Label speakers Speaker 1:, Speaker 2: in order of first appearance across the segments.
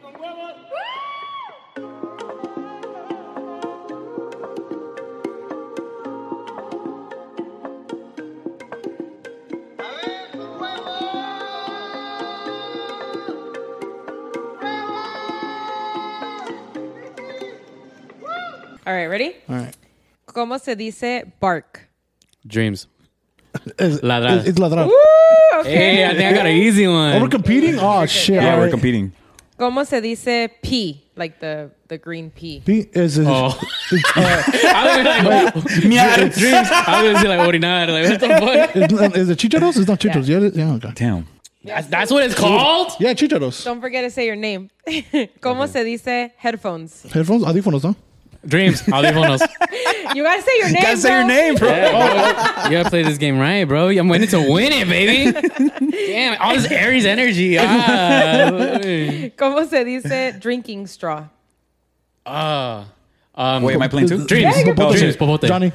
Speaker 1: con huevos. A ver, con huevos.
Speaker 2: All right, ready?
Speaker 3: All right.
Speaker 2: ¿Cómo se dice bark?
Speaker 4: Dreams.
Speaker 3: It's,
Speaker 4: Ladrar.
Speaker 3: it's ladrar.
Speaker 2: Woo, okay.
Speaker 4: Hey, I think I got an easy
Speaker 3: Oh,
Speaker 4: one.
Speaker 3: we're competing? Oh, shit.
Speaker 5: Yeah,
Speaker 3: all
Speaker 5: we're
Speaker 3: right.
Speaker 5: competing.
Speaker 2: ¿Cómo se dice pea? Like the, the green pea.
Speaker 3: P- is, is,
Speaker 4: Oh.
Speaker 3: it's, uh,
Speaker 4: I was like,
Speaker 5: Mear.
Speaker 4: dreams. I was like, orinar. Like, what the fuck?
Speaker 3: it's not- is it chicharos? It's not chicharos. Yeah, it is- yeah, okay.
Speaker 5: Damn.
Speaker 4: That's, that's what it's called?
Speaker 3: Yeah, chicharos.
Speaker 2: Don't forget to say your name. ¿Cómo se dice headphones?
Speaker 3: Headphones, audífonos, huh?
Speaker 4: Dreams. Audífonos.
Speaker 2: You gotta say your name.
Speaker 5: Gotta say your
Speaker 2: bro.
Speaker 5: name, bro.
Speaker 4: you gotta play this game right, bro. I'm winning to win it, baby. Damn, all this Aries energy. Ah,
Speaker 2: ¿Cómo se dice drinking straw?
Speaker 4: ah. Um,
Speaker 5: Wait, am I playing too?
Speaker 4: dreams.
Speaker 3: Yeah, you
Speaker 4: Oh,
Speaker 3: can-
Speaker 4: dreams. Popote.
Speaker 3: Johnny.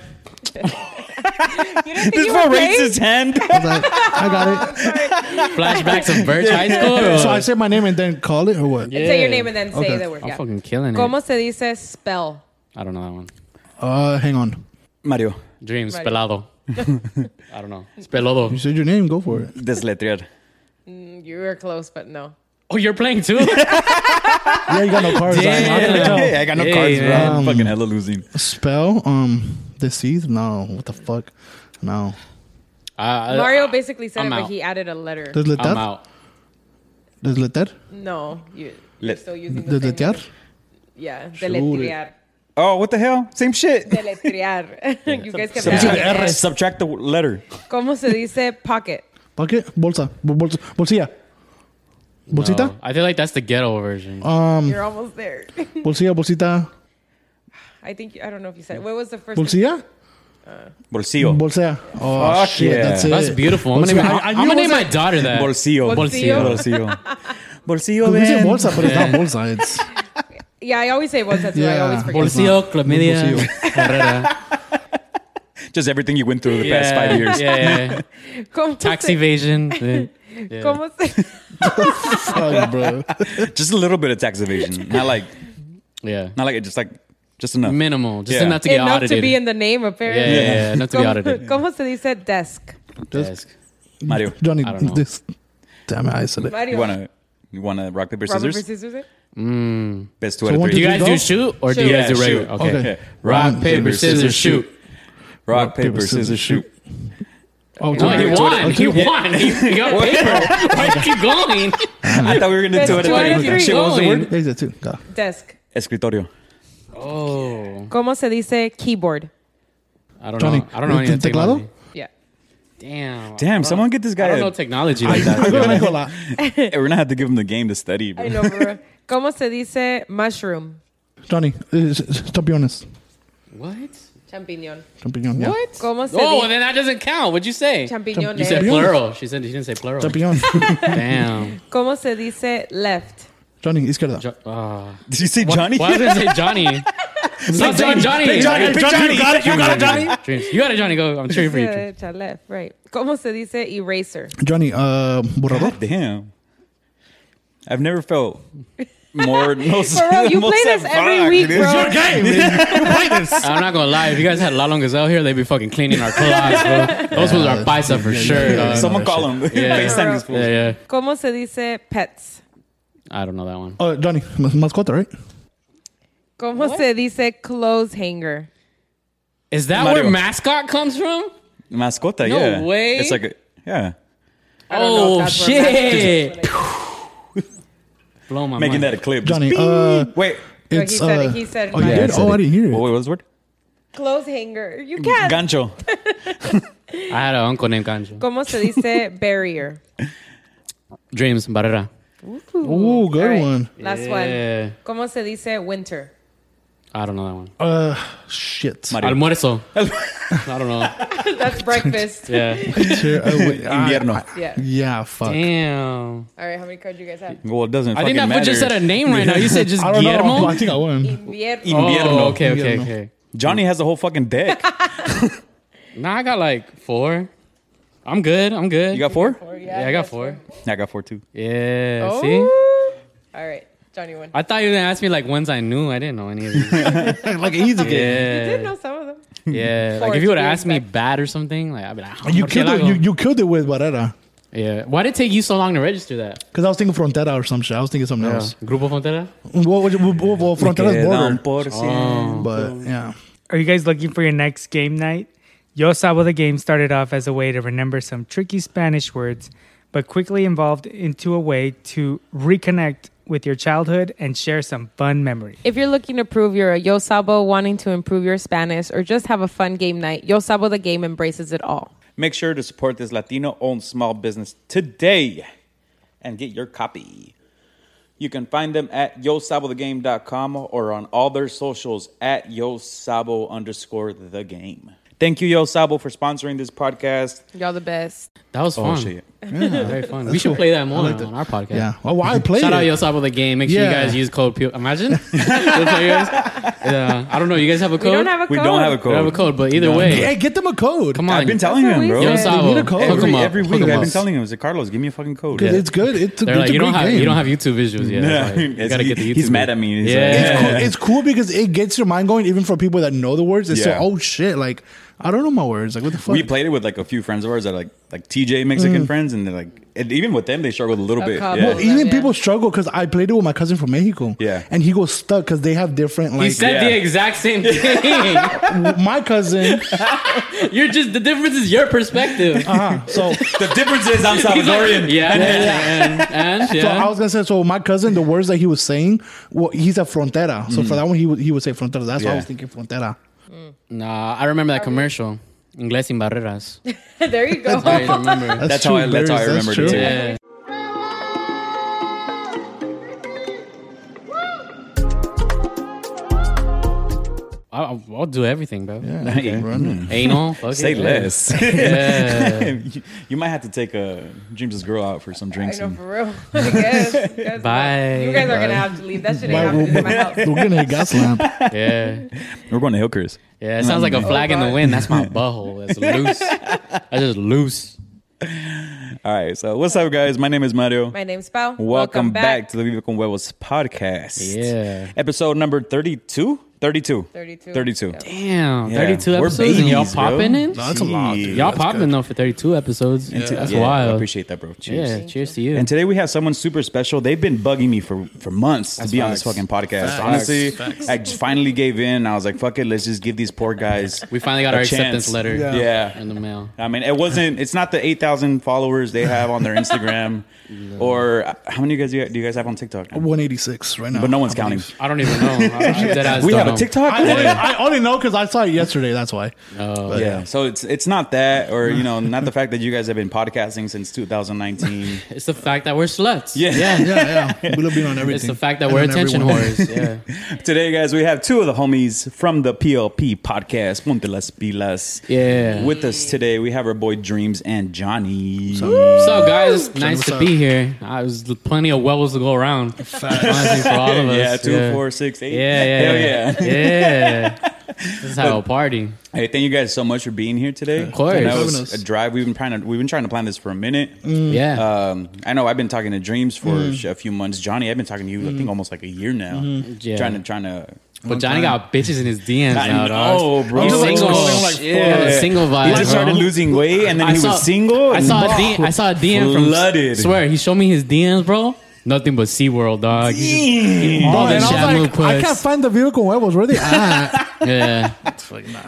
Speaker 2: You didn't think
Speaker 5: This
Speaker 2: you
Speaker 5: fool
Speaker 2: were
Speaker 5: raised
Speaker 2: gay?
Speaker 5: his hand.
Speaker 3: I, was like, I got it.
Speaker 4: Flashbacks of Birch High School.
Speaker 3: So I say my name and then call it or what?
Speaker 4: Uh, Yeah.
Speaker 2: Say your name and then say
Speaker 3: Okay.
Speaker 2: the word.
Speaker 4: I'm
Speaker 2: Yeah.
Speaker 4: fucking killing it.
Speaker 2: ¿Cómo se dice spell?
Speaker 4: I don't know that one.
Speaker 3: Uh, hang on.
Speaker 5: Mario,
Speaker 4: Dreams.
Speaker 2: Right.
Speaker 4: Pelado. I don't know. It's
Speaker 3: You
Speaker 4: Pelodo.
Speaker 3: said your name. Go for it.
Speaker 5: desletrear.
Speaker 2: You were close, but no.
Speaker 4: Oh, you're playing too?
Speaker 3: Yeah, you got no cards. I- I can tell.
Speaker 5: Hey, I got no
Speaker 4: Hey,
Speaker 5: cards, bro.
Speaker 4: man.
Speaker 5: I'm fucking hella losing.
Speaker 3: Spell. Um, deceive. No. What the fuck? No.
Speaker 4: Uh,
Speaker 2: Mario basically said
Speaker 4: I'm
Speaker 2: it,
Speaker 4: out.
Speaker 2: but he added a letter.
Speaker 4: I'm
Speaker 3: Desletar.
Speaker 4: out.
Speaker 3: Desletar.
Speaker 2: No, you, you're
Speaker 5: Let-
Speaker 2: still using the same
Speaker 3: Desletear.
Speaker 2: word. Yeah,
Speaker 3: it.
Speaker 2: deletriar.
Speaker 5: Oh, what the hell? Same shit.
Speaker 2: Deletriar. you guys can
Speaker 5: Subtract- Subtract the letter.
Speaker 2: ¿Cómo se dice pocket?
Speaker 3: Pocket. Bolsa. Bo- Bolsa. Bolsilla.
Speaker 4: No,
Speaker 3: Bolsita.
Speaker 4: Uh, I feel like that's the ghetto version.
Speaker 3: Um.
Speaker 2: You're almost there.
Speaker 3: Bolsilla. Bolsita.
Speaker 2: I think, you- I don't know if you said What was the first
Speaker 3: Bolsilla.
Speaker 5: Bolsillo.
Speaker 3: Bolsea. Oh
Speaker 5: Fuck
Speaker 3: shit.
Speaker 5: yeah.
Speaker 3: That's it.
Speaker 4: that's beautiful. I'm gonna name,
Speaker 3: Bolsilla.
Speaker 4: I,
Speaker 3: I- I
Speaker 4: am
Speaker 3: knew
Speaker 4: gonna
Speaker 3: it
Speaker 4: name
Speaker 3: was
Speaker 4: my daughter that.
Speaker 5: Bolsillo.
Speaker 2: Bolsillo.
Speaker 5: Bolsillo. Bolsillo,
Speaker 3: a- We say
Speaker 5: man.
Speaker 3: bolsa, but it's not bolsa. It's
Speaker 2: Yeah, I always say bolsa too. I
Speaker 3: Yeah.
Speaker 2: always forget.
Speaker 3: Bolsa.
Speaker 4: Bolsillo, Chlamydia,
Speaker 3: Bolsillo.
Speaker 4: Herrera.
Speaker 5: Just everything you went through the past five years.
Speaker 4: Yeah, yeah.
Speaker 2: ¿Cómo
Speaker 4: Tax
Speaker 2: se,
Speaker 4: evasion. Yeah.
Speaker 2: ¿cómo se,
Speaker 3: fuck, bro.
Speaker 5: Just a little bit of tax evasion. Not like,
Speaker 4: Yeah.
Speaker 5: not like, just like, just enough.
Speaker 4: Minimal. Just
Speaker 5: Yeah.
Speaker 4: enough to get
Speaker 2: Enough
Speaker 4: audited.
Speaker 2: to be in the name,
Speaker 4: yeah, yeah,
Speaker 2: apparently.
Speaker 4: yeah, yeah. Enough to be
Speaker 2: ¿Cómo-
Speaker 4: audited.
Speaker 2: ¿Cómo se dice desk?
Speaker 4: Desk.
Speaker 5: Mario,
Speaker 3: Johnny.
Speaker 4: I don't know.
Speaker 3: This. Damn it. I said it.
Speaker 2: Mario.
Speaker 5: you wanna, you wanna rock paper
Speaker 2: Robert
Speaker 5: scissors?
Speaker 2: versus scissors?
Speaker 4: Mm.
Speaker 5: Best two
Speaker 3: So
Speaker 5: out of
Speaker 3: one,
Speaker 5: three.
Speaker 4: Do you
Speaker 3: we
Speaker 4: guys
Speaker 3: go?
Speaker 4: do shoot or do
Speaker 2: Shoot.
Speaker 4: you guys do
Speaker 5: Yeah,
Speaker 4: regular?
Speaker 5: shoot.
Speaker 4: Okay.
Speaker 3: Okay.
Speaker 4: Rock, paper, scissors, shoot.
Speaker 5: Rock, paper, scissors, shoot.
Speaker 3: Oh,
Speaker 4: No,
Speaker 3: do
Speaker 4: he
Speaker 3: it- do it-
Speaker 4: won. He won. He he got paper. Why you keep going?
Speaker 5: I thought we were gonna do it.
Speaker 2: Two out of
Speaker 5: at
Speaker 2: three.
Speaker 5: Shit, what was the word?
Speaker 3: There's a two. Go.
Speaker 2: Desk.
Speaker 5: Escritorio.
Speaker 4: Oh.
Speaker 2: ¿Cómo se dice keyboard?
Speaker 4: I don't
Speaker 3: Johnny,
Speaker 4: know. I don't know
Speaker 3: with
Speaker 4: any
Speaker 3: the teclado?
Speaker 4: technology.
Speaker 2: Yeah.
Speaker 4: Damn. I
Speaker 5: Damn,
Speaker 4: don't-
Speaker 5: someone get this
Speaker 4: I
Speaker 5: guy.
Speaker 4: don't know
Speaker 5: a-
Speaker 4: technology like
Speaker 3: I
Speaker 4: that.
Speaker 3: go to Nicola.
Speaker 5: Hey, We're gonna have to give him the game to study. bro.
Speaker 2: I know, bro. ¿Cómo se dice mushroom?
Speaker 3: Johnny, uh, it's- it's championes.
Speaker 4: What?
Speaker 2: Champiñón.
Speaker 3: Champiñón. Yeah.
Speaker 2: ¿Cómo se
Speaker 4: Oh,
Speaker 2: dice
Speaker 4: then that doesn't count. What'd you say?
Speaker 2: champiñones?
Speaker 4: You said
Speaker 3: Champiñones.
Speaker 4: plural. She said she didn't say plural.
Speaker 3: Champiñón.
Speaker 4: Damn.
Speaker 2: ¿Cómo se dice left?
Speaker 3: Johnny, izquierda.
Speaker 4: Jo- ah.
Speaker 5: Did you say Johnny?
Speaker 4: Why did I say Johnny? Stop saying Johnny.
Speaker 5: Hey, Johnny, pick Johnny. You got it. You got it, Johnny.
Speaker 4: Dreams. You got it, Johnny. Go. I'm cheering for you. Dreams.
Speaker 2: Derecha, Eh, left, right. ¿Cómo se dice eraser?
Speaker 3: Johnny, uh, borrador.
Speaker 5: God damn. I've never felt more. No,
Speaker 2: For real, you play this every week, bro.
Speaker 5: game.
Speaker 4: I'm not gonna lie. If you guys had Lalong Gazelle here, they'd be fucking cleaning our clothes, bro. Those ones are bicep for sure. dog.
Speaker 5: Someone call him. FaceTime this fool.
Speaker 4: Yeah, yeah.
Speaker 2: ¿Cómo se dice pets?
Speaker 4: I don't know that one.
Speaker 3: Uh, Johnny, mas- mascota, right?
Speaker 2: ¿Cómo se dice clothes hanger?
Speaker 4: Is that
Speaker 5: Mario.
Speaker 4: where mascot comes from?
Speaker 5: Mascota,
Speaker 4: No
Speaker 5: yeah.
Speaker 4: way.
Speaker 5: It's like, a, yeah.
Speaker 2: I don't know if
Speaker 4: Oh,
Speaker 2: that's where
Speaker 4: shit.
Speaker 2: mascot is,
Speaker 4: Blow my
Speaker 5: Making that
Speaker 4: mind.
Speaker 5: a clip. Just
Speaker 3: Johnny,
Speaker 5: beep.
Speaker 3: uh,
Speaker 5: Wait.
Speaker 2: he
Speaker 3: it's,
Speaker 2: said it,
Speaker 3: uh,
Speaker 2: he said
Speaker 3: oh, you
Speaker 2: mine.
Speaker 3: did?
Speaker 5: I said
Speaker 3: Oh, I
Speaker 5: it.
Speaker 3: didn't hear
Speaker 5: What
Speaker 3: it.
Speaker 5: what was the word?
Speaker 2: but, like, Clothes hanger. You can't.
Speaker 5: Gancho.
Speaker 4: I had an uncle named Kancho.
Speaker 2: ¿Cómo se dice barrier?
Speaker 4: Dreams, Barrera.
Speaker 3: Ooh, good
Speaker 2: All right,
Speaker 3: one.
Speaker 2: Last
Speaker 4: Yeah.
Speaker 2: one. ¿Cómo se dice winter?
Speaker 4: I don't know that one.
Speaker 3: Uh, shit.
Speaker 5: Mario.
Speaker 4: Almuerzo. I don't know.
Speaker 2: That's breakfast.
Speaker 4: Yeah.
Speaker 3: Sure, uh, wait, I-
Speaker 5: Invierno.
Speaker 2: Yeah.
Speaker 3: yeah, fuck.
Speaker 4: Damn.
Speaker 2: All right, how many cards you guys have?
Speaker 5: Well, it doesn't
Speaker 4: I
Speaker 5: fucking
Speaker 4: think that fool
Speaker 5: matter.
Speaker 4: just said a name right now. You said just
Speaker 3: I don't
Speaker 4: Guillermo.
Speaker 3: know. I think I won.
Speaker 2: Invierno.
Speaker 5: In- Guillermo.
Speaker 4: Oh, okay, okay,
Speaker 3: Guillermo.
Speaker 4: okay.
Speaker 5: Johnny has a whole fucking deck.
Speaker 4: Nah, I got like four. I'm good. I'm good.
Speaker 2: Oh,
Speaker 5: You got four?
Speaker 2: Or,
Speaker 4: yeah, I got four.
Speaker 5: I got four too.
Speaker 4: Yeah.
Speaker 2: Oh.
Speaker 4: See.
Speaker 2: All right. Johnny won.
Speaker 4: I thought you were gonna ask me like ones I knew. I didn't know any of these.
Speaker 3: like an easy game.
Speaker 2: I did
Speaker 4: Yeah,
Speaker 2: know some of them.
Speaker 4: yeah. Like
Speaker 2: Forest
Speaker 4: if you would have
Speaker 2: being
Speaker 4: asked me
Speaker 2: back-
Speaker 4: bad or something, like I'd be like,
Speaker 3: You
Speaker 4: "Okay,
Speaker 3: killed it.
Speaker 4: Lago."
Speaker 3: You, you killed it with Barrera
Speaker 4: yeah. Why did it take you so long to register that?
Speaker 3: because I was thinking Frontera or some shit. I was thinking something else.
Speaker 4: Grupo Frontera.
Speaker 3: Well, well, well, well, Frontera's border,
Speaker 5: Ah.
Speaker 3: but yeah.
Speaker 6: Are you guys looking for your next game night? Yo Sabo the game started off as a way to remember some tricky Spanish words, but quickly evolved into a way to reconnect with your childhood and share some fun memories.
Speaker 2: If you're looking to prove you're a Yosabo, wanting to improve your Spanish, or just have a fun game night, Yosabo the game embraces it all.
Speaker 5: Make sure to support this Latino owned small business today and get your copy. You can find them at yosabothegame.com or on all their socials at yosabo underscore the game. Thank you, Yo Sabo, for sponsoring this podcast.
Speaker 2: Y'all the best.
Speaker 4: That
Speaker 3: Oh,
Speaker 4: was
Speaker 5: Oh,
Speaker 4: fun. Very fun. We should play that more
Speaker 3: like that.
Speaker 4: on our podcast.
Speaker 3: Yeah. Well, why I played
Speaker 4: Shout out
Speaker 3: it.
Speaker 4: Yo Sabo the game. Make sure you
Speaker 3: Yeah.
Speaker 4: guys use code. P- Imagine. yeah. I don't know. You guys have a code.
Speaker 2: We don't have a code.
Speaker 5: We don't have a code.
Speaker 4: We don't have a code, but either
Speaker 5: No.
Speaker 4: way,
Speaker 3: Hey, get them a code.
Speaker 4: come on.
Speaker 5: I've been telling
Speaker 2: what
Speaker 5: him,
Speaker 2: we
Speaker 5: bro.
Speaker 4: Yo
Speaker 2: They
Speaker 4: Sabo,
Speaker 3: need a code.
Speaker 4: hook 'em
Speaker 5: Every,
Speaker 4: up.
Speaker 5: every
Speaker 4: hook
Speaker 5: week
Speaker 4: 'em
Speaker 5: I've
Speaker 4: up.
Speaker 5: been telling him, I said, Carlos, give me a fucking code.
Speaker 3: It's good. It's a,
Speaker 4: They're
Speaker 3: it's
Speaker 4: like,
Speaker 3: a
Speaker 4: you don't
Speaker 3: great
Speaker 4: have
Speaker 3: game.
Speaker 4: you don't have YouTube visuals yet.
Speaker 5: Yeah.
Speaker 4: It's like, you
Speaker 5: It's-
Speaker 4: gotta get the
Speaker 5: he-
Speaker 4: YouTube.
Speaker 5: he's mad at me. He's like-
Speaker 4: yeah.
Speaker 3: It's cool. It's cool because it gets your mind going, even for people that know the words. It's
Speaker 5: Yeah.
Speaker 3: so oh shit, like I don't know my words. Like what the fuck?
Speaker 5: We played it with like a few friends of ours that are like like TJ Mexican friends, and they're like, and even with them, they struggled a little
Speaker 2: A
Speaker 5: bit.
Speaker 2: couple.
Speaker 5: Yeah.
Speaker 3: Well, even
Speaker 2: Yeah.
Speaker 3: people struggle because I played it with my cousin from Mexico.
Speaker 5: Yeah.
Speaker 3: and he goes stuck because they have different.
Speaker 4: He
Speaker 3: Like
Speaker 4: said
Speaker 5: Yeah.
Speaker 4: the exact same thing.
Speaker 3: my cousin.
Speaker 4: You're just the difference is your perspective.
Speaker 3: Uh-huh. So, so
Speaker 5: The difference is I'm
Speaker 4: He's like,
Speaker 5: Salvadorian.
Speaker 4: yeah, and, and, and,
Speaker 3: I
Speaker 4: yeah.
Speaker 3: was gonna say so. My cousin, the words that he was saying, well, he's a frontera. So for that one, he would he would say frontera. That's why I
Speaker 5: Mm. Yeah.
Speaker 3: was thinking frontera.
Speaker 4: Nah, I remember that commercial. Inglés sin barreras.
Speaker 2: there you go.
Speaker 4: I remember.
Speaker 5: That's how I- that's how I
Speaker 3: Barry's,
Speaker 5: remembered
Speaker 3: true.
Speaker 5: it, too.
Speaker 4: Yeah. I'll, I'll do everything, bro.
Speaker 3: Yeah, okay, bro.
Speaker 4: Anal. fuck it.
Speaker 5: Hmm. Say less.
Speaker 4: Yeah.
Speaker 5: you, you might have to take uh, James' girl out for some
Speaker 2: I
Speaker 5: drinks.
Speaker 2: know
Speaker 5: And,
Speaker 2: for real. I guess. You guys-
Speaker 4: Bye.
Speaker 2: You guys are gonna have to leave. That shit ain't
Speaker 3: Bye,
Speaker 2: happening in my
Speaker 3: bro.
Speaker 2: house.
Speaker 3: We're gonna get gas lamp.
Speaker 4: yeah.
Speaker 5: we're going to Hillcrest.
Speaker 4: Yeah, it sounds like
Speaker 5: Mm.
Speaker 4: a flag in the
Speaker 2: God.
Speaker 4: wind. That's my butthole. That's loose. That's just loose.
Speaker 5: All right. So what's up, guys? My name is Mario.
Speaker 2: My name's Pau.
Speaker 5: Welcome, back. to the Viva Con Huevos podcast.
Speaker 4: Yeah.
Speaker 5: Episode number 32? 32.
Speaker 2: 32.
Speaker 5: 32.
Speaker 2: Yeah.
Speaker 4: Damn,
Speaker 5: Yeah.
Speaker 4: 32
Speaker 5: We're
Speaker 4: episodes and y'all
Speaker 5: babies, bro.
Speaker 4: popping in?
Speaker 3: No, that's a lot.
Speaker 5: Jeez.
Speaker 3: dude.
Speaker 4: y'all
Speaker 3: That's
Speaker 4: popping
Speaker 3: good.
Speaker 4: though for 32 episodes.
Speaker 5: And to-
Speaker 4: that's
Speaker 5: yeah, I
Speaker 4: wild.
Speaker 5: appreciate that, bro. Cheers.
Speaker 4: yeah, cheers to you.
Speaker 5: And today we have someone super special. They've been bugging me for, for months to be on this
Speaker 4: facts.
Speaker 5: fucking podcast. Honestly,
Speaker 3: Facts.
Speaker 5: I just finally gave in. I was like, fuck it, let's just give these poor guys.
Speaker 4: we finally got
Speaker 5: a
Speaker 4: our
Speaker 5: chance.
Speaker 4: acceptance letter
Speaker 5: Yeah.
Speaker 4: in the mail.
Speaker 5: I mean, it wasn't. It's not the eight thousand followers they have on their Instagram, or uh, how many of you guys do you, do you guys have on TikTok? now?
Speaker 3: 186 right now.
Speaker 5: But no one's
Speaker 3: I believe.
Speaker 5: counting.
Speaker 4: I don't even know. I- dead ass
Speaker 5: We
Speaker 4: don't
Speaker 5: have
Speaker 4: know.
Speaker 5: a TikTok.
Speaker 3: I only, I only know because I saw it yesterday. That's why.
Speaker 4: Oh,
Speaker 3: But-
Speaker 5: Yeah, so it's it's not that, or you know, not the fact that you guys have been podcasting since 2019.
Speaker 4: it's the fact that we're sluts.
Speaker 5: Yeah.
Speaker 3: yeah, yeah. We'll be on everything.
Speaker 4: It's the fact that
Speaker 3: And
Speaker 4: we're
Speaker 3: on
Speaker 4: attention
Speaker 3: everyone.
Speaker 4: whores. Yeah.
Speaker 5: Today, guys, we have two of the homies from the PLP podcast, Ponte las Pilas.
Speaker 4: Yeah.
Speaker 5: With us today, we have our boy Dreams and Johnny.
Speaker 4: So guys, it's nice
Speaker 3: what's
Speaker 4: to
Speaker 3: up?
Speaker 4: be here. I was plenty of webbles to go around. Honestly, for all of us.
Speaker 5: yeah, two, four, six, eight.
Speaker 4: Yeah, yeah,
Speaker 5: Hell
Speaker 4: yeah.
Speaker 5: yeah.
Speaker 4: Yeah. this is how a party.
Speaker 5: Hey, thank you guys so much for being here today. Of
Speaker 4: course.
Speaker 5: that
Speaker 3: Having us. Mm.
Speaker 5: was a drive. We've been trying to we've been trying to plan this for a minute.
Speaker 4: Yeah.
Speaker 5: Um, I know I've been talking to Dreams for sh- a few months. Johnny, I've been talking to you. I think
Speaker 3: Mm.
Speaker 5: almost like a year now.
Speaker 3: Mm-hmm.
Speaker 4: Yeah.
Speaker 5: Trying to trying to.
Speaker 4: but Johnny got bitches in his DMs
Speaker 5: I
Speaker 4: now,
Speaker 5: know,
Speaker 4: dog.
Speaker 5: bro.
Speaker 3: I'm
Speaker 4: He's
Speaker 3: just like
Speaker 4: single.
Speaker 3: scrolling like,
Speaker 4: yeah,
Speaker 5: fuck.
Speaker 4: single vibe.
Speaker 5: He just
Speaker 4: bro.
Speaker 5: started losing weight, and then he was single.
Speaker 4: I
Speaker 5: and-
Speaker 4: saw a D- I saw a DM from
Speaker 5: Flooded.
Speaker 4: Swear, he showed me his DMs, bro. Nothing but SeaWorld, dog. He's
Speaker 5: Damn.
Speaker 4: just- All
Speaker 3: Oh,
Speaker 4: the
Speaker 3: and I
Speaker 4: Shamu
Speaker 3: was like, I can't
Speaker 4: puss.
Speaker 3: find the vehicle. Where was where they at?
Speaker 4: Yeah.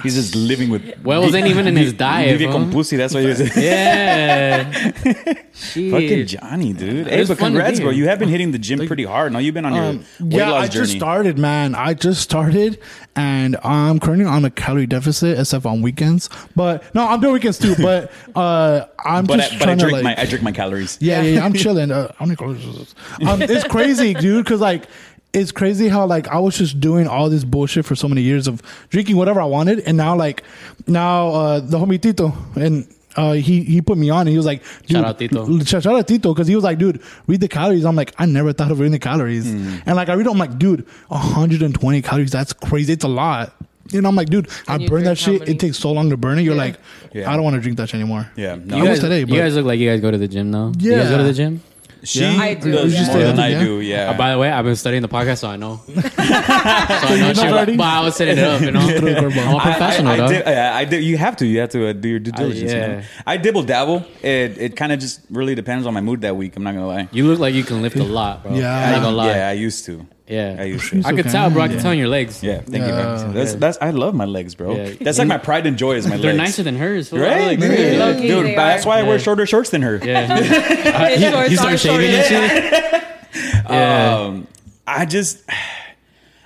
Speaker 5: He's just living with.
Speaker 4: Well, it wasn't even in his diet,
Speaker 5: Living
Speaker 4: bro.
Speaker 5: con pussy. That's what he was.
Speaker 4: Yeah.
Speaker 5: Fucking
Speaker 4: Shit.
Speaker 5: Johnny, dude. Hey,
Speaker 4: was
Speaker 5: but
Speaker 4: fun to
Speaker 5: congrats,
Speaker 4: be
Speaker 5: bro.
Speaker 4: here.
Speaker 5: You have been hitting the gym pretty hard. Now you've been on your weight
Speaker 3: yeah,
Speaker 5: loss
Speaker 3: I
Speaker 5: journey.
Speaker 3: just started, man. I just started, and I'm currently on a calorie deficit, except on weekends. But no, I'm doing weekends too. But uh, I'm
Speaker 5: but
Speaker 3: just
Speaker 5: I, but I
Speaker 3: trying
Speaker 5: drink
Speaker 3: to like.
Speaker 5: my I drink my calories.
Speaker 3: yeah, yeah, yeah, I'm chilling. Uh, how many calories is this? um, it's crazy, dude. Because like, it's crazy how like I was just doing all this bullshit for so many years of drinking whatever I wanted, and now like now uh, the homie Tito and. Uh, he he put me on and he was like, dude,
Speaker 4: Shout out Tito.
Speaker 3: l- Shout out Tito because he was like, dude, read the calories. I'm like, I never thought of reading the calories, and like I read, them, I'm like, dude, 120 calories. That's crazy. It's a lot. And I'm like, dude, I
Speaker 2: you
Speaker 3: burn
Speaker 2: drink
Speaker 3: that
Speaker 2: how
Speaker 3: shit.
Speaker 2: many?
Speaker 3: It takes so long to burn it. You're like,
Speaker 5: Yeah.
Speaker 3: I don't want to drink that shit anymore.
Speaker 5: Yeah,
Speaker 3: I
Speaker 5: no,
Speaker 4: You
Speaker 3: was
Speaker 4: guys,
Speaker 3: today,
Speaker 4: you
Speaker 3: but-
Speaker 4: guys look like you guys go to the gym, though. You guys go
Speaker 3: Yeah.
Speaker 4: to the gym?
Speaker 5: She
Speaker 3: Yeah.
Speaker 2: I do,
Speaker 5: does
Speaker 2: yeah.
Speaker 3: Just
Speaker 5: more
Speaker 3: the
Speaker 5: than
Speaker 3: other-
Speaker 5: I
Speaker 3: yeah.
Speaker 5: do. Yeah.
Speaker 4: Uh, by the way, I've been studying the podcast, so I know. so I know
Speaker 3: know
Speaker 4: shit,
Speaker 3: already?
Speaker 4: but I was setting it up, you know. I'm a
Speaker 5: I- I-
Speaker 4: professional,
Speaker 5: I,
Speaker 4: dog.
Speaker 5: did, I, I did. You have to. You have to uh, do your due diligence. you know?
Speaker 4: yeah.
Speaker 5: I dibble dabble. It it kind of just really depends on my mood that week. I'm not gonna lie.
Speaker 4: You look like you can lift a lot, bro.
Speaker 3: Yeah.
Speaker 4: I'm not gonna
Speaker 5: yeah,
Speaker 4: lie.
Speaker 5: I used to.
Speaker 4: Yeah,
Speaker 5: I used to.
Speaker 4: I could
Speaker 3: okay.
Speaker 4: tell, bro. I could tell in your legs.
Speaker 5: Yeah, thank you,
Speaker 3: Yeah.
Speaker 5: man. That's that's. I love my legs, bro.
Speaker 4: Oh, Yeah.
Speaker 5: That's like my pride and joy is my
Speaker 4: they're
Speaker 5: legs.
Speaker 4: nicer than hers. fool. I
Speaker 5: Right,
Speaker 4: like-
Speaker 5: dude.
Speaker 2: Low-key, they
Speaker 5: Dude,
Speaker 2: are.
Speaker 5: that's why I wear
Speaker 4: Yeah.
Speaker 5: shorter shorts than her.
Speaker 4: Yeah,
Speaker 2: His shorts
Speaker 4: you
Speaker 2: are
Speaker 4: start
Speaker 2: shorter
Speaker 4: shaving and
Speaker 2: than-
Speaker 4: shit. Yeah,
Speaker 5: Um, I just.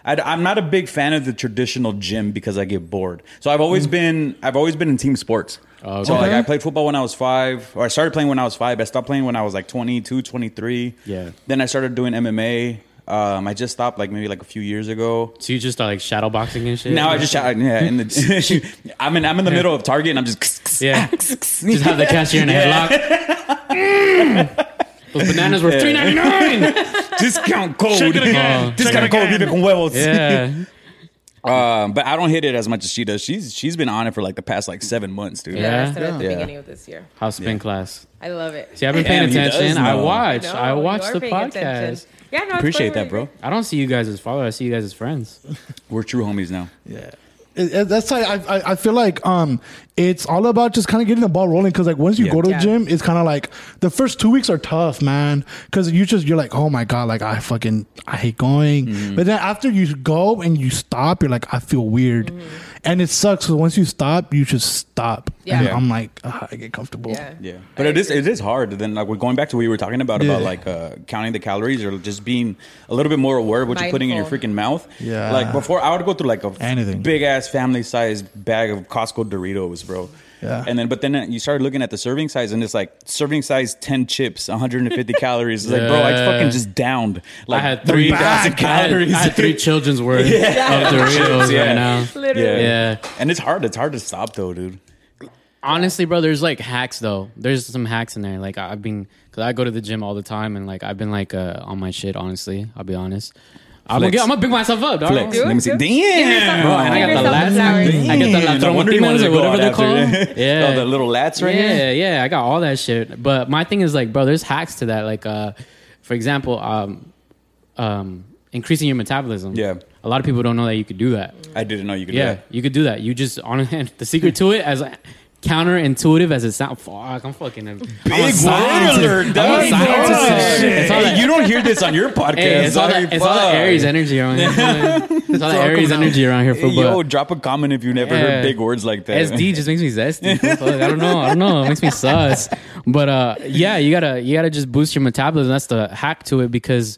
Speaker 5: I, am not a big fan of the traditional gym because I get bored. So I've always been I've always been in team sports.
Speaker 4: Oh,
Speaker 5: So
Speaker 4: Mm. okay.
Speaker 5: like I played football when I was five, or I started playing when I was five. I stopped playing when I was like 22, 23.
Speaker 4: Yeah.
Speaker 5: Then I started doing MMA. Um, I just stopped like maybe like a few years ago.
Speaker 4: so you just start like shadow boxing and shit.
Speaker 5: Now I just yeah in the I'm in I'm in the middle of Target and I'm just
Speaker 4: yeah, just have the cashier in a headlock. Those bananas were three ninety nine.
Speaker 5: discount code
Speaker 4: again.
Speaker 5: discount code vive con huevos.
Speaker 4: Yeah,
Speaker 5: Um, but I don't hit it as much as she does. She's she's been on it for like the past like seven months, dude.
Speaker 4: Yeah.
Speaker 2: Yeah, I started at the
Speaker 5: Yeah.
Speaker 2: beginning of this year.
Speaker 4: house spin class.
Speaker 2: I love it.
Speaker 4: See, I've been
Speaker 5: Damn,
Speaker 4: paying
Speaker 5: he does
Speaker 4: attention. I
Speaker 5: know.
Speaker 4: watch.
Speaker 2: No,
Speaker 4: I
Speaker 2: you
Speaker 4: watch
Speaker 2: are
Speaker 4: the
Speaker 2: paying
Speaker 4: podcast.
Speaker 2: attention. Yeah, no, it's
Speaker 5: Appreciate
Speaker 2: going
Speaker 5: that,
Speaker 2: really
Speaker 5: bro.
Speaker 4: I don't see you guys as followers. I see you guys as friends.
Speaker 5: We're true homies now.
Speaker 3: It- it- that's why I, I I feel like um it's all about just kind of getting the ball rolling because like once you
Speaker 5: Yeah.
Speaker 3: go to
Speaker 2: Yeah.
Speaker 3: the gym it's kind of like the first two weeks are tough man because you just you're like oh my god like I fucking I hate going but then after you go and you stop you're like I feel weird
Speaker 2: Mm-hmm.
Speaker 3: and it sucks 'cause once you stop you should stop
Speaker 2: Yeah.
Speaker 3: and
Speaker 5: Yeah.
Speaker 3: I'm like ah, I get comfortable
Speaker 2: good. Yeah.
Speaker 5: Yeah, but it is it is hard. Then like we're going back to what you were talking about about
Speaker 3: Yeah.
Speaker 5: like uh, counting the calories or just being a little bit more aware of what you're putting in your
Speaker 2: Mindful.
Speaker 5: freaking mouth.
Speaker 3: Yeah.
Speaker 5: like before I would go through like a
Speaker 3: Anything.
Speaker 5: big ass family sized bag of Costco Doritos, bro.
Speaker 3: Yeah.
Speaker 5: and then but then you started looking at the serving size and it's like serving size ten chips, 150 calories. It's like bro, I
Speaker 4: Yeah.
Speaker 5: fucking just downed like
Speaker 4: I had three
Speaker 5: thousand calories.
Speaker 4: I had, I had three children's worth of Doritos
Speaker 5: Yeah.
Speaker 4: right now.
Speaker 2: Literally.
Speaker 4: Yeah.
Speaker 5: and it's hard. It's hard to stop though, dude.
Speaker 4: Honestly, bro, there's like hacks though. There's some hacks in there. Like I- I've been, cause I go to the gym all the time, and like I've been like uh, on my shit. Honestly, I'll be honest. I'm gonna,
Speaker 5: Flex.
Speaker 4: get, I'm gonna big myself up, dog.
Speaker 5: Flex.
Speaker 2: Do
Speaker 5: Let
Speaker 2: it,
Speaker 5: me see.
Speaker 2: do it. Oh, Give yourself-
Speaker 5: Damn,
Speaker 4: Bro, and I
Speaker 2: Give
Speaker 4: got the
Speaker 2: yourself
Speaker 4: lats.
Speaker 2: some flowers.
Speaker 4: I got the
Speaker 5: No wonder you wanted
Speaker 4: latromotinas
Speaker 5: to
Speaker 4: or
Speaker 5: go
Speaker 4: whatever they're
Speaker 5: out after.
Speaker 4: called. Yeah,
Speaker 5: Oh, the little lats right
Speaker 4: yeah,
Speaker 5: here.
Speaker 4: yeah, I got all that shit. But my thing is like, bro, there's hacks to that. Like, uh, for example, um, um, increasing your metabolism.
Speaker 5: Yeah.
Speaker 4: a lot of people don't know that you could do that.
Speaker 5: I didn't know you could.
Speaker 4: Yeah,
Speaker 5: do that.
Speaker 4: you could do that. You just on hand. The secret to it, as counterintuitive as it sounds, fuck, I'm fucking a I'm a
Speaker 5: Big
Speaker 4: scientist.
Speaker 5: word alert,
Speaker 4: I'm
Speaker 5: dog.
Speaker 4: a scientist.
Speaker 5: Oh, shit.
Speaker 4: It's all
Speaker 5: Hey,
Speaker 4: that-
Speaker 5: you don't hear this on your podcast.
Speaker 4: Hey, it's all that, it's all that
Speaker 5: Fuck.
Speaker 4: Aries energy around here. It's all that Aries energy around here for
Speaker 5: Yo,
Speaker 4: but
Speaker 5: drop a comment if you never heard big words like that.
Speaker 4: SD just makes me zesty. Fuck, I don't know. I don't know. It makes me sus. But uh, yeah, you gotta you gotta just boost your metabolism. That's the hack to it because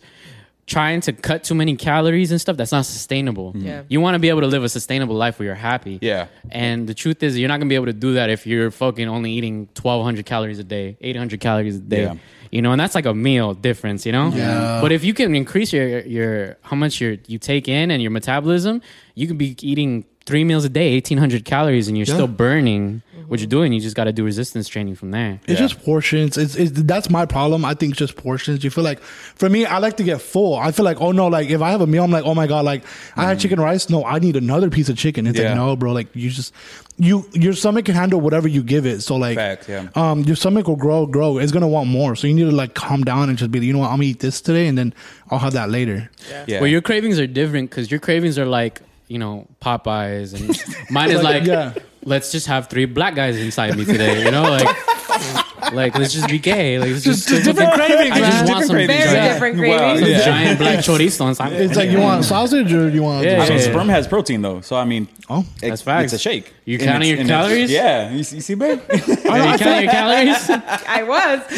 Speaker 4: trying to cut too many calories and stuff that's not sustainable.
Speaker 2: Yeah.
Speaker 4: You want to be able to live a sustainable life where you're happy.
Speaker 5: Mm-hmm. Yeah.
Speaker 4: And the truth is, you're not gonna be able to do that if you're fucking only eating 1,200 calories a day, 800 calories a day.
Speaker 5: Yeah.
Speaker 4: You know, and that's like a meal difference. You know.
Speaker 3: Yeah.
Speaker 4: But if you can increase your your how much you you take in and your metabolism, you could be eating three meals a day, eighteen hundred calories, and you're still burning what you're doing. You just got to do resistance training from there.
Speaker 3: It's
Speaker 5: Yeah.
Speaker 3: just portions. It's, it's that's my problem. I think it's just portions. You feel like for me, I like to get full. I feel like oh no, like if I have a meal, I'm like oh my god, like I had chicken rice. No, I need another piece of chicken. It's
Speaker 5: Mm. Yeah.
Speaker 3: like no, bro. Like you just you your stomach can handle whatever you give it. So like
Speaker 5: Fact, yeah.
Speaker 3: um your stomach will grow, grow. It's gonna want more. So you need to like calm down and just be like, you know what, I'm gonna eat this today, and then I'll have that later.
Speaker 5: Yeah.
Speaker 4: Well, your cravings are different because your cravings are like you know Popeyes, and mine is
Speaker 3: Like,
Speaker 4: like,
Speaker 3: yeah.
Speaker 4: let's just have three black guys inside me today. You know, like like let's just be gay. Like let's just,
Speaker 3: different cravings,
Speaker 4: I
Speaker 3: man.
Speaker 4: just want
Speaker 5: Different
Speaker 4: some
Speaker 5: cravings.
Speaker 2: Very
Speaker 4: giant,
Speaker 2: different
Speaker 5: Wow.
Speaker 2: gravy.
Speaker 4: some
Speaker 5: Yeah.
Speaker 4: giant black chorizo inside.
Speaker 3: It's like you want sausage or you want
Speaker 4: Yeah.
Speaker 5: I mean, sperm has protein though, so I mean,
Speaker 3: Oh.
Speaker 5: it-
Speaker 4: That's facts.
Speaker 5: It's a shake.
Speaker 4: You
Speaker 5: And
Speaker 4: counting
Speaker 5: it's-
Speaker 4: your
Speaker 5: and it's-
Speaker 4: calories?
Speaker 5: Yeah, you see, you see, babe.
Speaker 4: Are you counting your calories?
Speaker 2: I was.
Speaker 4: She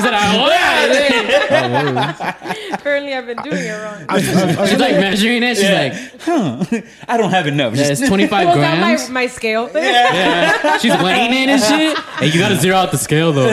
Speaker 4: said, "I was."
Speaker 2: Apparently, I've been doing it wrong.
Speaker 4: She's like measuring it. She's like,
Speaker 5: I don't have enough.
Speaker 4: yeah, it's 25
Speaker 2: Pulls out
Speaker 4: grams.
Speaker 2: my, my scale.
Speaker 4: Yeah. She's weighing it and shit. Hey, you gotta zero out the scale though.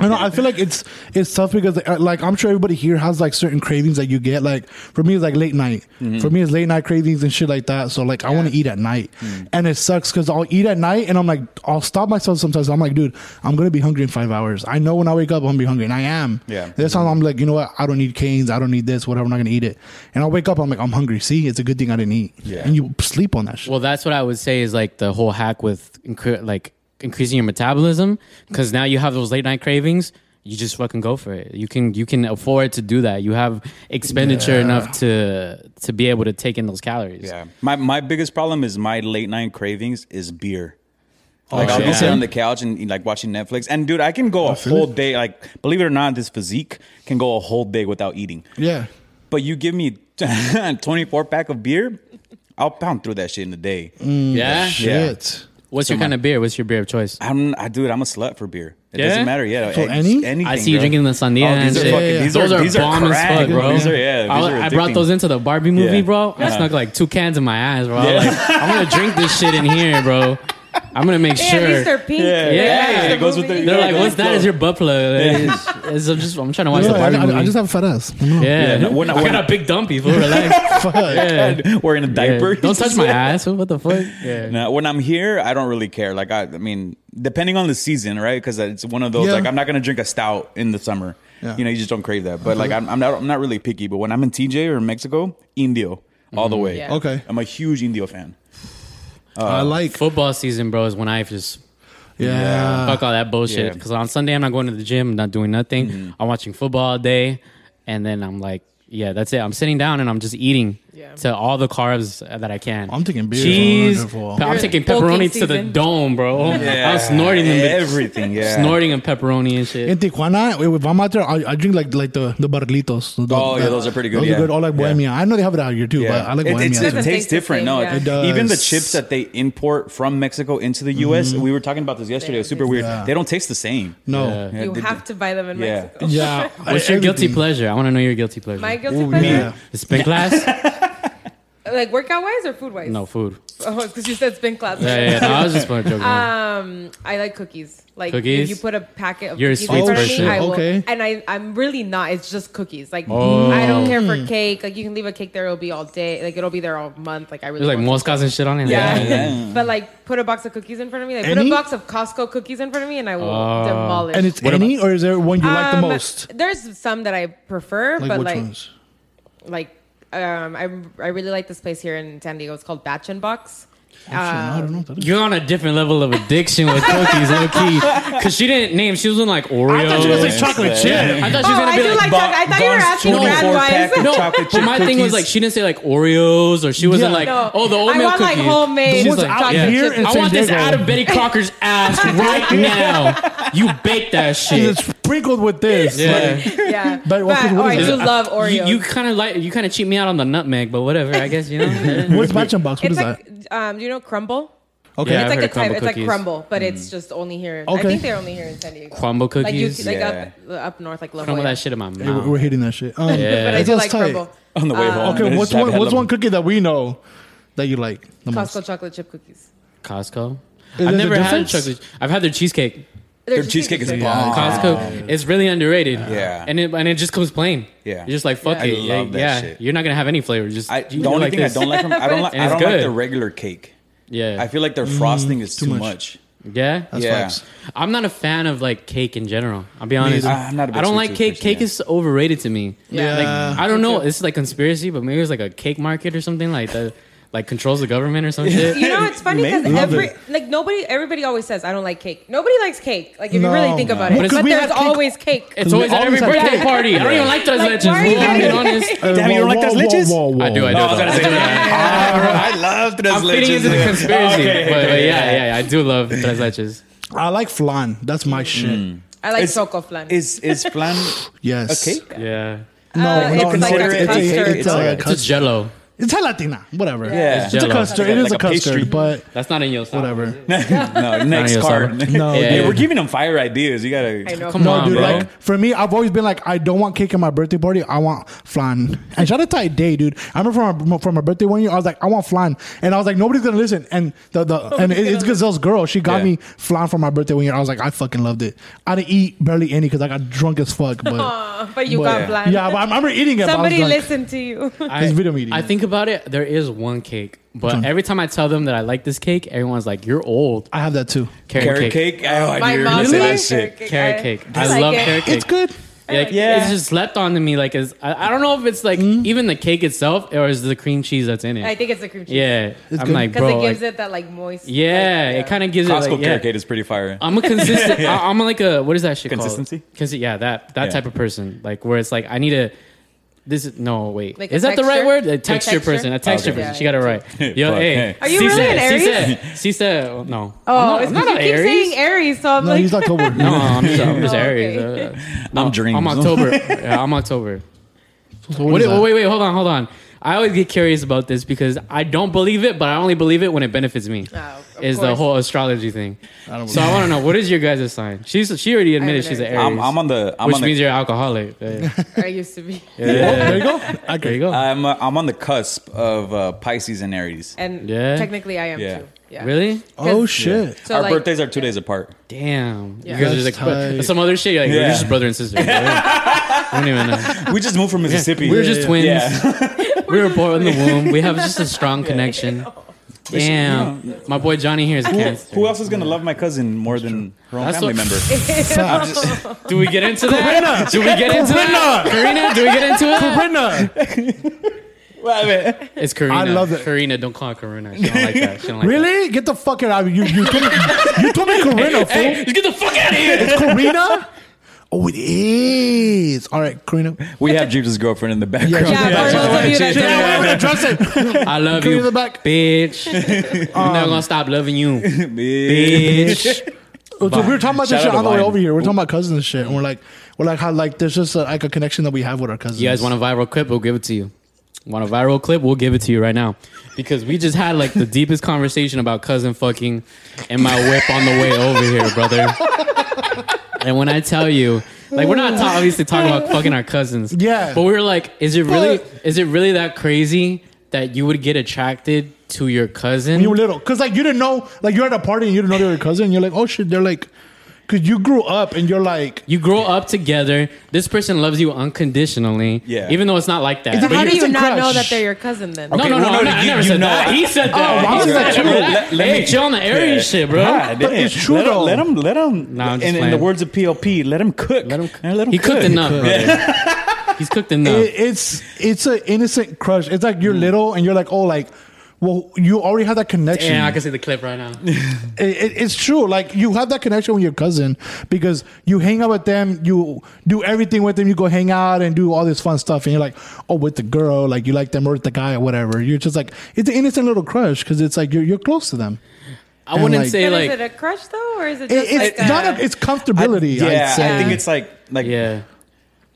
Speaker 3: I know. I feel like it's it's tough because uh, like I'm sure everybody here has like certain cravings that you get. Like for me, it's like late night.
Speaker 4: Mm-hmm.
Speaker 3: For me, it's late night cravings and shit like that. So like I want to eat at night,
Speaker 4: Mm.
Speaker 3: and it sucks because I'll eat at night and I'm like I'll stop myself sometimes. I'm like, dude, I'm gonna be hungry in five hours. I know when I wake up, I'm gonna be hungry, and I am.
Speaker 5: Yeah.
Speaker 3: This time I'm like, you know what? I don't need canes. I don't need this. Whatever. I'm not gonna eat it. And I wake up, I'm like, I'm hungry. See, it's a good thing I didn't eat.
Speaker 5: Yeah.
Speaker 3: And you sleep on that shit.
Speaker 4: well, that's what I would say is like the whole hack with incre- like increasing your metabolism because now you have those late night cravings. you just fucking go for it. You can you can afford to do that. You have expenditure enough to to be able to take in those calories.
Speaker 5: Yeah. My my biggest problem is my late night cravings is beer.
Speaker 3: Oh,
Speaker 5: Like I'll
Speaker 4: shit.
Speaker 5: be sitting
Speaker 4: Oh, Yeah.
Speaker 5: on the couch and like watching Netflix. And dude, I can go a
Speaker 3: feel
Speaker 5: whole
Speaker 3: it.
Speaker 5: day. Like, believe it or not, this physique can go a whole day without eating.
Speaker 3: Yeah.
Speaker 5: But you give me a 24 pack of beer, I'll pound through that shit in a day.
Speaker 3: Mm.
Speaker 4: Yeah.
Speaker 3: Shit.
Speaker 4: What's your kind of beer? What's your beer of choice?
Speaker 5: I'm I dude, I'm a slut for beer. It
Speaker 4: Yeah?
Speaker 5: doesn't matter. Yeah.
Speaker 3: For
Speaker 5: eggs,
Speaker 3: any?
Speaker 5: anything,
Speaker 4: I see you
Speaker 5: bro.
Speaker 4: drinking the sandia
Speaker 5: Oh,
Speaker 4: and
Speaker 5: these are
Speaker 4: shit.
Speaker 5: fucking- these
Speaker 4: those
Speaker 5: are-
Speaker 4: are,
Speaker 5: these are
Speaker 4: bomb as
Speaker 5: crack,
Speaker 4: fuck, bro.
Speaker 5: these are- yeah, these
Speaker 4: I,
Speaker 5: are
Speaker 4: I brought
Speaker 5: addicting.
Speaker 4: those into the Barbie movie,
Speaker 5: Yeah. Uh-huh.
Speaker 4: bro. I
Speaker 5: Yeah.
Speaker 4: snuck like two cans in my ass, bro. I was Like, I'm gonna drink this shit in here, bro. I'm gonna make
Speaker 2: Yeah, at
Speaker 4: sure.
Speaker 2: least they're pink.
Speaker 5: Yeah.
Speaker 4: Yeah.
Speaker 2: that's
Speaker 4: It
Speaker 2: the
Speaker 5: goes with
Speaker 2: movie.
Speaker 5: the-
Speaker 4: They're like,
Speaker 5: Yeah,
Speaker 4: what's
Speaker 5: go
Speaker 4: that?
Speaker 5: slow.
Speaker 4: Is your butt plug? It's- it's- I'm just I'm trying to watch
Speaker 3: Yeah,
Speaker 4: the Barbie
Speaker 3: I,
Speaker 4: movie.
Speaker 3: I, I just have a fat ass.
Speaker 4: yeah,
Speaker 5: Yeah, we're not-
Speaker 4: I
Speaker 5: we're
Speaker 4: got
Speaker 5: not-
Speaker 4: a big dumpy. Fool, relax.
Speaker 3: Fuck.
Speaker 4: Yeah.
Speaker 5: Wearing a diaper.
Speaker 4: Yeah. Don't touch my ass. What the fuck? Yeah.
Speaker 5: Now, when I'm here, I don't really care. Like I, I mean, depending on the season, right? Because it's one of those.
Speaker 3: Yeah.
Speaker 5: Like I'm not gonna drink a stout in the summer.
Speaker 3: Yeah. Uh-huh.
Speaker 5: You know, you just don't crave that. But like, I'm, I'm not, I'm not really picky. But when I'm in TJ or Mexico, Indio all the way.
Speaker 2: Mm-hmm. Yeah.
Speaker 3: Okay.
Speaker 5: I'm a huge Indio fan. Uh,
Speaker 3: I like.
Speaker 4: Football season, bro, is when I just
Speaker 3: Uh, Yeah. Mm-hmm.
Speaker 4: fuck all that bullshit.
Speaker 5: Yeah.
Speaker 4: Because on Sunday, I'm not going to the gym. I'm not doing nothing. I'm watching football all day, and then I'm like, yeah, that's it. I'm sitting down and I'm just eating
Speaker 2: Yeah.
Speaker 4: to all the carbs that I can.
Speaker 3: I'm taking beer.
Speaker 4: cheese.
Speaker 3: Wonderful.
Speaker 4: pe- I'm
Speaker 2: You're
Speaker 4: taking
Speaker 2: bulking
Speaker 4: pepperoni to the
Speaker 2: season.
Speaker 4: dome, bro. I'm snorting them. bitches.
Speaker 5: everything. Yeah,
Speaker 4: Snorting and pepperoni and shit.
Speaker 3: In Tijuana, if I'm out there, I, I drink like like the the barlitos. The-
Speaker 5: Oh, yeah,
Speaker 3: the-
Speaker 5: those are pretty good,
Speaker 3: Those
Speaker 5: yeah.
Speaker 3: are good. Or like
Speaker 5: Yeah.
Speaker 3: bohemia. I know they have it out here too, but I like
Speaker 5: It-
Speaker 3: bohemia.
Speaker 5: it's- it,
Speaker 2: Doesn't taste
Speaker 5: tastes
Speaker 2: the
Speaker 5: different.
Speaker 2: same,
Speaker 5: No,
Speaker 2: yeah.
Speaker 3: It does. Mm-hmm.
Speaker 5: even the chips that they import from Mexico into the U.S. We were talking about this yesterday. it was super weird.
Speaker 3: Yeah.
Speaker 5: They don't taste the same.
Speaker 3: no.
Speaker 5: Yeah,
Speaker 2: You
Speaker 5: they-
Speaker 2: have to buy them in
Speaker 5: Yeah.
Speaker 2: Mexico.
Speaker 3: Yeah.
Speaker 4: What's your guilty
Speaker 3: Everything.
Speaker 4: pleasure? I want to know your guilty pleasure.
Speaker 2: My guilty
Speaker 3: Ooh,
Speaker 2: pleasure,
Speaker 3: yeah.
Speaker 4: The spin class?
Speaker 2: like workout wise or food wise?
Speaker 4: no, food.
Speaker 2: Oh, because you said spin class.
Speaker 4: Yeah, yeah, yeah. No, I was just joking. around.
Speaker 2: Um, I like cookies. Like if
Speaker 4: Cookies?
Speaker 2: you put a packet of
Speaker 4: You're a
Speaker 2: cookies
Speaker 4: sweets
Speaker 2: in front of
Speaker 4: person.
Speaker 2: me, I will.
Speaker 3: Okay.
Speaker 2: And I, I'm really not. It's just cookies. Like
Speaker 4: Oh.
Speaker 2: I don't care for cake. Like you can leave a cake there. It'll be all day. Like it'll be there all month. Like I really
Speaker 4: There's like
Speaker 2: want some-
Speaker 4: moscas and shit on it.
Speaker 2: Yeah.
Speaker 5: yeah.
Speaker 2: but like put a box of cookies in front of me. Like put
Speaker 3: Any?
Speaker 2: a box of Costco cookies in front of me, and I will
Speaker 4: Oh.
Speaker 2: demolish.
Speaker 3: And it's any, or is there one you like the
Speaker 2: Um,
Speaker 3: most?
Speaker 2: There's some that I prefer,
Speaker 3: Like
Speaker 2: but
Speaker 3: which
Speaker 2: like
Speaker 3: ones?
Speaker 2: like um, I I really like this place here in San Diego. It's called Batch and Box.
Speaker 3: Actually, I don't know. what that is.
Speaker 4: You're on a different level of addiction with cookies, low key. Because she didn't name, she was in like Oreos.
Speaker 3: I thought you was like
Speaker 5: Yeah.
Speaker 3: chocolate chip.
Speaker 4: I thought
Speaker 2: Oh,
Speaker 4: she was gonna
Speaker 2: I
Speaker 4: be
Speaker 2: do
Speaker 4: like.
Speaker 2: like chocolate. I thought you were
Speaker 5: Bon's
Speaker 2: asking
Speaker 5: 24
Speaker 2: brand
Speaker 5: pack
Speaker 2: wise.
Speaker 5: of
Speaker 4: no,
Speaker 5: chocolate
Speaker 4: but
Speaker 5: chip
Speaker 4: my thing was
Speaker 5: cookies.
Speaker 4: like she didn't say like Oreos or she wasn't
Speaker 3: Yeah.
Speaker 4: like
Speaker 2: No.
Speaker 4: oh the
Speaker 2: I
Speaker 4: oatmeal
Speaker 2: want, like,
Speaker 4: cookies.
Speaker 2: homemade
Speaker 4: She's
Speaker 3: The ones out here in
Speaker 4: I
Speaker 3: San
Speaker 4: want this
Speaker 3: Diego.
Speaker 4: out of Betty Crocker's ass right now. You bake that shit.
Speaker 3: It's sprinkled with this.
Speaker 4: Yeah.
Speaker 2: yeah,
Speaker 3: But
Speaker 2: but,
Speaker 3: what-
Speaker 2: oh,
Speaker 3: what
Speaker 2: I
Speaker 3: is
Speaker 2: do
Speaker 3: it?
Speaker 2: love Oreos.
Speaker 4: You, you kind of like you kind of cheat me out on the nutmeg, but whatever. I guess you know.
Speaker 3: Like, what's batch and box? What
Speaker 2: it's
Speaker 3: is
Speaker 2: like,
Speaker 3: that?
Speaker 2: um, do you know crumble?
Speaker 3: Okay.
Speaker 2: it's
Speaker 4: Yeah, I've
Speaker 2: like
Speaker 4: heard
Speaker 2: a
Speaker 4: of crumble
Speaker 2: type. It's like
Speaker 4: cookies. Mm.
Speaker 2: crumble, but it's just only here. I
Speaker 3: Okay.
Speaker 2: think they're only here in San Diego.
Speaker 4: Crumble cookies?
Speaker 2: like, you, like
Speaker 5: Yeah.
Speaker 2: up, up north, like La
Speaker 4: Crumble
Speaker 2: Jolla.
Speaker 4: that shit in my
Speaker 3: We're- We're
Speaker 4: mouth.
Speaker 3: hitting that shit. Um,
Speaker 2: But I
Speaker 4: Yeah.
Speaker 2: do
Speaker 3: That's
Speaker 2: like
Speaker 3: tight.
Speaker 2: crumble.
Speaker 5: on the
Speaker 2: Um,
Speaker 5: way home.
Speaker 3: Okay,
Speaker 5: I
Speaker 3: what's
Speaker 5: just
Speaker 3: one?
Speaker 5: had
Speaker 3: What's
Speaker 5: a-
Speaker 3: one cookie that we know that you like the most? Uh,
Speaker 2: Costco chocolate chip cookies.
Speaker 4: Costco.
Speaker 3: there
Speaker 4: I've
Speaker 3: a
Speaker 4: never had
Speaker 3: difference?
Speaker 4: chocolate. I've had their cheesecake.
Speaker 5: Their cheesecake is
Speaker 2: good.
Speaker 5: bomb.
Speaker 4: Costco. It's really underrated.
Speaker 5: Yeah.
Speaker 4: And it and it just comes plain.
Speaker 5: Yeah.
Speaker 4: You're just like fuck
Speaker 5: I
Speaker 4: it.
Speaker 5: love
Speaker 4: yeah,
Speaker 5: that
Speaker 4: yeah.
Speaker 5: shit.
Speaker 4: You're not gonna have any flavor. Just
Speaker 5: I,
Speaker 4: you
Speaker 5: the
Speaker 4: do
Speaker 5: only
Speaker 4: like
Speaker 5: thing
Speaker 4: this.
Speaker 5: I don't like from I don't like
Speaker 4: And
Speaker 5: I
Speaker 4: it's
Speaker 5: don't like
Speaker 4: good.
Speaker 5: the regular cake.
Speaker 4: Yeah.
Speaker 5: I feel like their frosting is Mm, too,
Speaker 3: much.
Speaker 5: much.
Speaker 4: yeah.
Speaker 5: yeah,
Speaker 3: facts.
Speaker 4: I'm not a fan of like cake in general. I'll be honest.
Speaker 5: either. I'm not a big
Speaker 4: I don't
Speaker 5: sweet
Speaker 4: like
Speaker 5: tooth
Speaker 4: cake.
Speaker 5: person,
Speaker 4: Cake
Speaker 5: yeah.
Speaker 4: is overrated to me.
Speaker 3: Yeah.
Speaker 4: Like
Speaker 3: Yeah.
Speaker 4: I don't know. It's like conspiracy, but maybe it's like a cake market or something like that. Like controls the government or some shit.
Speaker 2: You know, it's funny because
Speaker 5: Maybe.
Speaker 2: every
Speaker 3: it.
Speaker 2: like nobody, everybody always says, "I don't like cake." Nobody likes cake. Like if
Speaker 3: No.
Speaker 2: you really think about
Speaker 3: Well,
Speaker 2: it,
Speaker 3: 'cause
Speaker 2: but
Speaker 3: we had
Speaker 2: there's
Speaker 3: cake-
Speaker 2: always cake.
Speaker 4: It's always at every
Speaker 3: Always have
Speaker 4: birthday
Speaker 3: cake.
Speaker 4: party. I don't even like those
Speaker 2: Like,
Speaker 4: leches.
Speaker 2: why are you
Speaker 4: fool. I'm being
Speaker 2: getting-
Speaker 4: honest.
Speaker 3: Uh,
Speaker 5: Damn, you don't like those leches?
Speaker 4: I do, I do.
Speaker 5: No, Oh, I was gonna say that. Ah, I love those
Speaker 4: I'm feeding into the conspiracy. but, but yeah, yeah, yeah, I do love tres leches.
Speaker 3: I like flan. That's my shit.
Speaker 2: I like
Speaker 5: It's-
Speaker 2: choco flan.
Speaker 5: Is is flan
Speaker 3: Yes.
Speaker 5: a cake?
Speaker 4: Yeah.
Speaker 2: Uh, it's like
Speaker 5: a
Speaker 3: it's
Speaker 5: custard.
Speaker 3: It's, a,
Speaker 5: It's
Speaker 4: It's a
Speaker 3: custard.
Speaker 4: jello.
Speaker 3: It's a Latina. Whatever.
Speaker 5: Yeah.
Speaker 3: It's a
Speaker 4: Jello.
Speaker 3: custard.
Speaker 5: Like
Speaker 3: It
Speaker 5: a-
Speaker 3: is
Speaker 5: like
Speaker 3: a
Speaker 5: a pastry.
Speaker 3: custard, but
Speaker 4: That's not in your side.
Speaker 3: whatever.
Speaker 5: no, next
Speaker 4: your
Speaker 5: card.
Speaker 4: salad.
Speaker 3: No,
Speaker 5: yeah,
Speaker 4: dude.
Speaker 5: we're giving them fire ideas. You gotta.
Speaker 2: I know.
Speaker 4: Come
Speaker 3: No,
Speaker 4: on,
Speaker 3: dude.
Speaker 4: bro.
Speaker 3: Like for me, I've always been like, I don't want cake at my birthday party. I want flan. And shout out to I Day, dude. I remember from my, from my birthday one year, I was like, I want flan, and I was like, nobody's gonna listen. And the the and it, it's Gazelle's girl. She got
Speaker 5: Yeah.
Speaker 3: me flan for my birthday one year. I was like, I fucking loved it. I didn't eat barely any because I got drunk as fuck. But
Speaker 2: but you
Speaker 3: but-
Speaker 2: got flan.
Speaker 3: Yeah, but I remember eating it. but I was
Speaker 2: Somebody
Speaker 3: drunk.
Speaker 2: listen to you.
Speaker 4: I,
Speaker 3: It's video media.
Speaker 4: I think about it. There is one cake, but every time I tell them that I like this cake, everyone's like, "You're old."
Speaker 3: I have that too.
Speaker 4: Carrot,
Speaker 5: Carrot
Speaker 4: cake.
Speaker 5: cake. Oh, I
Speaker 2: My
Speaker 5: knew you were
Speaker 2: mom
Speaker 5: gonna say that
Speaker 2: likes
Speaker 5: shit.
Speaker 2: carrot cake.
Speaker 4: Carrot
Speaker 2: I-
Speaker 4: cake.
Speaker 2: I
Speaker 4: I,
Speaker 2: like
Speaker 4: love
Speaker 2: it.
Speaker 4: carrot cake.
Speaker 3: It's good.
Speaker 4: Like,
Speaker 5: Yeah.
Speaker 4: it's just slept on to me. Like, is I, I don't know if it's like
Speaker 3: Mm-hmm.
Speaker 4: even the cake itself or is the cream cheese that's in it.
Speaker 2: I think it's the cream cheese.
Speaker 4: yeah, I'm
Speaker 3: good.
Speaker 4: like,
Speaker 2: Because
Speaker 4: bro.
Speaker 2: it gives
Speaker 4: like-
Speaker 2: it that like moist.
Speaker 4: yeah, it kind of gives it.
Speaker 5: Costco
Speaker 4: Like, yeah.
Speaker 5: carrot cake is pretty fire.
Speaker 4: I'm a consistent. I, I'm like a what is that shit
Speaker 5: Consistency?
Speaker 4: called? Consistency. Yeah, that that
Speaker 5: Yeah.
Speaker 4: type of person. Like where it's like I need to. This is no wait.
Speaker 2: Like a
Speaker 4: is that the right
Speaker 2: texture?
Speaker 4: word?
Speaker 2: A
Speaker 4: A texture,
Speaker 2: texture?
Speaker 4: person. A texture
Speaker 5: Okay.
Speaker 4: person. She got it right. Yo,
Speaker 5: Fuck.
Speaker 4: hey.
Speaker 2: Are you
Speaker 4: she
Speaker 2: really an
Speaker 4: said, She
Speaker 2: Aries?
Speaker 4: said, she said oh, no.
Speaker 2: Oh,
Speaker 4: I'm
Speaker 2: it's because
Speaker 4: not, I'm not
Speaker 2: you
Speaker 4: an
Speaker 2: keep
Speaker 4: Aries.
Speaker 2: saying Aries, so I'm
Speaker 3: No,
Speaker 2: like,
Speaker 3: he's October.
Speaker 4: no, I'm just, I'm just
Speaker 2: Oh,
Speaker 4: Aries.
Speaker 2: okay.
Speaker 4: Uh, no,
Speaker 5: I'm dreams.
Speaker 4: I'm October. yeah, I'm October.
Speaker 3: So
Speaker 4: What
Speaker 3: what is
Speaker 4: i-
Speaker 3: that?
Speaker 4: wait, wait, hold on, hold on. I always get curious about this because I don't believe it, but I only believe it when it benefits me.
Speaker 2: Oh, of
Speaker 4: is the
Speaker 2: course.
Speaker 4: whole astrology thing.
Speaker 3: don't
Speaker 4: so I
Speaker 3: believe
Speaker 4: want to know what is your guys' sign? She's she already admitted she's an
Speaker 2: never
Speaker 4: Aries,
Speaker 5: I'm, I'm on the. I'm
Speaker 4: which
Speaker 5: on the,
Speaker 4: means you're alcoholic. Yeah.
Speaker 2: I used to be.
Speaker 3: There you go. I
Speaker 4: there you go.
Speaker 5: I'm, uh, I'm on the cusp of uh, Pisces and Aries.
Speaker 2: And
Speaker 4: Yeah.
Speaker 2: technically, I am
Speaker 5: Yeah.
Speaker 2: too. Yeah.
Speaker 4: Really?
Speaker 3: Oh shit.
Speaker 2: So
Speaker 5: Our
Speaker 2: like,
Speaker 5: birthdays are two days apart.
Speaker 4: Damn.
Speaker 2: Yeah.
Speaker 4: You guys are
Speaker 3: That's
Speaker 4: just like,
Speaker 3: tight.
Speaker 4: but some other shit. You're like, we're
Speaker 5: Yeah.
Speaker 4: just brother and sister. Like, I don't even know.
Speaker 5: We just moved from Mississippi.
Speaker 4: We were just twins.
Speaker 5: Yeah.
Speaker 4: We were born in the womb. We have just a strong connection. Damn. My boy Johnny here is a
Speaker 5: Who,
Speaker 4: cancer.
Speaker 5: who else is gonna love my cousin more than her own
Speaker 4: That's
Speaker 5: family
Speaker 4: what-
Speaker 5: member?
Speaker 4: Do we get into that? Do we get into that? Karina, do we get into it?
Speaker 3: Brenda.
Speaker 4: It's Karina.
Speaker 3: I love it.
Speaker 4: Karina, don't call her Karina. She don't like that. She don't like
Speaker 3: Really? Get the fuck out of here. You, you, told me, you told me Corinna,
Speaker 4: that. Hey,
Speaker 3: fool.
Speaker 4: just get the fuck out of here.
Speaker 3: It's Corina? Oh, it is. All right, Corina.
Speaker 5: we have Jeeves' girlfriend in the background.
Speaker 3: Yeah,
Speaker 2: Yeah, for those of you that don't know,
Speaker 3: Address it.
Speaker 4: I love
Speaker 3: Karina
Speaker 4: you,
Speaker 3: in the back.
Speaker 4: bitch. I'm never gonna stop loving you, bitch.
Speaker 3: So we were talking about
Speaker 5: Shout
Speaker 3: this shit
Speaker 5: out to
Speaker 3: on the way
Speaker 5: Vine.
Speaker 3: over here. We're talking about cousins and shit, and we're like, we're like how like there's just a, like a connection that we have with our cousins.
Speaker 4: You guys want a viral clip? We'll give it to you. Want a viral clip? We'll give it to you right now because we just had like the deepest conversation about cousin fucking and my whip on the way over here, brother. And when I tell you, like, we're not ta- obviously talking about fucking our cousins,
Speaker 3: Yeah.
Speaker 4: But we were like, is it really?
Speaker 3: But-
Speaker 4: Is it really that crazy that you would get attracted to your cousin?
Speaker 3: you were little because like you didn't know like you're at a party and you didn't know they were your cousin. And you're like, oh shit, they're like, because you grew up and you're like,
Speaker 4: You grow up together. This person loves you unconditionally.
Speaker 5: Yeah.
Speaker 4: Even though it's not like that.
Speaker 3: It's
Speaker 4: But
Speaker 2: how
Speaker 4: you-
Speaker 2: do
Speaker 3: it's
Speaker 2: you
Speaker 3: a
Speaker 2: not know
Speaker 3: crush.
Speaker 2: that they're your cousin then?
Speaker 4: no,
Speaker 5: Okay,
Speaker 4: no, no,
Speaker 5: well,
Speaker 4: I'm
Speaker 5: no,
Speaker 4: not- I
Speaker 5: you-
Speaker 4: never
Speaker 5: you
Speaker 4: said
Speaker 5: know
Speaker 4: that.
Speaker 5: I-
Speaker 4: He said
Speaker 5: Oh,
Speaker 4: that.
Speaker 3: why
Speaker 4: He
Speaker 3: was
Speaker 4: said
Speaker 3: that true?
Speaker 4: Let,
Speaker 5: Let- let
Speaker 4: hey,
Speaker 5: me-
Speaker 4: chill on the Aries shit, bro.
Speaker 5: God,
Speaker 3: But
Speaker 5: damn.
Speaker 3: it's true,
Speaker 5: let, him-
Speaker 3: though.
Speaker 5: Let him, let him.
Speaker 4: Nah, I'm just
Speaker 5: in, in the
Speaker 4: playing.
Speaker 5: words of PLP, let him cook.
Speaker 4: Let him,
Speaker 5: And let him
Speaker 4: he
Speaker 5: cook.
Speaker 4: cooked enough, brother. He's cooked enough.
Speaker 3: it, it's it's an innocent crush. It's like you're little and you're like, oh, like, well, you already have that connection.
Speaker 4: Yeah, I can see the clip right now.
Speaker 3: it, it, it's true. Like you have that connection with your cousin because you hang out with them, you do everything with them, you go hang out and do all this fun stuff, and you're like, oh, with the girl, like you like them or with the guy or whatever. You're just like it's an innocent little crush because it's like you're you're close to them.
Speaker 4: I wouldn't
Speaker 3: like-
Speaker 4: say
Speaker 2: But is it
Speaker 4: like
Speaker 2: a crush though, or is it
Speaker 3: It,
Speaker 2: just
Speaker 3: it's
Speaker 2: like
Speaker 3: not a, it's comfortability. I'd
Speaker 5: yeah,
Speaker 3: say.
Speaker 5: I think it's like like
Speaker 4: yeah.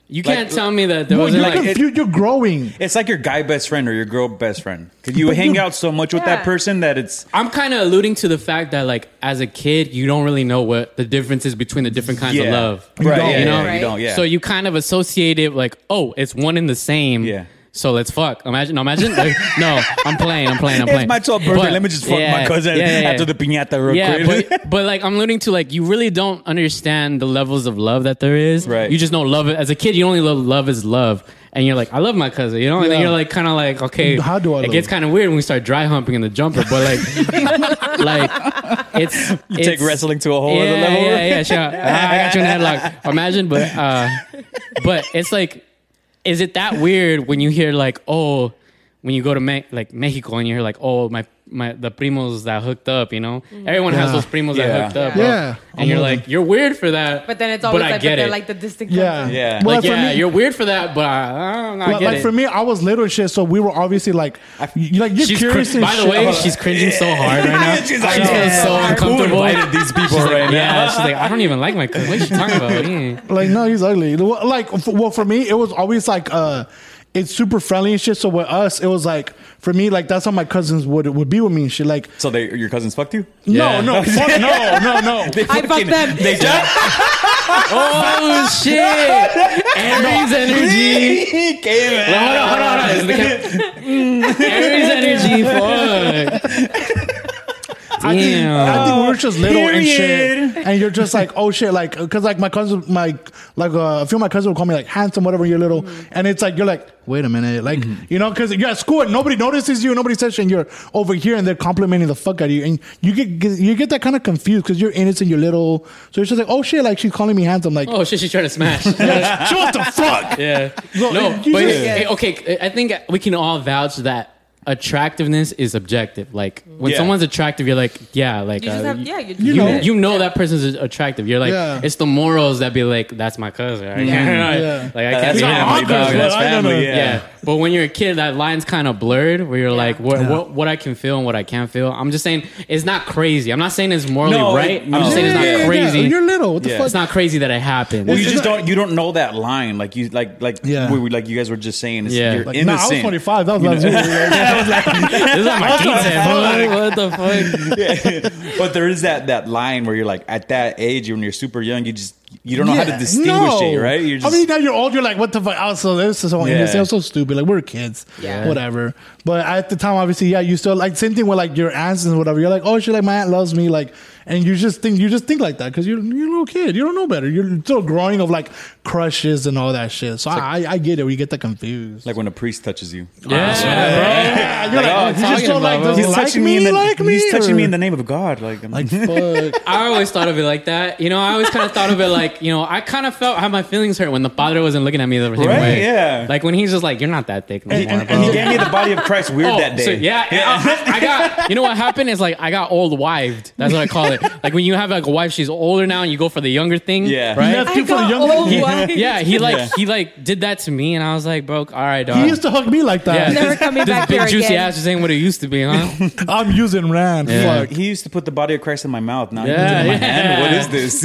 Speaker 4: You
Speaker 5: Like-
Speaker 4: can't tell me that there
Speaker 3: Well,
Speaker 4: wasn't
Speaker 3: you're,
Speaker 4: like
Speaker 3: confu- you're growing.
Speaker 5: It's like your guy best friend or your girl best friend. 'Cause you
Speaker 3: But
Speaker 5: hang
Speaker 3: you-
Speaker 5: out so much with that
Speaker 2: Yeah.
Speaker 5: person that it's
Speaker 4: I'm kind of alluding to the fact that like as a kid you don't really know what the difference is between the different kinds
Speaker 5: yeah.
Speaker 4: of love.
Speaker 5: Right, yeah,
Speaker 3: don't.
Speaker 5: you,
Speaker 4: You
Speaker 5: know?
Speaker 4: know?
Speaker 5: you don't, yeah.
Speaker 4: So you kind of associate it like, oh, it's one and the same.
Speaker 5: Yeah.
Speaker 4: So let's fuck. Imagine, no, imagine. like, no, I'm playing. I'm playing. I'm
Speaker 5: it's
Speaker 4: playing.
Speaker 5: my 12th birthday.
Speaker 4: But-
Speaker 5: Let me just fuck my
Speaker 4: yeah,
Speaker 5: cousin
Speaker 4: yeah, yeah,
Speaker 5: after the piñata real
Speaker 4: yeah,
Speaker 5: quick.
Speaker 4: but, but like I'm alluding to, like you really don't understand the levels of love that there is.
Speaker 5: Right.
Speaker 4: You just know love as a kid. You only love love is love, and you're like, I love my cousin. You know, and then
Speaker 3: Yeah.
Speaker 4: you're like, kind of like, okay,
Speaker 3: How do I
Speaker 4: It
Speaker 3: love
Speaker 4: gets
Speaker 3: him?
Speaker 4: kind of weird when we start dry humping in the jumper, but like, like it's you
Speaker 5: take wrestling to a whole
Speaker 4: yeah,
Speaker 5: other level.
Speaker 4: Yeah, yeah, sure. I I got you in a headlock. Imagine, but uh, but it's like, is it that weird when you hear like, oh, when you go to Me- like Mexico and you hear like, oh, my my the primos that hooked up, you know,
Speaker 2: Mm-hmm.
Speaker 4: everyone has
Speaker 3: Yeah.
Speaker 4: those primos
Speaker 5: Yeah.
Speaker 4: that hooked up,
Speaker 2: Yeah.
Speaker 4: bro.
Speaker 3: Yeah.
Speaker 4: and you're
Speaker 3: I'm
Speaker 4: like, you're weird for that,
Speaker 2: But then it's always
Speaker 4: but I
Speaker 2: like,
Speaker 4: get
Speaker 2: but they're
Speaker 4: it.
Speaker 2: like the distinct.
Speaker 3: Yeah,
Speaker 2: cousin.
Speaker 5: Yeah.
Speaker 3: Well,
Speaker 4: like,
Speaker 3: for
Speaker 4: yeah,
Speaker 3: me-
Speaker 4: you're weird for that, but I, I, don't know, I
Speaker 3: like,
Speaker 4: get
Speaker 3: like
Speaker 4: it.
Speaker 3: for me, I was little and shit, so we were obviously like, you like you're
Speaker 4: She's
Speaker 3: curious.
Speaker 4: cr-
Speaker 3: and
Speaker 4: by the
Speaker 3: shit.
Speaker 4: way, she's cringing so hard right now.
Speaker 5: She's like,
Speaker 4: She feels
Speaker 5: "Yeah,
Speaker 4: so uncomfortable.
Speaker 5: Who invited these people
Speaker 4: She's like,
Speaker 5: right now?
Speaker 4: yeah, she's like, I don't even like my cousin. What are you talking about? Yeah.
Speaker 3: like no he's ugly like f- well for me it was always like uh it's super friendly and shit so with us it was like for me like that's how my cousins would would be with me and shit like
Speaker 5: So they, your cousins fucked you?
Speaker 4: Yeah.
Speaker 3: no no fuck, no no no
Speaker 2: I fucked them.
Speaker 5: They just
Speaker 4: Oh shit! Aries energy.
Speaker 5: he came
Speaker 4: Hold
Speaker 5: out.
Speaker 4: on, hold on, hold on. Is the cam- Aries energy. Fuck.
Speaker 3: I, think, I
Speaker 4: Damn.
Speaker 3: think we were just little and
Speaker 5: Period.
Speaker 3: shit, and you're just like, oh shit, like, because like my cousin, my like uh, a few of my cousins will call me like handsome, whatever. You're little,
Speaker 4: Mm-hmm.
Speaker 3: and it's like you're like, wait a minute, like you know, because you're at school and nobody notices you, nobody says shit, and you're over here and they're complimenting the fuck out of you, and you get, get you get that kind of confused because you're innocent, you're little, so you're just like, oh shit, like she's calling me handsome, like,
Speaker 4: Oh shit, she's trying to smash.
Speaker 3: yeah, she what the fuck?
Speaker 4: Yeah.
Speaker 3: No,
Speaker 4: No,
Speaker 3: you
Speaker 4: but
Speaker 3: just-
Speaker 4: eh, okay, I think we can all vouch that attractiveness is objective. Like when
Speaker 5: Yeah.
Speaker 4: someone's attractive, you're like, yeah, like
Speaker 2: You just
Speaker 4: uh,
Speaker 2: have, yeah, you,
Speaker 3: you
Speaker 4: you,
Speaker 3: know.
Speaker 4: you know that person's attractive. You're like,
Speaker 3: Yeah.
Speaker 4: it's the morals that be like, that's my cousin. I can't,
Speaker 3: Yeah.
Speaker 4: like I can't
Speaker 5: That's
Speaker 3: Yeah,
Speaker 4: be that
Speaker 5: family,
Speaker 4: my
Speaker 3: awkward,
Speaker 5: dog.
Speaker 4: cousin.
Speaker 5: That's
Speaker 3: I don't
Speaker 5: family.
Speaker 3: know.
Speaker 5: Yeah.
Speaker 4: yeah. But when you're a kid, that line's kind of blurred where you're like, what, what, what I can feel and what I can't feel. I'm just saying it's not crazy. I'm not saying it's morally
Speaker 5: No,
Speaker 4: right.
Speaker 5: it-
Speaker 4: I'm
Speaker 5: no.
Speaker 4: just saying it's not
Speaker 5: Yeah, yeah, yeah.
Speaker 4: crazy.
Speaker 3: You're little. What the
Speaker 5: Yeah.
Speaker 3: fuck?
Speaker 4: It's not crazy that it happened.
Speaker 5: Well, you
Speaker 3: It's
Speaker 5: just
Speaker 3: not-
Speaker 5: don't you don't know that line like you like like
Speaker 3: Yeah.
Speaker 5: we were like you guys were just saying it's,
Speaker 4: Yeah.
Speaker 5: you're
Speaker 4: Like,
Speaker 3: Nah, I was
Speaker 5: innocent.
Speaker 3: 25. That was last year.
Speaker 4: this is not my pizza. What the fuck?
Speaker 5: but there is that that line where you're like at that age when you're super young you just you don't know how to distinguish it right you're just
Speaker 3: I mean, now you're old. You're like, what the fuck? I was so this is so
Speaker 5: Yeah.
Speaker 3: innocent. I was so stupid. Like we were kids.
Speaker 2: Yeah.
Speaker 3: Whatever. But at the time, obviously, yeah, you still like same thing with like your aunts and whatever. You're like, oh, she like my aunt loves me. Like, and you just think you just think like that because you're you're a little kid. You don't know better. You're still growing of like crushes and all that shit. So I, I I get it. We get that confused.
Speaker 5: like when a priest touches you
Speaker 3: yeah, you're
Speaker 5: Like, oh,
Speaker 3: like,
Speaker 5: it's
Speaker 3: you just
Speaker 4: talking
Speaker 3: don't like
Speaker 4: about-
Speaker 3: does he
Speaker 5: he's
Speaker 3: like
Speaker 5: touching
Speaker 3: me,
Speaker 5: me, in the,
Speaker 3: like me.
Speaker 5: he's touching me
Speaker 3: or-
Speaker 5: in the name of God like, I'm-
Speaker 3: like fuck.
Speaker 4: I always thought of it like that. You know, I always kind of thought of it like, you know, I kind of felt how my feelings hurt when the father wasn't looking at me the same
Speaker 5: Right,
Speaker 4: way.
Speaker 5: yeah.
Speaker 4: Like when he's just like, you're not that thick no more, bro.
Speaker 5: and he gave me the body of Christ weird
Speaker 4: Oh,
Speaker 5: that day
Speaker 4: so yeah, I, I- I got. You know what happened is like I got old wived. That's what I call it. Like when you have like a wife, she's older now, and you go for the younger thing.
Speaker 5: Yeah.
Speaker 3: He
Speaker 4: right.
Speaker 3: left you for the
Speaker 2: got
Speaker 3: younger
Speaker 2: old
Speaker 3: kid.
Speaker 2: wife.
Speaker 4: Yeah, he like
Speaker 5: Yeah.
Speaker 4: he like did that to me, and I was like, bro, all right, dog.
Speaker 3: He used to hug me like
Speaker 4: yeah,
Speaker 3: that.
Speaker 2: Never
Speaker 4: this-
Speaker 2: coming
Speaker 4: this
Speaker 2: back
Speaker 4: big
Speaker 2: here
Speaker 4: juicy
Speaker 2: again.
Speaker 4: ass just ain't what it used to be, huh?
Speaker 3: I'm using Rand.
Speaker 4: Yeah.
Speaker 3: Fuck.
Speaker 5: he used to put the body of Christ in my mouth now
Speaker 4: Yeah,
Speaker 5: yeah,
Speaker 4: yeah.
Speaker 5: my hand what is this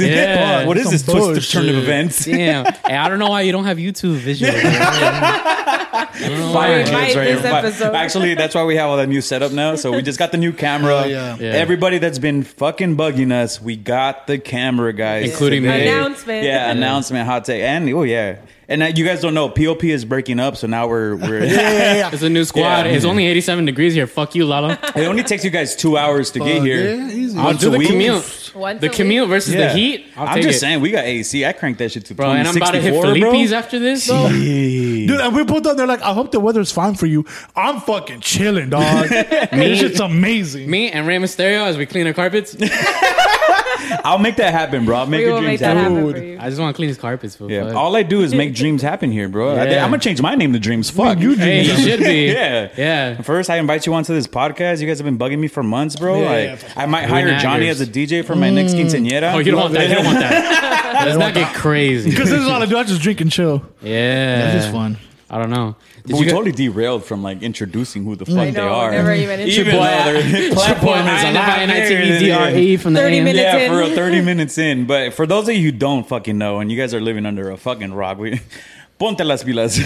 Speaker 4: Yeah.
Speaker 5: what is
Speaker 3: Some
Speaker 5: this twisted
Speaker 3: bullshit.
Speaker 5: turn of events
Speaker 4: Damn. Hey, I don't know why you don't have YouTube visuals. man. I don't know
Speaker 5: Fire
Speaker 4: why.
Speaker 2: Invite
Speaker 5: kids right
Speaker 2: this
Speaker 5: here. Fire-
Speaker 2: episode.
Speaker 5: Actually, that's why we have all that new setup now. So we just got the new camera.
Speaker 3: Oh, yeah.
Speaker 4: Yeah.
Speaker 5: Everybody that's been fucking bugging us, we got the camera, guys.
Speaker 4: Including me.
Speaker 2: Announcement.
Speaker 5: Yeah,
Speaker 2: Yeah.
Speaker 5: announcement, hot take, and oh yeah, and uh, you guys don't know, POP is breaking up, so now we're we're.
Speaker 4: It's a new squad.
Speaker 5: Yeah.
Speaker 4: It's only 87 degrees here. Fuck you, Lalo.
Speaker 5: It only takes you guys two hours to get
Speaker 3: Fuck,
Speaker 5: here.
Speaker 3: yeah, easy.
Speaker 4: I'll
Speaker 5: Once
Speaker 4: do
Speaker 5: a
Speaker 4: the
Speaker 5: week.
Speaker 4: commute.
Speaker 2: Once
Speaker 4: the
Speaker 2: a
Speaker 4: commute
Speaker 2: week.
Speaker 4: versus
Speaker 5: Yeah.
Speaker 4: the heat. I'll
Speaker 5: am
Speaker 4: take
Speaker 5: just
Speaker 4: it.
Speaker 5: saying, we got AC. I cranked that shit to
Speaker 4: Bro, and I'm about to hit
Speaker 5: 2064, bro.
Speaker 4: Felipe's after this. Though.
Speaker 3: Dude, and we pulled up. They're like, I hope the weather's fine for you. I'm fucking chilling, dog. this shit's amazing.
Speaker 4: Me and Rey Mysterio as we clean our carpets. I
Speaker 5: I'll make that happen, bro. I'll make
Speaker 2: We
Speaker 5: your
Speaker 2: will make
Speaker 5: dreams
Speaker 2: that
Speaker 5: happen.
Speaker 2: happen for
Speaker 3: Dude.
Speaker 2: you.
Speaker 4: just want to clean his carpets. For
Speaker 5: Yeah,
Speaker 4: fuck.
Speaker 5: all I do is make dreams happen here, bro. I
Speaker 4: Yeah.
Speaker 5: am gonna change my name to Dreams. Fuck
Speaker 3: you
Speaker 4: hey,
Speaker 3: dreams
Speaker 4: he should be.
Speaker 5: Yeah.
Speaker 4: Yeah.
Speaker 5: First, I invite you onto this podcast. You guys have been bugging me for months, bro.
Speaker 3: Yeah,
Speaker 5: like,
Speaker 3: yeah.
Speaker 5: I might
Speaker 4: We're
Speaker 5: hire
Speaker 4: not
Speaker 5: Johnny
Speaker 4: yours.
Speaker 5: as a DJ for my next quinceañera.
Speaker 4: Oh, you don't want that. You don't want that. Let's not get crazy.
Speaker 3: Because this is all I do. I just drink and chill.
Speaker 4: Yeah.
Speaker 3: This is fun.
Speaker 4: I don't know. Did
Speaker 5: But we
Speaker 4: you
Speaker 5: totally derailed from like introducing who the fuck
Speaker 2: know,
Speaker 5: they are.
Speaker 2: never even
Speaker 5: even
Speaker 2: introduced.
Speaker 5: though their platform is a lot bigger
Speaker 4: E
Speaker 5: than
Speaker 4: D-R-E from the
Speaker 2: 30
Speaker 4: AM.
Speaker 2: minutes.
Speaker 5: Yeah,
Speaker 2: in.
Speaker 5: for real, 30 minutes in. But for those of you who don't fucking know, and you guys are living under a fucking rock, we, ponte las pilas.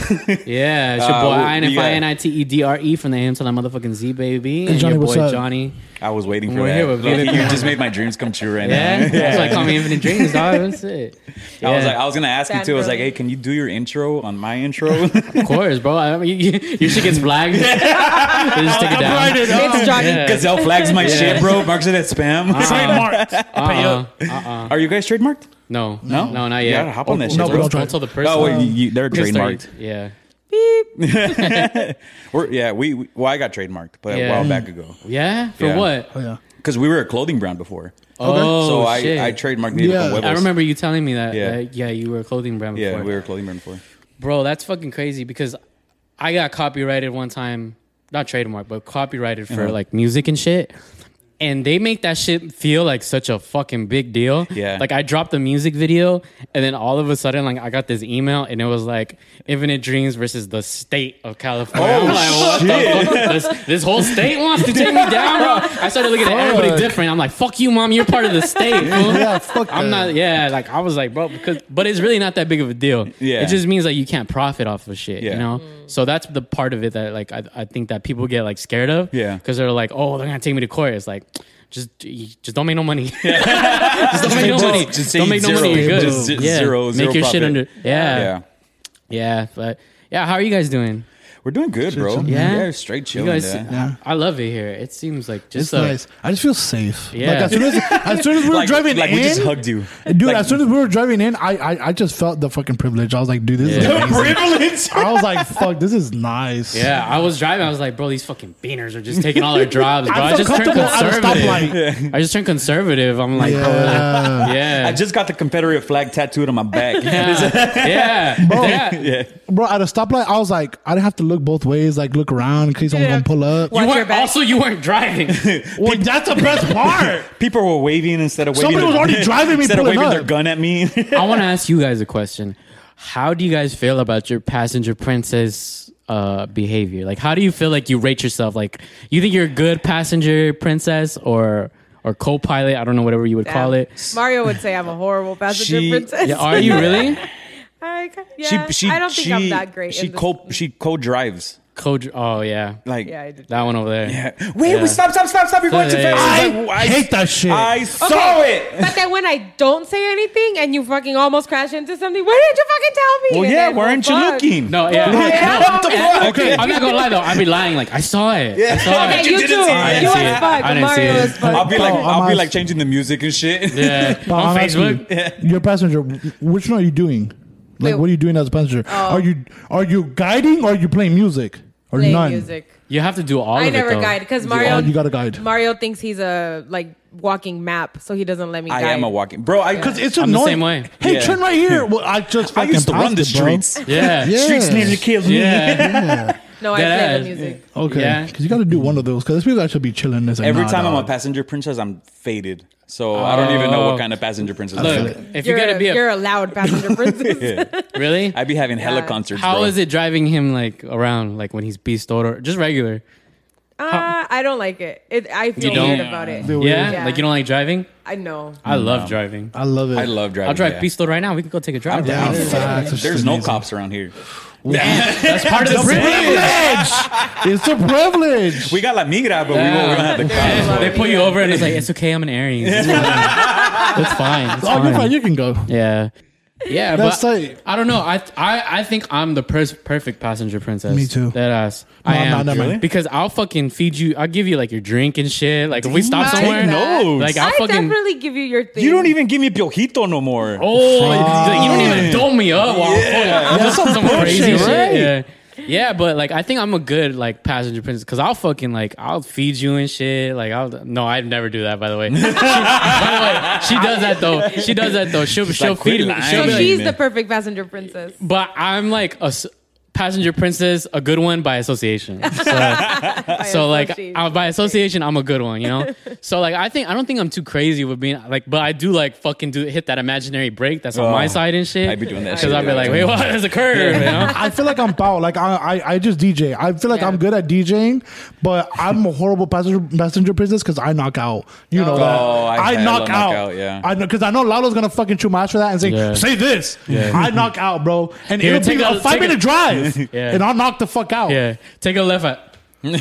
Speaker 4: Yeah, it's your
Speaker 5: Uh,
Speaker 4: boy
Speaker 5: we-
Speaker 4: Ian
Speaker 5: we
Speaker 4: F
Speaker 5: got-
Speaker 4: I N I T E D R E from the AM to the motherfucking Z baby. And
Speaker 3: Johnny,
Speaker 4: your
Speaker 3: what's
Speaker 4: boy
Speaker 3: up?
Speaker 4: Johnny.
Speaker 5: I was waiting for
Speaker 4: We're
Speaker 5: that.
Speaker 4: here with
Speaker 5: Look,
Speaker 4: Vila
Speaker 5: you just made my dreams come true right
Speaker 4: Yeah,
Speaker 5: now.
Speaker 4: that's why I call me Infinite Dreams, dog. That's it. Yeah.
Speaker 5: I was like, I was gonna ask you
Speaker 2: Bad
Speaker 5: too. I was
Speaker 2: bro.
Speaker 5: like, hey, can you do your intro on my intro?
Speaker 4: of course, bro. I mean, you, you, your shit gets flagged. They just take it down.
Speaker 2: It's Johnny.
Speaker 4: Yeah.
Speaker 5: Gazelle flags my
Speaker 4: Yeah. Uh-huh.
Speaker 5: shit, bro. Marks it as spam.
Speaker 3: Trademarked.
Speaker 4: Uh-uh. Uh-uh.
Speaker 5: Are you guys trademarked?
Speaker 4: No,
Speaker 5: No?
Speaker 4: Oh, no, not
Speaker 5: You
Speaker 4: yet.
Speaker 5: gotta hop on that
Speaker 4: Don't-
Speaker 5: shit,
Speaker 4: don't-
Speaker 5: bro.
Speaker 4: Don't don't tell the person.
Speaker 5: No, wait, you, you, they're trademarked.
Speaker 4: Yeah.
Speaker 5: We're, yeah, we, we well, I got trademarked, but a
Speaker 4: Yeah.
Speaker 5: while back ago
Speaker 4: Yeah? For
Speaker 5: Yeah.
Speaker 4: what?
Speaker 3: Oh, yeah.
Speaker 5: because we were a clothing brand before.
Speaker 4: Oh,
Speaker 5: so I,
Speaker 4: shit.
Speaker 5: I trademarked the
Speaker 3: Yeah.
Speaker 5: yeah.
Speaker 4: I remember you telling me that.
Speaker 5: Yeah.
Speaker 4: Yeah, yeah you were a clothing brand before.
Speaker 5: Yeah, we were a clothing brand before.
Speaker 4: Bro, that's fucking crazy because I got copyrighted one time, not trademark, but copyrighted for
Speaker 3: Uh-huh.
Speaker 4: like music and shit. And they make that shit feel like such a fucking big deal.
Speaker 5: Yeah.
Speaker 4: Like I dropped the music video and then all of a sudden like I got this email and it was like Infinite Dreams versus the state of California.
Speaker 5: Oh,
Speaker 4: I'm like, what the fuck? This, this whole state wants to take me down, bro. I started looking at everybody
Speaker 3: Fuck.
Speaker 4: different. I'm like, fuck you, mom, you're part of the state. fool.
Speaker 3: Yeah, fuck
Speaker 4: I'm
Speaker 3: that.
Speaker 4: not yeah, like I was like, bro, because but it's really not that big of a deal.
Speaker 5: Yeah.
Speaker 4: It just means like you can't profit off of shit,
Speaker 5: Yeah.
Speaker 4: you know? So that's the part of it that like I, I think that people get like scared of.
Speaker 5: Yeah.
Speaker 4: Because they're like, oh, they're gonna take me to court. It's like just you- just don't make no money. just don't make no
Speaker 5: Just-
Speaker 4: money.
Speaker 5: just say
Speaker 4: don't make no
Speaker 5: zero.
Speaker 4: money. You're good.
Speaker 5: Just z-
Speaker 4: yeah.
Speaker 5: zero-
Speaker 4: make
Speaker 5: zero
Speaker 4: your
Speaker 5: profit.
Speaker 4: shit under. Yeah.
Speaker 5: Yeah.
Speaker 4: yeah. But yeah, how are you guys doing?
Speaker 5: We're doing good, bro.
Speaker 3: chilling.
Speaker 4: Yeah.
Speaker 5: yeah straight
Speaker 4: You
Speaker 5: chilling.
Speaker 4: guys, uh,
Speaker 5: yeah.
Speaker 4: I I love it here. It seems like
Speaker 3: It's
Speaker 4: just a,
Speaker 3: nice. I just feel safe.
Speaker 4: Yeah.
Speaker 3: Like as soon as, as soon as we were
Speaker 5: Like-
Speaker 3: driving
Speaker 5: like
Speaker 3: in,
Speaker 5: we just hugged you.
Speaker 3: dude.
Speaker 5: Like-
Speaker 3: as soon as we were driving in, I, I I just felt the fucking privilege. I was like, dude, this is
Speaker 4: Yeah.
Speaker 3: amazing.
Speaker 5: Privilege.
Speaker 3: I was like, fuck, this is nice.
Speaker 4: Yeah, I was driving. I was like, bro, these fucking beaners are just taking all their jobs, bro.
Speaker 3: I'm
Speaker 4: I
Speaker 3: so
Speaker 4: just turned
Speaker 3: comfortable at a
Speaker 4: conservative. I just turned conservative. I'm like,
Speaker 3: Yeah.
Speaker 4: bro, yeah.
Speaker 5: I just got the Confederate flag tattooed on my back.
Speaker 4: yeah, yeah, Yeah.
Speaker 5: yeah.
Speaker 3: Bro, at a stoplight, I was like, I didn't have to look both ways, like look around in case someone's
Speaker 2: Yeah.
Speaker 3: gonna pull up.
Speaker 2: What?
Speaker 4: You
Speaker 2: Watch your
Speaker 4: weren't,
Speaker 2: back.
Speaker 4: also, you weren't driving.
Speaker 3: Well, that's the best part.
Speaker 5: People were waving instead of waving.
Speaker 3: Somebody was already driving me,
Speaker 5: instead of
Speaker 3: pulling
Speaker 5: waving
Speaker 3: up.
Speaker 5: their gun at me.
Speaker 4: I want to ask you guys a question. How do you guys feel about your passenger princess uh, behavior? Like, how do you feel like you rate yourself? Like, you think you're a good passenger princess or or co-pilot? I don't know, whatever you would call it.
Speaker 2: Mario would say I'm a horrible passenger
Speaker 5: She-
Speaker 2: princess.
Speaker 4: Yeah, are you really
Speaker 2: I, yeah, I don't think I'm that great.
Speaker 5: She
Speaker 2: in this-
Speaker 5: co she co drives
Speaker 4: co? Oh yeah,
Speaker 5: like.
Speaker 2: Yeah, I did.
Speaker 4: that one over there.
Speaker 5: Wait,
Speaker 4: Yeah.
Speaker 5: wait, stop, stop, stop, stop! You're going too
Speaker 4: Yeah, yeah,
Speaker 5: fast.
Speaker 3: I,
Speaker 5: It's like, I
Speaker 3: hate that shit.
Speaker 5: I saw it.
Speaker 2: But then when I don't say anything and you fucking almost crash into something, why didn't you fucking tell me?
Speaker 5: Well,
Speaker 2: And
Speaker 5: yeah,
Speaker 2: then,
Speaker 5: why
Speaker 2: well,
Speaker 5: aren't you
Speaker 2: fuck.
Speaker 5: looking?
Speaker 4: No, yeah.
Speaker 5: what the fuck?
Speaker 3: Okay.
Speaker 4: I'm not gonna lie though. I'd be lying. Like I saw it. I saw
Speaker 2: Okay,
Speaker 4: it.
Speaker 2: you,
Speaker 5: You
Speaker 2: too.
Speaker 5: didn't see it. I
Speaker 2: You
Speaker 5: didn't see
Speaker 2: as
Speaker 4: it.
Speaker 2: fuck.
Speaker 4: I didn't see
Speaker 2: Mario
Speaker 4: it.
Speaker 2: as fuck.
Speaker 5: I'll be like,
Speaker 3: Oh,
Speaker 5: I'll be
Speaker 3: I'm
Speaker 5: like
Speaker 3: ask-
Speaker 5: changing the music and shit.
Speaker 4: Yeah.
Speaker 3: But
Speaker 4: on
Speaker 3: I'm asking
Speaker 4: Facebook.
Speaker 3: you, your passenger. Which one are you doing?
Speaker 2: Wait.
Speaker 3: Like,
Speaker 2: Oh.
Speaker 3: what are you doing as a passenger? Are you are you guiding or are you playing music or
Speaker 2: Play
Speaker 3: none?
Speaker 2: music.
Speaker 4: You have to do all
Speaker 2: I
Speaker 4: of it.
Speaker 2: never
Speaker 4: though.
Speaker 2: guide because
Speaker 3: Oh,
Speaker 2: Mario.
Speaker 3: you got to guide.
Speaker 2: Mario thinks he's a like walking map, so he doesn't let me.
Speaker 5: I
Speaker 2: guide.
Speaker 5: am a walking bro. I
Speaker 3: Because it's
Speaker 4: I'm the
Speaker 3: annoying.
Speaker 4: same way.
Speaker 3: Hey,
Speaker 5: Yeah.
Speaker 3: turn right here. Well, I just
Speaker 5: I
Speaker 3: fucking
Speaker 5: used to run
Speaker 3: passed
Speaker 5: the
Speaker 3: it, bro.
Speaker 5: streets.
Speaker 4: Yeah.
Speaker 3: Yeah.
Speaker 5: Streets nearly killed me.
Speaker 4: Yeah.
Speaker 2: No, I
Speaker 4: Dead
Speaker 2: play the
Speaker 4: ass.
Speaker 2: music.
Speaker 3: Okay,
Speaker 4: Yeah.
Speaker 3: because you got to do one of those. Because people that should be chilling. It's like,
Speaker 5: Every
Speaker 3: nah,
Speaker 5: time I'm
Speaker 3: dog. Oh.
Speaker 5: a passenger princess, I'm faded. So I don't even know what kind of passenger princess I'm.
Speaker 4: Look, if you're,
Speaker 2: You're,
Speaker 4: gonna be
Speaker 2: a, you're
Speaker 4: a,
Speaker 2: a loud passenger princess.
Speaker 4: really,
Speaker 5: I'd be having hella
Speaker 2: Yeah.
Speaker 5: concerts.
Speaker 4: how
Speaker 5: bro.
Speaker 4: is it driving him like around, like when he's beast or just regular?
Speaker 2: uh, I don't like it. it I feel
Speaker 4: don't?
Speaker 2: weird about it.
Speaker 4: Yeah?
Speaker 2: Yeah.
Speaker 4: like you don't like driving.
Speaker 2: I know.
Speaker 4: I
Speaker 3: Mm,
Speaker 4: love driving.
Speaker 3: I love it.
Speaker 5: I love driving.
Speaker 4: I'll drive
Speaker 5: yeah.
Speaker 4: beast right now. We can go take a drive.
Speaker 5: I'm down.
Speaker 3: Yeah, facts. It's
Speaker 5: There's
Speaker 3: just
Speaker 5: no
Speaker 3: amazing.
Speaker 5: cops around here.
Speaker 4: That's part of the privilege.
Speaker 3: it's a privilege.
Speaker 5: We got La Migra, but we,
Speaker 4: Yeah.
Speaker 5: won't, we don't have the cops.
Speaker 2: Yeah.
Speaker 5: bro.
Speaker 4: They pull you over and it's like it's okay. I'm an Aries. It's fine. It's fine. It's
Speaker 3: oh,
Speaker 4: fine.
Speaker 3: you're fine. You can go.
Speaker 4: Yeah. Yeah,
Speaker 3: That's
Speaker 4: but
Speaker 3: tight.
Speaker 4: I don't know. I I, I think I'm the pers- perfect passenger princess.
Speaker 3: Me too.
Speaker 4: That ass.
Speaker 3: No,
Speaker 4: I
Speaker 3: I'm
Speaker 4: am
Speaker 3: not, never mind. Really?
Speaker 4: because I'll fucking feed you. I'll give you like your drink and shit. Like if we stop
Speaker 2: Take
Speaker 4: somewhere,
Speaker 2: notes.
Speaker 4: Like
Speaker 2: i
Speaker 4: I'll fucking.
Speaker 2: definitely give you your thing.
Speaker 5: You don't even give me piojito no more.
Speaker 4: Oh, you don't even dole me up. While yeah, that's some, crazy
Speaker 3: bullshit,
Speaker 4: shit. Yeah. yeah, but like I think I'm a good like passenger princess because I'll fucking like I'll feed you and shit. Like I'll no, I'd never do that. By the way, she, by the way, she does that though. She does that though. She'll she'll
Speaker 5: like, quit
Speaker 4: feed me.
Speaker 5: lying.
Speaker 4: She'll
Speaker 2: So
Speaker 4: be like,
Speaker 2: she's
Speaker 5: man.
Speaker 2: the perfect passenger princess.
Speaker 4: But I'm like a s- passenger princess, a good one by association. So,
Speaker 2: By
Speaker 4: so like
Speaker 2: association.
Speaker 4: I, by association, I'm a good one, you know. so like I think I don't think I'm too crazy with being like, but I do like fucking do hit that imaginary break that's on my
Speaker 5: Oh,
Speaker 4: side and shit.
Speaker 5: I'd be doing that
Speaker 4: because
Speaker 5: shit.
Speaker 4: I'd be like, wait, what? There's a curve, you know.
Speaker 3: I feel like I'm Bao. Like I, I, I just DJ. I feel like
Speaker 2: Yeah.
Speaker 3: I'm good at DJing, but I'm a horrible passenger passenger princess because I knock out. You know that.
Speaker 5: Oh, I hella
Speaker 3: knock,
Speaker 5: knock
Speaker 3: out.
Speaker 5: out, yeah.
Speaker 3: I know because I know Lalo's gonna fucking chew my ass for that and say,
Speaker 4: Yeah.
Speaker 3: say this. I knock out, bro. And
Speaker 4: Here,
Speaker 3: it'll
Speaker 4: take
Speaker 3: be
Speaker 4: a-
Speaker 3: a, five
Speaker 4: take a-
Speaker 3: minute drive,
Speaker 4: Yeah.
Speaker 3: and I'll knock the fuck out,
Speaker 4: Yeah, take a left at.
Speaker 3: dude.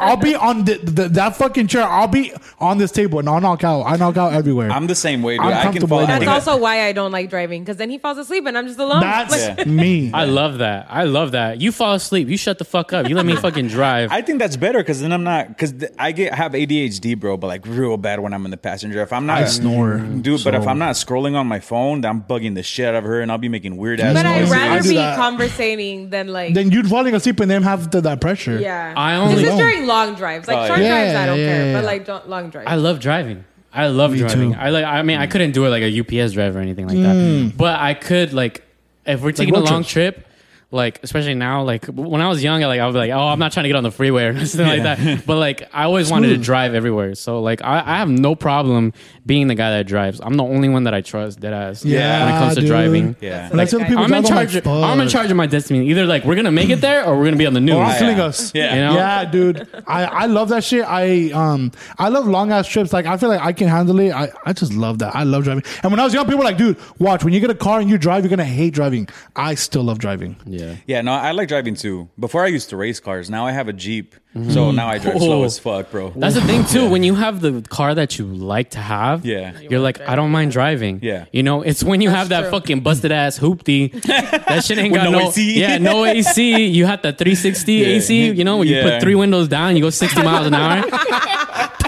Speaker 3: I'll be on the, the, that fucking chair. I'll be on this table, and I'll knock out. I knock out everywhere.
Speaker 5: I'm the same way, dude.
Speaker 3: I'm
Speaker 5: I can
Speaker 3: comfortable
Speaker 5: fall.
Speaker 3: with that.
Speaker 5: I
Speaker 2: That's
Speaker 5: think
Speaker 2: also why I don't like driving because then he falls asleep and I'm just alone. Like,
Speaker 3: That's
Speaker 5: Yeah.
Speaker 3: me.
Speaker 4: I love that. I love that. You fall asleep. You shut the fuck up. You let me fucking drive.
Speaker 5: I think that's better because then I'm not because I get I have ADHD, bro, but like real bad when I'm in the passenger. If I'm not
Speaker 3: I snore,
Speaker 5: dude, but if
Speaker 3: so-
Speaker 5: I'm not scrolling on my phone, then I'm bugging the shit out of her, and I'll be making weird ass
Speaker 2: but I'd
Speaker 5: noises.
Speaker 3: I
Speaker 2: rather
Speaker 3: do
Speaker 2: be
Speaker 3: that.
Speaker 2: conversating than like.
Speaker 3: Then you'd falling asleep and then have the, that pressure.
Speaker 2: yeah.
Speaker 4: I only-
Speaker 2: this is during long drives. Like
Speaker 5: Oh,
Speaker 2: short
Speaker 3: yeah.
Speaker 2: drives, I don't
Speaker 3: Yeah,
Speaker 2: care.
Speaker 3: yeah,
Speaker 2: But
Speaker 3: yeah.
Speaker 2: like don't, long drives.
Speaker 4: I love driving. I love
Speaker 3: Me
Speaker 4: driving.
Speaker 3: too. Mm.
Speaker 4: I like. I mean, I couldn't do it like a UPS driver or anything like that. But I could like, if we're taking
Speaker 3: road
Speaker 4: a long
Speaker 3: trips.
Speaker 4: trip, like especially now, like when I was young, I like I would be like, oh, I'm not trying to get on the freeway or something like that. But like, I always wanted to drive everywhere. So like, I, I have no problem being the guy that drives. I'm the only one that I trust. Dead ass.
Speaker 3: Yeah,
Speaker 4: When it comes
Speaker 3: dude.
Speaker 4: to driving.
Speaker 5: Yeah.
Speaker 3: Like,
Speaker 2: Like,
Speaker 3: people
Speaker 4: I'm in
Speaker 3: drive, like,
Speaker 4: charge. I'm in
Speaker 3: fuck.
Speaker 4: charge of my destiny. Either like we're gonna make it there, or we're gonna be on the news.
Speaker 3: Or
Speaker 5: yeah.
Speaker 3: killing us.
Speaker 5: Yeah.
Speaker 4: You know?
Speaker 3: Yeah, dude. I, I love that shit. I um I love long ass trips. Like I feel like I can handle it. I, I just love that. I love driving. And when I was young, people were like, dude, watch, when you get a car and you drive, you're gonna hate driving. I still love driving.
Speaker 4: Yeah.
Speaker 5: Yeah, no, I like driving too. Before I used to race cars. Now I have a Jeep. So now I drive slow
Speaker 4: Oh.
Speaker 5: as fuck, bro.
Speaker 4: That's the thing too. When you have the car that you like to have,
Speaker 5: Yeah.
Speaker 4: you're like, I don't mind driving.
Speaker 5: Yeah.
Speaker 4: you know, it's when you have that
Speaker 2: true.
Speaker 4: fucking busted ass hoopty. that shit ain't
Speaker 5: With
Speaker 4: got
Speaker 5: no
Speaker 4: no,
Speaker 5: AC.
Speaker 4: Yeah, no AC. You had the 360
Speaker 5: Yeah.
Speaker 4: AC. You know, when you
Speaker 5: Yeah.
Speaker 4: put three windows down, you go 60 miles an hour. That's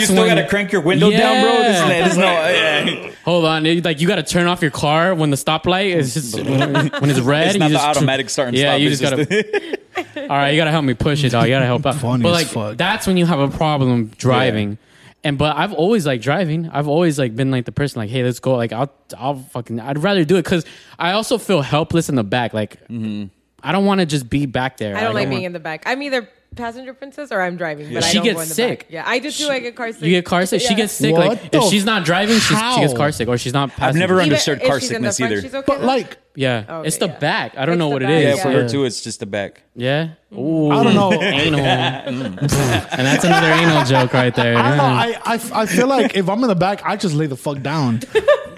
Speaker 5: you still
Speaker 4: when-
Speaker 5: gotta crank your window down, bro. This,
Speaker 4: Yeah.
Speaker 5: this no, yeah.
Speaker 4: Hold on, it- like you got to turn off your car when the stoplight is just when it's red.
Speaker 5: It's not
Speaker 4: you
Speaker 5: the
Speaker 4: just-
Speaker 5: automatic start and
Speaker 4: yeah,
Speaker 5: stop.
Speaker 4: you
Speaker 5: It's
Speaker 4: just gotta. all right, you gotta help me push it. Dog. You gotta help out.
Speaker 3: Funny
Speaker 4: but
Speaker 3: as
Speaker 4: like
Speaker 3: fuck.
Speaker 4: that's when you have a problem driving. And but I've always like driving. I've always like been like the person like, hey, let's go. Like I'll I'll fucking I'd rather do it because I also feel helpless in the back. Like
Speaker 3: Mm-hmm.
Speaker 4: I don't want to just be back there.
Speaker 2: I don't like being
Speaker 4: want-
Speaker 2: in the back. I'm either passenger princess or I'm driving. But I
Speaker 4: She
Speaker 2: don't go
Speaker 4: gets
Speaker 2: in the
Speaker 4: sick.
Speaker 2: Back. Yeah, I do too. I get car sick.
Speaker 4: You get car sick. She
Speaker 2: Yeah.
Speaker 4: gets sick.
Speaker 3: What
Speaker 4: like
Speaker 3: the
Speaker 4: if she's not driving, she's, she gets
Speaker 3: how?
Speaker 4: car sick or she's not.
Speaker 5: I've
Speaker 4: passing.
Speaker 5: never
Speaker 2: Even
Speaker 5: understood
Speaker 2: if
Speaker 5: car
Speaker 2: she's in the
Speaker 5: sickness
Speaker 2: front,
Speaker 5: either.
Speaker 2: she's okay,
Speaker 3: But
Speaker 2: though.
Speaker 3: like,
Speaker 4: Yeah,
Speaker 2: Okay,
Speaker 4: it's the
Speaker 2: yeah.
Speaker 4: back. I don't
Speaker 2: It's
Speaker 4: know
Speaker 2: the
Speaker 4: what it
Speaker 2: back,
Speaker 5: Yeah,
Speaker 4: is.
Speaker 5: for
Speaker 2: Yeah.
Speaker 5: her too, it's just the back.
Speaker 4: Yeah. Ooh.
Speaker 3: I don't know. Mm.
Speaker 4: anal. and that's another anal joke right there.
Speaker 3: I don't know.
Speaker 4: Yeah.
Speaker 3: I, I, I feel like if I'm in the back, I just lay the fuck down.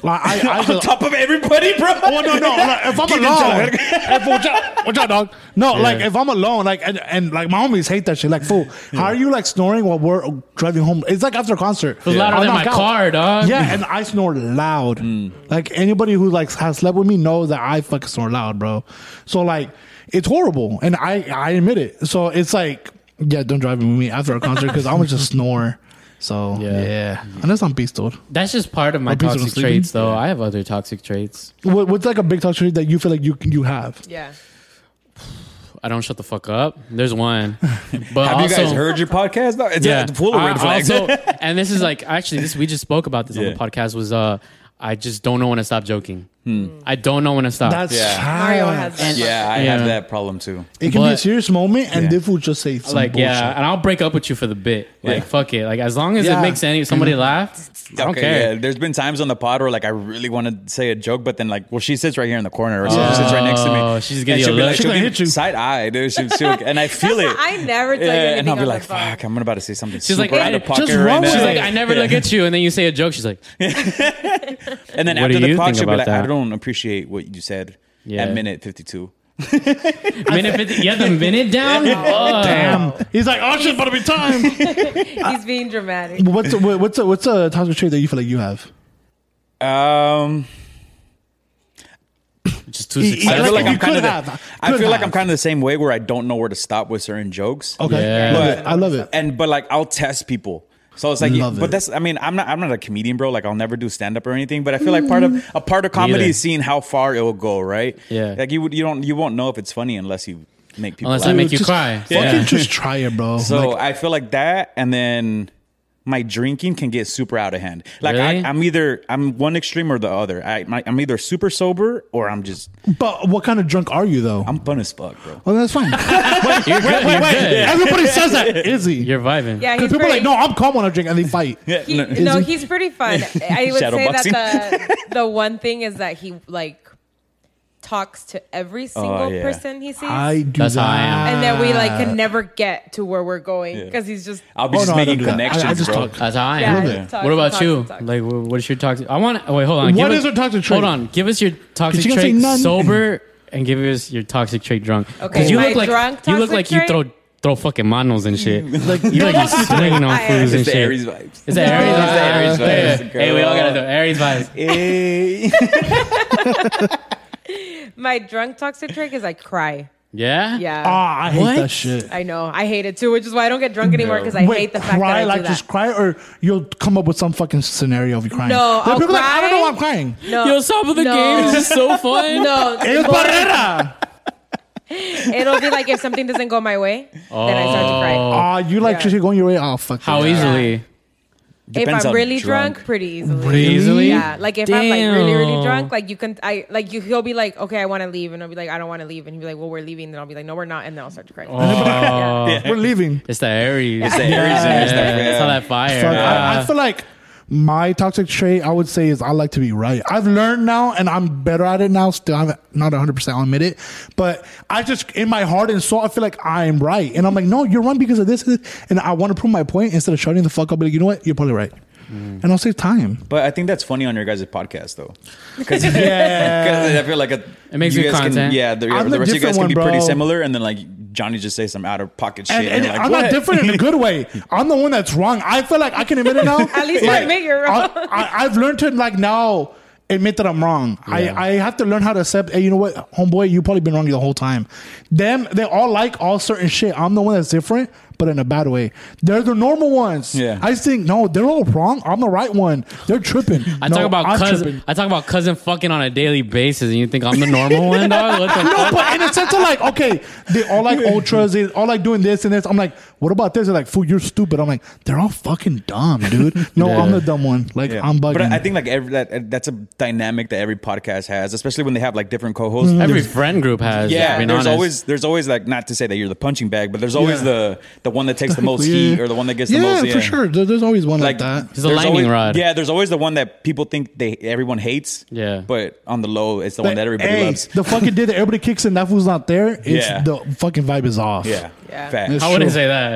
Speaker 3: Like I, I
Speaker 5: On
Speaker 3: just,
Speaker 5: top of everybody, bro.
Speaker 3: Oh no no! Like, if I'm
Speaker 5: Get
Speaker 3: alone,
Speaker 5: the
Speaker 3: if, watch out, watch out, oh, dog. No, like if I'm alone, like and, and like my homies hate that shit. Like, fool, how are you like snoring while we're driving home? It's like after a concert. It's
Speaker 4: louder than my car, dog.
Speaker 3: Yeah, and I snore loud. Like anybody who like has slept with me knows that I fucking snore loud, bro. So like, it's horrible, and I I admit it. So it's like, yeah, don't drive with me after a concert because I'm gonna just snore. So
Speaker 4: Yeah.
Speaker 3: yeah, unless I'm pistoled.
Speaker 4: That's just part of my
Speaker 3: Are people
Speaker 4: toxic
Speaker 3: sleeping?
Speaker 4: traits, though. I have other toxic traits.
Speaker 3: What, what's like a big talk that you feel like you you have?
Speaker 2: yeah.
Speaker 4: I don't shut the fuck up. There's one. But
Speaker 5: Have
Speaker 4: also,
Speaker 5: you guys heard your podcast? No, it's
Speaker 4: Yeah.
Speaker 5: yeah. full of
Speaker 4: I
Speaker 5: red flags.
Speaker 4: also- and this is like actually, this we just spoke about this on
Speaker 5: Yeah.
Speaker 4: the podcast. Was uh, I just don't know when to stop joking.
Speaker 5: Hmm.
Speaker 4: I don't know when to stop.
Speaker 3: That's
Speaker 5: Yeah.
Speaker 2: Mario
Speaker 3: Ah.
Speaker 2: has that.
Speaker 5: yeah, I
Speaker 4: Yeah.
Speaker 5: have that problem too.
Speaker 3: It can be
Speaker 4: But-
Speaker 3: a serious moment, and they
Speaker 5: Yeah.
Speaker 3: will just say some
Speaker 4: like
Speaker 3: bullshit.
Speaker 4: yeah, and I'll break up with you for the bit. Like
Speaker 5: Yeah.
Speaker 4: fuck it. Like as long as it
Speaker 3: Yeah.
Speaker 4: makes any somebody laugh, I don't care.
Speaker 5: Yeah, there's been times on the pod where like I really want to say a joke, but then like, well, she sits right here in the corner, or she sits right next to
Speaker 4: Oh,
Speaker 5: me.
Speaker 4: she's gonna give
Speaker 5: and
Speaker 4: you a
Speaker 5: she'll be
Speaker 4: look.
Speaker 5: like,
Speaker 4: She's
Speaker 5: she'll
Speaker 4: gonna
Speaker 5: be
Speaker 4: hit you.
Speaker 5: Side eye, dude. She, she, and I feel
Speaker 2: That's
Speaker 5: it.
Speaker 2: why I never tell you
Speaker 5: Yeah,
Speaker 2: anything
Speaker 5: Eh, and I'll be
Speaker 2: on
Speaker 5: like,
Speaker 2: the phone.
Speaker 5: "Fuck, I'm about to say something
Speaker 4: She's like,
Speaker 5: super out
Speaker 4: "Hey,
Speaker 5: of pocket
Speaker 3: just
Speaker 5: right
Speaker 3: run
Speaker 5: now."
Speaker 3: with
Speaker 4: She's
Speaker 3: Yeah.
Speaker 4: like, I never look at you, and then you say a joke. She's like,
Speaker 5: and then
Speaker 4: What
Speaker 5: after
Speaker 4: do
Speaker 5: the
Speaker 4: you
Speaker 5: pod,
Speaker 4: think
Speaker 5: she'll be
Speaker 4: about
Speaker 5: like, "I
Speaker 4: that?
Speaker 5: don't appreciate what you said
Speaker 4: Yeah.
Speaker 5: at minute 52."
Speaker 4: minute 50, you have the minute down. Oh.
Speaker 3: Damn. He's like, oh shit, about to be time.
Speaker 2: He's being dramatic.
Speaker 3: what's a, what's a, what's a toxic trait that you feel like you have?
Speaker 5: Um,
Speaker 4: Just too
Speaker 3: He- he-
Speaker 5: I
Speaker 4: successful.
Speaker 3: like
Speaker 5: feel like
Speaker 3: you
Speaker 5: I'm kind
Speaker 3: could
Speaker 5: of the,
Speaker 3: have.
Speaker 5: I
Speaker 3: Could
Speaker 5: feel like
Speaker 3: have.
Speaker 5: I'm kind of the same way where I don't know where to stop with certain jokes.
Speaker 3: Okay,
Speaker 4: Yeah.
Speaker 3: love
Speaker 5: But-
Speaker 3: it. I love it.
Speaker 5: and but like I'll test people. So it's like,
Speaker 3: Love
Speaker 5: but
Speaker 3: it.
Speaker 5: that's I mean I'm not I'm not a comedian, bro. Like I'll never do stand up or anything. But I feel like part of a part of comedy
Speaker 4: either.
Speaker 5: is seeing how far it will go, right?
Speaker 4: Yeah.
Speaker 5: Like you would you don't you won't know if it's funny unless you make people.
Speaker 4: Unless
Speaker 5: laugh.
Speaker 4: I make you
Speaker 3: just
Speaker 4: cry.
Speaker 3: Fucking
Speaker 4: Yeah.
Speaker 3: just try it, bro.
Speaker 5: So
Speaker 3: Like,
Speaker 5: I feel like that, and then my drinking can get super out of hand. Like
Speaker 4: Really?
Speaker 5: I, I'm either I'm one extreme or the other. I my, I'm either super sober or I'm just
Speaker 3: but what kind of drunk are you though?
Speaker 5: I'm fun as fuck, bro.
Speaker 3: well, that's fine. wait,
Speaker 4: You're good. You're good.
Speaker 3: Everybody says that. Is he?
Speaker 4: You're vibing.
Speaker 2: Yeah, he's
Speaker 3: Because people are
Speaker 2: pretty,
Speaker 3: like, no, I'm calm when I drink, and they fight.
Speaker 2: he,
Speaker 5: No.
Speaker 2: no, he's pretty fun. I would
Speaker 5: Shadow
Speaker 2: say
Speaker 5: boxing.
Speaker 2: that the the one thing is that he like talks to every single
Speaker 5: yeah.
Speaker 2: person he sees,
Speaker 3: I do
Speaker 4: That's
Speaker 3: that.
Speaker 4: how I am.
Speaker 2: and then we like can never get to where we're going because he's just
Speaker 5: I'll be
Speaker 3: Oh,
Speaker 5: just
Speaker 3: no, I
Speaker 5: making
Speaker 3: don't do that. I- I
Speaker 5: connections,
Speaker 3: just
Speaker 5: bro.
Speaker 3: talk.
Speaker 4: That's how I
Speaker 2: Yeah,
Speaker 4: am.
Speaker 2: Love it. talk,
Speaker 4: what about
Speaker 2: talk,
Speaker 4: you?
Speaker 2: talk.
Speaker 4: Like, wh- what is your toxic? I want. Oh, wait, hold on.
Speaker 3: What
Speaker 4: Give
Speaker 3: is your toxic
Speaker 4: Hold
Speaker 3: trait?
Speaker 4: on. Give us your toxic
Speaker 3: she gonna
Speaker 4: trait
Speaker 3: say none?
Speaker 4: sober, and give us your toxic trait drunk. 'Cause
Speaker 2: Okay,
Speaker 4: you
Speaker 2: my
Speaker 4: look like
Speaker 2: drunk
Speaker 4: you look
Speaker 2: toxic
Speaker 4: like you throw
Speaker 2: trait?
Speaker 4: throw fucking manos and shit.
Speaker 3: Like,
Speaker 4: You like you swinging on
Speaker 2: I am.
Speaker 4: fools and
Speaker 5: It's the
Speaker 4: shit.
Speaker 5: Aries
Speaker 4: Is
Speaker 5: vibes.
Speaker 4: that Aries?
Speaker 5: It's the Aries vibes,
Speaker 4: Yeah. Hey, we all gotta do
Speaker 5: girl.
Speaker 4: Aries vibes.
Speaker 5: Hey.
Speaker 2: my drunk toxic trick is I cry.
Speaker 4: Yeah.
Speaker 2: Yeah,
Speaker 3: Ah, I hate
Speaker 4: What?
Speaker 3: that shit.
Speaker 2: I know. I hate it too, which is why I don't get drunk anymore because I
Speaker 3: Wait,
Speaker 2: hate the fact
Speaker 3: cry
Speaker 2: that I do
Speaker 3: like
Speaker 2: that.
Speaker 3: just cry, or you'll come up with some fucking scenario of you crying.
Speaker 2: No,
Speaker 3: Like,
Speaker 2: I'll
Speaker 3: people are like, I don't know
Speaker 2: cry.
Speaker 3: why I'm crying.
Speaker 2: no,
Speaker 4: Yo, some of the
Speaker 2: no,
Speaker 4: games is so fun.
Speaker 2: No,
Speaker 3: It's Barrera.
Speaker 2: it'll be like if something doesn't go my way, then I start to cry.
Speaker 3: Ah, you like
Speaker 2: Yeah.
Speaker 3: shit going your way? Oh fuck!
Speaker 4: Oh. How
Speaker 3: yeah.
Speaker 4: easily?
Speaker 5: Depends
Speaker 2: if
Speaker 5: on
Speaker 2: I'm really drunk,
Speaker 5: drunk.
Speaker 2: pretty easily.
Speaker 4: Really? Easily?
Speaker 2: Yeah. Like if I'm like really, really
Speaker 4: Damn.
Speaker 2: drunk, like you can I like you he'll be like, Okay, I wanna leave and I'll be like, I don't wanna leave and he'll be like, Well, we're leaving, then I'll be like, No, we're not, and then I'll start to cry.
Speaker 3: Oh.
Speaker 2: Yeah.
Speaker 3: We're leaving.
Speaker 4: It's the Aries.
Speaker 5: It's the Aries in
Speaker 4: Yeah,
Speaker 5: it, it's the-
Speaker 4: That's
Speaker 5: yeah.
Speaker 4: how that fire.
Speaker 3: Fuck,
Speaker 4: Yeah.
Speaker 3: I, I feel like my toxic trait I would say is I like to be right. I've learned now and I'm better at it now. Still, I'm not 100. percent I'll admit it, but I just in my heart and soul I feel like I'm right, and I'm like, no, you're wrong because of this, and I want to prove my point instead of shutting the fuck up. Be like, you know what? You're probably right.
Speaker 5: Mm.
Speaker 3: and I'll save time.
Speaker 5: But I think that's funny on your guys' podcast though, because
Speaker 3: Yeah.
Speaker 5: I feel like a,
Speaker 4: It makes
Speaker 5: you
Speaker 4: good
Speaker 5: guys
Speaker 4: content.
Speaker 5: Can, yeah, the,
Speaker 3: I'm
Speaker 5: the
Speaker 3: a
Speaker 5: rest of you guys
Speaker 3: different
Speaker 5: can be
Speaker 3: one,
Speaker 5: pretty
Speaker 3: bro.
Speaker 5: similar, and then like Johnny just says some out of pocket shit.
Speaker 3: And, and
Speaker 5: you're like,
Speaker 3: I'm
Speaker 5: "What?"
Speaker 3: not different in a good way. I'm the one that's wrong. I feel like I can admit it now.
Speaker 2: At least you admit you're wrong.
Speaker 3: I, I, I've learned to like now admit that I'm wrong. I, I have to learn how to accept. Hey, you know what, homeboy, you probably been wrong the whole time. Them, they all like all certain shit. I'm the one that's different, but in a bad way. They're the normal ones.
Speaker 5: Yeah.
Speaker 3: I just think no, they're all wrong. I'm the right one. They're tripping.
Speaker 4: I
Speaker 3: no,
Speaker 4: talk about
Speaker 3: I'm
Speaker 4: cousin.
Speaker 3: tripping.
Speaker 4: I talk about cousin fucking on a daily basis, and you think I'm the normal one, dog? What the
Speaker 3: No, but in a sense of like, okay, they all like ultras, they all like doing this and this. I'm like, what about this? They're like, fool, you're stupid. I'm like, they're all fucking dumb, dude. No,
Speaker 4: Yeah.
Speaker 3: I'm the dumb one. Like,
Speaker 5: Yeah.
Speaker 3: I'm bugging.
Speaker 5: But I I think like every that that's a dynamic that every podcast has, especially when they have like different co-hosts.
Speaker 3: Mm-hmm.
Speaker 4: Every
Speaker 5: There's-
Speaker 4: friend group has.
Speaker 5: yeah,
Speaker 4: being
Speaker 5: there's
Speaker 4: honest.
Speaker 5: always there's always like not to say that you're the punching bag, but there's always
Speaker 3: Yeah.
Speaker 5: the the one that takes the most heat or the one that gets
Speaker 3: yeah,
Speaker 5: the most.
Speaker 3: for sure. There- there's always one like, that.
Speaker 4: He's a
Speaker 5: there's
Speaker 4: lightning
Speaker 5: always-
Speaker 4: rod.
Speaker 5: Yeah, there's always the one that people think they everyone hates.
Speaker 4: Yeah.
Speaker 5: but on the low, it's the one that everybody
Speaker 3: Hey,
Speaker 5: loves.
Speaker 3: The fucking day that everybody kicks and that fool's not there, it's
Speaker 5: Yeah.
Speaker 3: the fucking vibe is off.
Speaker 5: Yeah,
Speaker 2: Yeah.
Speaker 5: Fact.
Speaker 3: It's
Speaker 4: I wouldn't
Speaker 3: true.
Speaker 4: say that.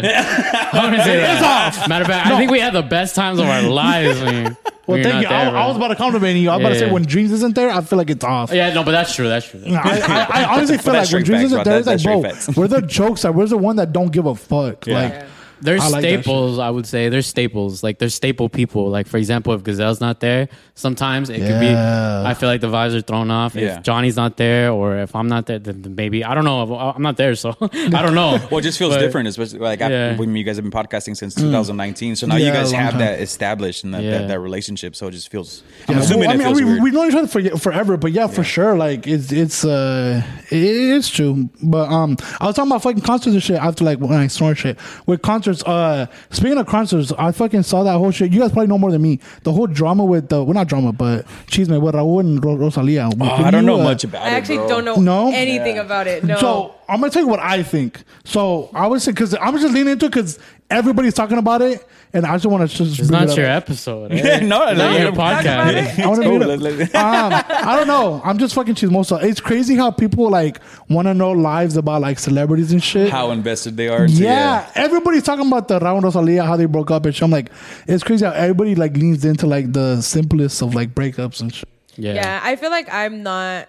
Speaker 4: I wouldn't say that. Matter of fact, I think we had the best times of our lives. When, when
Speaker 3: Well,
Speaker 4: you're
Speaker 3: thank
Speaker 4: not
Speaker 3: you.
Speaker 4: there,
Speaker 3: I, I
Speaker 4: bro.
Speaker 3: was about to compliment you. I was about to
Speaker 4: Yeah.
Speaker 3: say when dreams isn't there, I feel like it's off.
Speaker 4: Yeah, no, but that's true. That's true.
Speaker 3: Nah, I, I, I honestly feel like
Speaker 5: that's
Speaker 3: when
Speaker 5: straight
Speaker 3: dreams
Speaker 5: facts,
Speaker 3: isn't there,
Speaker 5: bro. That-
Speaker 3: it's
Speaker 5: that's
Speaker 3: like,
Speaker 5: straight
Speaker 3: bro,
Speaker 5: facts.
Speaker 3: where the jokes at? Where's the one that don't give a fuck? Like,
Speaker 4: There's
Speaker 3: I like that shit.
Speaker 4: staples, I would say. There's staples. Like there's staple people. Like for example, if Gazelle's not there, sometimes it could be.
Speaker 3: Yeah.
Speaker 4: I feel like the vibes are thrown off.
Speaker 5: Yeah.
Speaker 4: If Johnny's not there, or if I'm not there, then then maybe I don't know. I- I'm not there, so I don't know.
Speaker 5: Well, it just feels
Speaker 4: But-
Speaker 5: different, especially like I-
Speaker 4: Yeah.
Speaker 5: when you guys have been podcasting since 2019. So now
Speaker 3: Mm.
Speaker 5: you
Speaker 3: Yeah,
Speaker 5: guys
Speaker 3: a long
Speaker 5: have
Speaker 3: time.
Speaker 5: that established and that,
Speaker 4: Yeah.
Speaker 5: that, that relationship. So it just feels. I'm
Speaker 3: Yeah.
Speaker 5: assuming
Speaker 3: Well,
Speaker 5: it feels
Speaker 3: we,
Speaker 5: weird.
Speaker 3: we know each other for, forever, but yeah, for sure, like it's it's uh it is true. But um, I was talking about fucking concerts and shit after like when I snore shit with concerts. Uh, speaking of concerts, I fucking saw that whole shit. You guys probably know more than me. The whole drama with the well, not drama, but cheese man with Raúl and Ro- Rosalia.
Speaker 5: Oh, I don't know much about
Speaker 2: I
Speaker 5: it.
Speaker 2: actually
Speaker 5: bro.
Speaker 2: don't know
Speaker 3: No?
Speaker 2: anything about it. No.
Speaker 3: uh, So I'm gonna tell you what I think. So I would say because I'm just leaning into because everybody's talking about it, and I just want to just
Speaker 4: It's
Speaker 3: bring it
Speaker 4: not
Speaker 3: up.
Speaker 4: your episode. eh?
Speaker 5: Yeah, no, no,
Speaker 4: It's not
Speaker 5: no,
Speaker 4: your
Speaker 5: no.
Speaker 2: about it?
Speaker 4: podcast.
Speaker 3: I want to
Speaker 5: Cool.
Speaker 3: meet him.
Speaker 5: Let's- let's-
Speaker 3: um, I don't know. I'm just fucking chismosa. It's crazy how people like want to know lives about like celebrities and shit.
Speaker 5: how invested they are. into-
Speaker 3: yeah, everybody's talking about the Raul and Rosalia, how they broke up and shit. I'm like, it's crazy how everybody like leans into like the simplest of like breakups and shit.
Speaker 4: Yeah.
Speaker 2: yeah, I feel like I'm not.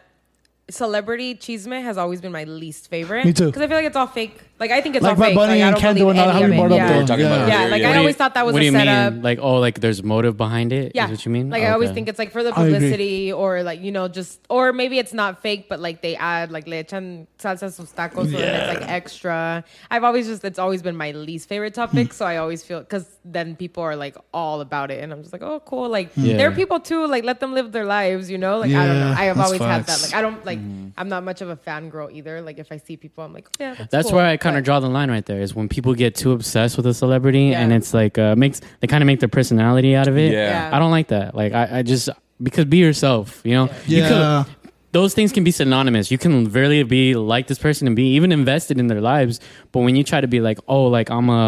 Speaker 2: Celebrity cheeseman has always been my least favorite.
Speaker 3: Me too.
Speaker 2: Because I feel like it's all fake. Like I think it's
Speaker 3: Like
Speaker 2: all
Speaker 3: Bad
Speaker 2: fake.
Speaker 3: Bunny
Speaker 2: like, I
Speaker 3: and
Speaker 2: don't
Speaker 3: Kendall and
Speaker 2: believe
Speaker 3: all how
Speaker 2: any
Speaker 3: we
Speaker 2: of
Speaker 3: brought
Speaker 2: it.
Speaker 3: up.
Speaker 2: Yeah.
Speaker 5: were talking
Speaker 3: yeah.
Speaker 5: about
Speaker 2: Yeah,
Speaker 5: earlier,
Speaker 2: like
Speaker 5: yeah.
Speaker 2: I
Speaker 4: What do you-
Speaker 2: always thought that was
Speaker 4: what do
Speaker 2: a
Speaker 4: you
Speaker 2: setup.
Speaker 4: mean? Like oh, like there's motive behind it. Is
Speaker 2: yeah,
Speaker 4: what you mean?
Speaker 2: Like I
Speaker 4: Okay.
Speaker 2: always think it's like for the
Speaker 3: I agree.
Speaker 2: publicity, or like you know, just or maybe it's not fake, but like they add like le echan salsa a sus tacos, so then it's like extra. I've always just it's always been my least favorite
Speaker 4: Hmm.
Speaker 2: topic, so I always feel because then people are like all about it, and I'm just like, oh, cool. Like
Speaker 4: Hmm.
Speaker 2: there are people too, like let them live their lives, you know. Like I don't know.
Speaker 3: Yeah,
Speaker 2: I have
Speaker 3: that's
Speaker 2: always had that.
Speaker 3: facts.
Speaker 2: Like I don't like.
Speaker 4: Hmm.
Speaker 2: I'm not much of a fangirl either. Like if I see people, I'm like, yeah, that's,
Speaker 4: That's
Speaker 2: cool.
Speaker 4: where I kind of
Speaker 2: But-
Speaker 4: draw the line right there is when people get too obsessed with a celebrity
Speaker 2: Yeah.
Speaker 4: and it's like uh, makes they kind of make their personality out of it.
Speaker 5: Yeah.
Speaker 2: Yeah.
Speaker 4: I don't like that. Like I, I just because be yourself, you know. You
Speaker 3: Yeah.
Speaker 4: could- those things can be synonymous. You can really be like this person and be even invested in their lives. But when you try to be like, oh, like I'm a,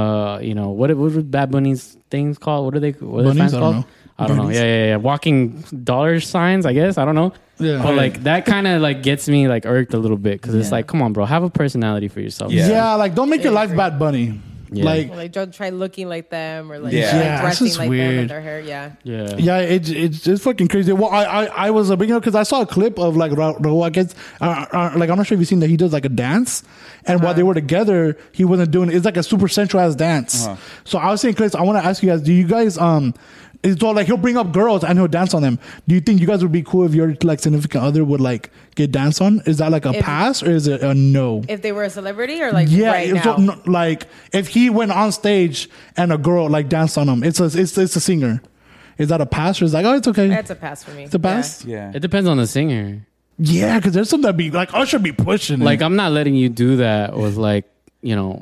Speaker 4: you know, what what were Bad Bunny's things called? What are they? What are their
Speaker 3: Bunnies?
Speaker 4: fans
Speaker 3: I don't
Speaker 4: called?
Speaker 3: know.
Speaker 4: I don't know.
Speaker 3: Bunnies?
Speaker 4: Yeah, yeah, yeah. Walking dollar signs, I guess. I don't know.
Speaker 3: Yeah.
Speaker 4: But like that kind of like gets me like irked a little bit because it's like, come on, bro, have a personality for yourself.
Speaker 5: Yeah.
Speaker 3: Yeah. like don't make your life Bad Bunny.
Speaker 4: Yeah.
Speaker 3: Like
Speaker 2: Or, like don't try looking like them or like
Speaker 5: Yeah.
Speaker 2: like,
Speaker 5: Yeah,
Speaker 3: this
Speaker 2: dressing
Speaker 3: is
Speaker 2: like them
Speaker 3: weird.
Speaker 2: and their hair. Yeah.
Speaker 4: Yeah.
Speaker 3: Yeah, it, it's it's fucking crazy. Well, I I, I was uh, a big because I saw a clip of like Ra- Raul. I guess uh, uh, like I'm not sure if you've seen that he does like a dance, and while they were together, he wasn't doing. It's like a super sensualized dance. So I was saying, Chris, I want to ask you guys: Do you guys um? It's all like he'll bring up girls and he'll dance on them. Do you think you guys would be cool if your like significant other would like get danced on? Is that like a
Speaker 2: If-
Speaker 3: pass or is it a no?
Speaker 2: If they were a celebrity or like
Speaker 3: Yeah,
Speaker 2: right
Speaker 3: it's
Speaker 2: now.
Speaker 3: not- not- like if he went on stage and a girl like danced on him, it's a it's it's a singer. Is that a pass? Or is like oh, it's okay.
Speaker 2: That's a pass for me.
Speaker 3: it's a pass.
Speaker 5: yeah.
Speaker 4: It depends on the singer.
Speaker 3: Yeah, because there's some that be like Usher be pushing. it.
Speaker 4: Like I'm not letting you do that with like, you know,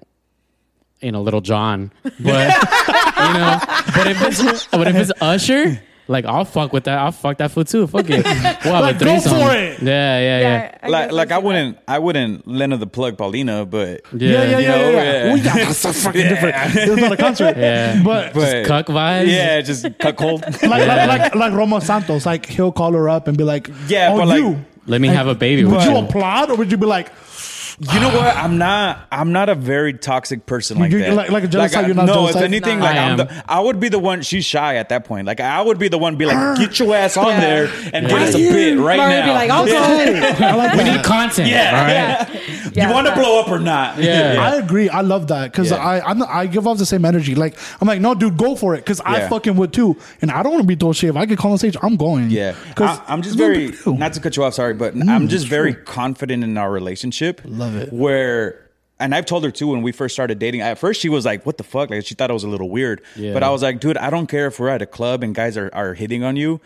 Speaker 4: you know, little John. But you know, but if it's but if it's Usher, like I'll fuck with that. I'll fuck that foot too. Fuck it. Wow,
Speaker 3: Like,
Speaker 4: but
Speaker 3: go
Speaker 4: threesome.
Speaker 3: for it.
Speaker 4: Yeah, yeah, yeah.
Speaker 2: Yeah, I
Speaker 5: like,
Speaker 2: guess
Speaker 5: like
Speaker 2: I
Speaker 5: I
Speaker 2: see that.
Speaker 5: wouldn't, I wouldn't lend her the plug, Paulina, but
Speaker 3: yeah, yeah, yeah,
Speaker 5: You
Speaker 3: yeah.
Speaker 5: know,
Speaker 3: yeah.
Speaker 5: yeah.
Speaker 3: Well, yeah, that's so fucking different. It's not a concert.
Speaker 4: Yeah.
Speaker 3: But,
Speaker 5: but
Speaker 4: Cuck vibes.
Speaker 5: yeah, just cuckold.
Speaker 3: like, like like like Romo Santos, like he'll call her up and be like,
Speaker 5: Yeah,
Speaker 3: oh,
Speaker 5: but, like,
Speaker 3: you,
Speaker 4: Let me have a baby
Speaker 3: would
Speaker 4: with
Speaker 3: you
Speaker 4: you.
Speaker 3: applaud or would you be like,
Speaker 5: You know what? I'm not. I'm not a very toxic person like
Speaker 3: You're-
Speaker 5: that.
Speaker 3: like- like a jealous
Speaker 5: I-
Speaker 3: side, you're not
Speaker 5: No,
Speaker 3: jealous
Speaker 5: if
Speaker 3: side?
Speaker 5: anything,
Speaker 2: No.
Speaker 5: like
Speaker 4: I
Speaker 5: I, am.
Speaker 4: am.
Speaker 5: the, I would be the one. She's shy at that point. Like I would be the one. Be like, get your ass on
Speaker 2: Yeah.
Speaker 5: there and get us a
Speaker 2: Yeah.
Speaker 5: bit right
Speaker 2: Mario would
Speaker 5: now.
Speaker 2: be like, "Oh, "I'll
Speaker 5: Yeah.
Speaker 2: go."
Speaker 3: I like
Speaker 4: We
Speaker 3: that.
Speaker 4: need content.
Speaker 5: Yeah.
Speaker 4: All right.
Speaker 2: Yeah,
Speaker 5: you want to
Speaker 2: that-
Speaker 5: blow up or not?
Speaker 4: Yeah.
Speaker 3: I agree. I love that because
Speaker 5: Yeah.
Speaker 3: I I'm, I give off the same energy. Like I'm like, no, dude, go for it because
Speaker 5: Yeah.
Speaker 3: I fucking would too, and I don't want to be told shit. If I could call on stage, I'm going.
Speaker 5: Yeah,
Speaker 3: because
Speaker 5: I, I'm just very not to cut you off. Sorry, but I'm just very confident in our relationship.
Speaker 3: Mm, Love it.
Speaker 5: Where and I've told her too when we first started dating. At first, she was like, "What the fuck?" Like she thought it was a little weird.
Speaker 4: Yeah.
Speaker 5: But I was like, "Dude, I don't care if we're at a club and guys are are hitting on you."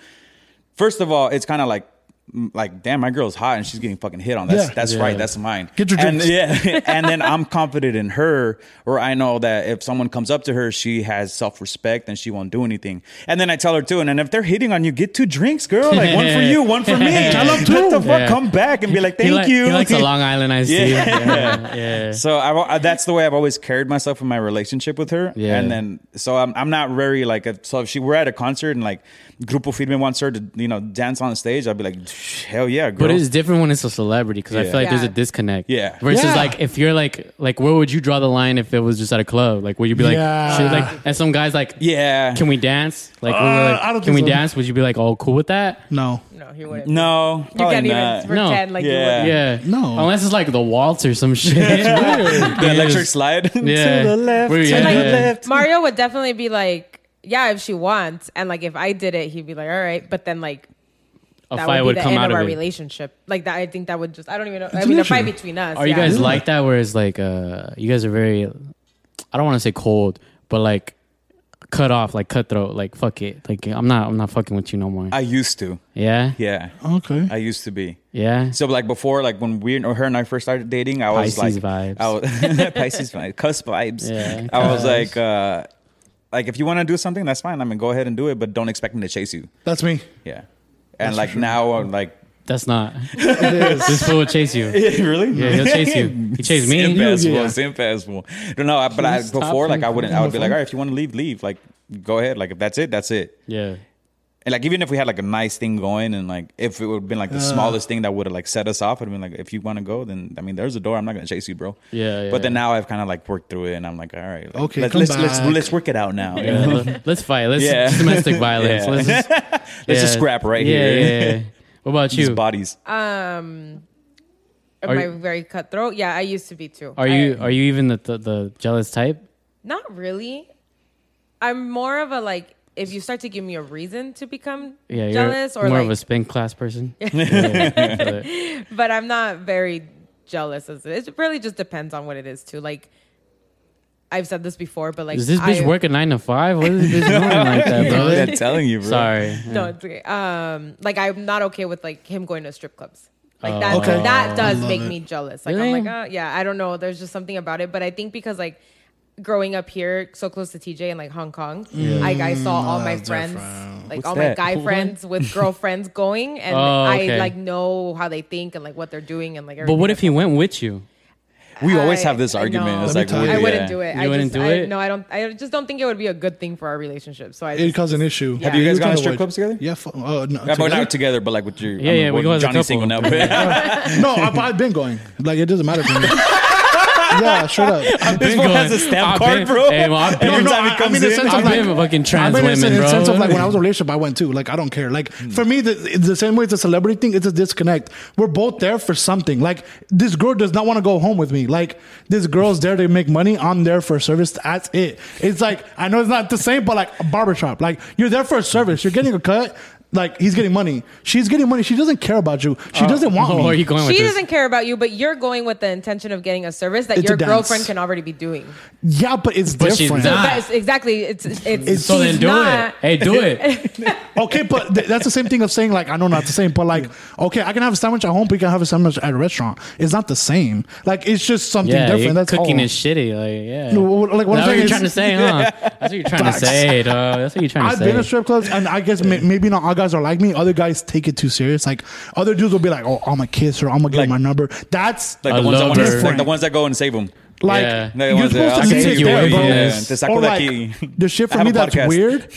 Speaker 5: First of all, it's kind of like. mm, Like damn, my girl's hot and she's getting fucking hit on. That's
Speaker 3: Yeah.
Speaker 5: that's
Speaker 4: Yeah.
Speaker 5: right. That's mine.
Speaker 3: Get your
Speaker 5: and,
Speaker 3: drinks.
Speaker 5: yeah, and then I'm confident in her, or I know that if someone comes up to her, she has self respect and she won't do anything. And then I tell her too, and then if they're hitting on you, get two drinks, girl. Like one for you, one for me.
Speaker 4: Tell
Speaker 5: Let
Speaker 3: too.
Speaker 4: them
Speaker 5: the fuck
Speaker 4: Yeah.
Speaker 5: come back and be like,
Speaker 4: He
Speaker 5: thank
Speaker 4: li-
Speaker 5: you.
Speaker 4: He likes a Long Island iced tea.
Speaker 5: Yeah.
Speaker 4: Yeah. Yeah. yeah.
Speaker 5: So I've, I, that's the way I've always carried myself in my relationship with her.
Speaker 4: Yeah.
Speaker 5: And then so I'm I'm not very like a, so if she were at a concert and like Grupo Firme wants her to you know dance on stage, I'd be like, hell yeah, girl.
Speaker 4: But it's different when it's a celebrity because I
Speaker 5: Yeah.
Speaker 4: feel like there's
Speaker 2: Yeah.
Speaker 4: a disconnect.
Speaker 5: Yeah.
Speaker 4: Versus
Speaker 3: Yeah.
Speaker 4: like if you're like like where would you draw the line if it was just at a club? Like would you be like
Speaker 3: Yeah.
Speaker 4: shit, like and some guys like
Speaker 5: yeah.
Speaker 4: can we dance? Like, we were
Speaker 3: Uh,
Speaker 4: like,
Speaker 3: I don't
Speaker 4: can we
Speaker 3: think so.
Speaker 4: dance? Would you be like all cool with that?
Speaker 3: no.
Speaker 2: No, he wouldn't.
Speaker 5: no,
Speaker 2: you
Speaker 5: probably
Speaker 2: can't
Speaker 5: not.
Speaker 2: even pretend like you
Speaker 5: Yeah.
Speaker 2: wouldn't.
Speaker 4: Yeah.
Speaker 3: No.
Speaker 4: Unless it's like the waltz or some shit. yeah.
Speaker 5: the electric slide
Speaker 4: Yeah.
Speaker 5: to the left,
Speaker 4: We're-
Speaker 5: to
Speaker 4: yeah.
Speaker 5: the
Speaker 2: like
Speaker 5: left.
Speaker 2: Mario would definitely be like, yeah, if she wants, and like if I did it, he'd be like, all right, but then like
Speaker 4: A
Speaker 2: that
Speaker 4: fight
Speaker 2: would
Speaker 4: would
Speaker 2: be the
Speaker 4: come
Speaker 2: end of,
Speaker 4: out of
Speaker 2: our
Speaker 4: it.
Speaker 2: relationship. Like that, I think that would just I don't even know. I
Speaker 3: It's
Speaker 2: mean, a
Speaker 3: nature.
Speaker 2: fight between us.
Speaker 4: Are you
Speaker 2: yeah.
Speaker 4: guys like that? Where it's like, uh, you guys are very, I don't want to say cold, but like cut off, like cutthroat, like fuck it, like I'm not, I'm not fucking with you no more.
Speaker 5: I used to.
Speaker 4: yeah,
Speaker 5: Yeah.
Speaker 3: Okay.
Speaker 5: I used to be.
Speaker 4: yeah.
Speaker 5: So like before, like when we or her and I first started dating, I was like
Speaker 4: Pisces vibes.
Speaker 5: I was, Pisces vibes, cuss vibes.
Speaker 4: Yeah,
Speaker 5: I was
Speaker 4: cuss.
Speaker 5: like, uh, like if you want to do something, that's fine. I mean, go ahead and do it, but don't expect me to chase you.
Speaker 3: That's me.
Speaker 5: Yeah. And like now, I'm like,
Speaker 4: That's not. this fool will chase you.
Speaker 5: really?
Speaker 4: Yeah, he'll chase you. He chased me.
Speaker 5: Impassable,
Speaker 3: Yeah.
Speaker 5: it's impassable. No, no. I- But I,
Speaker 4: you stop
Speaker 5: before, like
Speaker 4: him
Speaker 5: I
Speaker 4: from
Speaker 5: wouldn't.
Speaker 4: getting
Speaker 5: I
Speaker 4: on
Speaker 5: would
Speaker 4: the
Speaker 5: be like,
Speaker 4: phone?
Speaker 5: all right, if you want to leave, leave. Like, go ahead. Like if that's it, that's it.
Speaker 4: Yeah,
Speaker 5: And like even if we had like a nice thing going, and like if it would have been like the
Speaker 4: Uh.
Speaker 5: smallest thing that would have like set us off, I'd have been like, if you want to go, then I mean, there's a door. I'm not gonna chase you, bro.
Speaker 4: Yeah, yeah,
Speaker 5: but then
Speaker 4: yeah.
Speaker 5: now I've kind of like worked through it, and I'm like, all right, like,
Speaker 3: Okay,
Speaker 5: let's
Speaker 3: come
Speaker 5: let's, let's
Speaker 3: back.
Speaker 5: let's work it out now.
Speaker 4: yeah. let- Uh, Let's fight. Let's
Speaker 5: Yeah.
Speaker 4: domestic violence.
Speaker 5: Yeah.
Speaker 4: Let's just,
Speaker 5: Let's
Speaker 4: yeah.
Speaker 5: just scrap right
Speaker 4: Yeah,
Speaker 5: here.
Speaker 4: Yeah, yeah. What about
Speaker 5: These
Speaker 4: you?
Speaker 5: bodies.
Speaker 2: Um, am
Speaker 4: Are
Speaker 2: I
Speaker 4: you-
Speaker 2: very cutthroat? Yeah, I used to be too.
Speaker 4: Are
Speaker 2: I-
Speaker 4: you are you even the the, the jealous type?
Speaker 2: Not really. I'm more of a like if you start to give me a reason to become
Speaker 4: Yeah, you're
Speaker 2: jealous or
Speaker 4: more
Speaker 2: like,
Speaker 4: of a spin class person. Yeah.
Speaker 2: but I'm not very jealous. As it really just depends on what it is too. Like I've said this before, but like
Speaker 4: Is this bitch
Speaker 2: I-
Speaker 4: working nine to five? What is this bitch doing like that,
Speaker 5: I'm
Speaker 4: brother?
Speaker 5: just telling you, bro.
Speaker 4: Sorry.
Speaker 2: No, it's okay. Um, like I'm not okay with like him going to strip clubs. Like that,
Speaker 4: Oh.
Speaker 3: Okay.
Speaker 2: that does
Speaker 3: Love
Speaker 2: make
Speaker 3: it.
Speaker 2: me jealous. Like
Speaker 4: Really?
Speaker 2: I'm like, oh, yeah, I don't know. There's just something about it, but I think because like growing up here, so close to TJ and like Hong Kong, like I saw all my
Speaker 3: that's
Speaker 2: friends,
Speaker 3: different.
Speaker 2: like
Speaker 5: What's
Speaker 2: all
Speaker 5: that?
Speaker 2: my guy
Speaker 5: What?
Speaker 2: friends with girlfriends going, and
Speaker 4: Oh,
Speaker 2: I
Speaker 4: okay.
Speaker 2: like know how they think and like what they're doing and like.
Speaker 4: But
Speaker 2: everything
Speaker 4: what if he
Speaker 2: that's-
Speaker 4: went with you?
Speaker 5: We always
Speaker 2: I-
Speaker 5: have this
Speaker 2: I
Speaker 5: argument.
Speaker 2: know.
Speaker 3: Let
Speaker 5: It's
Speaker 3: me
Speaker 5: like,
Speaker 3: tell
Speaker 5: we-
Speaker 3: you.
Speaker 2: I
Speaker 5: yeah.
Speaker 2: wouldn't do it.
Speaker 4: You
Speaker 2: I
Speaker 4: wouldn't
Speaker 2: just,
Speaker 4: do
Speaker 2: I-
Speaker 4: it?
Speaker 2: No, I don't. I just don't think it would be a good thing for our relationship. So I
Speaker 3: It
Speaker 2: just,
Speaker 3: caused an issue.
Speaker 2: Have
Speaker 5: Have you guys gone to
Speaker 3: Together?
Speaker 5: strip clubs together?
Speaker 3: Yeah. Fu- uh, no,
Speaker 5: Yeah, but
Speaker 3: together?
Speaker 5: not together, but like with your
Speaker 4: Yeah, yeah,
Speaker 5: with
Speaker 4: we go as a
Speaker 5: Johnny single now.
Speaker 4: couple.
Speaker 3: no, I've, I've been going. Like it doesn't matter to me. yeah, straight up.
Speaker 5: This
Speaker 4: Been
Speaker 5: one has
Speaker 4: going.
Speaker 5: a stamp
Speaker 4: I've
Speaker 5: card,
Speaker 4: been-
Speaker 5: bro.
Speaker 4: Hey, well, I've been,
Speaker 5: No, no,
Speaker 4: I've
Speaker 5: I- I
Speaker 4: been
Speaker 5: mean,
Speaker 4: in
Speaker 5: the sense
Speaker 3: of like-
Speaker 4: a fucking
Speaker 3: I
Speaker 4: trans
Speaker 3: mean, it's
Speaker 4: women,
Speaker 3: in
Speaker 4: bro.
Speaker 3: the sense of like when I was in a relationship, I went too. Like I don't care. Like for me, the, it's the same way it's a celebrity thing, it's a disconnect. We're both there for something. Like this girl does not want to go home with me. Like this girl's there to make money. I'm there for service. That's it. It's like I know it's not the same, but like a barbershop. Like you're there for a service. You're getting a cut. Like he's getting money. She's getting money. She doesn't care about you. She doesn't want
Speaker 4: Oh,
Speaker 3: me.
Speaker 4: where are you going with
Speaker 2: she
Speaker 4: this?
Speaker 2: doesn't care about you, but you're going with the intention of getting a service that
Speaker 3: It's a
Speaker 2: your
Speaker 3: dance.
Speaker 2: girlfriend can already be doing.
Speaker 3: yeah, but it's
Speaker 4: But she's
Speaker 3: different.
Speaker 2: So
Speaker 4: Ah.
Speaker 2: that's exactly it's it's, it's
Speaker 4: so then
Speaker 2: she's
Speaker 4: do
Speaker 2: not-
Speaker 4: it. Hey, do it.
Speaker 3: Okay, but th- that's the same thing of saying like I know not the same, but like okay, I can have a sandwich at home, but you can have a sandwich at a restaurant. It's not the same. Like it's just something
Speaker 4: yeah,
Speaker 3: different.
Speaker 4: you're
Speaker 3: That's
Speaker 4: cooking
Speaker 3: all.
Speaker 4: is shitty. Like, yeah.
Speaker 3: No, what- like, what
Speaker 4: That's
Speaker 3: I'm saying
Speaker 4: what you're
Speaker 3: is-
Speaker 4: trying to say, huh? That's what you're trying to say, dog. That's what you're trying to
Speaker 3: I've
Speaker 4: say.
Speaker 3: been to strip clubs, and I guess may- maybe not all guys are like me. Other guys take it too serious. Like other dudes will be like, "Oh, I'm gonna kiss her. I'm gonna give
Speaker 5: Like-
Speaker 3: her my number." That's uh,
Speaker 5: Like
Speaker 4: I
Speaker 5: the ones that
Speaker 4: love
Speaker 5: want to,
Speaker 4: her.
Speaker 5: like the ones that go and save them.
Speaker 3: like
Speaker 4: Yeah.
Speaker 5: No, the
Speaker 3: you're
Speaker 5: ones that-
Speaker 3: supposed
Speaker 5: I'll
Speaker 3: to meet
Speaker 5: save
Speaker 3: it
Speaker 4: you
Speaker 3: there,
Speaker 4: away
Speaker 3: bro.
Speaker 4: from
Speaker 5: Yeah,
Speaker 4: this.
Speaker 5: te saco
Speaker 3: Or
Speaker 5: de
Speaker 3: like
Speaker 5: aquí.
Speaker 3: the shit
Speaker 5: I
Speaker 3: for
Speaker 5: have
Speaker 3: me
Speaker 5: a
Speaker 3: that's
Speaker 5: podcast.
Speaker 3: weird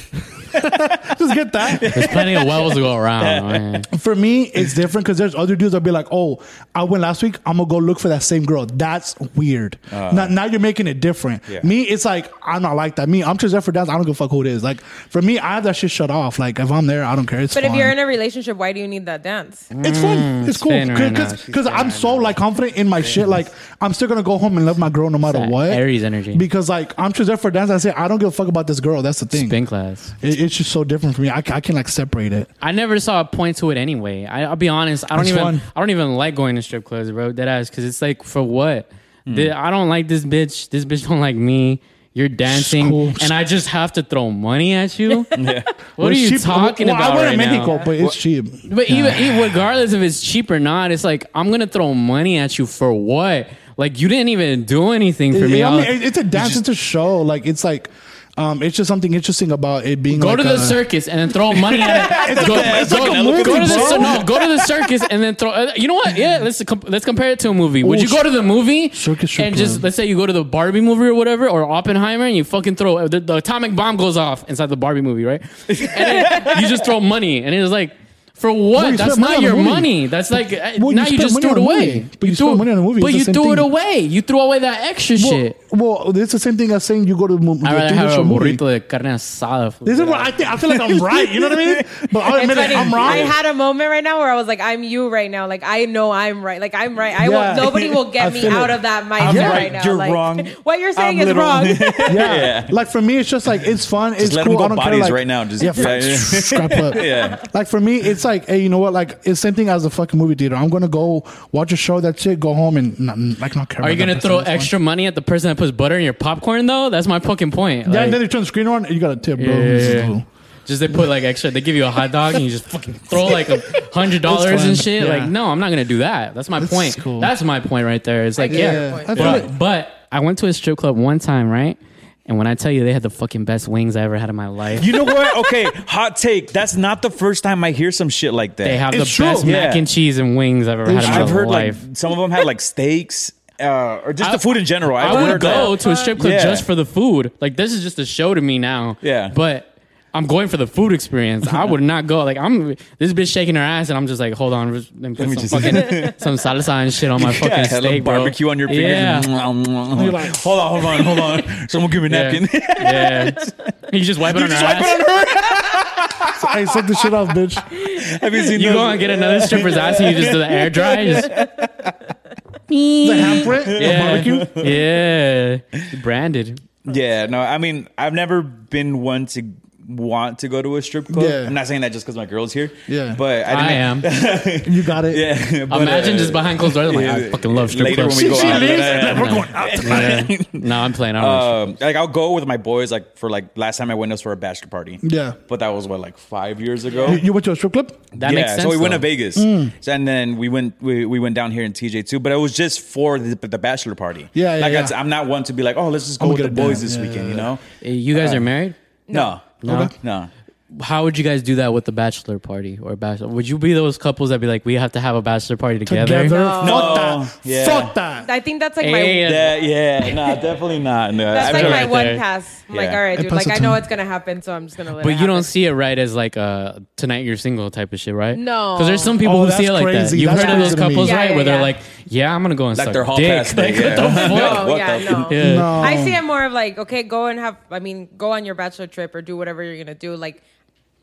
Speaker 3: Just get that.
Speaker 4: There's plenty of wells to go around. man.
Speaker 3: For me, it's different because there's other dudes that'll be like, "Oh, I went last week. I'm gonna go look for that same girl." That's weird. now, now you're making it different.
Speaker 5: Yeah.
Speaker 3: Me, it's like I'm not like that. Me, I'm just there for dance. I don't give a fuck who it is. Like for me, I have that shit shut off. Like if I'm there, I don't care. It's
Speaker 2: But if
Speaker 3: fine.
Speaker 2: you're in a relationship, why do you need that dance?
Speaker 3: It's fun. It's, cool.
Speaker 4: spinning Mm. right now. She's
Speaker 3: Because I'm so like confident in my shit. Like I'm still gonna go home and love my girl no matter
Speaker 4: that
Speaker 3: what.
Speaker 4: Aries energy.
Speaker 3: Because like I'm just there for dance. I say I don't give a fuck about this girl. That's the thing.
Speaker 4: Spin class.
Speaker 3: It- it's just so different for me. I, ca- I can like separate it.
Speaker 4: I never saw a point to it anyway. I, I'll be honest. I don't
Speaker 3: It's
Speaker 4: even.
Speaker 3: fun.
Speaker 4: I don't even like going to strip clubs, bro. That ass, because it's like for what?
Speaker 3: Hmm.
Speaker 4: The- I don't like this bitch. This bitch don't like me. You're dancing,
Speaker 3: cool.
Speaker 4: and I just have to throw money at you. What are
Speaker 3: It's
Speaker 4: you
Speaker 3: cheap-
Speaker 4: talking
Speaker 3: well,
Speaker 4: about
Speaker 3: I went
Speaker 4: right
Speaker 3: to Mexico,
Speaker 4: now?
Speaker 3: but it's cheap.
Speaker 4: But even, even regardless if it's cheap or not, it's like I'm gonna throw money at you for what? Like you didn't even do anything for me.
Speaker 3: I
Speaker 4: I'll-
Speaker 3: mean, it- it's a dance. it's a show. Like it's like, um, it's just something interesting about it being.
Speaker 4: Go
Speaker 3: like
Speaker 4: to the
Speaker 3: a-
Speaker 4: circus and then throw money at it. Go,
Speaker 3: it's like a
Speaker 4: go
Speaker 3: movie,
Speaker 4: to the,
Speaker 3: bro.
Speaker 4: cir- no, go to the circus and then throw. uh, You know what? Yeah, let's com- let's compare it to a movie. Would
Speaker 3: Ooh,
Speaker 4: you go to the movie
Speaker 3: circus strip
Speaker 4: and just
Speaker 3: club.
Speaker 4: let's say you go to the Barbie movie or whatever or Oppenheimer and you fucking throw uh, the, the atomic bomb goes off inside the Barbie movie, right? And then you just throw money and it's like. For what?
Speaker 3: Well, you
Speaker 4: That's
Speaker 3: spent money
Speaker 4: not
Speaker 3: on
Speaker 4: your
Speaker 3: the movie.
Speaker 4: money. That's like uh,
Speaker 3: Well, you
Speaker 4: now you
Speaker 3: spent
Speaker 4: just
Speaker 3: money
Speaker 4: threw it
Speaker 3: on the
Speaker 4: away.
Speaker 3: movie, but you
Speaker 4: threw-
Speaker 3: spent money on the movie.
Speaker 4: But
Speaker 3: It's
Speaker 4: you
Speaker 3: the same
Speaker 4: threw it
Speaker 3: thing.
Speaker 4: away. You threw away that extra shit.
Speaker 3: Well, well, it's the same thing as saying you go to the movie.
Speaker 4: I'd rather
Speaker 3: theater
Speaker 4: have
Speaker 3: show
Speaker 4: a
Speaker 3: movie.
Speaker 4: burrito de carne asada. fool.
Speaker 3: This is what I think. I feel like I'm right. You know what I mean? But I'll
Speaker 2: It's
Speaker 3: admit it,
Speaker 2: funny.
Speaker 3: I'm
Speaker 2: I
Speaker 3: wrong.
Speaker 2: had a moment right now where I was like, I'm you right now. Like I know I'm right. Like I'm right. I
Speaker 3: Yeah.
Speaker 2: won't nobody will
Speaker 3: I
Speaker 2: get me
Speaker 3: feel
Speaker 2: out
Speaker 3: it.
Speaker 2: of that mindset
Speaker 5: I'm
Speaker 2: right,
Speaker 5: right,
Speaker 2: now.
Speaker 5: you're
Speaker 2: Like,
Speaker 5: wrong.
Speaker 2: What you're saying
Speaker 5: I'm
Speaker 2: is
Speaker 5: literal.
Speaker 2: wrong.
Speaker 3: Yeah.
Speaker 5: Yeah.
Speaker 3: Like for me, it's just like it's fun. it's
Speaker 5: let 'em
Speaker 3: cool.
Speaker 5: go
Speaker 3: I don't
Speaker 5: bodies
Speaker 3: care, like,
Speaker 5: right now. Just-
Speaker 3: yeah,
Speaker 5: yeah, yeah.
Speaker 3: scrap up.
Speaker 5: Yeah.
Speaker 3: Like for me, it's like hey, you know what? Like it's same thing as the fucking movie theater. I'm gonna go watch a show. That shit. Go home and not, like not care.
Speaker 4: Are you
Speaker 3: about that
Speaker 4: gonna throw
Speaker 3: person. It's fun.
Speaker 4: extra money at the person that puts butter in your popcorn though? That's my fucking point.
Speaker 3: Yeah,
Speaker 4: Like,
Speaker 3: and then you turn the screen on. You got a tip, bro.
Speaker 4: Yeah, yeah,
Speaker 3: This is
Speaker 4: yeah.
Speaker 3: cool.
Speaker 4: just they put like extra. They give you a hot dog and you just fucking throw like a hundred dollars and
Speaker 3: fun.
Speaker 4: shit.
Speaker 3: Yeah.
Speaker 4: Like no, I'm not gonna do that. That's my point.
Speaker 3: cool.
Speaker 4: That's my point right there. It's like
Speaker 2: get
Speaker 4: yeah,
Speaker 2: your
Speaker 3: Yeah,
Speaker 2: point.
Speaker 3: I feel
Speaker 4: But,
Speaker 3: like
Speaker 4: but I went to a strip club one time, right? And when I tell you they had the fucking best wings I ever had in my life,
Speaker 5: You know what? Okay, hot take. That's not the first time I hear some shit like that.
Speaker 4: they have the
Speaker 3: It's true.
Speaker 4: best mac
Speaker 5: Yeah.
Speaker 4: and cheese and wings I've ever had in my
Speaker 5: I've heard
Speaker 4: life.
Speaker 5: like some of them had like steaks uh, or just
Speaker 4: I-
Speaker 5: the food in general. I've
Speaker 4: I would
Speaker 5: heard
Speaker 4: go
Speaker 5: that.
Speaker 4: to a strip club
Speaker 5: Yeah.
Speaker 4: just for the food. Like this is just a show to me now.
Speaker 5: Yeah.
Speaker 4: But I'm going for the food experience. I would not go like I'm this bitch shaking her ass and I'm just like, hold on, let me put some fucking some salsa and shit on my fucking
Speaker 5: Yeah, hello,
Speaker 4: steak, bro.
Speaker 5: barbecue on your fingers.
Speaker 4: Yeah.
Speaker 3: like-
Speaker 5: hold on, hold on, hold on. Someone give me a napkin.
Speaker 4: Yeah. yeah. You just wipe it on her
Speaker 5: Just wipe
Speaker 4: ass.
Speaker 5: it on her.
Speaker 3: hey, suck the shit off, bitch.
Speaker 5: Have you seen
Speaker 4: You
Speaker 5: those-
Speaker 4: go and get another stripper's ass and you just do the air dry. Just,
Speaker 3: The handprint, the barbecue.
Speaker 4: yeah. yeah. Branded.
Speaker 5: Yeah, no, I mean, I've never been one to want to go to a strip club.
Speaker 3: Yeah.
Speaker 5: I'm not saying that just because my girl's here.
Speaker 3: Yeah.
Speaker 5: but I, didn't
Speaker 4: I am.
Speaker 3: You got it.
Speaker 5: Yeah, but,
Speaker 4: Imagine
Speaker 5: uh,
Speaker 4: just behind closed doors. I'm like, I fucking love strip
Speaker 5: later
Speaker 4: clubs.
Speaker 5: when we go out.
Speaker 3: Like, we're going out tonight.
Speaker 4: Yeah. No, I'm playing. I don't know.
Speaker 5: Um, like I'll go with my boys. Like for like last time I went was for a bachelor party.
Speaker 3: Yeah.
Speaker 5: but that was what like five years ago.
Speaker 3: You, you went to a strip club?
Speaker 4: That
Speaker 5: yeah,
Speaker 4: makes sense.
Speaker 5: so we went to
Speaker 4: though.
Speaker 5: Vegas, So- and then we went we, we went down here in TJ too. But it was just for the, the bachelor party.
Speaker 3: Yeah, yeah,
Speaker 5: like
Speaker 3: yeah.
Speaker 5: I, am not one to be like, oh, let's just go
Speaker 3: I'ma
Speaker 5: with
Speaker 3: get
Speaker 5: the
Speaker 3: it done.
Speaker 5: boys this
Speaker 3: Yeah,
Speaker 5: weekend.
Speaker 3: yeah,
Speaker 5: You
Speaker 3: yeah.
Speaker 5: know?
Speaker 4: Uh, You guys are married?
Speaker 5: No,
Speaker 4: No.
Speaker 5: no.
Speaker 4: How would you guys do that with the bachelor party or bachelor? Would you be those couples that be like, we have to have a bachelor party together?
Speaker 3: Together.
Speaker 5: No.
Speaker 3: Fuck that.
Speaker 5: Yeah.
Speaker 3: Fuck that.
Speaker 2: I think that's like
Speaker 4: Hey,
Speaker 2: my
Speaker 5: Yeah, yeah, no, definitely not. No,
Speaker 2: that's
Speaker 5: I'm
Speaker 2: like
Speaker 5: sure-
Speaker 2: my
Speaker 4: right
Speaker 2: one
Speaker 4: there.
Speaker 2: pass. I'm like,
Speaker 5: Yeah.
Speaker 2: all right,
Speaker 3: It
Speaker 2: dude,
Speaker 3: passes
Speaker 2: like I know
Speaker 3: time.
Speaker 2: it's gonna happen, so I'm just gonna let
Speaker 4: But
Speaker 2: it
Speaker 4: you don't
Speaker 2: happen.
Speaker 4: see it right as like uh tonight you're single type of shit, right?
Speaker 2: No.
Speaker 4: because there's some people
Speaker 3: Oh,
Speaker 4: who see
Speaker 3: that's
Speaker 4: it like that.
Speaker 3: crazy.
Speaker 4: You've
Speaker 3: That's
Speaker 4: heard of those
Speaker 3: crazy to me.
Speaker 4: couples,
Speaker 2: Yeah,
Speaker 4: right?
Speaker 2: yeah,
Speaker 4: Where they're
Speaker 2: yeah.
Speaker 4: like, "Yeah, I'm gonna go and
Speaker 5: like
Speaker 4: suck
Speaker 5: their hall
Speaker 4: dick."
Speaker 5: pass
Speaker 4: Like,
Speaker 5: thing. Yeah.
Speaker 2: No,
Speaker 5: What
Speaker 2: Oh, yeah,
Speaker 5: the-
Speaker 2: no.
Speaker 4: yeah.
Speaker 3: No.
Speaker 2: I see it more of like, okay, go and have. I mean, go on your bachelor trip or do whatever you're gonna do. Like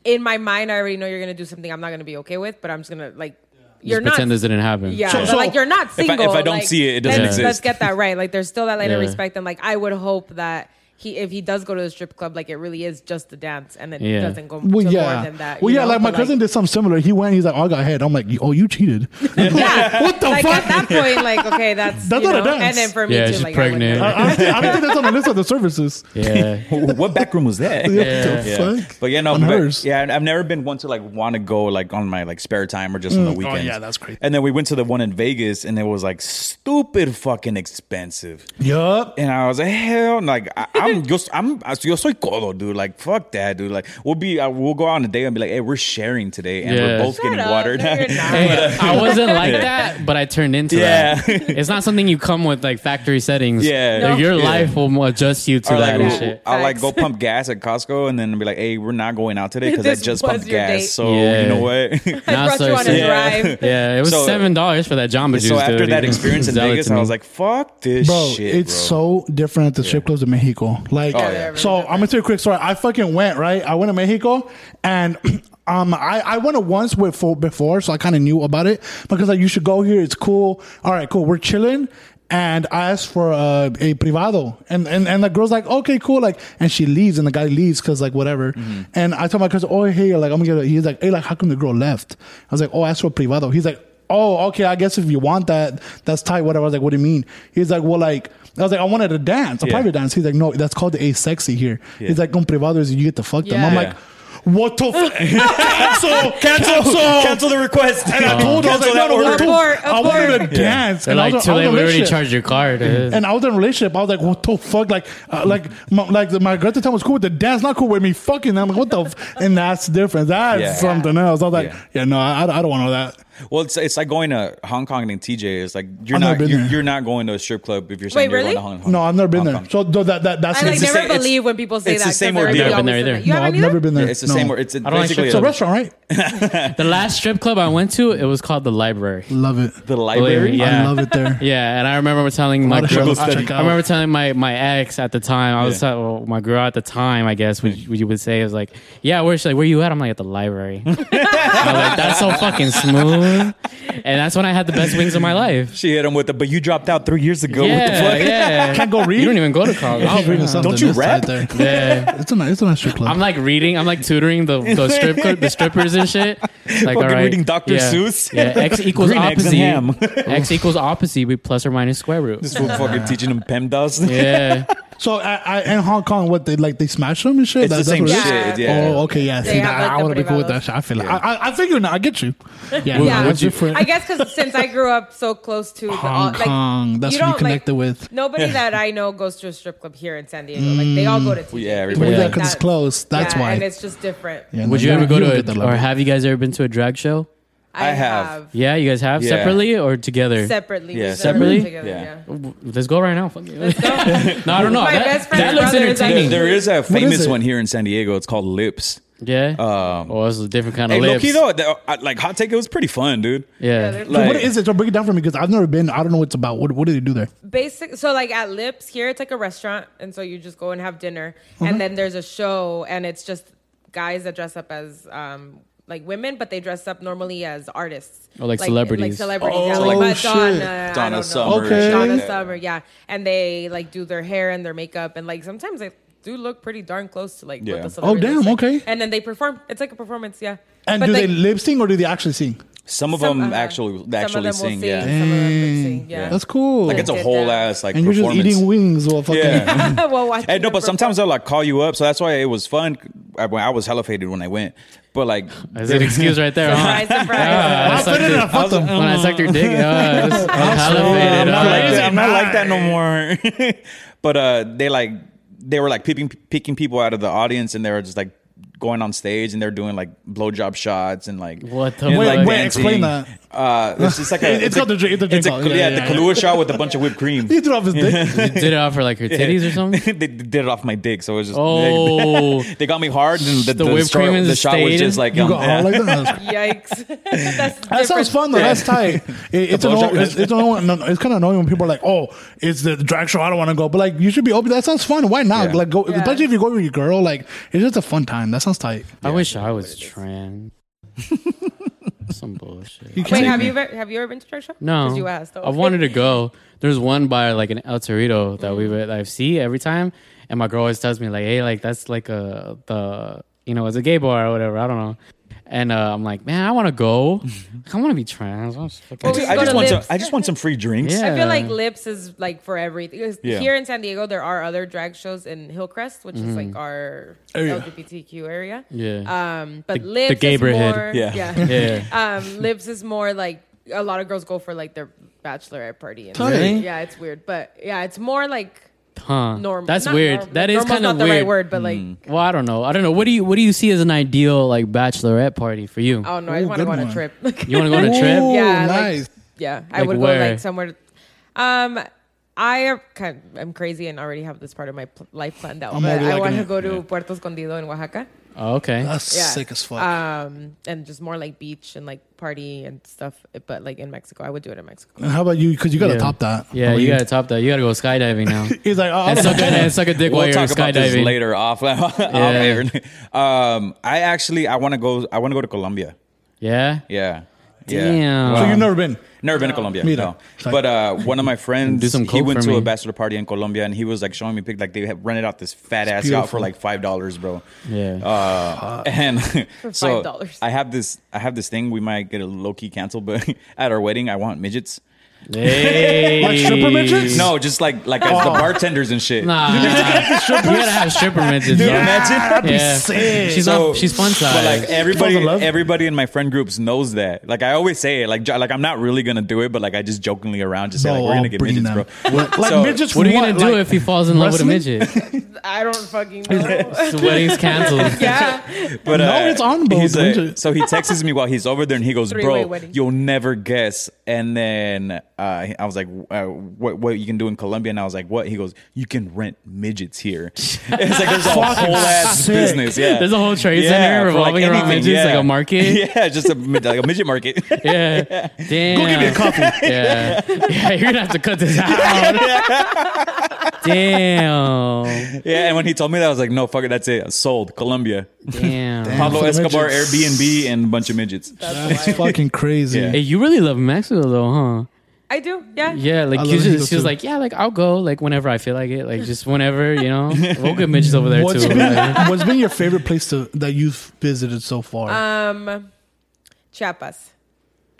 Speaker 2: in my mind, I already know you're gonna do something I'm not gonna be okay with, but I'm just gonna like. You're
Speaker 4: Just pretend
Speaker 2: not.
Speaker 4: this didn't happen.
Speaker 2: Yeah,
Speaker 3: So-
Speaker 2: but,
Speaker 3: so-
Speaker 2: like you're not
Speaker 5: I-
Speaker 2: single.
Speaker 5: if I don't
Speaker 2: like,
Speaker 5: see it, it doesn't
Speaker 2: let's-
Speaker 4: exist.
Speaker 2: Let's get that right. Like there's still that line of
Speaker 4: Yeah.
Speaker 2: respect, and like I would hope that he, if he does go to the strip club, like it really is just a dance, and it
Speaker 4: Yeah.
Speaker 2: doesn't go
Speaker 3: Well,
Speaker 2: to
Speaker 3: yeah.
Speaker 2: more than that.
Speaker 3: well,
Speaker 2: you
Speaker 3: yeah.
Speaker 2: know?
Speaker 3: Like my
Speaker 2: But,
Speaker 3: cousin did something similar. He went. He's like, "Oh, I got head." I'm like, "Oh, you cheated."
Speaker 2: Yeah.
Speaker 3: What the
Speaker 2: like,
Speaker 3: fuck?
Speaker 2: At that point, like okay, that's
Speaker 3: That's
Speaker 2: you
Speaker 3: not a
Speaker 2: know,
Speaker 3: dance.
Speaker 2: And then for me
Speaker 4: Yeah,
Speaker 2: too,
Speaker 4: she's
Speaker 2: like I wouldn't
Speaker 4: pregnant.
Speaker 2: do it.
Speaker 3: I, honestly, I don't think that's on the list of the services.
Speaker 4: yeah.
Speaker 5: what back room was that?
Speaker 3: What the
Speaker 5: Yeah.
Speaker 3: fuck?
Speaker 5: But yeah, no,
Speaker 3: on
Speaker 5: but-
Speaker 3: hers.
Speaker 5: yeah, and I've never been one to like want to go like on my like spare time or just on the weekends.
Speaker 3: Mm. Oh, yeah, that's crazy.
Speaker 5: And then we went to the one in Vegas, and it was like stupid fucking expensive.
Speaker 3: Yup.
Speaker 5: And I was like, hell, like I, I'm I'm yo, I'm yo soy codo, dude. Like fuck that, dude. Like we'll be uh, we'll go out on a day and be like, hey, we're sharing today, and
Speaker 4: Yeah.
Speaker 5: we're both
Speaker 2: Shut
Speaker 5: getting
Speaker 2: up.
Speaker 5: watered.
Speaker 2: No, you're not.
Speaker 4: Hey, I wasn't like that, but I turned into
Speaker 5: Yeah.
Speaker 4: that. It's not something you come with like factory settings.
Speaker 5: Yeah.
Speaker 4: Like, your
Speaker 5: No.
Speaker 4: life will adjust you to
Speaker 5: Or
Speaker 4: that
Speaker 5: like,
Speaker 4: and
Speaker 5: we'll-
Speaker 4: shit.
Speaker 5: I'll like go
Speaker 2: Facts.
Speaker 5: pump gas at Costco and then be like, hey, we're not going out today because I
Speaker 2: This
Speaker 5: just
Speaker 2: was
Speaker 5: pumped
Speaker 2: your
Speaker 5: gas.
Speaker 2: date.
Speaker 5: So
Speaker 4: Yeah.
Speaker 5: you know what?
Speaker 4: Now
Speaker 2: I brought you on a
Speaker 4: yeah.
Speaker 5: Yeah.
Speaker 2: drive.
Speaker 4: Yeah, it was
Speaker 5: So-
Speaker 4: seven dollars for that Jamba Juice.
Speaker 5: so after
Speaker 4: dude.
Speaker 5: that experience in
Speaker 4: Sell it
Speaker 5: Vegas,
Speaker 4: to
Speaker 5: I
Speaker 4: me.
Speaker 5: was like, fuck this
Speaker 3: bro,
Speaker 5: shit.
Speaker 3: it's
Speaker 5: bro. Oh,
Speaker 3: so different at the strip clubs in Mexico. Like,
Speaker 5: Yeah, they're
Speaker 3: so I'm gonna tell you a quick story. I fucking went right. I went to Mexico, and um, I I went to once with for, before, so I kind of knew about it because like you should go here. It's cool. All right, cool. We're chilling. And I asked for uh, a privado, and, and and the girl's like, okay, cool, like, and she leaves, and the guy leaves because like whatever.
Speaker 5: Mm-hmm.
Speaker 3: And I told my cousin, oh hey, like I'm gonna get. A, he's like, hey, like how come the girl left? I was like, oh, I asked for a privado. He's like, oh, okay, I guess if you want that, that's tight, whatever. I was like, what do you mean? He's like, well, like, I was like, I wanted a dance, a
Speaker 5: Yeah.
Speaker 3: private dance. He's like, no, that's called the a sexy here. He's like, on privado is you get to fuck them.
Speaker 2: Yeah.
Speaker 3: I'm
Speaker 5: Yeah.
Speaker 3: like, what the fuck? cancel, cancel,
Speaker 5: Cancel the request.
Speaker 3: And I told her, I was like,
Speaker 5: Cancel
Speaker 3: no,
Speaker 5: that
Speaker 3: no, what the
Speaker 2: order.
Speaker 3: I wanted a
Speaker 2: Abort,
Speaker 3: dance.
Speaker 4: They're
Speaker 3: And I
Speaker 4: like,
Speaker 3: was-
Speaker 4: too
Speaker 3: I was
Speaker 4: late.
Speaker 3: on
Speaker 4: We
Speaker 3: that
Speaker 4: already
Speaker 3: shit.
Speaker 4: charged your card.
Speaker 3: And I was in a relationship. I was like, what the fuck? Like, uh, like, my, like the, my girl at the time was cool with the dance, not cool with me fucking. I'm like, what the? F-? And that's different. That's
Speaker 5: Yeah.
Speaker 3: something else. I was like,
Speaker 5: Yeah.
Speaker 3: yeah, no, I, I don't want all that.
Speaker 5: Well, it's, it's like going to Hong Kong and TJ. It's like you're
Speaker 3: I've never
Speaker 5: not
Speaker 3: been
Speaker 5: you're,
Speaker 3: there.
Speaker 5: you're not going to a strip club if you're
Speaker 2: Wait,
Speaker 5: saying you're
Speaker 2: really?
Speaker 5: going to Hong Kong.
Speaker 3: No, I've never been
Speaker 5: Hong
Speaker 3: there.
Speaker 5: Kong.
Speaker 3: So th- that, that that's
Speaker 2: I like
Speaker 3: it's-
Speaker 5: the
Speaker 2: never
Speaker 5: same- it's-
Speaker 2: believe when people say
Speaker 5: it's
Speaker 2: that.
Speaker 5: the same
Speaker 2: 'cause "Oh, everybody
Speaker 5: ordeal.
Speaker 4: I've been
Speaker 2: always
Speaker 4: there
Speaker 2: says
Speaker 4: either.
Speaker 2: that. You
Speaker 3: no,
Speaker 2: haven't
Speaker 3: I've
Speaker 2: either?
Speaker 3: never been there.
Speaker 5: Yeah, it's the
Speaker 3: No.
Speaker 5: same. Or it's
Speaker 4: I don't like
Speaker 5: basically
Speaker 3: It's a
Speaker 5: a-
Speaker 3: restaurant, right?
Speaker 4: the last strip club I went to, it was called the Library.
Speaker 3: Love it.
Speaker 5: the library.
Speaker 4: Yeah.
Speaker 3: I love it there.
Speaker 4: Yeah, and I remember telling my
Speaker 3: lot of
Speaker 4: girl.
Speaker 3: shows to check
Speaker 4: I
Speaker 3: out.
Speaker 4: remember telling my, my ex at the time. I was
Speaker 5: Yeah.
Speaker 4: telling well, my girl at the time. I guess would would you would say it was like, yeah, where she's like, where you at? I'm like at the library. I was like, that's so fucking smooth, and that's when I had the best wings of my life.
Speaker 5: She hit him with the, but you dropped out three years ago. What the
Speaker 4: Yeah,
Speaker 5: fuck?
Speaker 4: yeah.
Speaker 3: Can't go read.
Speaker 4: You don't even go to college.
Speaker 3: I'll read something
Speaker 5: Don't you
Speaker 3: this
Speaker 5: rap?
Speaker 3: side There.
Speaker 4: Yeah.
Speaker 3: It's a nice, it's a nice strip club.
Speaker 4: I'm like reading. I'm like tutoring the the, strip, the strippers and shit. Like all right,
Speaker 5: reading Dr.
Speaker 4: yeah,
Speaker 5: Seuss.
Speaker 4: Yeah, x equals
Speaker 5: Green eggs
Speaker 4: opposite.
Speaker 5: and
Speaker 4: x equals opposite with plus or minus square root.
Speaker 5: This fool fucking teaching him PEMDAS.
Speaker 4: Yeah,
Speaker 3: so I, I, in Hong Kong, what they like, they smash them and shit.
Speaker 5: It's the
Speaker 3: That-
Speaker 5: same
Speaker 3: what it is?
Speaker 5: shit.
Speaker 2: Yeah.
Speaker 5: Yeah.
Speaker 3: Oh, okay, yeah.
Speaker 2: They
Speaker 3: See,
Speaker 2: have,
Speaker 3: that,
Speaker 2: like,
Speaker 3: I
Speaker 2: the
Speaker 3: want to be cool with
Speaker 2: privados.
Speaker 3: that shit. I feel like I, I, I figure now. I get you. Yeah,
Speaker 2: Yeah.
Speaker 3: it's different.
Speaker 2: I guess because since I grew up so close to the, all-
Speaker 3: Hong
Speaker 2: like,
Speaker 3: Kong. That's
Speaker 2: you
Speaker 3: what you
Speaker 2: don't,
Speaker 3: connected
Speaker 2: like,
Speaker 3: with.
Speaker 2: Nobody that I know goes to a strip club here in San Diego. Like they all go to. TJ.
Speaker 5: Mm. yeah,
Speaker 3: Well,
Speaker 5: everybody-
Speaker 3: yeah,
Speaker 4: Yeah.
Speaker 3: because it's
Speaker 2: That-
Speaker 3: close. That's
Speaker 2: yeah,
Speaker 3: why.
Speaker 2: and it's just different.
Speaker 3: Yeah,
Speaker 4: Would
Speaker 3: no,
Speaker 4: you ever go
Speaker 3: don't
Speaker 4: to
Speaker 3: get that
Speaker 4: a,
Speaker 3: level.
Speaker 4: or have you guys ever been to a drag show?
Speaker 2: I,
Speaker 5: I have.
Speaker 4: Yeah, you guys have
Speaker 5: Yeah.
Speaker 4: separately or together.
Speaker 2: separately.
Speaker 5: Yeah,
Speaker 2: We've never
Speaker 4: separately?
Speaker 2: been Together,
Speaker 5: Yeah.
Speaker 2: yeah.
Speaker 4: W- Let's go right now. Fuck you. no,
Speaker 2: So,
Speaker 4: I don't know.
Speaker 2: My
Speaker 4: that
Speaker 2: best
Speaker 4: that
Speaker 2: friend's
Speaker 4: looks
Speaker 2: brother is
Speaker 4: entertaining.
Speaker 2: actually-
Speaker 5: There is a famous
Speaker 3: it?
Speaker 5: one here in San Diego. It's called Lips.
Speaker 4: yeah.
Speaker 5: Um,
Speaker 4: oh, it's a different kind of
Speaker 5: Hey, low
Speaker 4: lips.
Speaker 5: key though, the- uh, like hot take, it was pretty fun, dude.
Speaker 2: yeah,
Speaker 4: yeah.
Speaker 2: they're
Speaker 5: Like-
Speaker 3: what is it? So break it down for me because I've never been. I don't know what it's about. What What do they do there?
Speaker 2: basic so like at lips here it's like a restaurant and so you just go and have dinner
Speaker 3: Mm-hmm.
Speaker 2: and then there's a show and it's just guys that dress up as um like women but they dress up normally as artists
Speaker 4: Oh, like celebrities.
Speaker 2: like celebrities yeah,
Speaker 5: Oh,
Speaker 2: like
Speaker 3: shit.
Speaker 2: Madonna, I
Speaker 5: Donna
Speaker 2: don't know.
Speaker 5: Summer,
Speaker 3: Okay. shit
Speaker 2: Donna
Speaker 5: like that.
Speaker 2: Summer yeah and they like do their hair and their makeup and like sometimes they do look pretty darn close to like
Speaker 5: Yeah.
Speaker 2: what
Speaker 5: Oh,
Speaker 2: the celebrity
Speaker 3: damn,
Speaker 2: looks like.
Speaker 3: okay.
Speaker 2: and then they perform it's like a performance yeah
Speaker 3: And
Speaker 2: But,
Speaker 3: do
Speaker 2: like,
Speaker 3: they lip sync or do they actually sing?
Speaker 5: Some of
Speaker 2: some-
Speaker 5: them
Speaker 2: uh-huh.
Speaker 5: actually
Speaker 2: Some of
Speaker 5: actually
Speaker 2: them will
Speaker 5: sing,
Speaker 2: sing,
Speaker 5: yeah.
Speaker 2: some of them will sing, yeah
Speaker 3: That's cool.
Speaker 5: Like it's a
Speaker 2: Sit
Speaker 5: whole
Speaker 2: down.
Speaker 5: ass like
Speaker 3: and you're just
Speaker 5: performance.
Speaker 3: eating wings while fucking.
Speaker 5: yeah.
Speaker 2: well, watching
Speaker 5: Hey, no,
Speaker 2: them
Speaker 5: but sometimes
Speaker 2: perform.
Speaker 5: they'll like call you up, so that's why it was fun. I, when I was hella faded when I went, but like,
Speaker 4: That's an excuse right there.
Speaker 2: surprise
Speaker 4: huh? Ah,
Speaker 2: surprise
Speaker 4: I
Speaker 3: I
Speaker 4: sucked
Speaker 3: put it in a
Speaker 4: your-
Speaker 3: fuck them.
Speaker 4: When I sucked your dick, uh, it was- I was
Speaker 5: I'm
Speaker 4: elevated,
Speaker 5: not
Speaker 4: uh,
Speaker 5: like that. I'm not
Speaker 3: Nah.
Speaker 5: like that no more. but uh, they like they were like picking picking people out of the audience, and they were just like going on stage, and they're doing like blowjob shots and like
Speaker 4: What the
Speaker 5: and,
Speaker 4: Wait,
Speaker 5: like,
Speaker 4: wait,
Speaker 5: dancing.
Speaker 3: explain that.
Speaker 5: Uh, it's just like a,
Speaker 3: It's called
Speaker 5: a-
Speaker 3: the drink- the drink
Speaker 5: it's a,
Speaker 3: call.
Speaker 5: yeah,
Speaker 3: Yeah,
Speaker 5: the
Speaker 3: yeah,
Speaker 5: Kahlua shot with a bunch of whipped cream.
Speaker 3: He threw off his dick.
Speaker 4: did it off for like her titties or something.
Speaker 5: they did it off my dick, so it was just
Speaker 4: Oh.
Speaker 5: they, got me hard, and the,
Speaker 4: The
Speaker 5: the,
Speaker 4: whipped
Speaker 5: straw-
Speaker 4: cream is
Speaker 5: the shot was
Speaker 4: stayed?
Speaker 5: just like
Speaker 3: You
Speaker 5: um,
Speaker 3: got
Speaker 5: yeah.
Speaker 3: all like that.
Speaker 2: Yikes. That's
Speaker 3: That sounds
Speaker 2: different.
Speaker 3: fun though. That's tight. It- it's,
Speaker 5: blowjob
Speaker 3: annoying, it's,
Speaker 5: is-
Speaker 3: it's, annoying, no, no, it's kind of annoying when people are like, "Oh, it's the drag show. I don't want to go." But like, you should be open. That sounds fun. Why not?
Speaker 5: Yeah.
Speaker 3: Like, go
Speaker 2: Yeah.
Speaker 3: especially if you go with your girl. Like, it's just a fun time. That sounds tight.
Speaker 4: I wish I was trans. Some bullshit.
Speaker 3: You
Speaker 2: Wait,
Speaker 3: can't-
Speaker 2: have you ever, have you ever been to drag show?
Speaker 4: No,
Speaker 2: Because you asked.
Speaker 4: I've wanted to go. There's one bar like an El Torito that
Speaker 2: Mm.
Speaker 4: we would I see every time, and my girl always tells me like, "Hey, like that's like a the you know it's a gay bar or whatever. I don't know." And uh, I'm like, man, I want to go. I want to be trans. I was fucking-
Speaker 2: Well, we
Speaker 5: I
Speaker 2: Go
Speaker 5: just
Speaker 2: to
Speaker 5: want some,
Speaker 2: Lips.
Speaker 5: I just want some free drinks.
Speaker 4: Yeah.
Speaker 2: I feel like Lips is like for everything. 'Cause
Speaker 5: Yeah.
Speaker 2: Here in San Diego, there are other drag shows in Hillcrest, which is like our
Speaker 3: Area.
Speaker 2: LGBTQ area.
Speaker 4: Mm-hmm. Yeah.
Speaker 2: Um, but
Speaker 4: The-
Speaker 2: Lips
Speaker 4: the
Speaker 2: is
Speaker 4: Gayborhood.
Speaker 2: more.
Speaker 5: Yeah.
Speaker 4: Yeah.
Speaker 2: um, Lips is more like a lot of girls go for like their bachelorette party. And
Speaker 3: Really?
Speaker 2: Yeah, it's weird, but yeah, it's more like
Speaker 4: Huh.
Speaker 2: Normal.
Speaker 4: That's
Speaker 2: Not
Speaker 4: weird.
Speaker 2: normal.
Speaker 4: That is
Speaker 2: Normal's
Speaker 4: kind of
Speaker 2: not the
Speaker 4: weird.
Speaker 2: right word, but like,
Speaker 3: Mm.
Speaker 4: Well, I don't know. I don't know. What do you What do you see as an ideal like bachelorette party for you?
Speaker 2: oh no,
Speaker 3: Ooh,
Speaker 2: I want to
Speaker 3: good
Speaker 2: go on
Speaker 3: one.
Speaker 2: a trip.
Speaker 4: You want to go on a trip?
Speaker 3: Ooh,
Speaker 2: yeah,
Speaker 3: nice.
Speaker 2: Like, yeah, I
Speaker 4: Like
Speaker 2: would
Speaker 4: where?
Speaker 2: go like somewhere. Um, I am kind I'm crazy and already have this part of my pl- life planned out.
Speaker 3: I'm
Speaker 2: but
Speaker 3: already
Speaker 2: I
Speaker 3: like
Speaker 2: want
Speaker 3: in
Speaker 2: to go
Speaker 3: it.
Speaker 2: to Puerto Escondido in Oaxaca.
Speaker 4: Oh, okay.
Speaker 3: That's
Speaker 2: Yeah.
Speaker 3: sick as fuck.
Speaker 2: Um, and just more like beach and like party and stuff. But like in Mexico, I would do it in Mexico.
Speaker 3: and how about you? Because you got to
Speaker 4: Yeah.
Speaker 3: top that. How
Speaker 4: Yeah,
Speaker 3: about
Speaker 4: you gotta top that. You gotta go skydiving now.
Speaker 3: He's like, oh, I
Speaker 4: and,
Speaker 3: don't
Speaker 4: suck a,
Speaker 3: know.
Speaker 4: and suck a dick while
Speaker 5: We'll
Speaker 4: you're
Speaker 5: talk about this
Speaker 4: skydiving.
Speaker 5: later off, off air. Um, I actually I want to go. I want to go to Colombia.
Speaker 4: Yeah.
Speaker 5: Yeah.
Speaker 4: Damn.
Speaker 5: Yeah.
Speaker 3: So
Speaker 5: Wow.
Speaker 3: you've never been.
Speaker 5: Never been to Colombia,
Speaker 3: Me
Speaker 5: no.
Speaker 3: either. Sorry.
Speaker 5: But uh, one of my friends,
Speaker 4: Do some
Speaker 5: he
Speaker 4: coke
Speaker 5: went
Speaker 4: for
Speaker 5: to a
Speaker 4: me.
Speaker 5: bachelor party in Colombia, and he was like showing me pic, like they had rented out this fat ass yacht for
Speaker 3: beautiful.
Speaker 5: like five dollars, bro.
Speaker 4: Yeah.
Speaker 5: Uh, and so
Speaker 2: $5.
Speaker 5: I have this, I have this thing. We might get a low key canceled, but at our wedding, I want midgets.
Speaker 4: Hey.
Speaker 3: Like stripper midgets?
Speaker 5: No, just like like as the
Speaker 3: Oh.
Speaker 5: bartenders and shit.
Speaker 4: Nah. you gotta have stripper midgets.
Speaker 5: Dude,
Speaker 4: bro.
Speaker 5: imagine.
Speaker 4: Yeah. She's
Speaker 5: So-
Speaker 4: not, she's fun size.
Speaker 5: But like everybody,
Speaker 3: Falls in love.
Speaker 5: everybody in my friend groups knows that. Like I always say it. Like jo- like I'm not really gonna do it, but like I just jokingly around just say like
Speaker 3: No,
Speaker 5: we're gonna
Speaker 3: I'll
Speaker 5: get
Speaker 3: Oh, bring
Speaker 5: midgets,
Speaker 3: them.
Speaker 5: bro.
Speaker 3: What- like
Speaker 5: So,
Speaker 3: midgets.
Speaker 4: what are you gonna do
Speaker 3: like-
Speaker 4: if he falls in love with a
Speaker 3: wrestling?
Speaker 4: midget?
Speaker 2: I don't fucking know.
Speaker 4: His wedding's canceled.
Speaker 2: yeah,
Speaker 5: But
Speaker 3: No,
Speaker 5: uh,
Speaker 3: it's on both,
Speaker 5: he's, uh,
Speaker 3: isn't it?
Speaker 5: so he texts me while he's over there, and he goes,
Speaker 2: Three-way
Speaker 5: "Bro,
Speaker 2: wedding.
Speaker 5: you'll never guess." And then uh, I was like, uh, "What? What you can do in Colombia?" And I was like, "What?" He goes, "You can rent midgets here." it's like there's a whole ass
Speaker 3: sick.
Speaker 5: business. Yeah,
Speaker 4: There's a whole trade
Speaker 5: Yeah,
Speaker 4: center
Speaker 5: for, like,
Speaker 4: revolving around
Speaker 5: anything,
Speaker 4: midgets,
Speaker 5: yeah.
Speaker 4: like a market. Yeah.
Speaker 5: Yeah, just a mid- like a midget market.
Speaker 4: Damn. Go
Speaker 3: give me a coffee.
Speaker 4: Yeah. Yeah, you're gonna have to cut this out. Damn.
Speaker 5: Yeah, and when he told me that, I was like, "No, fuck it, that's it, sold." Colombia,
Speaker 4: Damn.
Speaker 5: Pablo
Speaker 3: for the
Speaker 5: Escobar,
Speaker 3: midgets.
Speaker 5: Airbnb, and a bunch of midgets.
Speaker 3: That's fucking crazy.
Speaker 5: Yeah.
Speaker 4: Hey, you really love Mexico though, huh?
Speaker 2: I do. Yeah,
Speaker 4: Yeah, like
Speaker 3: I
Speaker 4: you
Speaker 3: love
Speaker 4: just,
Speaker 3: Mexico
Speaker 4: she was
Speaker 3: too.
Speaker 4: like, yeah, like I'll go, like whenever I feel like it, like just whenever, you know. We'll get midgets over there
Speaker 3: What's
Speaker 4: too. man.
Speaker 3: been, what's been your favorite place to, that you've visited so far?
Speaker 2: Um, Chiapas.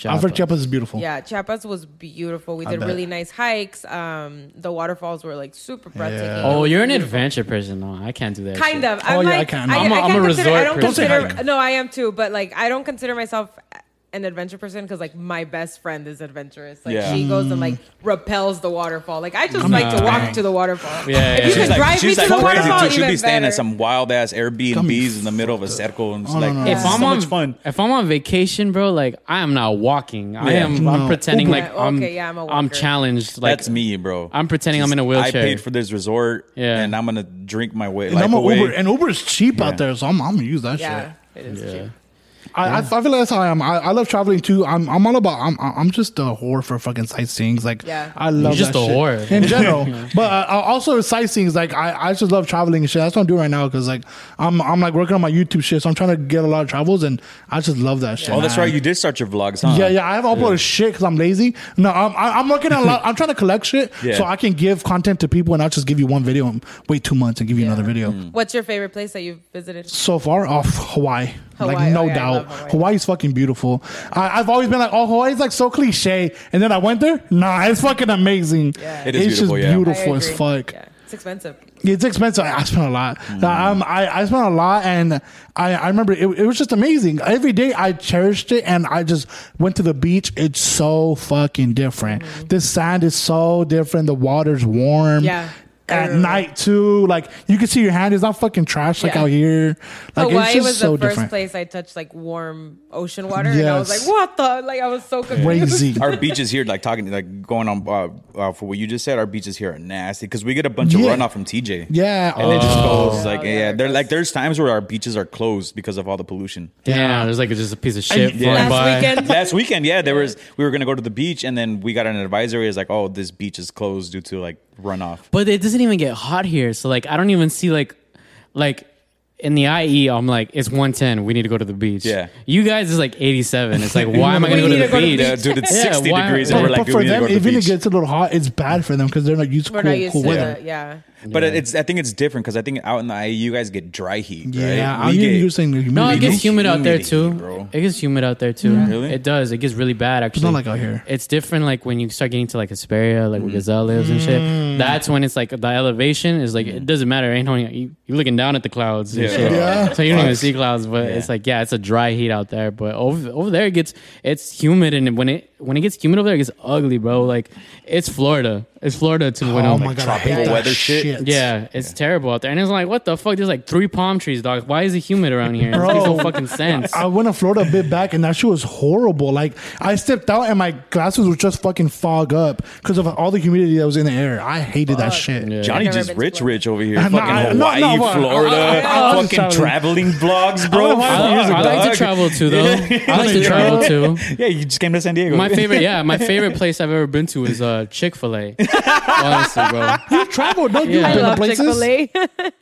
Speaker 3: I've heard
Speaker 4: Japa.
Speaker 3: Chiapas is beautiful.
Speaker 2: Yeah, Chiapas was beautiful. We
Speaker 3: I
Speaker 2: did
Speaker 3: bet.
Speaker 2: really nice hikes. Um, the waterfalls were like super breathtaking.
Speaker 4: Oh, you're an adventure person. No, I can't do that.
Speaker 2: Kind
Speaker 4: shit.
Speaker 2: of. I'm
Speaker 3: Oh, yeah, I
Speaker 2: like,
Speaker 3: can.
Speaker 2: I,
Speaker 4: I'm a-
Speaker 2: I
Speaker 4: I'm
Speaker 2: can't
Speaker 4: a
Speaker 2: consider, I
Speaker 4: resort
Speaker 2: don't
Speaker 4: person. Don't say
Speaker 2: consider.
Speaker 3: hike.
Speaker 2: No, I am too, but like I don't consider myself an adventure person because like my best friend is adventurous. Like
Speaker 5: Yeah.
Speaker 2: she goes and like repels the waterfall. Like I just like to walk to the waterfall.
Speaker 4: Yeah,
Speaker 2: If you
Speaker 4: yeah, yeah.
Speaker 2: can
Speaker 5: She's like,
Speaker 2: drive me
Speaker 5: she's
Speaker 2: to
Speaker 5: like
Speaker 2: the
Speaker 5: crazy
Speaker 2: waterfall,
Speaker 5: too.
Speaker 2: even
Speaker 5: She'd be staying
Speaker 2: better.
Speaker 5: at some wild ass
Speaker 3: Come
Speaker 5: Airbnbs in the middle of a circle, and it's
Speaker 3: Oh, no,
Speaker 5: like,
Speaker 3: no, no.
Speaker 5: "This
Speaker 4: If
Speaker 5: is
Speaker 4: I'm
Speaker 5: so
Speaker 4: on,
Speaker 5: much fun.
Speaker 4: if I'm on vacation, bro, like I am not walking. I
Speaker 5: Yeah.
Speaker 4: am.
Speaker 3: No.
Speaker 4: I'm pretending
Speaker 3: Uber.
Speaker 4: like I'm.
Speaker 2: Okay, yeah, I'm a
Speaker 4: I'm
Speaker 2: walker.
Speaker 4: challenged. Like
Speaker 5: That's me, bro.
Speaker 4: I'm pretending I'm in a
Speaker 5: I
Speaker 4: wheelchair.
Speaker 5: paid for this resort,
Speaker 4: Yeah.
Speaker 5: and I'm gonna drink my way.
Speaker 3: And
Speaker 5: life
Speaker 3: I'm an
Speaker 5: away.
Speaker 3: Uber, and Uber is cheap
Speaker 5: Yeah.
Speaker 3: out there, so I'm, I'm gonna use that shit.
Speaker 2: Yeah, it is cheap.
Speaker 3: I, I, I feel like that's how I am. I, I love traveling too. I'm I'm all about. I'm I'm just a whore for fucking sightseeing. Like
Speaker 2: Yeah.
Speaker 3: I love
Speaker 4: You're just
Speaker 3: that
Speaker 4: a
Speaker 3: shit.
Speaker 4: whore.
Speaker 3: in general. but uh, I- also sightseeing is like I, I just love traveling and shit. That's what I'm doing right now because like I'm I'm like working on my YouTube shit. So I'm trying to get a lot of travels and I just love that shit.
Speaker 5: oh, that's
Speaker 3: man.
Speaker 5: right. You did start your vlogs, huh?
Speaker 3: Yeah, yeah. I haven't uploaded shit because I'm lazy. No, I'm I- I'm working on a lot. I'm trying to collect shit
Speaker 5: Yeah.
Speaker 3: so I can give content to people and not just give you one video and wait two months and give you another video.
Speaker 5: Mm.
Speaker 2: What's your favorite place that you've visited?
Speaker 3: So far, off Hawaii.
Speaker 2: Hawaii.
Speaker 3: Like no
Speaker 2: Oh, yeah, I
Speaker 3: doubt,
Speaker 2: love Hawaii.
Speaker 3: Hawaii's fucking beautiful. I, I've always been like, oh, Hawaii's like so cliche, and then I went there. Nah, it's fucking amazing.
Speaker 2: Yeah.
Speaker 5: It
Speaker 3: it's
Speaker 5: is beautiful,
Speaker 3: just
Speaker 5: yeah. I
Speaker 3: beautiful
Speaker 2: I
Speaker 3: as
Speaker 2: agree.
Speaker 3: fuck.
Speaker 2: Yeah. It's expensive.
Speaker 3: It's expensive. I, I spent a lot.
Speaker 2: Mm.
Speaker 3: Nah, um, I, I spent a lot, and I, I remember it, it was just amazing. Every day I cherished it, and I just went to the beach. It's so fucking different.
Speaker 2: Mm.
Speaker 3: The sand is so different. The water's warm.
Speaker 2: Yeah.
Speaker 3: At
Speaker 2: Mm.
Speaker 3: night too, like you can see your hand is not fucking trash like
Speaker 2: Yeah.
Speaker 3: out here. Like it's
Speaker 2: Hawaii
Speaker 3: just
Speaker 2: was
Speaker 3: so
Speaker 2: the first
Speaker 3: different.
Speaker 2: place I touched like warm ocean water, and I was
Speaker 3: Yes.
Speaker 2: like, "What the?" Like I was so confused.
Speaker 3: Crazy.
Speaker 5: our beaches here, like talking, like going on uh, uh, for what you just said, our beaches here are nasty because we get a bunch
Speaker 3: Yeah.
Speaker 5: of runoff from TJ.
Speaker 3: Yeah.
Speaker 5: and it just
Speaker 3: Oh.
Speaker 5: goes like,
Speaker 2: Oh,
Speaker 5: yeah,
Speaker 2: yeah,
Speaker 5: they're
Speaker 2: that's-
Speaker 5: like, there's times where our beaches are closed because of all the pollution.
Speaker 4: Yeah, there's like just a piece of shit
Speaker 5: Yeah.
Speaker 2: Last
Speaker 4: flying by.
Speaker 2: weekend,
Speaker 5: Last weekend, yeah, there was we were gonna go to the beach, and then we got an advisory. It's like, oh, this beach is closed due to like runoff.
Speaker 4: But it doesn't even get hot here, so like I don't even see like, like in the IE, I'm like it's 110. We need to go to the beach.
Speaker 5: Yeah.
Speaker 4: you guys is like 87. It's like why am I gonna
Speaker 2: We
Speaker 4: go to
Speaker 2: need
Speaker 4: the
Speaker 2: to go to
Speaker 4: beach?
Speaker 2: the
Speaker 5: Yeah, dude, it's
Speaker 4: Yeah,
Speaker 5: 60
Speaker 4: why-
Speaker 5: degrees,
Speaker 4: But-
Speaker 5: and we're
Speaker 3: But,
Speaker 5: like,
Speaker 3: but
Speaker 5: dude,
Speaker 3: for
Speaker 5: we need
Speaker 3: them,
Speaker 5: to go to
Speaker 3: even
Speaker 5: the
Speaker 3: if it
Speaker 5: beach.
Speaker 3: gets a little hot, it's bad for them because they're not used to
Speaker 2: we're
Speaker 3: cool,
Speaker 2: not used
Speaker 3: cool
Speaker 2: to
Speaker 3: weather.
Speaker 2: the yeah.
Speaker 5: But it's I think it's different because I think out in the IE, you guys get dry heat.
Speaker 3: Yeah,
Speaker 5: right?
Speaker 3: I'm
Speaker 5: We get-
Speaker 3: used to humidity.
Speaker 4: No, it
Speaker 5: get
Speaker 4: gets humid out there
Speaker 5: humidity,
Speaker 4: too.
Speaker 5: bro.
Speaker 4: It gets humid out there too.
Speaker 5: Really?
Speaker 4: It does. It gets really bad actually.
Speaker 3: like out here.
Speaker 4: It's different like when you start getting to like Hesperia, like
Speaker 5: Mm.
Speaker 4: where Gazelle lives and
Speaker 3: Mm.
Speaker 4: shit. That's when it's like the elevation is like it doesn't matter. Ain't no, you, you're looking down at the clouds. and
Speaker 5: Yeah.
Speaker 4: shit.
Speaker 3: Yeah.
Speaker 4: So you don't even see clouds, but
Speaker 5: Yeah.
Speaker 4: it's like yeah, it's a dry heat out there. But over over there it gets it's humid and when it when it gets humid over there, it gets ugly, bro. Like it's Florida. It's Florida to
Speaker 3: Oh
Speaker 4: when I'm
Speaker 3: my
Speaker 4: like,
Speaker 3: god, I hate
Speaker 5: tropical
Speaker 3: that
Speaker 5: weather
Speaker 3: shit.
Speaker 5: shit.
Speaker 4: yeah, it's terrible out there. And it's like, what the fuck? There's like three palm trees, dog. Why is it humid around here? It makes no
Speaker 3: Bro.
Speaker 4: fucking sense.
Speaker 3: I went to Florida a bit back, and that shit was horrible. Like I stepped out, and my glasses would just fucking fog up because of all the humidity that was in the air. I hated that shit.
Speaker 4: Yeah.
Speaker 5: Johnny
Speaker 2: Never
Speaker 5: just
Speaker 2: been to
Speaker 5: rich,
Speaker 2: Florida.
Speaker 5: rich over here.
Speaker 3: No,
Speaker 5: fucking
Speaker 3: I- no,
Speaker 5: Hawaii,
Speaker 3: no, what?
Speaker 5: Florida,
Speaker 3: I- I was
Speaker 5: fucking
Speaker 3: just
Speaker 5: traveling blogs,
Speaker 3: I
Speaker 5: bro.
Speaker 4: I,
Speaker 5: Fuck,
Speaker 4: I like
Speaker 5: dog.
Speaker 4: to travel too, though. I like to
Speaker 3: Yeah.
Speaker 4: travel too.
Speaker 5: Yeah, you just came to San Diego.
Speaker 4: My favorite, yeah, my favorite place I've ever been to is uh, Chick Fil A. Honestly, bro,
Speaker 3: You traveled, don't
Speaker 4: Yeah.
Speaker 3: you?
Speaker 4: I
Speaker 2: I
Speaker 3: Been to
Speaker 2: love Chick
Speaker 3: places.
Speaker 2: Fil A.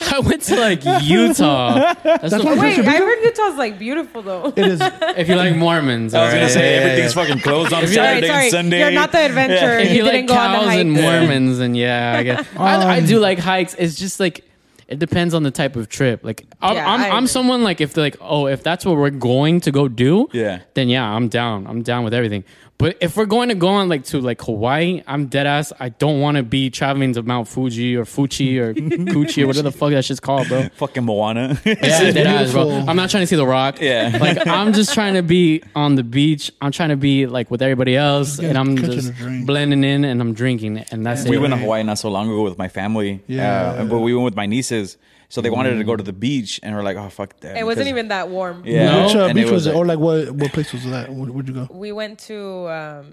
Speaker 4: I went to like Utah. That's, the
Speaker 3: what-
Speaker 4: first-
Speaker 2: Wait, I heard Utah's like beautiful though.
Speaker 3: It is.
Speaker 4: if you like Mormons,
Speaker 5: I was gonna
Speaker 4: alright?
Speaker 5: say
Speaker 4: Yeah, yeah,
Speaker 5: everything's
Speaker 4: yeah.
Speaker 5: fucking closed on
Speaker 4: If you like-
Speaker 5: Saturday and Sunday.
Speaker 2: You're not the adventurer.
Speaker 4: If
Speaker 2: you,
Speaker 4: you like
Speaker 2: didn't go on
Speaker 4: cows
Speaker 2: the hike.
Speaker 4: and Mormons, and yeah, I guess I, I do like hikes. It's just like it depends on the type of trip. Like I'm,
Speaker 2: Yeah,
Speaker 4: I'm,
Speaker 2: I
Speaker 4: I'm
Speaker 2: agree.
Speaker 4: someone like if they're like, oh, if that's what we're going to go do,
Speaker 5: Yeah.
Speaker 4: then yeah, I'm down. I'm down with everything. But if we're going to go on like to like Hawaii, I'm dead ass. I don't want to be traveling to Mount Fuji or Fuji or Kuchi or whatever the fuck that shit's called, bro.
Speaker 5: fucking Moana.
Speaker 4: Yeah, dead ass, bro.
Speaker 3: beautiful.
Speaker 4: I'm not trying to see the rock.
Speaker 5: Yeah.
Speaker 4: Like I'm just trying to be on the beach. I'm trying to be like with everybody else
Speaker 3: Yeah,
Speaker 4: and I'm
Speaker 3: catching
Speaker 4: just
Speaker 3: a drink.
Speaker 4: blending in and I'm drinking and that's
Speaker 5: we
Speaker 4: it.
Speaker 5: went to Hawaii not so long ago with my family.
Speaker 3: Yeah.
Speaker 5: uh, but we went with my nieces. So they wanted to go to the beach, and we're like, oh fuck that.
Speaker 2: It wasn't
Speaker 5: because-
Speaker 2: even that warm.
Speaker 5: Yeah.
Speaker 3: Which uh,
Speaker 5: And
Speaker 3: beach
Speaker 5: it
Speaker 3: was it,
Speaker 5: like-
Speaker 3: or like what? What place was that? Where, would you go?
Speaker 2: We went to um,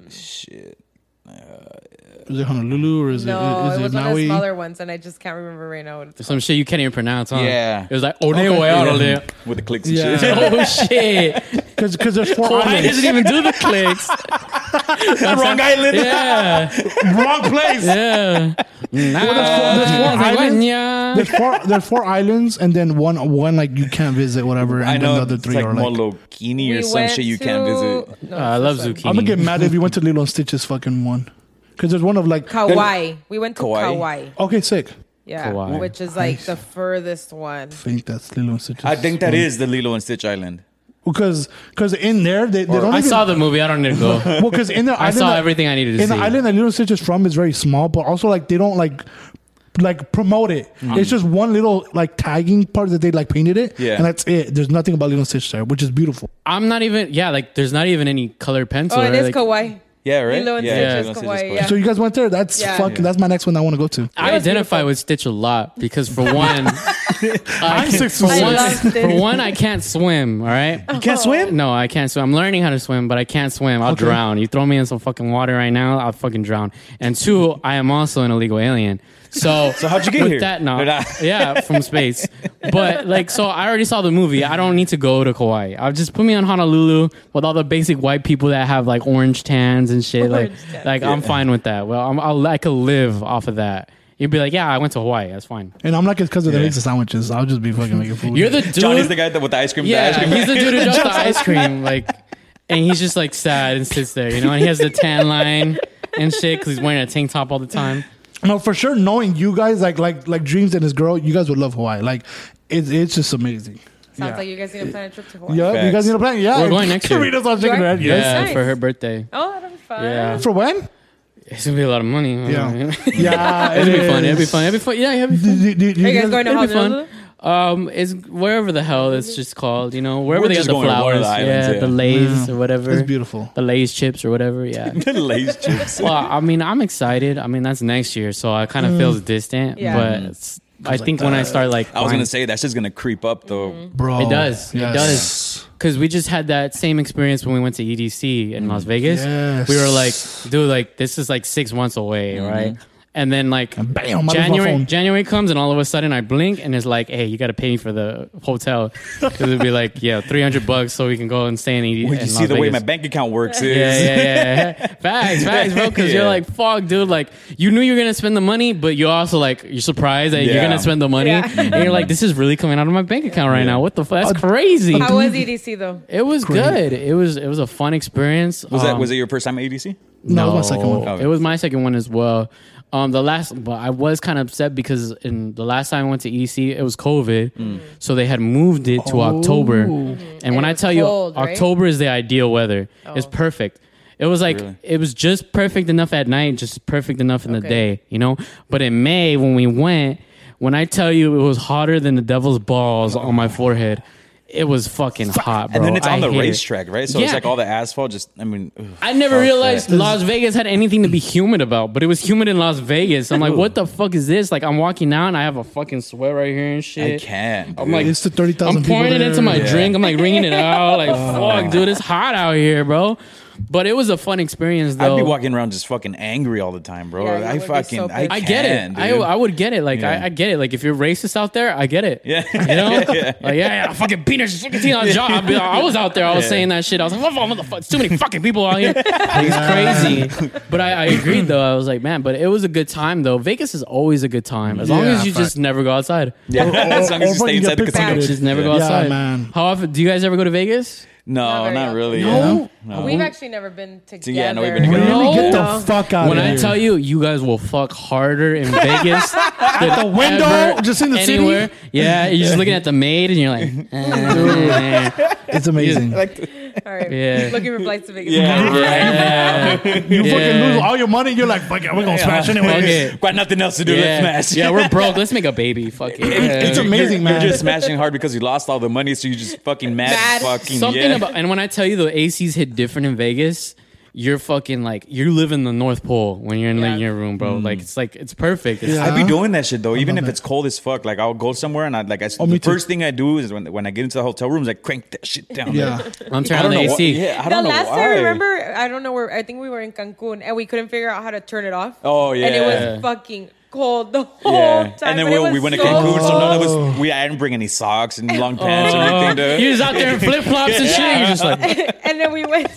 Speaker 3: Is it Honolulu or is
Speaker 2: no,
Speaker 3: it? Is
Speaker 2: it,
Speaker 3: it,
Speaker 2: was one of the
Speaker 3: Maui?
Speaker 2: smaller ones, and I just can't remember right now. What it's
Speaker 4: Some shit you can't even pronounce, huh?
Speaker 5: Yeah.
Speaker 4: It was like "Oh, One okay.
Speaker 5: with the clicks and
Speaker 3: Yeah.
Speaker 5: shit.
Speaker 4: Oh shit.
Speaker 3: Because there's four
Speaker 4: Hawaii
Speaker 3: islands.
Speaker 4: doesn't even do the clicks.
Speaker 5: Wrong island.
Speaker 4: Yeah.
Speaker 3: Wrong place.
Speaker 4: Yeah. Nah.
Speaker 3: there's four
Speaker 4: I was like, what?
Speaker 3: islands.
Speaker 4: Yeah.
Speaker 3: There's four. There's four islands, and then one. One like you can't visit, whatever. And
Speaker 5: I
Speaker 3: then
Speaker 5: know
Speaker 3: the other
Speaker 5: it's
Speaker 3: three
Speaker 5: like
Speaker 3: are like.
Speaker 5: Molokini
Speaker 2: we
Speaker 5: or some
Speaker 2: went
Speaker 5: shit you
Speaker 2: to-
Speaker 5: can't visit.
Speaker 2: No,
Speaker 4: Uh, I love
Speaker 2: it's this
Speaker 4: zucchini.
Speaker 2: one.
Speaker 3: I'm gonna get mad if you went to Lilo and Stitch's fucking one, because there's one of like.
Speaker 2: Kauai. We went to
Speaker 5: Kauai.
Speaker 2: Kauai.
Speaker 3: Okay, sick.
Speaker 2: Yeah,
Speaker 4: Kauai.
Speaker 2: which is like the furthest one.
Speaker 3: I think that's Lilo and Mm. Stitch's.
Speaker 5: I think that is the Lilo and Stitch Island.
Speaker 3: because because in there they, they don't.
Speaker 4: I
Speaker 3: even,
Speaker 4: saw the movie. I don't need to go.
Speaker 3: Well, because in the
Speaker 4: I
Speaker 3: island
Speaker 4: saw
Speaker 3: that-
Speaker 4: everything I needed to
Speaker 3: in the
Speaker 4: see.
Speaker 3: island that Lilo and Stitch is from is very small, but also like they don't like like promote it. It's just one little like tagging part that they like painted it.
Speaker 5: Mm. Yeah.
Speaker 3: and that's it. There's nothing about Lilo and Stitch there, which is beautiful.
Speaker 4: I'm not even. Yeah, like there's not even any colored pencil.
Speaker 2: Oh, it
Speaker 4: right?
Speaker 2: is
Speaker 4: Like,
Speaker 2: Kauai.
Speaker 5: Yeah, right.
Speaker 2: Lilo and
Speaker 5: yeah,
Speaker 2: Stitch
Speaker 5: Lilo
Speaker 2: is
Speaker 5: and
Speaker 2: Kauai,
Speaker 5: Kauai.
Speaker 2: yeah.
Speaker 3: So you guys went there. That's
Speaker 2: Yeah.
Speaker 3: fucking. That's my next one I want to go to.
Speaker 4: I
Speaker 2: It was
Speaker 4: identify
Speaker 2: beautiful.
Speaker 4: with Stitch a lot because for one, I can't-
Speaker 3: six
Speaker 4: for,
Speaker 3: foot
Speaker 4: one
Speaker 2: six. I love
Speaker 4: for
Speaker 2: Stitch. Oh.
Speaker 4: one, I can't swim. All right,
Speaker 5: You can't swim?
Speaker 4: no, I can't swim. I'm learning how to swim, but I can't swim. I'll drown. You throw me in some fucking water right now, I'll fucking drown. And two, I am also an illegal alien. So, so
Speaker 5: how'd you get
Speaker 4: with
Speaker 5: here?
Speaker 4: That no,
Speaker 5: Did I-
Speaker 4: yeah, from space. But like, so I already saw the movie. I don't need to go to Kauai. I'll just put me on Honolulu with all the basic white people that have like orange tans and shit.
Speaker 2: Orange
Speaker 4: like,
Speaker 2: tans.
Speaker 4: like I'm fine with that. Well, I'm, I'll, I could live off of that. You'd be like, yeah, I went to Hawaii. That's fine.
Speaker 3: And I'm like, it's because of the pizza sandwiches. I'll just be fucking making food.
Speaker 4: You're the dude.
Speaker 5: Johnny's the guy that with the ice cream.
Speaker 4: Yeah,
Speaker 5: the ice cream.
Speaker 4: he's the dude who dropped the ice cream, like, and he's just like sad and sits there, you know, and he has the tan line and shit because he's wearing a tank top all the time.
Speaker 3: no for sure. Knowing you guys, like like like dreams and his girl, you guys would love Hawaii. Like it's it's just amazing.
Speaker 2: Sounds
Speaker 3: Yeah.
Speaker 2: like you guys need to plan a trip to Hawaii.
Speaker 3: Yeah, you guys
Speaker 5: Facts.
Speaker 3: need a plan. Yeah,
Speaker 4: We're going next year.
Speaker 3: Karina's all shaking her head.
Speaker 2: You are?
Speaker 3: Yes.
Speaker 4: Yeah,
Speaker 2: Nice.
Speaker 4: for her birthday.
Speaker 2: Oh, that'll be fun.
Speaker 4: Yeah,
Speaker 3: For when?
Speaker 4: it's gonna be a lot of money.
Speaker 3: Yeah.
Speaker 4: it'll
Speaker 3: Yeah,
Speaker 4: be fun. It'll be fun. It'll be fun. Yeah, it'll be fun.
Speaker 3: Do- do- do
Speaker 2: Are
Speaker 3: you
Speaker 2: you guys going to
Speaker 4: It'll be
Speaker 2: Honolulu?
Speaker 4: fun. Um, is wherever the hell it's just called, you know, wherever
Speaker 5: We're
Speaker 4: they got
Speaker 5: just
Speaker 4: the
Speaker 5: going to one
Speaker 4: flowers,
Speaker 5: of the islands,
Speaker 4: yeah,
Speaker 5: yeah.
Speaker 4: the lays or whatever,
Speaker 3: It's beautiful.
Speaker 4: the lays chips or whatever, yeah.
Speaker 5: the Lay's chips.
Speaker 4: well, I mean, I'm excited. I mean, that's next year, so it kind of feels distant.
Speaker 2: Yeah.
Speaker 4: But it's, I think when I start like,
Speaker 5: Mm. I was gonna
Speaker 4: buying-
Speaker 5: say that's just gonna creep up though.
Speaker 2: Mm-hmm.
Speaker 3: bro.
Speaker 4: It does. It does. Because we just had that same experience when we went to EDC in Las Vegas.
Speaker 3: Yes.
Speaker 4: We were like, dude, like this is like six months away,
Speaker 5: Mm-hmm.
Speaker 4: right? And then like
Speaker 3: bam, I lose my
Speaker 4: January
Speaker 3: phone.
Speaker 4: January comes and all of a sudden I blink and it's like, hey, you got to pay me for the hotel. 'Cause it'd be like, yeah, three hundred bucks so we can go and stay in EDC.
Speaker 5: Well, you
Speaker 4: in
Speaker 5: see
Speaker 4: Las
Speaker 5: the way
Speaker 4: Vegas.
Speaker 5: my bank account works is.
Speaker 4: Yeah, yeah, yeah. yeah. facts, facts, bro. Because you're
Speaker 5: Yeah.
Speaker 4: like, fuck, dude. Like, you knew you were gonna spend the money, but you're also like, you're surprised that you're
Speaker 5: Yeah.
Speaker 4: gonna spend the money,
Speaker 2: Yeah.
Speaker 4: and you're like, this is really coming out of my bank account right
Speaker 5: Yeah.
Speaker 4: now. What the fuck? That's crazy.
Speaker 2: How was EDC though?
Speaker 4: It was good. It was it was a fun experience. Um,
Speaker 5: Was
Speaker 3: Um,
Speaker 5: that was it your first time at ADC?
Speaker 3: No, it was my second one.
Speaker 5: Okay.
Speaker 4: It was my second one as well. Um, the last, but I was kind of upset because in the last time I went to EDC, it was COVID,
Speaker 5: Mm.
Speaker 4: so they had moved it to
Speaker 3: Oh.
Speaker 4: October.
Speaker 3: Mm-hmm.
Speaker 4: And, when I
Speaker 2: was
Speaker 4: tell you,
Speaker 2: cold, right? Oh.
Speaker 4: October is the ideal weather. It's perfect. It was like
Speaker 5: Really?
Speaker 4: it was just perfect enough at night, just perfect enough in the
Speaker 2: Okay.
Speaker 4: day, you know. But in May, when we went, when I tell you, it was hotter than the devil's balls on my forehead. It was fucking hot, bro.
Speaker 5: and then it's on
Speaker 4: I
Speaker 5: the
Speaker 4: hate it.
Speaker 5: racetrack, right? So it's
Speaker 4: Yeah.
Speaker 5: like all the asphalt. Just I mean, ugh,
Speaker 4: I never
Speaker 5: fuck
Speaker 4: realized
Speaker 5: that.
Speaker 4: Las Vegas had anything to be humid about, but it was humid in Las Vegas. I'm like, what the fuck is this? Like, I'm walking out and I have a fucking sweat right here and shit.
Speaker 5: I can.
Speaker 4: I'm like,
Speaker 3: It's the 30,000
Speaker 4: I'm
Speaker 3: people
Speaker 4: pouring it
Speaker 3: there.
Speaker 4: into my
Speaker 5: Yeah.
Speaker 4: drink. I'm like wringing it out. Like, fuck, dude, it's hot out here, bro. But it was a fun experience, though.
Speaker 5: I'd be walking around just fucking angry all the time, bro.
Speaker 2: Yeah, that
Speaker 5: I
Speaker 2: would be
Speaker 5: fucking,
Speaker 2: so
Speaker 5: I,
Speaker 2: pissed.
Speaker 4: I get
Speaker 5: can,
Speaker 4: it. I,
Speaker 5: dude.
Speaker 4: I would get it. Like
Speaker 5: Yeah.
Speaker 4: I, I get it. Like if you're racist out there, I get it.
Speaker 5: Yeah.
Speaker 4: You know? Like, yeah, yeah, fucking peanuts, fucking teeth on the jaw. I'd be like- I was out there. I was
Speaker 5: Yeah.
Speaker 4: saying that shit. I was like, what, what, what the fuck? It's too many fucking people out here. Like, It's crazy. But I, I agreed though. I was like, man, but it was a good time though. Vegas is always a good time as long
Speaker 3: Yeah,
Speaker 4: as you
Speaker 3: fact.
Speaker 4: just never go outside.
Speaker 5: yeah, as
Speaker 3: or-
Speaker 5: long
Speaker 3: or
Speaker 5: as you stay
Speaker 3: fucking
Speaker 5: inside
Speaker 3: get
Speaker 5: the
Speaker 3: picked
Speaker 5: casino.
Speaker 3: pockets.
Speaker 4: Just never go
Speaker 3: Yeah,
Speaker 4: outside.
Speaker 3: man.
Speaker 4: How often do you guys ever go to Vegas?
Speaker 5: No,
Speaker 2: Not very
Speaker 5: not
Speaker 2: often.
Speaker 5: really.
Speaker 3: No?
Speaker 5: yeah. no.
Speaker 2: We've actually never been together.
Speaker 5: yeah, no, we've been together.
Speaker 3: Really?
Speaker 4: No.
Speaker 3: Get
Speaker 2: No.
Speaker 3: the fuck out
Speaker 4: when
Speaker 3: of
Speaker 4: I
Speaker 3: here.
Speaker 4: tell you, you guys will fuck harder in Vegas. At
Speaker 3: the window, just in the city?
Speaker 4: anywhere. Yeah, you're just looking at the maid, and you're like, eh,
Speaker 3: it's amazing.
Speaker 2: All right.
Speaker 4: Yeah.
Speaker 2: Looking for flights to Vegas.
Speaker 5: Yeah.
Speaker 4: yeah, yeah,
Speaker 3: you fucking
Speaker 4: Yeah.
Speaker 3: lose all your money. You're like, fuck it, we're gonna smash anyway.
Speaker 4: Okay.
Speaker 5: Got nothing else to do.
Speaker 4: yeah.
Speaker 5: Let's smash.
Speaker 4: yeah, we're broke. Let's make a baby. Fuck it.
Speaker 3: It's
Speaker 4: Yeah.
Speaker 3: amazing,
Speaker 5: You're
Speaker 3: man.
Speaker 5: just smashing hard because you lost all the money, so you just fucking mad.
Speaker 2: Mad.
Speaker 5: Fucking
Speaker 4: Something
Speaker 5: yeah.
Speaker 4: about and when I tell you the ACs hit different in Vegas, you're fucking like you live in the North Pole when you're in, like,
Speaker 2: Yeah.
Speaker 4: your room, bro. Like it's like it's perfect. It's,
Speaker 3: Yeah.
Speaker 5: I'd be doing that shit though, even if
Speaker 3: that.
Speaker 5: it's cold as fuck. Like I'll go somewhere and I'd like I,
Speaker 3: Oh,
Speaker 5: the
Speaker 3: me too.
Speaker 5: first thing I do is when when I get into the hotel rooms, I crank that shit down.
Speaker 3: Yeah.
Speaker 5: I
Speaker 4: I'm turning on
Speaker 5: don't
Speaker 4: the
Speaker 5: know. Why,
Speaker 4: AC.
Speaker 5: yeah, I
Speaker 2: The
Speaker 5: don't know
Speaker 2: last
Speaker 5: why.
Speaker 2: time I remember, I don't know where. I think we were in Cancun and we couldn't figure out how to turn it off.
Speaker 5: Oh,
Speaker 2: and it
Speaker 4: yeah.
Speaker 2: was fucking cold the whole
Speaker 5: Yeah,
Speaker 2: time.
Speaker 5: and then
Speaker 2: oh, but it
Speaker 5: we,
Speaker 2: was
Speaker 5: we went to
Speaker 2: so
Speaker 5: Cancun, so none of
Speaker 2: cold.
Speaker 5: us we I didn't bring any socks and long pants
Speaker 2: Oh.
Speaker 5: or
Speaker 4: Uh,
Speaker 5: anything. dude.
Speaker 4: you're just out there in flip flops and shit. You're just like,
Speaker 2: and then we went.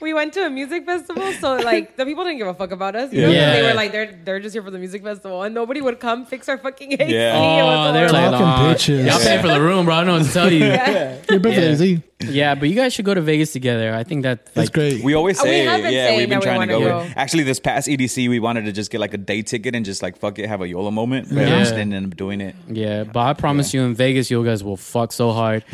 Speaker 2: We went to a music festival, so like the people didn't give a fuck about us.
Speaker 4: Yeah.
Speaker 2: They
Speaker 4: Yeah.
Speaker 2: were like, they're they're just here for the music festival, and nobody would come fix our fucking AC.
Speaker 5: Yeah.
Speaker 2: It was
Speaker 4: oh, they're
Speaker 2: horrible.
Speaker 4: like,
Speaker 3: Fucking
Speaker 4: "Aw,
Speaker 3: bitches."
Speaker 4: y'all paying for the room, bro. I don't know what to tell you. Yeah,
Speaker 3: You're big lazy.
Speaker 4: but you guys should go to Vegas together. I think that
Speaker 3: It's
Speaker 4: like,
Speaker 3: great.
Speaker 5: We always
Speaker 2: Oh, we
Speaker 5: say,
Speaker 2: have been
Speaker 5: yeah,
Speaker 2: saying
Speaker 5: we've been
Speaker 2: that we
Speaker 5: trying to go.
Speaker 2: wanna
Speaker 5: with-
Speaker 2: go.
Speaker 5: Actually, this past EDC, we wanted to just get like a day ticket and just like fuck it, have a YOLO moment. But
Speaker 4: Yeah.
Speaker 5: we just didn't end up doing it.
Speaker 4: Yeah, but I promise you, in Vegas, you guys will fuck so hard.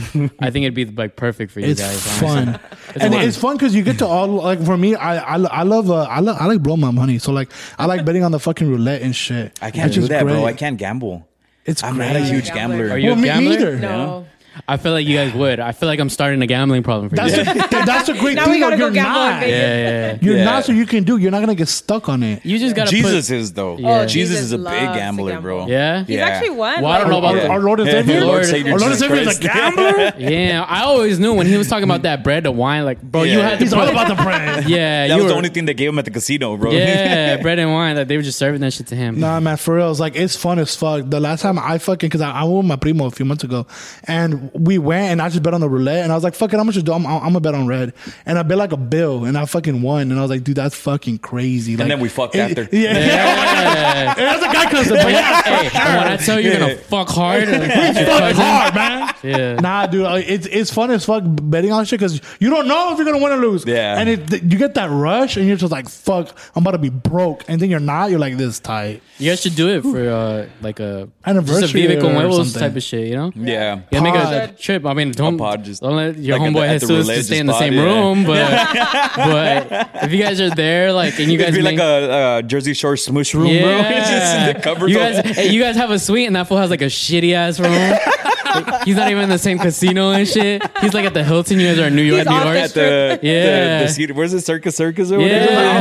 Speaker 4: I think it'd be like perfect for you
Speaker 3: It's
Speaker 4: guys. honestly.
Speaker 3: fun. and
Speaker 4: fun.
Speaker 3: it's fun because you get to all like for me, I I, lo- I love uh, I love I like blow my money. So like I like betting on the fucking roulette and shit.
Speaker 5: I can't
Speaker 3: Which
Speaker 5: do
Speaker 3: is
Speaker 5: that, bro.
Speaker 3: great.
Speaker 5: I can't gamble.
Speaker 3: It's
Speaker 5: I'm
Speaker 3: great.
Speaker 5: not a
Speaker 2: you a
Speaker 5: huge
Speaker 2: gambler?
Speaker 5: gambler.
Speaker 4: Are you
Speaker 3: Well,
Speaker 4: a
Speaker 3: me
Speaker 4: gambler?
Speaker 3: neither.
Speaker 2: No,
Speaker 4: I feel like you guys would. I feel like I'm starting a gambling problem for
Speaker 3: That's
Speaker 4: you.
Speaker 3: a, that's a great
Speaker 2: Now we
Speaker 3: thing.
Speaker 2: gotta
Speaker 3: though.
Speaker 2: go
Speaker 3: You're
Speaker 2: gamble in
Speaker 3: not.
Speaker 2: Vegas.
Speaker 4: Yeah, yeah, yeah.
Speaker 3: You're
Speaker 5: Yeah.
Speaker 3: not. So you can do. You're not gonna get stuck on it.
Speaker 4: You just gotta
Speaker 5: Jesus is though.
Speaker 4: Yeah.
Speaker 5: Jesus, is a
Speaker 2: Oh, Jesus
Speaker 5: big
Speaker 2: loves to
Speaker 5: gambler, bro.
Speaker 2: gamble.
Speaker 4: Yeah?
Speaker 2: he's
Speaker 5: Yeah.
Speaker 2: actually won.
Speaker 4: Well, I don't know
Speaker 2: like-
Speaker 4: about
Speaker 5: Yeah.
Speaker 3: Our Lord and Savior.
Speaker 5: Lord
Speaker 4: Lord
Speaker 5: Savior,
Speaker 3: Our Lord and
Speaker 5: Jesus
Speaker 3: Savior is a
Speaker 5: Christ.
Speaker 3: gambler.
Speaker 4: Put, yeah, I always knew when he was talking about that bread to wine, like bro, you
Speaker 5: Yeah.
Speaker 4: had to
Speaker 3: He's
Speaker 4: put,
Speaker 3: all about the brand.
Speaker 4: yeah.
Speaker 5: That
Speaker 4: you
Speaker 5: was the
Speaker 4: were-
Speaker 5: only thing they gave him at the casino, bro.
Speaker 4: Yeah, bread and wine. Like they were just serving that shit to him.
Speaker 3: Nah, man, for real, it's like it's fun as fuck. The last time I fucking, cause I, I went with my primo a few months ago, and we went and I just bet on the roulette, and I was like, fuck it, how much do I'm, I'm gonna bet on red, and I bet like a bill, and I fucking won, and I was like, dude, that's fucking crazy. Like,
Speaker 5: And then we fucked
Speaker 3: it-
Speaker 5: after.
Speaker 3: Yeah,
Speaker 4: Yeah.
Speaker 3: And that's a guy cousin, but yeah,
Speaker 4: hey, when I tell you you're gonna fuck hard, like, your
Speaker 3: fuck
Speaker 4: cousin,
Speaker 3: hard, man.
Speaker 4: Yeah.
Speaker 3: Nah, dude, like, it's it's fun as fuck betting on shit because you don't know if you're gonna win or lose.
Speaker 5: Yeah.
Speaker 3: and it, you get that rush, and you're just like, fuck, I'm about to be broke, and then you're not. You're like this tight.
Speaker 4: You guys should do it for uh, like a
Speaker 3: Anniversary
Speaker 4: just a Vivica
Speaker 3: or
Speaker 4: Huevos
Speaker 3: something.
Speaker 4: type of shit, you know?
Speaker 5: yeah.
Speaker 4: Yeah, make a
Speaker 3: Pod.
Speaker 4: trip. I mean, don't,
Speaker 5: pod, just-
Speaker 4: don't let your
Speaker 5: like at the-
Speaker 4: homeboy
Speaker 5: at the
Speaker 4: Jesus to
Speaker 5: religious
Speaker 4: stay in the
Speaker 5: pod,
Speaker 4: same
Speaker 5: yeah.
Speaker 4: room, but but if you guys are there, like, and you
Speaker 5: It'd
Speaker 4: guys
Speaker 5: be
Speaker 4: make,
Speaker 5: like a uh, Jersey Shore smush room, bro. It's just, it covers
Speaker 4: you
Speaker 5: all-
Speaker 4: guys, hey, you guys have a suite, and that fool has like a shitty ass room. Like, he's not even in the same casino and shit. He's like at the Hilton. You guys are in New York,
Speaker 2: He's
Speaker 4: New
Speaker 2: off
Speaker 4: York.
Speaker 5: at the,
Speaker 4: Yeah.
Speaker 5: the, the cedar- where's the circus circus or whatever?
Speaker 4: Yeah.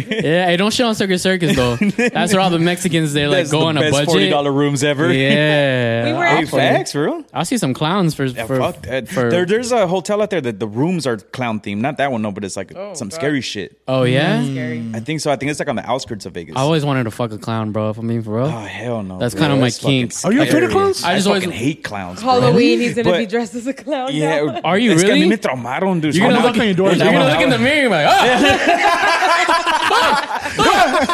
Speaker 5: Oscar-
Speaker 4: yeah, hey, don't shit on Circus Circus though. That's where all the Mexicans they like
Speaker 5: That's
Speaker 4: go
Speaker 5: the
Speaker 4: on a
Speaker 5: best
Speaker 4: budget.
Speaker 5: forty dollar rooms ever.
Speaker 4: Yeah,
Speaker 2: We were
Speaker 5: Hey,
Speaker 4: I'll,
Speaker 2: at-
Speaker 5: facts, bro.
Speaker 4: I'll see some clowns for
Speaker 5: Yeah,
Speaker 4: for,
Speaker 5: fuck that.
Speaker 4: for
Speaker 5: there, there's a hotel out there that the rooms are clown themed. Not that one, no, but it's like
Speaker 2: Oh,
Speaker 5: some
Speaker 2: God.
Speaker 5: scary shit.
Speaker 4: oh yeah.
Speaker 2: Scary.
Speaker 5: I think so. I think it's like on the outskirts of Vegas.
Speaker 4: I always wanted to fuck a clown, bro. If I'm being for real.
Speaker 5: oh hell no.
Speaker 4: That's
Speaker 5: bro.
Speaker 4: kind of my
Speaker 5: That's fucking
Speaker 4: kinks.
Speaker 3: Are you afraid of
Speaker 5: scary.
Speaker 3: clowns?
Speaker 5: I,
Speaker 4: I just
Speaker 5: fucking
Speaker 4: always-
Speaker 5: hate clowns. bro.
Speaker 2: Halloween, he's gonna
Speaker 5: But-
Speaker 2: be dressed as a clown.
Speaker 5: Yeah.
Speaker 2: now.
Speaker 4: Are you
Speaker 5: it's
Speaker 4: really?
Speaker 5: Gonna be traumaron, dude.
Speaker 4: You're gonna
Speaker 3: I'm
Speaker 4: look
Speaker 3: knocking on your door
Speaker 4: You're
Speaker 3: with that
Speaker 4: gonna
Speaker 3: one.
Speaker 4: look in the mirror. You're like,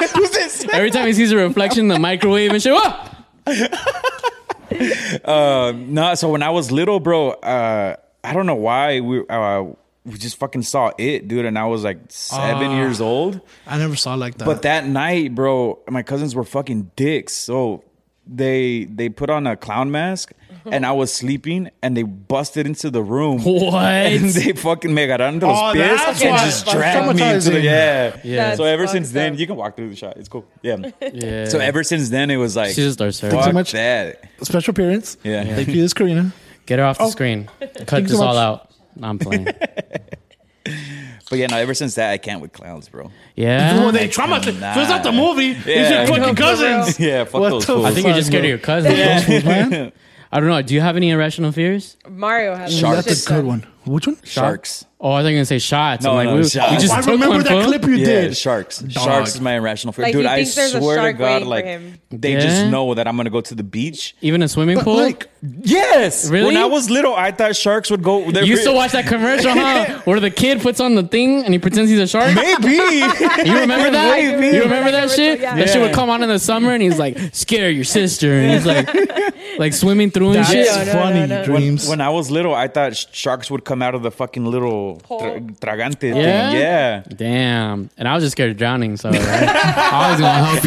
Speaker 4: oh.
Speaker 5: Who's this?
Speaker 4: Every time he sees a reflection in the microwave and shit, oh!
Speaker 5: No, so when I was little, bro, uh, I don't know why we uh, we just fucking saw it, dude, and I was like seven years old.
Speaker 3: I never saw like that.
Speaker 5: But that night, bro, my cousins were fucking dicks. So they they put on a clown mask, and I was sleeping, and they busted into the room. And
Speaker 4: what?
Speaker 5: they fucking me agarraron de los
Speaker 3: Oh,
Speaker 5: pies
Speaker 3: that's
Speaker 5: and
Speaker 3: why.
Speaker 5: just dragged me into the
Speaker 3: Traumatizing.
Speaker 5: yeah.
Speaker 4: Yeah.
Speaker 5: So ever
Speaker 2: That's
Speaker 5: since
Speaker 2: fucked
Speaker 5: then,
Speaker 2: up.
Speaker 5: you can walk through the shot. It's cool. Yeah.
Speaker 4: Yeah.
Speaker 5: So ever since then, it was like
Speaker 4: She just starts
Speaker 5: fuck
Speaker 4: serving.
Speaker 3: Too much-
Speaker 5: that.
Speaker 3: special appearance.
Speaker 5: Yeah.
Speaker 3: Thank you, this is Karina.
Speaker 4: Get her off the screen. Cut
Speaker 3: Thanks
Speaker 4: this
Speaker 3: so
Speaker 4: all
Speaker 3: much.
Speaker 4: out. No, I'm playing.
Speaker 5: But yeah, no. Ever since that, I can't with clowns, bro.
Speaker 4: Yeah.
Speaker 3: Well, they traumatized. If it's not the movie, it's
Speaker 5: Yeah.
Speaker 3: your
Speaker 5: No,
Speaker 3: fucking cousins.
Speaker 5: Yeah, fuck
Speaker 3: What
Speaker 5: those
Speaker 3: the
Speaker 5: fools.
Speaker 4: I think you're just scared of your cousin.
Speaker 3: Those fools, man.
Speaker 4: I don't know. Do you have any irrational fears?
Speaker 2: Mario has a
Speaker 5: Sharks.
Speaker 2: shit
Speaker 3: That's a good
Speaker 2: ton.
Speaker 3: one. Which one?
Speaker 5: Sharks.
Speaker 4: Oh, I thought you were gonna say shots.
Speaker 5: No,
Speaker 4: I'm like,
Speaker 5: no,
Speaker 4: we, we
Speaker 5: shots.
Speaker 4: just
Speaker 5: I
Speaker 4: took one,
Speaker 3: that
Speaker 4: fool.
Speaker 3: clip you
Speaker 5: yeah,
Speaker 3: did.
Speaker 5: sharks. Sharks is my irrational fear,
Speaker 2: Like,
Speaker 5: dude.
Speaker 2: he
Speaker 5: I
Speaker 2: thinks there's a
Speaker 5: swear to
Speaker 2: shark
Speaker 5: God,
Speaker 2: waiting for
Speaker 5: like
Speaker 2: him.
Speaker 5: they just
Speaker 4: Yeah?
Speaker 5: know that I'm gonna go to the beach.
Speaker 4: Even a swimming
Speaker 3: But
Speaker 4: pool.
Speaker 3: like,
Speaker 5: Yes.
Speaker 4: Really?
Speaker 5: When I was little, I thought sharks would go. they're
Speaker 4: you used to
Speaker 5: real-
Speaker 4: watch that commercial, huh? Where the kid puts on the thing and he pretends he's a shark.
Speaker 5: Maybe.
Speaker 4: You remember that?
Speaker 2: I do
Speaker 4: You
Speaker 2: remember
Speaker 4: remember
Speaker 2: that
Speaker 4: that shit?
Speaker 2: commercial, yeah.
Speaker 4: That shit would
Speaker 5: Yeah.
Speaker 4: come on in the summer, and he's like, "Scare your sister," and he's like, like swimming through and
Speaker 3: that's
Speaker 4: shit.
Speaker 2: no, no,
Speaker 3: funny
Speaker 2: no, no.
Speaker 3: dreams.
Speaker 5: when I was little, I thought sh- sharks would come out of the fucking little tra-
Speaker 2: Hole.
Speaker 5: tragante
Speaker 4: Yeah?
Speaker 5: thing. Yeah.
Speaker 4: Damn. And I was just scared of drowning, so I was gonna help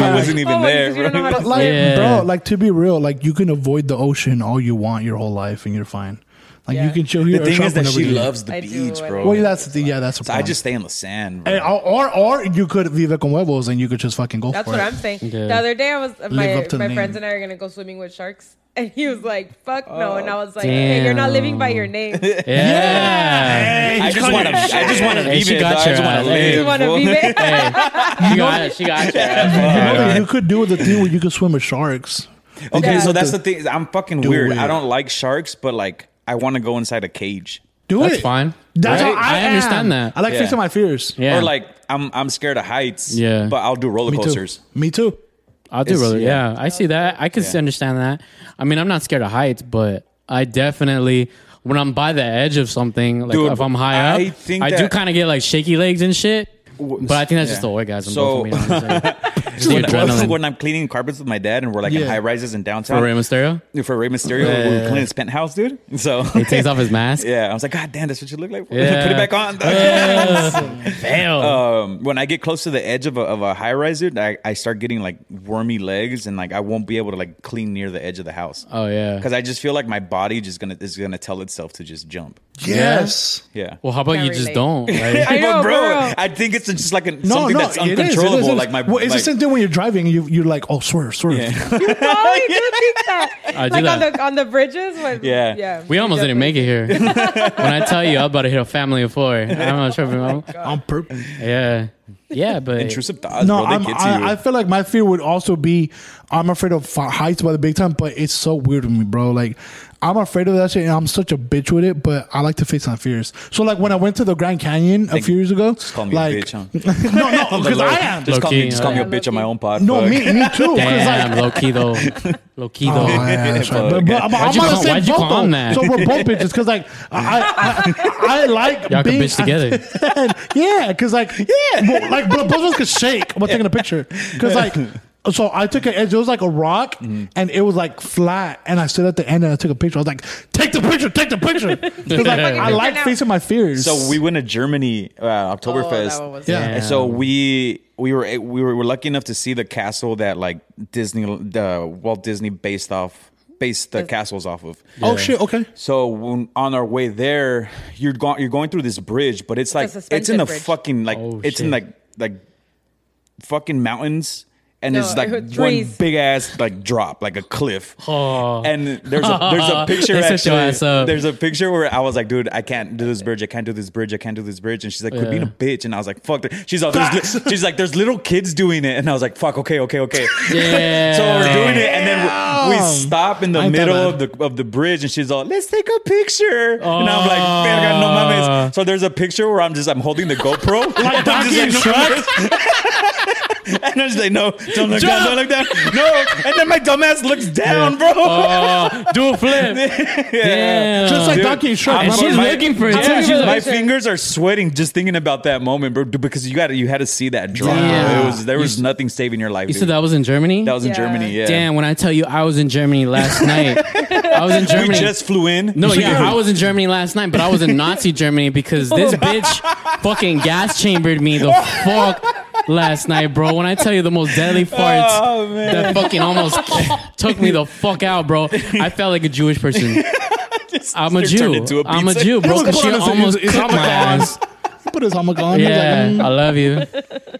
Speaker 5: I
Speaker 4: you.
Speaker 5: wasn't even
Speaker 2: Oh,
Speaker 5: there.
Speaker 2: because you don't know
Speaker 5: bro.
Speaker 2: how to
Speaker 3: But like,
Speaker 4: Yeah.
Speaker 3: bro, like to be real, like you can avoid the ocean all you want your whole life, and you're fine. Like
Speaker 2: Yeah.
Speaker 3: you can chill
Speaker 5: The
Speaker 3: here. or
Speaker 5: thing
Speaker 3: shop
Speaker 5: is that
Speaker 3: whenever
Speaker 5: she
Speaker 3: you-
Speaker 5: loves the
Speaker 2: I do,
Speaker 5: beach,
Speaker 2: I
Speaker 5: bro.
Speaker 2: love
Speaker 3: Well, that's the yeah, that's a
Speaker 5: so I
Speaker 3: problem.
Speaker 5: just stay in the sand, bro.
Speaker 3: And- or, or or you could vive con huevos and you could just fucking go
Speaker 2: That's
Speaker 3: for
Speaker 2: what
Speaker 3: it.
Speaker 2: I'm saying.
Speaker 4: Yeah.
Speaker 2: The other day, I was my,
Speaker 3: up to the
Speaker 2: my
Speaker 3: name.
Speaker 2: friends and I are gonna go swimming with sharks, and he was like, "Fuck no!" And I
Speaker 5: Oh,
Speaker 2: was like,
Speaker 4: damn.
Speaker 2: "Hey, you're not living by your name. you
Speaker 4: Yeah.
Speaker 5: I just want to. I just want to
Speaker 4: Hey,
Speaker 5: leave
Speaker 4: she
Speaker 5: it.
Speaker 4: got
Speaker 5: dog. I
Speaker 4: your
Speaker 5: just want
Speaker 4: ass.
Speaker 5: to
Speaker 4: Hey.
Speaker 5: live.
Speaker 4: You
Speaker 2: want to
Speaker 5: fool.
Speaker 2: be there?"
Speaker 4: She got it. She got
Speaker 3: You, know
Speaker 4: it.
Speaker 3: that you could do the thing where you could swim with sharks.
Speaker 5: Okay,
Speaker 2: Yeah.
Speaker 5: so that's the thing. is I'm fucking weird.
Speaker 3: it.
Speaker 5: I don't like sharks, but like I want to go inside a cage.
Speaker 3: Do
Speaker 4: That's
Speaker 3: it.
Speaker 4: fine.
Speaker 3: That's
Speaker 4: Right?
Speaker 3: how I,
Speaker 4: I understand
Speaker 3: am.
Speaker 4: that.
Speaker 3: I like
Speaker 5: Yeah.
Speaker 3: facing my fears.
Speaker 4: Yeah.
Speaker 5: Or like I'm I'm scared of heights.
Speaker 4: Yeah.
Speaker 5: But I'll do roller
Speaker 3: Me too.
Speaker 5: coasters.
Speaker 3: Me too.
Speaker 4: I'll do
Speaker 5: It's-
Speaker 4: roller.
Speaker 5: yeah.
Speaker 4: Yeah. I see that. I can
Speaker 5: Yeah.
Speaker 4: understand that. I mean, I'm not scared of heights, but I definitely when I'm by the edge of something, like
Speaker 5: Dude,
Speaker 4: if I'm high up,
Speaker 5: I
Speaker 4: I,
Speaker 5: think
Speaker 4: do
Speaker 5: that-
Speaker 4: kind of get like shaky legs and shit. But I think that's just
Speaker 5: yeah.
Speaker 4: the orgasm.
Speaker 5: So-
Speaker 4: So, me, honestly. just the
Speaker 5: When,
Speaker 4: adrenaline.
Speaker 5: when I'm cleaning carpets with my dad, and we're like in
Speaker 3: Yeah.
Speaker 5: high rises in downtown
Speaker 4: For Rey Mysterio,
Speaker 5: for Rey Mysterio, we we're cleaning his penthouse, dude. So
Speaker 4: he takes off his mask.
Speaker 5: yeah, I was like, God damn, that's what you look like.
Speaker 4: Yeah.
Speaker 5: Put it back on.
Speaker 4: Fail.
Speaker 5: um, when I get close to the edge of a, of a high rise, dude, I, I start getting like wormy legs, and like I won't be able to like clean near the edge of the house
Speaker 4: oh yeah.
Speaker 5: because I just feel like my body just gonna is gonna tell itself to just jump.
Speaker 3: Yes.
Speaker 5: Yeah.
Speaker 4: Well, how about
Speaker 2: Can't
Speaker 4: you just
Speaker 2: relate.
Speaker 4: don't? Right?
Speaker 2: I know,
Speaker 5: But bro,
Speaker 2: bro.
Speaker 5: I think it's just like a,
Speaker 3: No,
Speaker 5: something
Speaker 3: no,
Speaker 5: that's
Speaker 3: it is, it is,
Speaker 5: uncontrollable.
Speaker 3: it is.
Speaker 5: Like my,
Speaker 3: well, it's
Speaker 5: like,
Speaker 3: the same thing when you're driving. You you're like, oh, swerve,
Speaker 2: oh,
Speaker 3: swerve.
Speaker 2: you do think that?
Speaker 4: I do
Speaker 2: like on
Speaker 4: that.
Speaker 2: the on the bridges? When,
Speaker 5: Yeah.
Speaker 2: yeah.
Speaker 4: we almost didn't
Speaker 2: definitely-
Speaker 4: make it here. when I tell you, I'm about to hit a family of four. I'm not sure. If
Speaker 2: Oh
Speaker 4: I'm,
Speaker 3: On purpose.
Speaker 4: yeah, yeah, but
Speaker 5: intrusive thoughts,
Speaker 3: No,
Speaker 5: bro. They
Speaker 3: I'm,
Speaker 5: get to you.
Speaker 3: I, I feel like my fear would also be I'm afraid of fi- heights by the big time, but it's so weird with me, bro. Like I'm afraid of that shit, and I'm such a bitch with it. But I like to face my fears. So like when I went to the Grand Canyon a few years ago,
Speaker 5: just call me
Speaker 3: like
Speaker 5: a bitch, huh?
Speaker 3: no, no, because I am.
Speaker 5: Just call me,
Speaker 4: Low-key,
Speaker 5: just call me a
Speaker 2: huh?
Speaker 5: bitch on my own pod.
Speaker 3: No,
Speaker 5: fuck.
Speaker 3: me, me too. 'cause,
Speaker 4: damn,
Speaker 3: like,
Speaker 4: low key though, low key
Speaker 3: Oh,
Speaker 4: though.
Speaker 3: yeah, that's right.
Speaker 5: Fuck.
Speaker 3: But, but I'm, I'm
Speaker 4: Why'd you
Speaker 3: on the
Speaker 4: call-
Speaker 3: same
Speaker 4: why'd you
Speaker 3: boat
Speaker 4: call him
Speaker 3: though.
Speaker 4: that?
Speaker 3: So we're both bitches because like I, I, I like
Speaker 4: Y'all can
Speaker 3: being
Speaker 4: bitch together.
Speaker 3: yeah, because like yeah, well, like bro, both of us could shake while taking a picture. Because like, so I took an edge. It was like a rock,
Speaker 4: Mm-hmm.
Speaker 3: and it was like flat. And I stood at the end and I took a picture. I was like, take the picture, take the picture. Because like
Speaker 4: Fucking
Speaker 3: I
Speaker 2: picture
Speaker 3: like
Speaker 2: now.
Speaker 3: facing my fears.
Speaker 5: So we went to Germany uh,
Speaker 2: Oh,
Speaker 5: Oktoberfest.
Speaker 2: that one was
Speaker 3: Yeah.
Speaker 2: yeah.
Speaker 5: And so we we were we were, were lucky enough to see the castle that like Disney uh, Walt Disney based off based the castles off of.
Speaker 3: oh shit, okay.
Speaker 5: So when, on our way there, you're going you're going through this bridge, but it's like it's, in
Speaker 2: suspended
Speaker 5: the
Speaker 2: bridge.
Speaker 5: fucking like
Speaker 4: Oh,
Speaker 5: it's in
Speaker 4: shit.
Speaker 5: like like fucking mountains. And
Speaker 2: No,
Speaker 5: it's like
Speaker 2: it was
Speaker 5: one
Speaker 2: trees.
Speaker 5: big ass like drop, like a cliff.
Speaker 4: Oh.
Speaker 5: And there's a there's a picture
Speaker 4: They set your
Speaker 5: actually.
Speaker 4: ass up.
Speaker 5: There's a picture where I was like, dude, I can't do this bridge. I can't do this bridge. I can't do this bridge. And she's like, quit being a bitch. And I was like, fuck. th- She's all, there's li- she's like, there's little kids doing it. And I was like, fuck. Okay, okay, okay.
Speaker 4: Yeah.
Speaker 5: So we're doing it, and then we- we stop in the
Speaker 3: Ain't that
Speaker 5: middle of
Speaker 3: bad.
Speaker 5: the of the bridge, and she's all, "Let's take a picture." And I'm like, "Verga, no
Speaker 4: Ah.
Speaker 5: mames." So there's a picture where I'm just I'm holding the GoPro, like I'm
Speaker 3: Donkey and
Speaker 5: mames. and I'm just like, "No, don't look down, don't look down, no." And then my dumbass looks down, bro.
Speaker 4: Oh, do a flip. Damn.
Speaker 3: Just like
Speaker 5: Dude,
Speaker 3: Donkey and Shrek.
Speaker 5: I'm-
Speaker 4: And she's looking for it,
Speaker 5: Yeah,
Speaker 4: too. She's
Speaker 5: my
Speaker 4: like-
Speaker 5: fingers are sweating just thinking about that moment, bro. dude, Because you got you had to see that drop.
Speaker 4: Yeah.
Speaker 5: It was there
Speaker 4: You
Speaker 5: was
Speaker 4: s-
Speaker 5: nothing saving your life.
Speaker 4: you
Speaker 5: dude.
Speaker 4: said that was in Germany.
Speaker 5: That was in
Speaker 2: Yeah.
Speaker 5: Germany. Yeah,
Speaker 4: Damn, when I tell you I was in Germany last night, I was in
Speaker 5: we
Speaker 4: Germany.
Speaker 5: just flew in.
Speaker 4: No,
Speaker 5: You
Speaker 4: yeah,
Speaker 5: said-
Speaker 4: I was in Germany last night, but I was in Nazi Germany because this bitch fucking gas chambered me the fuck last night, bro. When I tell you the most deadly farts
Speaker 5: Oh, man.
Speaker 4: that fucking almost took me the fuck out, bro. I felt like a Jewish person. I'm a
Speaker 5: you're turned
Speaker 4: Jew.
Speaker 5: into a
Speaker 4: I'm a
Speaker 5: pizza.
Speaker 4: Jew, bro.
Speaker 3: Look,
Speaker 4: Cause she
Speaker 3: honestly,
Speaker 4: almost
Speaker 3: it's- it's
Speaker 4: cooked my
Speaker 3: Ramadan.
Speaker 4: ass.
Speaker 3: He put his hammock on. He was like,
Speaker 4: Yeah,
Speaker 3: mm.
Speaker 4: I love you.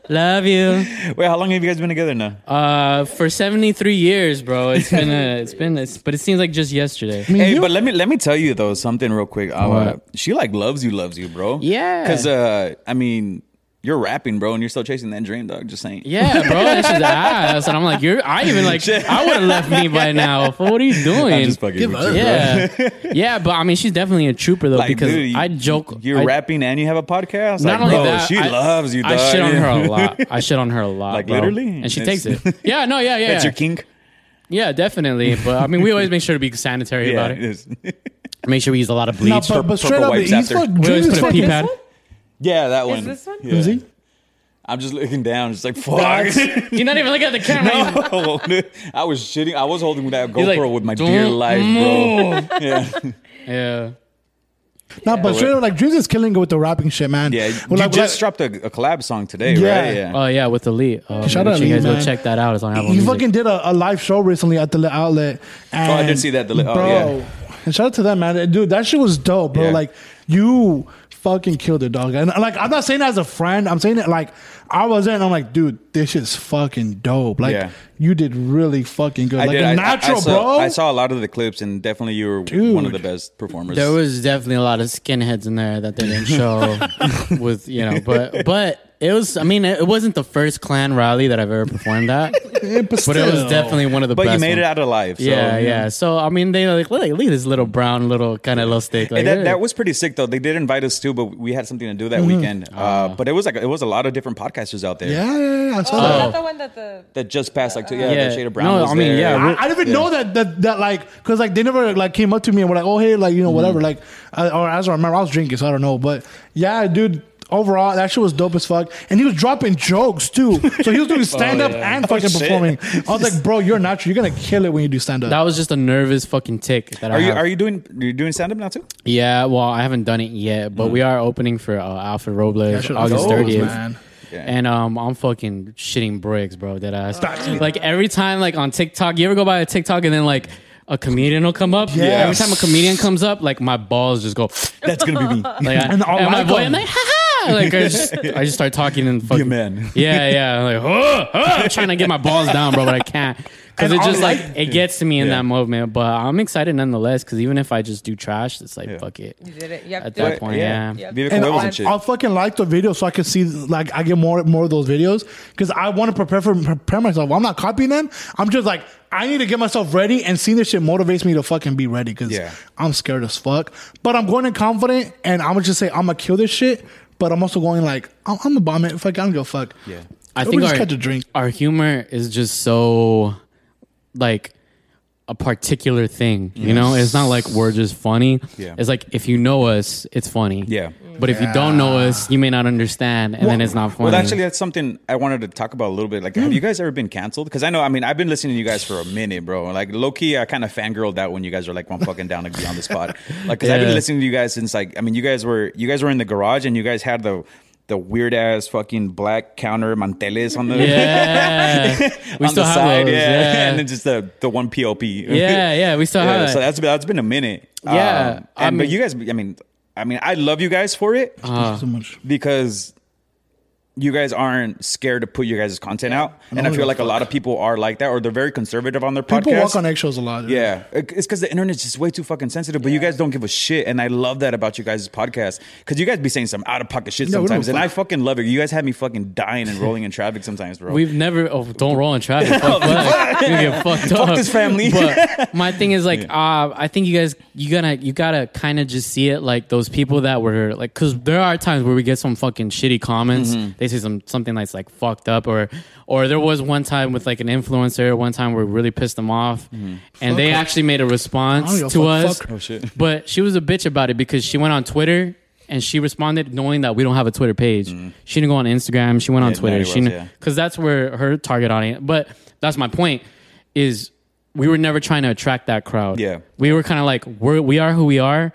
Speaker 4: Love you.
Speaker 5: Wait, how long have you guys been together now?
Speaker 4: Uh, for 73 years, bro. It's been a, it's been, a, but it seems like just yesterday.
Speaker 5: hey, but let me let me tell you though something real quick. Uh,
Speaker 4: What?
Speaker 5: she like loves you, loves you, bro.
Speaker 4: Yeah.
Speaker 5: Because uh, I mean, you're rapping, bro, and you're still chasing that dream, dog. Just saying.
Speaker 4: Yeah, bro. That's just ass. And I'm like, you're, I even like, I would have left me by now. Fool, What are you doing?
Speaker 5: I'm just fucking
Speaker 3: Give
Speaker 5: with
Speaker 3: up.
Speaker 5: you, bro.
Speaker 4: yeah. yeah, but I mean, she's definitely a trooper though, because
Speaker 5: dude, you-
Speaker 4: I joke.
Speaker 5: You're
Speaker 4: I,
Speaker 5: rapping and you have a podcast. Like,
Speaker 4: Not only
Speaker 5: bro,
Speaker 4: that,
Speaker 5: she
Speaker 4: I-
Speaker 5: loves you. Dog.
Speaker 4: I shit on her a lot. I shit on her a lot,
Speaker 5: Like,
Speaker 4: bro.
Speaker 5: literally?
Speaker 4: and she
Speaker 5: It's-
Speaker 4: takes it. Yeah, no, yeah, yeah,
Speaker 5: That's your kink.
Speaker 4: yeah, definitely. But I mean, we always make sure to be
Speaker 5: Yeah,
Speaker 4: sanitary about
Speaker 5: it
Speaker 4: it.
Speaker 5: is.
Speaker 4: Make sure we use a lot of bleach.
Speaker 3: No, but, but straight up,
Speaker 5: wipes
Speaker 3: he's
Speaker 5: after.
Speaker 3: fucking
Speaker 4: we always
Speaker 3: Drew is
Speaker 4: put a pee
Speaker 3: fucking-
Speaker 4: pad.
Speaker 5: yeah, that one.
Speaker 2: this one?
Speaker 5: Yeah.
Speaker 3: Is he?
Speaker 5: I'm just looking down, just like fuck.
Speaker 4: You're not even looking at the camera. He's-
Speaker 5: No, I was shitting. I was holding that
Speaker 4: he's
Speaker 5: GoPro
Speaker 4: like,
Speaker 5: with my
Speaker 4: "Don't
Speaker 5: dear life, bro.
Speaker 4: move."
Speaker 5: Yeah,
Speaker 4: Yeah.
Speaker 3: No, but straight up, like Drews is killing it with the rapping shit, man.
Speaker 5: yeah.
Speaker 3: Well,
Speaker 5: you
Speaker 3: like,
Speaker 5: just
Speaker 3: like,
Speaker 5: dropped a, a collab song today,
Speaker 3: Yeah.
Speaker 5: right?
Speaker 4: Oh yeah, with Elite. Uh,
Speaker 3: Shout
Speaker 4: make
Speaker 3: out
Speaker 4: sure you
Speaker 3: Elite,
Speaker 4: guys go
Speaker 3: man.
Speaker 4: check that out. It's on Apple
Speaker 3: he
Speaker 4: Music.
Speaker 3: fucking did a, a live show recently at the Lit outlet. And
Speaker 5: I did see that, the Lit- oh, yeah.
Speaker 3: And shout out to them, man. Dude, that shit was dope, bro.
Speaker 5: Yeah.
Speaker 3: Like you fucking killed it, dog. And like I'm not saying that as a friend. I'm saying it like I was in. I'm like, dude, this shit's fucking dope. Like
Speaker 5: Yeah.
Speaker 3: you did really fucking good. like a natural,
Speaker 5: I saw,
Speaker 3: bro.
Speaker 5: I saw a lot of the clips, and definitely you were one
Speaker 3: Dude.
Speaker 5: of the best performers.
Speaker 4: There was definitely a lot of skinheads in there that they didn't show with you know, but but it was I mean it wasn't the first clan rally that I've ever performed at.
Speaker 3: Yeah, but,
Speaker 4: But it was
Speaker 3: still.
Speaker 4: definitely one of the
Speaker 5: but
Speaker 4: best.
Speaker 5: you made it
Speaker 4: ones.
Speaker 5: out alive. So, mm.
Speaker 4: yeah, yeah. So I mean they like look, look at this little brown little kind of little stick. Like,
Speaker 5: And that,
Speaker 4: hey.
Speaker 5: that was pretty sick though. They did invite us too, but we had something to do
Speaker 4: Mm-hmm.
Speaker 5: that weekend. Uh,
Speaker 4: Ah.
Speaker 5: but it was like it was a lot of different podcasters out there
Speaker 3: Yeah, yeah, yeah. I
Speaker 2: Oh,
Speaker 3: saw
Speaker 2: is
Speaker 3: that.
Speaker 2: that the one that the
Speaker 5: that just passed like two, yeah,
Speaker 4: Yeah.
Speaker 5: yeah. Shade of Brown.
Speaker 4: No,
Speaker 5: was
Speaker 4: I mean,
Speaker 5: there.
Speaker 4: yeah,
Speaker 3: I, I didn't even know that that that like because like they never like came up to me and were like, oh hey, like
Speaker 4: Mm-hmm.
Speaker 3: you know whatever, like I, or as I remember, I was drinking, so I don't know, but yeah, dude. Overall, that shit was dope as fuck, and he was dropping jokes too. So he was doing stand up
Speaker 4: Oh, yeah. Oh,
Speaker 3: and fucking
Speaker 5: shit.
Speaker 3: performing. I was like, bro, you're natural. You're gonna kill it when you do stand
Speaker 4: that
Speaker 3: up.
Speaker 4: was just a nervous fucking tick that I
Speaker 5: Are you
Speaker 4: have.
Speaker 5: are you doing you doing stand up now too?
Speaker 4: Yeah, well, I haven't done it yet, but
Speaker 5: Mm.
Speaker 4: we are opening for uh, Alfred Robles
Speaker 3: shit
Speaker 4: August
Speaker 3: goes,
Speaker 4: thirtieth.
Speaker 3: man.
Speaker 5: Yeah.
Speaker 4: And um, I'm fucking shitting bricks, bro. That ass. Like every time, like on TikTok, you ever go by a TikTok and then like a comedian will come up.
Speaker 3: Yes.
Speaker 4: Every time a comedian comes up, like my balls just go.
Speaker 5: That's gonna be me.
Speaker 4: Like, I,
Speaker 3: And
Speaker 4: and
Speaker 3: I'll
Speaker 4: my
Speaker 3: like
Speaker 4: boy,
Speaker 3: them.
Speaker 4: I'm like, ha ha. Like I just, I just start talking and fucking.
Speaker 5: man.
Speaker 4: Yeah, yeah. I'm like, oh, oh. I'm trying to get my balls down, bro, but I can't because
Speaker 3: And
Speaker 4: it
Speaker 3: I'll
Speaker 4: just like
Speaker 3: like-
Speaker 4: it gets to me in
Speaker 5: Yeah.
Speaker 4: that moment. But I'm excited nonetheless because even if I just do trash, it's like
Speaker 5: Yeah.
Speaker 4: fuck it.
Speaker 2: you did it? Yep.
Speaker 4: At
Speaker 2: do
Speaker 4: that
Speaker 2: it.
Speaker 4: point, yeah.
Speaker 2: Yep.
Speaker 5: Vivica
Speaker 3: And
Speaker 5: Cuevas
Speaker 3: I'll,
Speaker 5: and shit.
Speaker 3: I'll fucking like the video so I can see like I get more more of those videos because I want to prepare for prepare myself. I'm not copying them. I'm just like I need to get myself ready and seeing this shit motivates me to fucking be ready because
Speaker 5: Yeah.
Speaker 3: I'm scared as fuck. But I'm going in confident and I'm gonna just say I'm gonna kill this shit. But I'm also going like I'm, I'm a bomb it. Fuck, I don't give a fuck.
Speaker 5: Yeah.
Speaker 4: I
Speaker 3: Let
Speaker 4: think
Speaker 3: me just
Speaker 4: our,
Speaker 3: catch a drink.
Speaker 4: our humor is just so like a particular thing. You know, it's not like we're just funny.
Speaker 5: Yeah.
Speaker 4: It's like if you know us, it's funny.
Speaker 5: Yeah.
Speaker 4: But if you don't know us, you may not understand, and then it's not funny.
Speaker 5: Well, actually, that's something I wanted to talk about a little bit. Like,
Speaker 4: Hmm.
Speaker 5: have you guys ever been canceled? Because I know, I mean, I've been listening to you guys for a minute, bro. Like, low key, I kind of fangirled out when you guys were like, "I'm fucking down to be on the spot." Like, because I've been
Speaker 4: Yeah.
Speaker 5: listening to you guys since like, I mean, you guys were you guys were in the garage and you guys had the the weird ass fucking black counter manteles on the
Speaker 4: yeah, we
Speaker 5: on
Speaker 4: still
Speaker 5: the
Speaker 4: have
Speaker 5: side,
Speaker 4: those.
Speaker 5: yeah.
Speaker 4: Yeah,
Speaker 5: and
Speaker 4: yeah,
Speaker 5: then just the the one POP.
Speaker 4: yeah, we still have. that.
Speaker 5: so that's that's been a minute.
Speaker 4: Yeah,
Speaker 5: um,
Speaker 4: I
Speaker 5: and, but
Speaker 4: mean- Uh-huh.
Speaker 5: you guys, I mean, I mean, I love you guys for it
Speaker 3: Thank you so much.
Speaker 5: because you guys aren't scared to put your guys' content out. And I
Speaker 3: don't
Speaker 5: feel
Speaker 3: give a
Speaker 5: like a lot of people are like that, or they're very conservative on their Uh, podcast.
Speaker 3: People walk on eggshells a lot.
Speaker 5: yeah, it's because the internet's just way too fucking sensitive. But you guys don't give a shit, and I love that about you guys' podcast because you guys be saying some out of pocket shit
Speaker 3: No, we don't
Speaker 5: sometimes, and
Speaker 3: fuck.
Speaker 5: I fucking love it. You guys have me fucking dying and rolling in traffic sometimes, bro.
Speaker 4: We've never. Oh, don't roll in traffic. Fuck, fuck. You get fucked up.
Speaker 5: this family.
Speaker 4: But my thing is like, uh, I think you guys, you gotta, you gotta kind of just see it like those people that were like, because there are times where we get some fucking shitty comments. They say some something that's like fucked up, or or there was one time with like an influencer, one time where we really pissed them off, and they actually made a
Speaker 3: I don't
Speaker 4: response
Speaker 3: give a
Speaker 4: to
Speaker 3: fuck,
Speaker 4: us.
Speaker 3: fuck.
Speaker 5: Oh, shit.
Speaker 4: But she was a bitch about it because she went on Twitter. And she responded knowing that we don't have a Twitter page. She didn't go on Instagram. She went on
Speaker 5: Mm. Yeah,
Speaker 4: Twitter.
Speaker 5: nobody
Speaker 4: She
Speaker 5: was,
Speaker 4: kn-
Speaker 5: yeah.
Speaker 4: because that's where her target audience. But that's my point. Is we were never trying to attract that crowd.
Speaker 5: Yeah.
Speaker 4: we were kind of like we're we are who we are.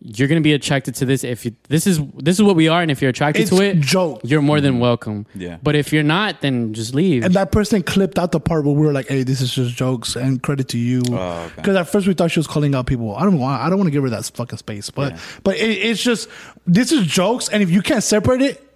Speaker 4: You're gonna be attracted to this if you, this is this is what we are, and if you're attracted
Speaker 3: It's
Speaker 4: to it,
Speaker 3: joke.
Speaker 4: You're more than welcome.
Speaker 5: Yeah.
Speaker 4: But if you're not, then just leave.
Speaker 3: And that person clipped out the part where we were like, "Hey, this is just jokes," and credit to you, because
Speaker 5: Oh, okay.
Speaker 3: at first we thought she was calling out people. I don't want, I don't want to give her that fucking space, but but it, it's just this is jokes, and if you can't separate it,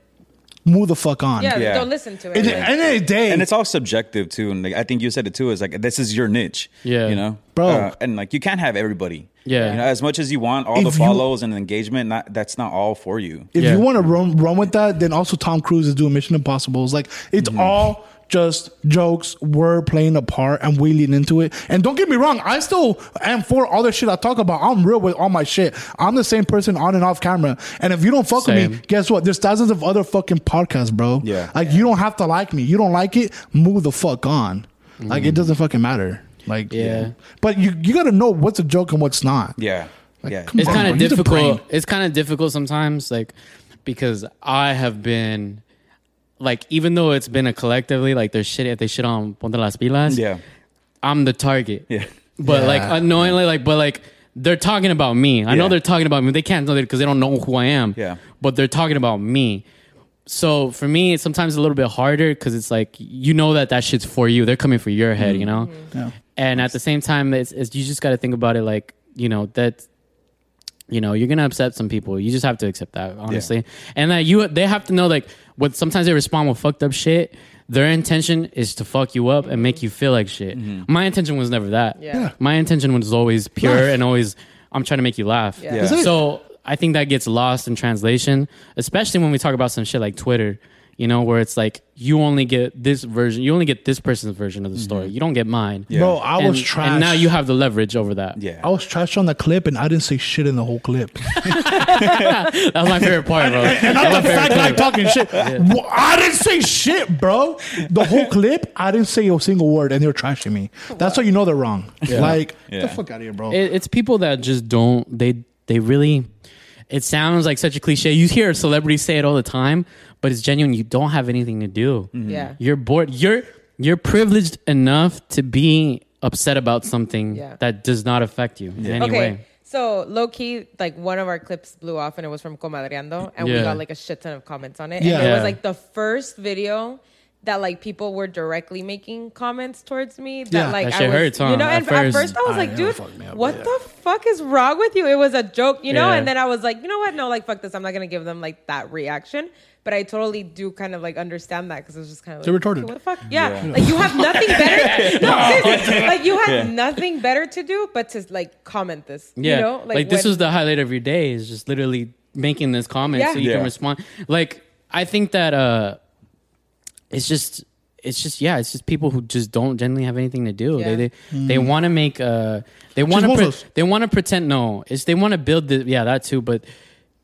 Speaker 3: move the fuck on.
Speaker 2: Yeah,
Speaker 5: Yeah.
Speaker 2: don't listen to
Speaker 3: At
Speaker 2: it.
Speaker 3: the
Speaker 2: Like,
Speaker 3: end of the day,
Speaker 5: and it's all subjective too. And like, I think you said it too. Is like this is your niche.
Speaker 4: Yeah.
Speaker 5: you know, Uh,
Speaker 3: Bro.
Speaker 5: and like you can't have everybody.
Speaker 4: Yeah.
Speaker 5: you know, as much as you want all
Speaker 3: If
Speaker 5: the
Speaker 3: you-
Speaker 5: follows and engagement, not that's not all for you.
Speaker 3: if
Speaker 4: Yeah.
Speaker 3: you want to run run with that, then also Tom Cruise is doing Mission Impossible. It's like it's
Speaker 4: Mm-hmm.
Speaker 3: all just jokes. We're playing a part and we lean into it. And don't get me wrong, I still am for all the shit I talk about. I'm real with all my shit. I'm the same person on and off camera. And if you don't fuck with me,
Speaker 4: Same.
Speaker 3: guess what? There's thousands of other fucking podcasts, bro.
Speaker 5: Yeah.
Speaker 3: Like you don't have to like me. You don't like it, move the fuck on. Like
Speaker 4: Mm-hmm.
Speaker 3: it doesn't fucking matter. Like
Speaker 4: Yeah.
Speaker 3: But you you gotta know what's a joke and what's not.
Speaker 5: Yeah, yeah.
Speaker 3: come
Speaker 4: it's
Speaker 3: on,
Speaker 4: kind
Speaker 3: bro,
Speaker 4: of
Speaker 3: use your brain.
Speaker 4: difficult. It's kind of difficult sometimes, like because I have been like, even though it's been a collectively like there's shit if they shit on Ponte las Pilas,
Speaker 5: Yeah.
Speaker 4: I'm the target.
Speaker 5: Yeah.
Speaker 4: but like unknowingly, like but like they're talking about me. I know
Speaker 5: Yeah.
Speaker 4: they're talking about me. They can't know that because they don't know who I am.
Speaker 5: Yeah.
Speaker 4: but they're talking about me. So for me, it's sometimes a little bit harder because it's like you know that that shit's for you. They're coming for your head, you know. And at the same time, it's, it's you just got to think about it like you know that you know you're gonna upset some people. You just have to accept that honestly, and that you they have to know like what sometimes they respond with fucked up shit. Their intention is to fuck you up and make you feel like shit.
Speaker 5: Mm-hmm.
Speaker 4: My intention was never that.
Speaker 2: Yeah. Yeah.
Speaker 4: My intention was always pure and always I'm trying to make you laugh.
Speaker 2: Yeah. That's
Speaker 3: it.
Speaker 4: So I think that gets lost in translation, especially when we talk about some shit like Twitter, you know, where it's like you only get this version, you only get this person's version of the story. You don't get mine.
Speaker 3: Bro, Mm-hmm. I was
Speaker 4: And-
Speaker 3: trash.
Speaker 4: And now you have the leverage over that.
Speaker 5: Yeah.
Speaker 3: I was trash on the clip and I didn't say shit in the whole clip.
Speaker 4: That was my favorite part, bro.
Speaker 3: And I'm the fat guy talking shit. Wha- I didn't say shit, bro. The whole clip, I didn't say a single word and they're trashing me. That's how you know they're wrong. Like, get
Speaker 5: Yeah.
Speaker 3: the fuck out of here, bro.
Speaker 4: It, it's people that just don't. They they really. It sounds like such a cliche. You hear celebrities say it all the time, but it's genuine. You don't have anything to do.
Speaker 3: Mm-hmm.
Speaker 2: Yeah.
Speaker 4: you're bored. You're you're privileged enough to be upset about something
Speaker 2: Yeah.
Speaker 4: that does not affect you in any way.
Speaker 2: So low key, like one of our clips blew off and it was from Comadreando and we
Speaker 4: Yeah.
Speaker 2: got like a shit ton of comments on it. And
Speaker 3: Yeah.
Speaker 2: it
Speaker 4: Yeah.
Speaker 2: was like the first video that like people were directly making comments towards me that
Speaker 3: Yeah.
Speaker 2: like
Speaker 4: That
Speaker 2: I
Speaker 4: shit
Speaker 2: was
Speaker 4: hurts, huh?
Speaker 2: you know
Speaker 4: At
Speaker 2: and at
Speaker 4: first.
Speaker 2: first I was
Speaker 3: I
Speaker 2: like
Speaker 3: know,
Speaker 2: dude
Speaker 3: fuck me up,
Speaker 2: what
Speaker 3: yeah.
Speaker 2: the fuck is wrong with you it was a joke you know
Speaker 4: Yeah.
Speaker 2: and then I was like you know what no like fuck this I'm not gonna give them like that reaction but I totally do kind of like understand that because it was just kind of
Speaker 3: They're
Speaker 2: like
Speaker 3: retarded.
Speaker 2: okay, what the fuck yeah. like you have nothing better no seriously like you have nothing better to do but to like comment this
Speaker 4: Yeah,
Speaker 2: you know
Speaker 4: like, this
Speaker 2: when-
Speaker 4: is the highlight of your day is just literally making this comment
Speaker 2: Yeah.
Speaker 4: so you
Speaker 5: Yeah.
Speaker 4: can respond. Like I think that uh, it's just it's just yeah, it's just people who just don't generally have anything to do.
Speaker 2: Yeah.
Speaker 4: They they, they want to make uh they want to
Speaker 3: mofos.
Speaker 4: pre- they want to pretend no, it's they want to build the yeah that too, but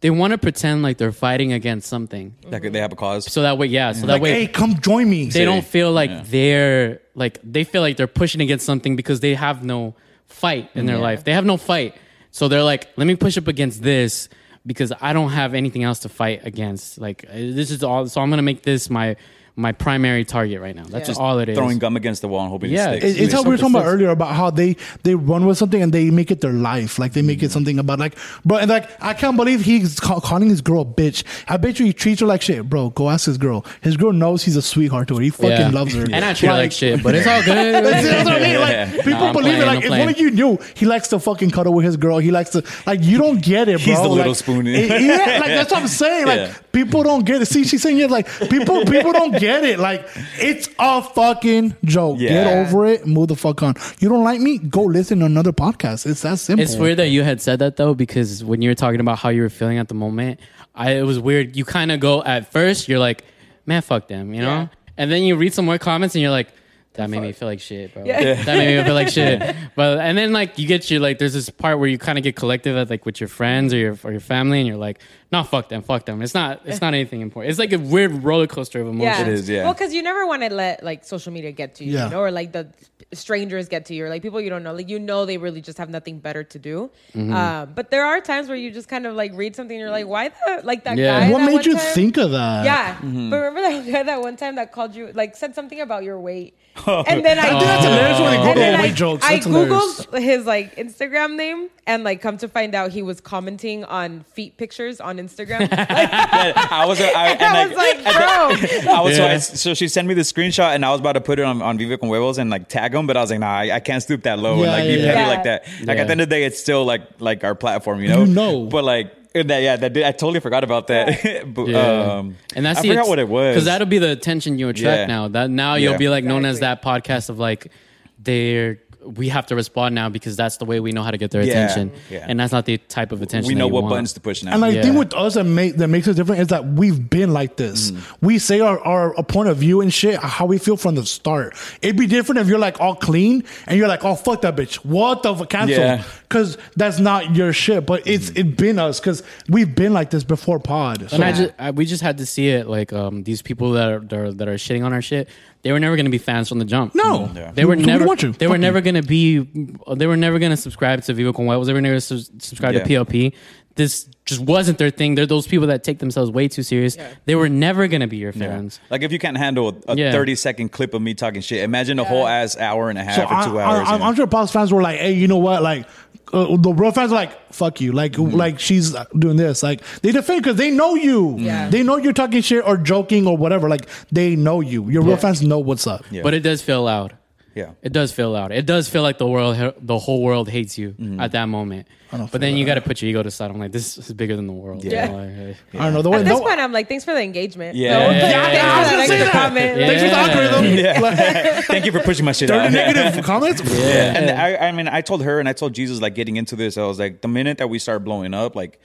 Speaker 4: they want to pretend like they're fighting against something.
Speaker 5: Like, they have a cause.
Speaker 4: So that way, yeah, so that
Speaker 3: like,
Speaker 4: way
Speaker 3: hey, come join me.
Speaker 4: they don't feel like
Speaker 5: Yeah.
Speaker 4: they're like they feel like they're pushing against something because they have no fight in their life. They have no fight. So they're like, let me push up against this because I don't have anything else to fight against. Like uh, this is all so I'm gonna make this my my primary target right now. That's
Speaker 5: Just
Speaker 4: all it is.
Speaker 5: throwing gum against the wall and hoping
Speaker 4: Yeah,
Speaker 5: it sticks.
Speaker 3: It- it's how we were talking about
Speaker 4: Something-
Speaker 3: earlier about how they they run with something and they make it their life. Like they make it something about like bro and like I can't believe he's ca- calling his girl a bitch. I bet you he treats her like shit, bro. Go ask his girl. His girl knows he's a sweetheart to her. He fucking
Speaker 4: Yeah.
Speaker 3: loves her.
Speaker 4: And I treat her like shit, but it's all
Speaker 3: That's,
Speaker 4: good.
Speaker 3: that's what I mean. Like people
Speaker 4: Nah, I'm
Speaker 3: believe
Speaker 4: playing,
Speaker 3: it.
Speaker 4: I'm
Speaker 3: Like if
Speaker 4: playing.
Speaker 3: one of you knew, he likes to fucking cuddle with his girl. He likes to like you don't get it, bro.
Speaker 5: He's the little
Speaker 3: Like,
Speaker 5: spoon.
Speaker 3: it- yeah, like that's what I'm saying. Like
Speaker 5: Yeah.
Speaker 3: people don't get it. See, she's saying it like people people don't get it. Like it's a fucking joke.
Speaker 5: Yeah.
Speaker 3: Get over it. Move the fuck on. You don't like me? Go listen to another podcast. It's that simple.
Speaker 4: It's weird that you had said that though, because when you were talking about how you were feeling at the moment, I it was weird. You kind of go at first, you're like, man, fuck them, you know,
Speaker 2: Yeah.
Speaker 4: and then you read some more comments and you're like, that made me feel like shit, bro.
Speaker 2: Yeah.
Speaker 4: That made me feel like shit. But and then like you get your like, there's this part where you kind of get collective at like with your friends or your or your family, and you're like, no, fuck them, fuck them. It's not it's not anything important. It's like a weird roller coaster of emotions.
Speaker 2: yeah.
Speaker 5: It is, yeah.
Speaker 2: Well, because you never want to let like social media get to you,
Speaker 3: Yeah.
Speaker 2: you know, or like the strangers get to you, or like people you don't know. Like you know, they really just have nothing better to do. Um, but there are times where you just kind of like read something, and you're like, why the like that
Speaker 4: Yeah.
Speaker 2: guy?
Speaker 3: What
Speaker 2: that
Speaker 3: made
Speaker 2: one
Speaker 3: you
Speaker 2: time-
Speaker 3: think of that?
Speaker 2: Yeah,
Speaker 4: Mm-hmm.
Speaker 2: but remember that guy that one time that called you like said something about your weight, and then I
Speaker 3: I think that's hilarious when they
Speaker 2: and
Speaker 3: Google
Speaker 2: then
Speaker 3: weight
Speaker 2: I,
Speaker 3: jokes.
Speaker 2: I
Speaker 3: That's hilarious.
Speaker 2: googled his like Instagram name, and like come to find out he was commenting on feet pictures on Instagram.
Speaker 5: I was, I, and
Speaker 2: I
Speaker 5: like-
Speaker 2: was like, bro,
Speaker 5: I was,
Speaker 4: Yeah.
Speaker 5: so, I, so she sent me the screenshot and I was about to put it on, on Viva Con Huevos and like tag them, but I was like, nah, I, I can't stoop that
Speaker 3: Yeah,
Speaker 5: low and like be
Speaker 3: yeah,
Speaker 5: petty
Speaker 2: yeah.
Speaker 5: like that. Like
Speaker 4: Yeah.
Speaker 5: at the end of the day, it's still like like our platform, you know?
Speaker 3: You know.
Speaker 5: But like And that, yeah, that did, I totally forgot about that. but, um,
Speaker 4: and that's
Speaker 5: I
Speaker 4: the
Speaker 5: forgot what it was.
Speaker 4: because that'll be the attention you attract
Speaker 5: Yeah.
Speaker 4: now. That now
Speaker 5: Yeah.
Speaker 4: you'll be like known as that podcast of like they're we have to respond now because that's the way we know how to get their
Speaker 5: Yeah.
Speaker 4: attention,
Speaker 5: Yeah.
Speaker 4: and that's not the type of attention
Speaker 5: we
Speaker 4: that
Speaker 5: know
Speaker 4: you
Speaker 5: what
Speaker 4: want.
Speaker 5: buttons to push now.
Speaker 3: And like the
Speaker 4: Yeah.
Speaker 3: thing with us that make that makes us different is that we've been like this.
Speaker 5: Mm.
Speaker 3: We say our, our a point of view and shit how we feel from the start. It'd be different if you're like all clean and you're like, oh fuck that bitch. What the fuck cancel?
Speaker 5: Yeah. Mm-hmm.
Speaker 3: Cause that's not your shit. But it's it been us because we've been like this before pod. So
Speaker 4: And I just, I, we just had to see it. Like um, these people that are, that are that are shitting on our shit, they were never going to be fans from the jump.
Speaker 3: No.
Speaker 5: Yeah.
Speaker 4: they were
Speaker 3: Nobody
Speaker 4: never.
Speaker 3: wants you.
Speaker 4: They
Speaker 3: Fuck
Speaker 4: were
Speaker 3: you.
Speaker 4: never going to be. They were never going to subscribe to Vivo Con Huevos. They were never su- subscribe
Speaker 5: Yeah.
Speaker 4: to PLP. This just wasn't their thing. They're those people that take themselves way too serious. They were never going to be your
Speaker 5: Yeah.
Speaker 4: fans.
Speaker 5: Like if you can't handle a
Speaker 4: Yeah.
Speaker 5: thirty second clip of me talking shit, imagine a whole ass hour and a half
Speaker 3: so
Speaker 5: or
Speaker 3: I,
Speaker 5: two hours.
Speaker 3: I, am
Speaker 5: yeah.
Speaker 3: I'm sure Pops fans were like, hey, you know what? Like uh, the real fans are like, fuck you. Like
Speaker 5: Mm-hmm.
Speaker 3: like she's doing this. Like they defend because they know you.
Speaker 5: Mm-hmm.
Speaker 2: Yeah.
Speaker 3: They know you're talking shit or joking or whatever. Like they know you. Your real fans know what's up.
Speaker 5: Yeah.
Speaker 4: But it does feel loud.
Speaker 5: yeah.
Speaker 4: It does feel loud. It does feel like the world, the whole world hates you
Speaker 5: Mm-hmm.
Speaker 4: at that moment. But then you got to put your ego to side. I'm like, this is bigger than the world.
Speaker 5: Yeah.
Speaker 4: You know, like,
Speaker 3: I don't know. The way,
Speaker 2: At this
Speaker 3: no-
Speaker 2: point, I'm like, thanks for the engagement.
Speaker 5: Yeah.
Speaker 2: So,
Speaker 5: Yeah,
Speaker 4: yeah,
Speaker 2: thanks
Speaker 4: yeah.
Speaker 2: for
Speaker 4: I was
Speaker 2: that
Speaker 4: gonna
Speaker 2: extra
Speaker 3: say that.
Speaker 2: comment.
Speaker 4: Thanks for the algorithm.
Speaker 5: Thank you for pushing my shit out.
Speaker 3: negative comments.
Speaker 5: Yeah. And I, I mean, I told her and I told Jesus, like, getting into this, I was like, the minute that we start blowing up, like,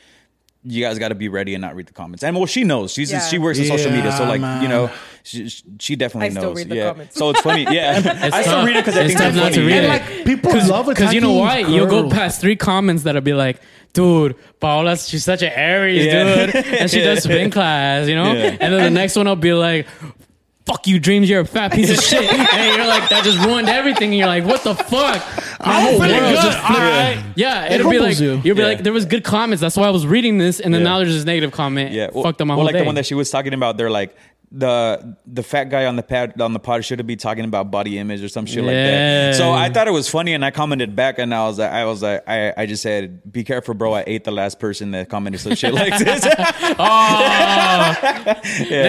Speaker 5: you guys got to be ready and not read the comments. And well, she knows. She's
Speaker 2: Yeah.
Speaker 5: she works in social media, so
Speaker 3: Yeah,
Speaker 5: like you
Speaker 3: man.
Speaker 5: know, she, she definitely
Speaker 2: I
Speaker 5: knows.
Speaker 2: still read the
Speaker 5: yeah.
Speaker 2: comments.
Speaker 5: So it's funny. Yeah, I still
Speaker 4: tough.
Speaker 5: read it because I
Speaker 4: It's
Speaker 5: think
Speaker 4: tough
Speaker 5: it's
Speaker 4: not to
Speaker 5: funny.
Speaker 4: read
Speaker 5: yeah.
Speaker 4: it.
Speaker 3: Like people love attacking
Speaker 4: Because you know why? You'll go
Speaker 3: girls.
Speaker 4: past three comments that'll be like, dude, Paola, she's such an Aries,
Speaker 5: Yeah.
Speaker 4: dude. And she does spin class, you know?
Speaker 5: Yeah.
Speaker 4: And then the next one will be like, fuck you, Dreams, you're a fat piece of shit. and you're like, that just ruined everything. And you're like, what the fuck? My
Speaker 3: I'm
Speaker 5: Oh,
Speaker 4: whole
Speaker 3: feeling
Speaker 4: world
Speaker 3: good.
Speaker 4: just flipped.
Speaker 3: I-
Speaker 4: Yeah,
Speaker 3: It
Speaker 4: it'll be
Speaker 3: humbles
Speaker 4: like,
Speaker 3: you.
Speaker 4: you. will be
Speaker 5: Yeah.
Speaker 4: like, there was good comments. That's why I was reading this. And then
Speaker 5: Yeah.
Speaker 4: now there's this negative comment.
Speaker 5: Yeah, well,
Speaker 4: fucked up my
Speaker 5: well,
Speaker 4: whole
Speaker 5: like
Speaker 4: day.
Speaker 5: the one that she was talking about. They're like the the fat guy on the pad on the pod should be talking about body image or some shit like
Speaker 4: Yeah.
Speaker 5: that. So I thought it was funny, and I commented back, and I was like, I was like, I, I just said, be careful, bro. I ate the last person that commented some shit like this.
Speaker 4: They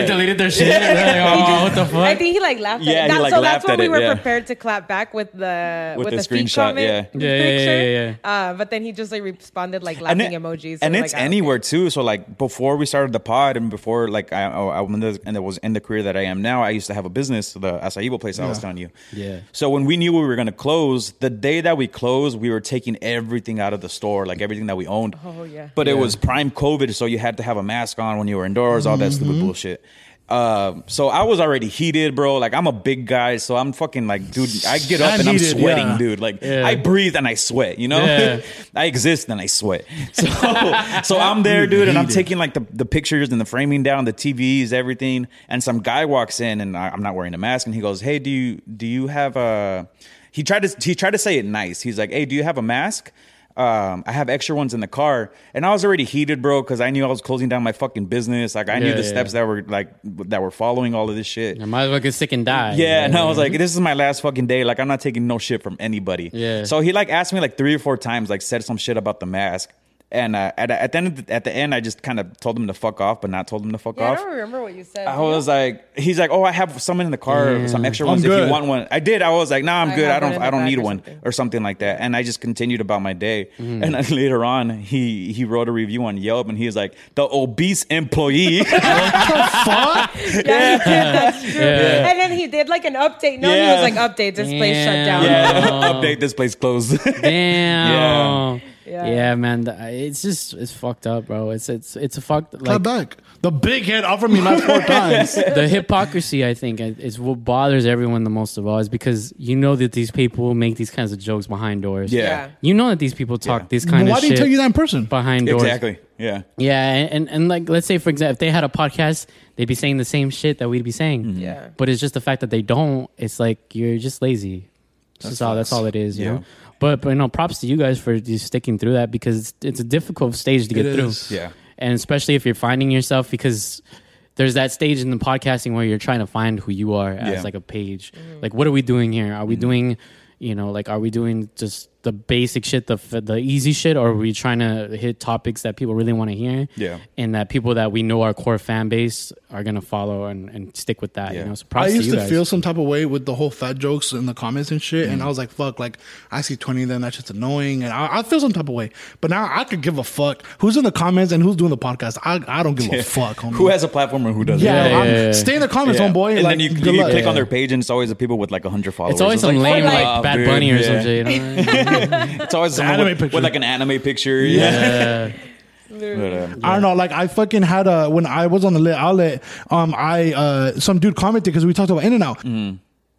Speaker 4: deleted their shit. They're like, oh, what the fuck?
Speaker 2: I think he like laughed at
Speaker 5: Yeah, he,
Speaker 2: it. That,
Speaker 5: like,
Speaker 2: so
Speaker 5: laughed
Speaker 2: that's when
Speaker 5: at
Speaker 2: we
Speaker 5: it,
Speaker 2: were
Speaker 5: yeah.
Speaker 2: prepared to clap back with the
Speaker 5: With
Speaker 2: with,
Speaker 5: the
Speaker 2: the, feet
Speaker 5: screenshot,
Speaker 2: comment
Speaker 5: yeah.
Speaker 4: Yeah, yeah, yeah,
Speaker 2: picture.
Speaker 4: yeah,
Speaker 2: Uh, but then he just like responded like
Speaker 5: and
Speaker 2: laughing
Speaker 5: it-
Speaker 2: emojis.
Speaker 5: and
Speaker 2: So,
Speaker 5: it's
Speaker 2: like, I-
Speaker 5: anywhere too. So like before we started the pod, and before like I, oh, I, I when this- and it was in the career that I am now, I used to have a business, the acai place I was telling you.
Speaker 4: Yeah.
Speaker 5: So when we knew we were going to close, the day that we closed, we were taking everything out of the store, like everything that we owned.
Speaker 2: Oh, yeah.
Speaker 5: But it was prime COVID, so you had to have a mask on when you were indoors, all that stupid bullshit. Um, so I was already heated, bro. Like I'm a big guy, so I'm fucking like, dude. I get up
Speaker 3: I'm
Speaker 5: and
Speaker 3: heated,
Speaker 5: I'm sweating,
Speaker 3: yeah.
Speaker 5: dude. Like
Speaker 4: Yeah.
Speaker 5: I breathe and I sweat. You know,
Speaker 4: Yeah.
Speaker 5: I exist and I sweat. So, so I'm there, dude, and I'm taking like the, the pictures and the framing down, the TVs, everything. And some guy walks in, and I, I'm not wearing a mask, and he goes, "Hey, do you do you have a?" He tried to he tried to say it nice. He's like, "Hey, do you have a mask?" Um, I have extra ones in the car, and I was already heated, bro, because I knew I was closing down my fucking business. Like I knew
Speaker 4: Yeah,
Speaker 5: the
Speaker 4: yeah,
Speaker 5: steps that were like that were following all of this shit.
Speaker 4: I might as well get sick and die.
Speaker 5: Yeah, and I was like, this is my last fucking day. Like, I'm not taking no shit from anybody.
Speaker 4: Yeah.
Speaker 5: So he like asked me like three or four times, like said some shit about the mask, and uh, at at the end of the, at the end, I just kind of told him to fuck off, but not told him to fuck
Speaker 2: Yeah, I
Speaker 5: off.
Speaker 2: don't remember what you said.
Speaker 5: I was like, he's like, oh, I have some in the car,
Speaker 4: Yeah.
Speaker 5: some extra
Speaker 3: I'm
Speaker 5: ones if
Speaker 3: good.
Speaker 5: you want one. I did. I was like, nah, I'm
Speaker 2: I
Speaker 5: good.
Speaker 2: have
Speaker 5: I
Speaker 2: one
Speaker 5: don't,
Speaker 2: in the
Speaker 5: I don't
Speaker 2: back
Speaker 5: need
Speaker 2: or
Speaker 5: one
Speaker 2: something.
Speaker 5: or something like that. And I just continued about my day. And then later on, he he wrote a review on Yelp, and he's like, the obese employee.
Speaker 2: yeah, he did. That's true.
Speaker 4: Yeah.
Speaker 2: And then he did like an update. No,
Speaker 5: Yeah.
Speaker 2: he was like, update. This place shut
Speaker 4: Yeah.
Speaker 2: down.
Speaker 5: yeah,
Speaker 4: Oh.
Speaker 5: update. This place closed.
Speaker 4: Damn.
Speaker 2: Yeah.
Speaker 4: Yeah. man. th- It's just it's fucked up, bro. It's it's it's a fucked
Speaker 3: Clap
Speaker 4: like
Speaker 3: back. The big head offered me last four times.
Speaker 4: the hypocrisy. I think i- is what bothers everyone the most of all is because you know that these people make these kinds of jokes behind doors.
Speaker 5: yeah.
Speaker 4: you know that these people talk
Speaker 5: Yeah.
Speaker 4: these kind
Speaker 3: Why
Speaker 4: of
Speaker 3: didn't
Speaker 4: shit
Speaker 3: you tell you that in person?
Speaker 4: behind doors.
Speaker 5: Exactly. Yeah.
Speaker 4: Yeah, and, and and like let's say for example, if they had a podcast, they'd be saying the same shit that we'd be
Speaker 3: Mm.
Speaker 4: saying.
Speaker 2: Yeah.
Speaker 4: But it's just the fact that they don't. It's like you're just lazy. That's just all. That's all it is. You
Speaker 5: Yeah.
Speaker 4: know. But but no, props to you guys for just sticking through that because it's, it's a difficult stage to get
Speaker 3: It
Speaker 4: through.
Speaker 3: is.
Speaker 5: Yeah.
Speaker 4: And especially if you're finding yourself because there's that stage in the podcasting where you're trying to find who you are as
Speaker 5: Yeah. Mm-hmm.
Speaker 4: like a page. Like what are we doing here? Are we doing, you know, like are we doing just the basic shit, the f- the easy shit, or are we trying to hit topics that people really want to hear?
Speaker 5: Yeah.
Speaker 4: and that people that we know our core fan base are gonna follow and, and stick with that.
Speaker 5: Yeah.
Speaker 4: You know, so
Speaker 3: I
Speaker 4: props
Speaker 3: used
Speaker 4: you
Speaker 3: to
Speaker 4: guys.
Speaker 3: feel some type of way with the whole fat jokes in the comments and shit,
Speaker 5: Mm.
Speaker 3: and I was like, "Fuck!" Like I see twenty, of them that's just annoying, and I, I feel some type of way. But now I could give a fuck who's in the comments and who's doing the podcast. I, I don't give a fuck. Homie.
Speaker 5: Who has a platform and who doesn't?
Speaker 3: Yeah,
Speaker 4: Yeah,
Speaker 3: I'm-
Speaker 4: yeah, yeah.
Speaker 3: stay in the comments,
Speaker 5: Yeah.
Speaker 3: homeboy.
Speaker 5: And
Speaker 3: like,
Speaker 5: then you,
Speaker 3: good
Speaker 5: you
Speaker 3: luck.
Speaker 5: click on their page, and it's always the people with like hundred followers.
Speaker 4: it's always some
Speaker 5: like,
Speaker 4: lame
Speaker 5: fuck
Speaker 4: like
Speaker 5: off,
Speaker 4: Bad
Speaker 5: dude.
Speaker 4: Bunny or
Speaker 5: Yeah.
Speaker 4: something. You know?
Speaker 5: It's always someone
Speaker 3: anime
Speaker 5: with,
Speaker 3: picture.
Speaker 5: with like an anime picture. Yeah. But, uh,
Speaker 3: I don't know. Like I fucking had a when I was on the lit outlet. Um, I uh some dude commented because we talked about In and Out.
Speaker 5: Mm-hmm.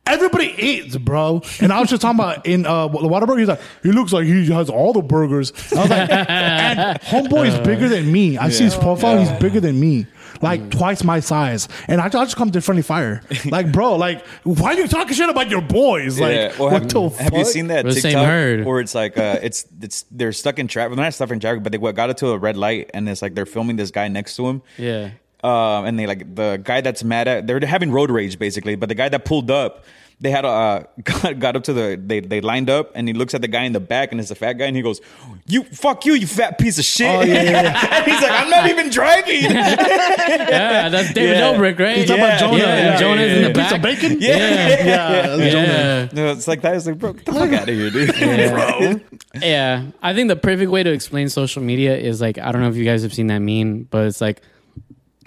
Speaker 3: Everybody eats, bro. And I was just talking about in uh the Whataburger. He's like, he looks like he has all the burgers. I was like, and homeboy is bigger than me. I see his profile. He's bigger than me.
Speaker 5: Mm.
Speaker 3: Like twice my size, and I, I just come to friendly fire. Like, bro, like, why are you talking shit about your boys? Like,
Speaker 5: yeah. Or
Speaker 3: what
Speaker 5: have,
Speaker 3: the
Speaker 5: have you
Speaker 3: fuck?
Speaker 5: seen that
Speaker 4: We're the same
Speaker 5: TikTok
Speaker 4: herd.
Speaker 5: where it's like uh, it's it's they're stuck in traffic. They're not stuck in traffic, but they what, got it to a red light, and it's like they're filming this guy next to him.
Speaker 4: Yeah.
Speaker 5: um, and they like the guy that's mad at they're having road rage basically, but the guy that pulled up, they had uh got, got up to the they they lined up and he looks at the guy in the back and it's a fat guy and he goes, "You fuck you, you fat piece of shit."
Speaker 3: Oh, yeah, yeah,
Speaker 5: and he's like, "I'm not even driving." yeah,
Speaker 4: yeah, that's David
Speaker 5: Yeah.
Speaker 4: Dobrik, right?
Speaker 3: You talking about Jonah?
Speaker 4: Yeah,
Speaker 3: Yeah,
Speaker 4: Jonah's in the
Speaker 3: yeah.
Speaker 4: back.
Speaker 3: Piece of bacon.
Speaker 5: yeah.
Speaker 3: yeah.
Speaker 4: Yeah.
Speaker 3: Jonah.
Speaker 5: No, it's like that. It's like, bro, get the fuck out of here, dude. bro.
Speaker 4: Yeah, I think the perfect way to explain social media is like I don't know if you guys have seen that meme, but it's like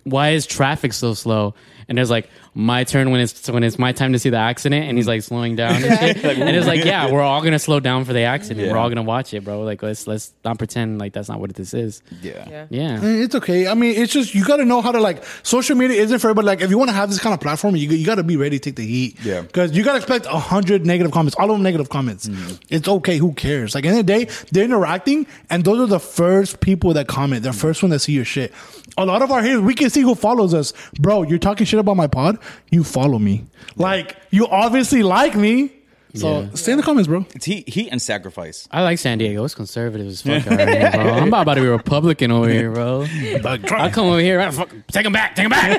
Speaker 4: why is traffic so slow? And there's like my turn when it's when it's my time to see the accident, and he's like slowing down. And, shit. and it's like yeah, we're all gonna slow down for the accident. We're
Speaker 5: Yeah.
Speaker 4: all gonna watch it, bro. Like let's let's not pretend like that's not what this is.
Speaker 5: Yeah.
Speaker 2: Yeah.
Speaker 4: Yeah.
Speaker 3: Eh, It's okay. I mean, it's just you got to know how to like. Social media isn't for everybody. Like, if you want to have this kind of platform, you you got to be ready to take the heat.
Speaker 5: Yeah.
Speaker 3: because you got to expect a hundred negative comments, all of them negative comments.
Speaker 5: Mm-hmm.
Speaker 3: It's okay. Who cares? Like, in the, end of the day, they're interacting, and those are the first people that comment. The first one that see your shit. A lot of our haters, we can see who follows us, bro. You're talking shit about my pod. You follow me. Like, you obviously like me. So
Speaker 4: Yeah.
Speaker 3: stay in the comments, bro.
Speaker 5: It's heat, heat and sacrifice.
Speaker 4: I like San Diego. It's conservative as fuck out here, bro. I'm about to be Republican over here, bro. I come over here, I fuck, take him back, take him back.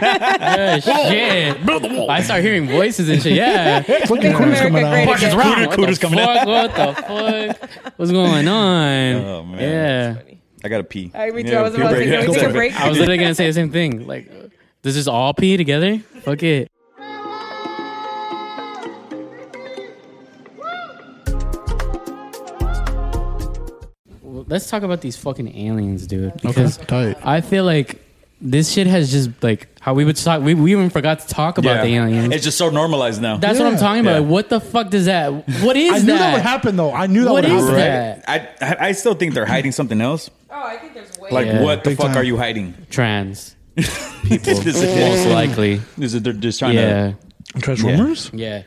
Speaker 4: yeah, shit. I start hearing voices and shit. Yeah.
Speaker 3: Fucking Cruz coming
Speaker 2: America
Speaker 3: out.
Speaker 2: great again.
Speaker 4: What the fuck? What the fuck? What's going on?
Speaker 5: Oh, man.
Speaker 4: Yeah.
Speaker 5: I gotta pee.
Speaker 2: I mean,
Speaker 5: Yeah,
Speaker 2: I was
Speaker 5: pee
Speaker 2: about to
Speaker 5: break.
Speaker 2: say, can we take a break?
Speaker 4: I was literally gonna say the same thing. Like, does this all pee together? Fuck it. Well, Let's talk about these fucking aliens, dude. Because
Speaker 3: tight.
Speaker 4: I feel like this shit has just like how we would talk. We, we even forgot to talk about
Speaker 5: Yeah.
Speaker 4: the aliens.
Speaker 5: It's just so normalized now.
Speaker 4: That's what I'm
Speaker 3: Yeah.
Speaker 4: talking about.
Speaker 5: Yeah.
Speaker 4: Like, what the fuck does that? What is
Speaker 3: I
Speaker 4: that?
Speaker 3: knew that would happen, though. I knew that
Speaker 4: What
Speaker 3: would
Speaker 4: is
Speaker 3: happen.
Speaker 4: that?
Speaker 5: Right? I, I I still think they're hiding something else.
Speaker 2: Oh, I think there's way.
Speaker 5: Like,
Speaker 4: Yeah.
Speaker 5: what the
Speaker 3: Big
Speaker 5: fuck
Speaker 3: time.
Speaker 5: are you hiding?
Speaker 4: Trans,
Speaker 5: People,
Speaker 4: most likely.
Speaker 5: Is it they're just trying
Speaker 4: Yeah.
Speaker 5: to?
Speaker 3: Trash
Speaker 5: Yeah.
Speaker 3: rumors.
Speaker 4: Yeah.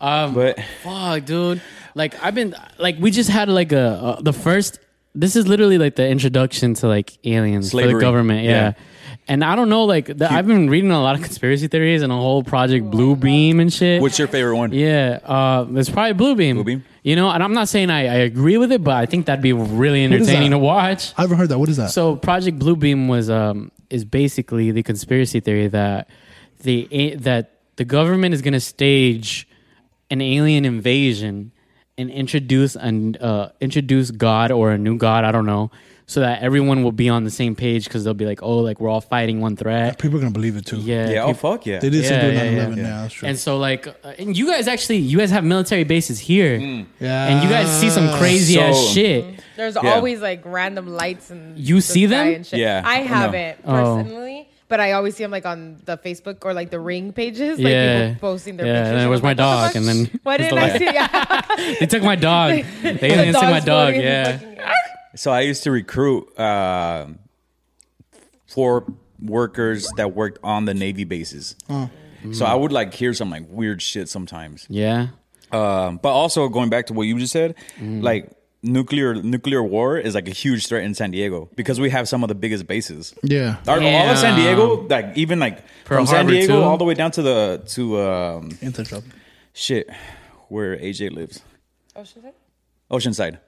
Speaker 4: Um,
Speaker 5: But
Speaker 4: fuck, dude. Like I've been like we just had like a, a the first. This is literally like the introduction to like aliens for the
Speaker 5: Slavery.
Speaker 4: government. Yeah.
Speaker 5: Yeah.
Speaker 4: And I don't know, like the, I've been reading a lot of conspiracy theories and a whole Project Blue Beam and shit.
Speaker 5: what's your favorite one?
Speaker 4: yeah, uh, it's probably Blue Beam.
Speaker 5: Blue Beam?
Speaker 4: You know, and I'm not saying I, I agree with it, but I think that'd be really
Speaker 3: is
Speaker 4: entertaining
Speaker 3: that?
Speaker 4: to watch.
Speaker 3: I haven't heard that. What is that?
Speaker 4: So Project Bluebeam was um is basically the conspiracy theory that the that the government is going to stage an alien invasion and introduce an uh, introduce God or a new God I don't know so that everyone will be on the same page because they'll be like oh like we're all fighting one threat
Speaker 3: People are gonna believe it too.
Speaker 4: yeah
Speaker 5: Yeah.
Speaker 4: peop-
Speaker 5: Oh fuck yeah.
Speaker 3: They did say
Speaker 4: Yeah,
Speaker 3: do
Speaker 4: yeah,
Speaker 3: 9
Speaker 4: yeah.
Speaker 3: 11. Yeah, that's true.
Speaker 4: and so like uh, and you guys actually you guys have military bases here
Speaker 3: yeah.
Speaker 4: and you guys see some crazy ass
Speaker 5: Mm. So-
Speaker 4: shit
Speaker 2: There's
Speaker 5: Yeah.
Speaker 2: always like random lights and
Speaker 4: You
Speaker 2: the
Speaker 4: see them?
Speaker 2: sky and shit.
Speaker 5: Yeah.
Speaker 2: I
Speaker 5: No.
Speaker 2: haven't
Speaker 4: Oh.
Speaker 2: personally, but I always see them like on the Facebook or like the ring pages, like
Speaker 4: Yeah.
Speaker 2: people posting their
Speaker 4: Yeah,
Speaker 2: pictures.
Speaker 4: and there was
Speaker 2: I'm
Speaker 4: my
Speaker 2: like, what the
Speaker 4: dog, and
Speaker 2: fuck?
Speaker 4: then
Speaker 2: why
Speaker 4: there's
Speaker 2: didn't
Speaker 4: the
Speaker 2: I
Speaker 4: light.
Speaker 2: see? Yeah,
Speaker 4: they took my dog they
Speaker 2: The
Speaker 4: didn't take
Speaker 2: dog's
Speaker 4: my dog
Speaker 2: floating in the
Speaker 4: yeah.
Speaker 2: fucking air.
Speaker 5: So I used to recruit uh, for workers that worked on the Navy bases. So I would like hear some like weird shit sometimes.
Speaker 4: Yeah.
Speaker 5: Um, but also going back to what you just said,
Speaker 4: Mm.
Speaker 5: like nuclear nuclear war is like a huge threat in San Diego because we have some of the biggest bases.
Speaker 3: yeah.
Speaker 5: Our, all of San
Speaker 4: Damn.
Speaker 5: Diego, like even like
Speaker 4: Pearl
Speaker 5: from San
Speaker 4: Harbor,
Speaker 5: Diego
Speaker 4: too?
Speaker 5: all the way down to the to um,
Speaker 3: Into trouble.
Speaker 5: shit where AJ lives,
Speaker 2: Oh, shit.
Speaker 5: Oceanside.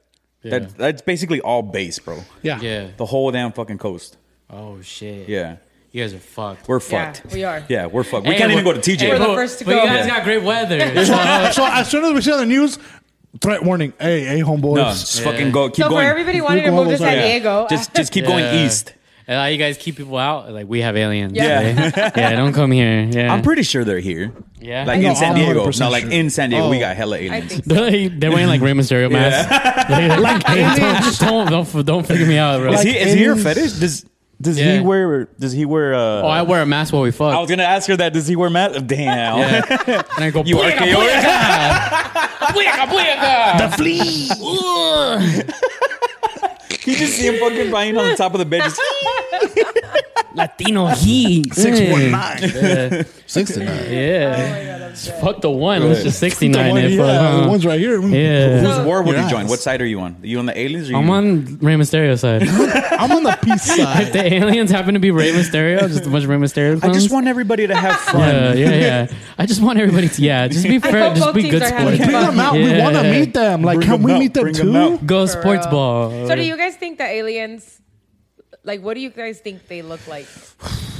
Speaker 4: Yeah.
Speaker 5: That, that's basically all base, bro.
Speaker 3: Yeah.
Speaker 4: Yeah.
Speaker 5: The whole damn fucking coast.
Speaker 4: Oh shit.
Speaker 5: Yeah.
Speaker 4: You guys are fucked.
Speaker 5: We're
Speaker 2: Yeah,
Speaker 5: fucked.
Speaker 2: we are.
Speaker 5: Yeah, we're fucked. We
Speaker 4: Hey,
Speaker 5: can't even
Speaker 4: we're-
Speaker 5: go to TJ.
Speaker 2: We're the
Speaker 4: but-
Speaker 2: first to
Speaker 4: but
Speaker 2: go.
Speaker 4: you guys
Speaker 2: Yeah.
Speaker 4: got great weather.
Speaker 3: So as soon as we see on the news, Threat warning. Hey, hey, homeboys.
Speaker 5: No, just fucking go. Keep
Speaker 2: so
Speaker 5: going.
Speaker 2: for everybody wanting to
Speaker 3: Google
Speaker 2: move to
Speaker 3: almost
Speaker 2: San
Speaker 3: like-
Speaker 5: Yeah.
Speaker 2: Diego,
Speaker 5: Just just keep going
Speaker 4: Yeah.
Speaker 5: east.
Speaker 4: And how you guys keep people out? Like we have aliens.
Speaker 5: Yeah.
Speaker 4: right? yeah. Don't come here. Yeah.
Speaker 5: I'm pretty sure they're here.
Speaker 4: Yeah.
Speaker 5: Like
Speaker 3: I know,
Speaker 5: in San
Speaker 3: I'm
Speaker 5: Diego. No,
Speaker 3: 100%
Speaker 5: like
Speaker 3: sure.
Speaker 5: in San Diego, we
Speaker 3: Oh.
Speaker 5: got hella
Speaker 2: I
Speaker 5: aliens.
Speaker 2: think so.
Speaker 4: They're, like, they're wearing like Rey Mysterio masks. They're like, hey, don't, don't, don't, f- don't figure me out, bro.
Speaker 5: Is
Speaker 3: Like
Speaker 5: he is he your
Speaker 3: aliens.
Speaker 5: fetish? Does does he
Speaker 4: Yeah.
Speaker 5: wear does he wear uh
Speaker 4: oh, I wear a mask while we fuck.
Speaker 5: I was gonna ask her that. Does he wear mask? Damn.
Speaker 4: yeah. And I go,
Speaker 5: You are
Speaker 4: "Puerca, puerca, puerca."
Speaker 3: The flea.
Speaker 5: You just see him fucking lying on the top of the bed. Just,
Speaker 4: Latino heat.
Speaker 3: Six one
Speaker 4: Yeah.
Speaker 3: nine. Six to nine.
Speaker 4: Yeah. Fuck the one. Let's just 69
Speaker 3: The one-
Speaker 4: it. fuck,
Speaker 3: yeah,
Speaker 4: huh?
Speaker 3: the one's right here.
Speaker 4: Yeah.
Speaker 5: whose war would
Speaker 3: Your
Speaker 5: you join?
Speaker 3: ass.
Speaker 5: What side are you on? Are you on the aliens? Or
Speaker 4: I'm
Speaker 5: you-
Speaker 4: on Rey Mysterio's side.
Speaker 3: I'm on the peace
Speaker 4: if
Speaker 3: side.
Speaker 4: the aliens happen to be Rey Mysterio, just a bunch of Rey Mysterio
Speaker 5: I just
Speaker 4: clones,
Speaker 5: want everybody to have fun.
Speaker 4: Yeah, yeah, yeah. I just want everybody to, yeah, just be fair.
Speaker 2: hope
Speaker 4: Just
Speaker 2: both
Speaker 4: be
Speaker 2: teams
Speaker 4: good
Speaker 2: are having
Speaker 4: sports.
Speaker 3: Bring
Speaker 2: fun.
Speaker 3: them out. We
Speaker 4: Yeah.
Speaker 3: want to meet them. Like,
Speaker 5: Bring
Speaker 3: can we
Speaker 5: out,
Speaker 3: meet them
Speaker 5: bring 'em
Speaker 3: too?
Speaker 5: out.
Speaker 4: Go
Speaker 2: For
Speaker 4: sports
Speaker 2: real.
Speaker 4: ball.
Speaker 2: So do you guys think that aliens, like, what do you guys think they look like?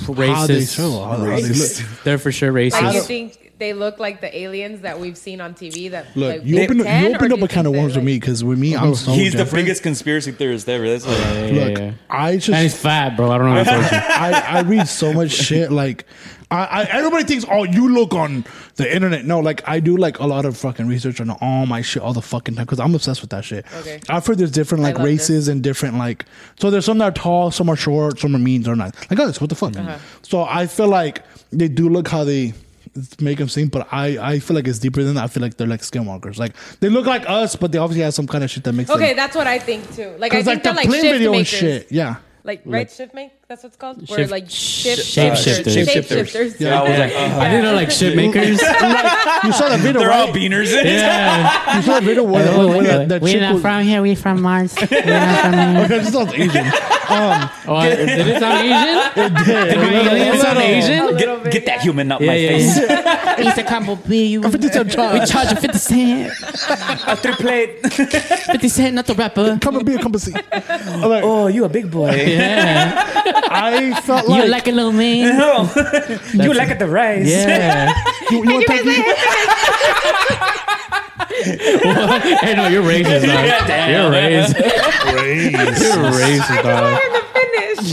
Speaker 3: How they show,
Speaker 4: racist?
Speaker 3: how they look.
Speaker 4: They're for sure
Speaker 2: Like, you
Speaker 4: racist.
Speaker 2: think they look like the aliens that we've seen on TV? That
Speaker 3: Look,
Speaker 2: like,
Speaker 3: you, opened,
Speaker 2: pretend,
Speaker 3: you
Speaker 2: or
Speaker 3: opened
Speaker 2: do
Speaker 3: up a
Speaker 2: think
Speaker 3: kind of
Speaker 2: they're,
Speaker 3: worms with
Speaker 2: like-
Speaker 3: me because with me, I'm so
Speaker 5: He's the
Speaker 3: different.
Speaker 5: biggest conspiracy theorist ever. That's what
Speaker 4: Yeah,
Speaker 3: Look,
Speaker 4: yeah.
Speaker 3: I just
Speaker 4: And he's fat, bro. I don't know. What to tell you.
Speaker 3: I, I read so much shit. Like, I, I everybody thinks, oh, you look on the internet. No, like I do like a lot of fucking research on all my shit all the fucking time because I'm obsessed with that shit.
Speaker 2: Okay.
Speaker 3: I've heard there's different like
Speaker 2: love
Speaker 3: races and different like. So there's some that are tall, some are short, some are mean, some are not. Like this, what the fuck?
Speaker 2: Uh-huh.
Speaker 3: So I feel like they do look how they. Make them seem, but I I feel like it's deeper than that. I feel like they're like skinwalkers. Like they look like us, but they obviously have some kind of shit that makes
Speaker 2: Okay,
Speaker 3: them.
Speaker 2: that's what I think too. Like, I
Speaker 3: Because
Speaker 2: think
Speaker 3: like
Speaker 2: they're
Speaker 3: the
Speaker 2: like
Speaker 3: play
Speaker 2: shift
Speaker 3: video and
Speaker 2: makers.
Speaker 3: shit, yeah.
Speaker 2: Like right shift make, that's what it's called. Where
Speaker 4: Shift-
Speaker 2: like shift
Speaker 4: sh- shapeshifters.
Speaker 2: shapeshifters.
Speaker 5: Shapeshifters.
Speaker 2: Shapeshifters.
Speaker 5: Yeah, I was like,
Speaker 4: Yeah. I think they're like shit makers.
Speaker 3: You saw that video,
Speaker 5: Ah. they're
Speaker 3: right?
Speaker 5: all beaners.
Speaker 4: yeah.
Speaker 3: You saw that video where, where, where that, that chick was-
Speaker 4: here. We're from Mars.
Speaker 3: Okay, it just sounds Asian. Um,
Speaker 4: Oh, I- did it sound Asian?
Speaker 3: it did.
Speaker 4: Did my alien sound
Speaker 2: A
Speaker 4: Asian?
Speaker 2: little
Speaker 5: Get,
Speaker 2: bit,
Speaker 5: get that
Speaker 2: yeah.
Speaker 5: human out
Speaker 4: Yeah,
Speaker 5: my
Speaker 4: yeah,
Speaker 5: face.
Speaker 4: yeah. It's a combo bill. We charge a 50 cent.
Speaker 5: After plate.
Speaker 4: 50 cent, not the rapper.
Speaker 3: Come and be a compassy. Like,
Speaker 5: Oh, you a big boy.
Speaker 4: Yeah.
Speaker 3: I felt
Speaker 4: You
Speaker 3: like,
Speaker 4: like a little man.
Speaker 5: you like the rice.
Speaker 4: Yeah.
Speaker 3: you, you, want Peggy?
Speaker 4: hey, no, you're racist, dog. You're racist. You're racist, dog.
Speaker 2: You're the finish.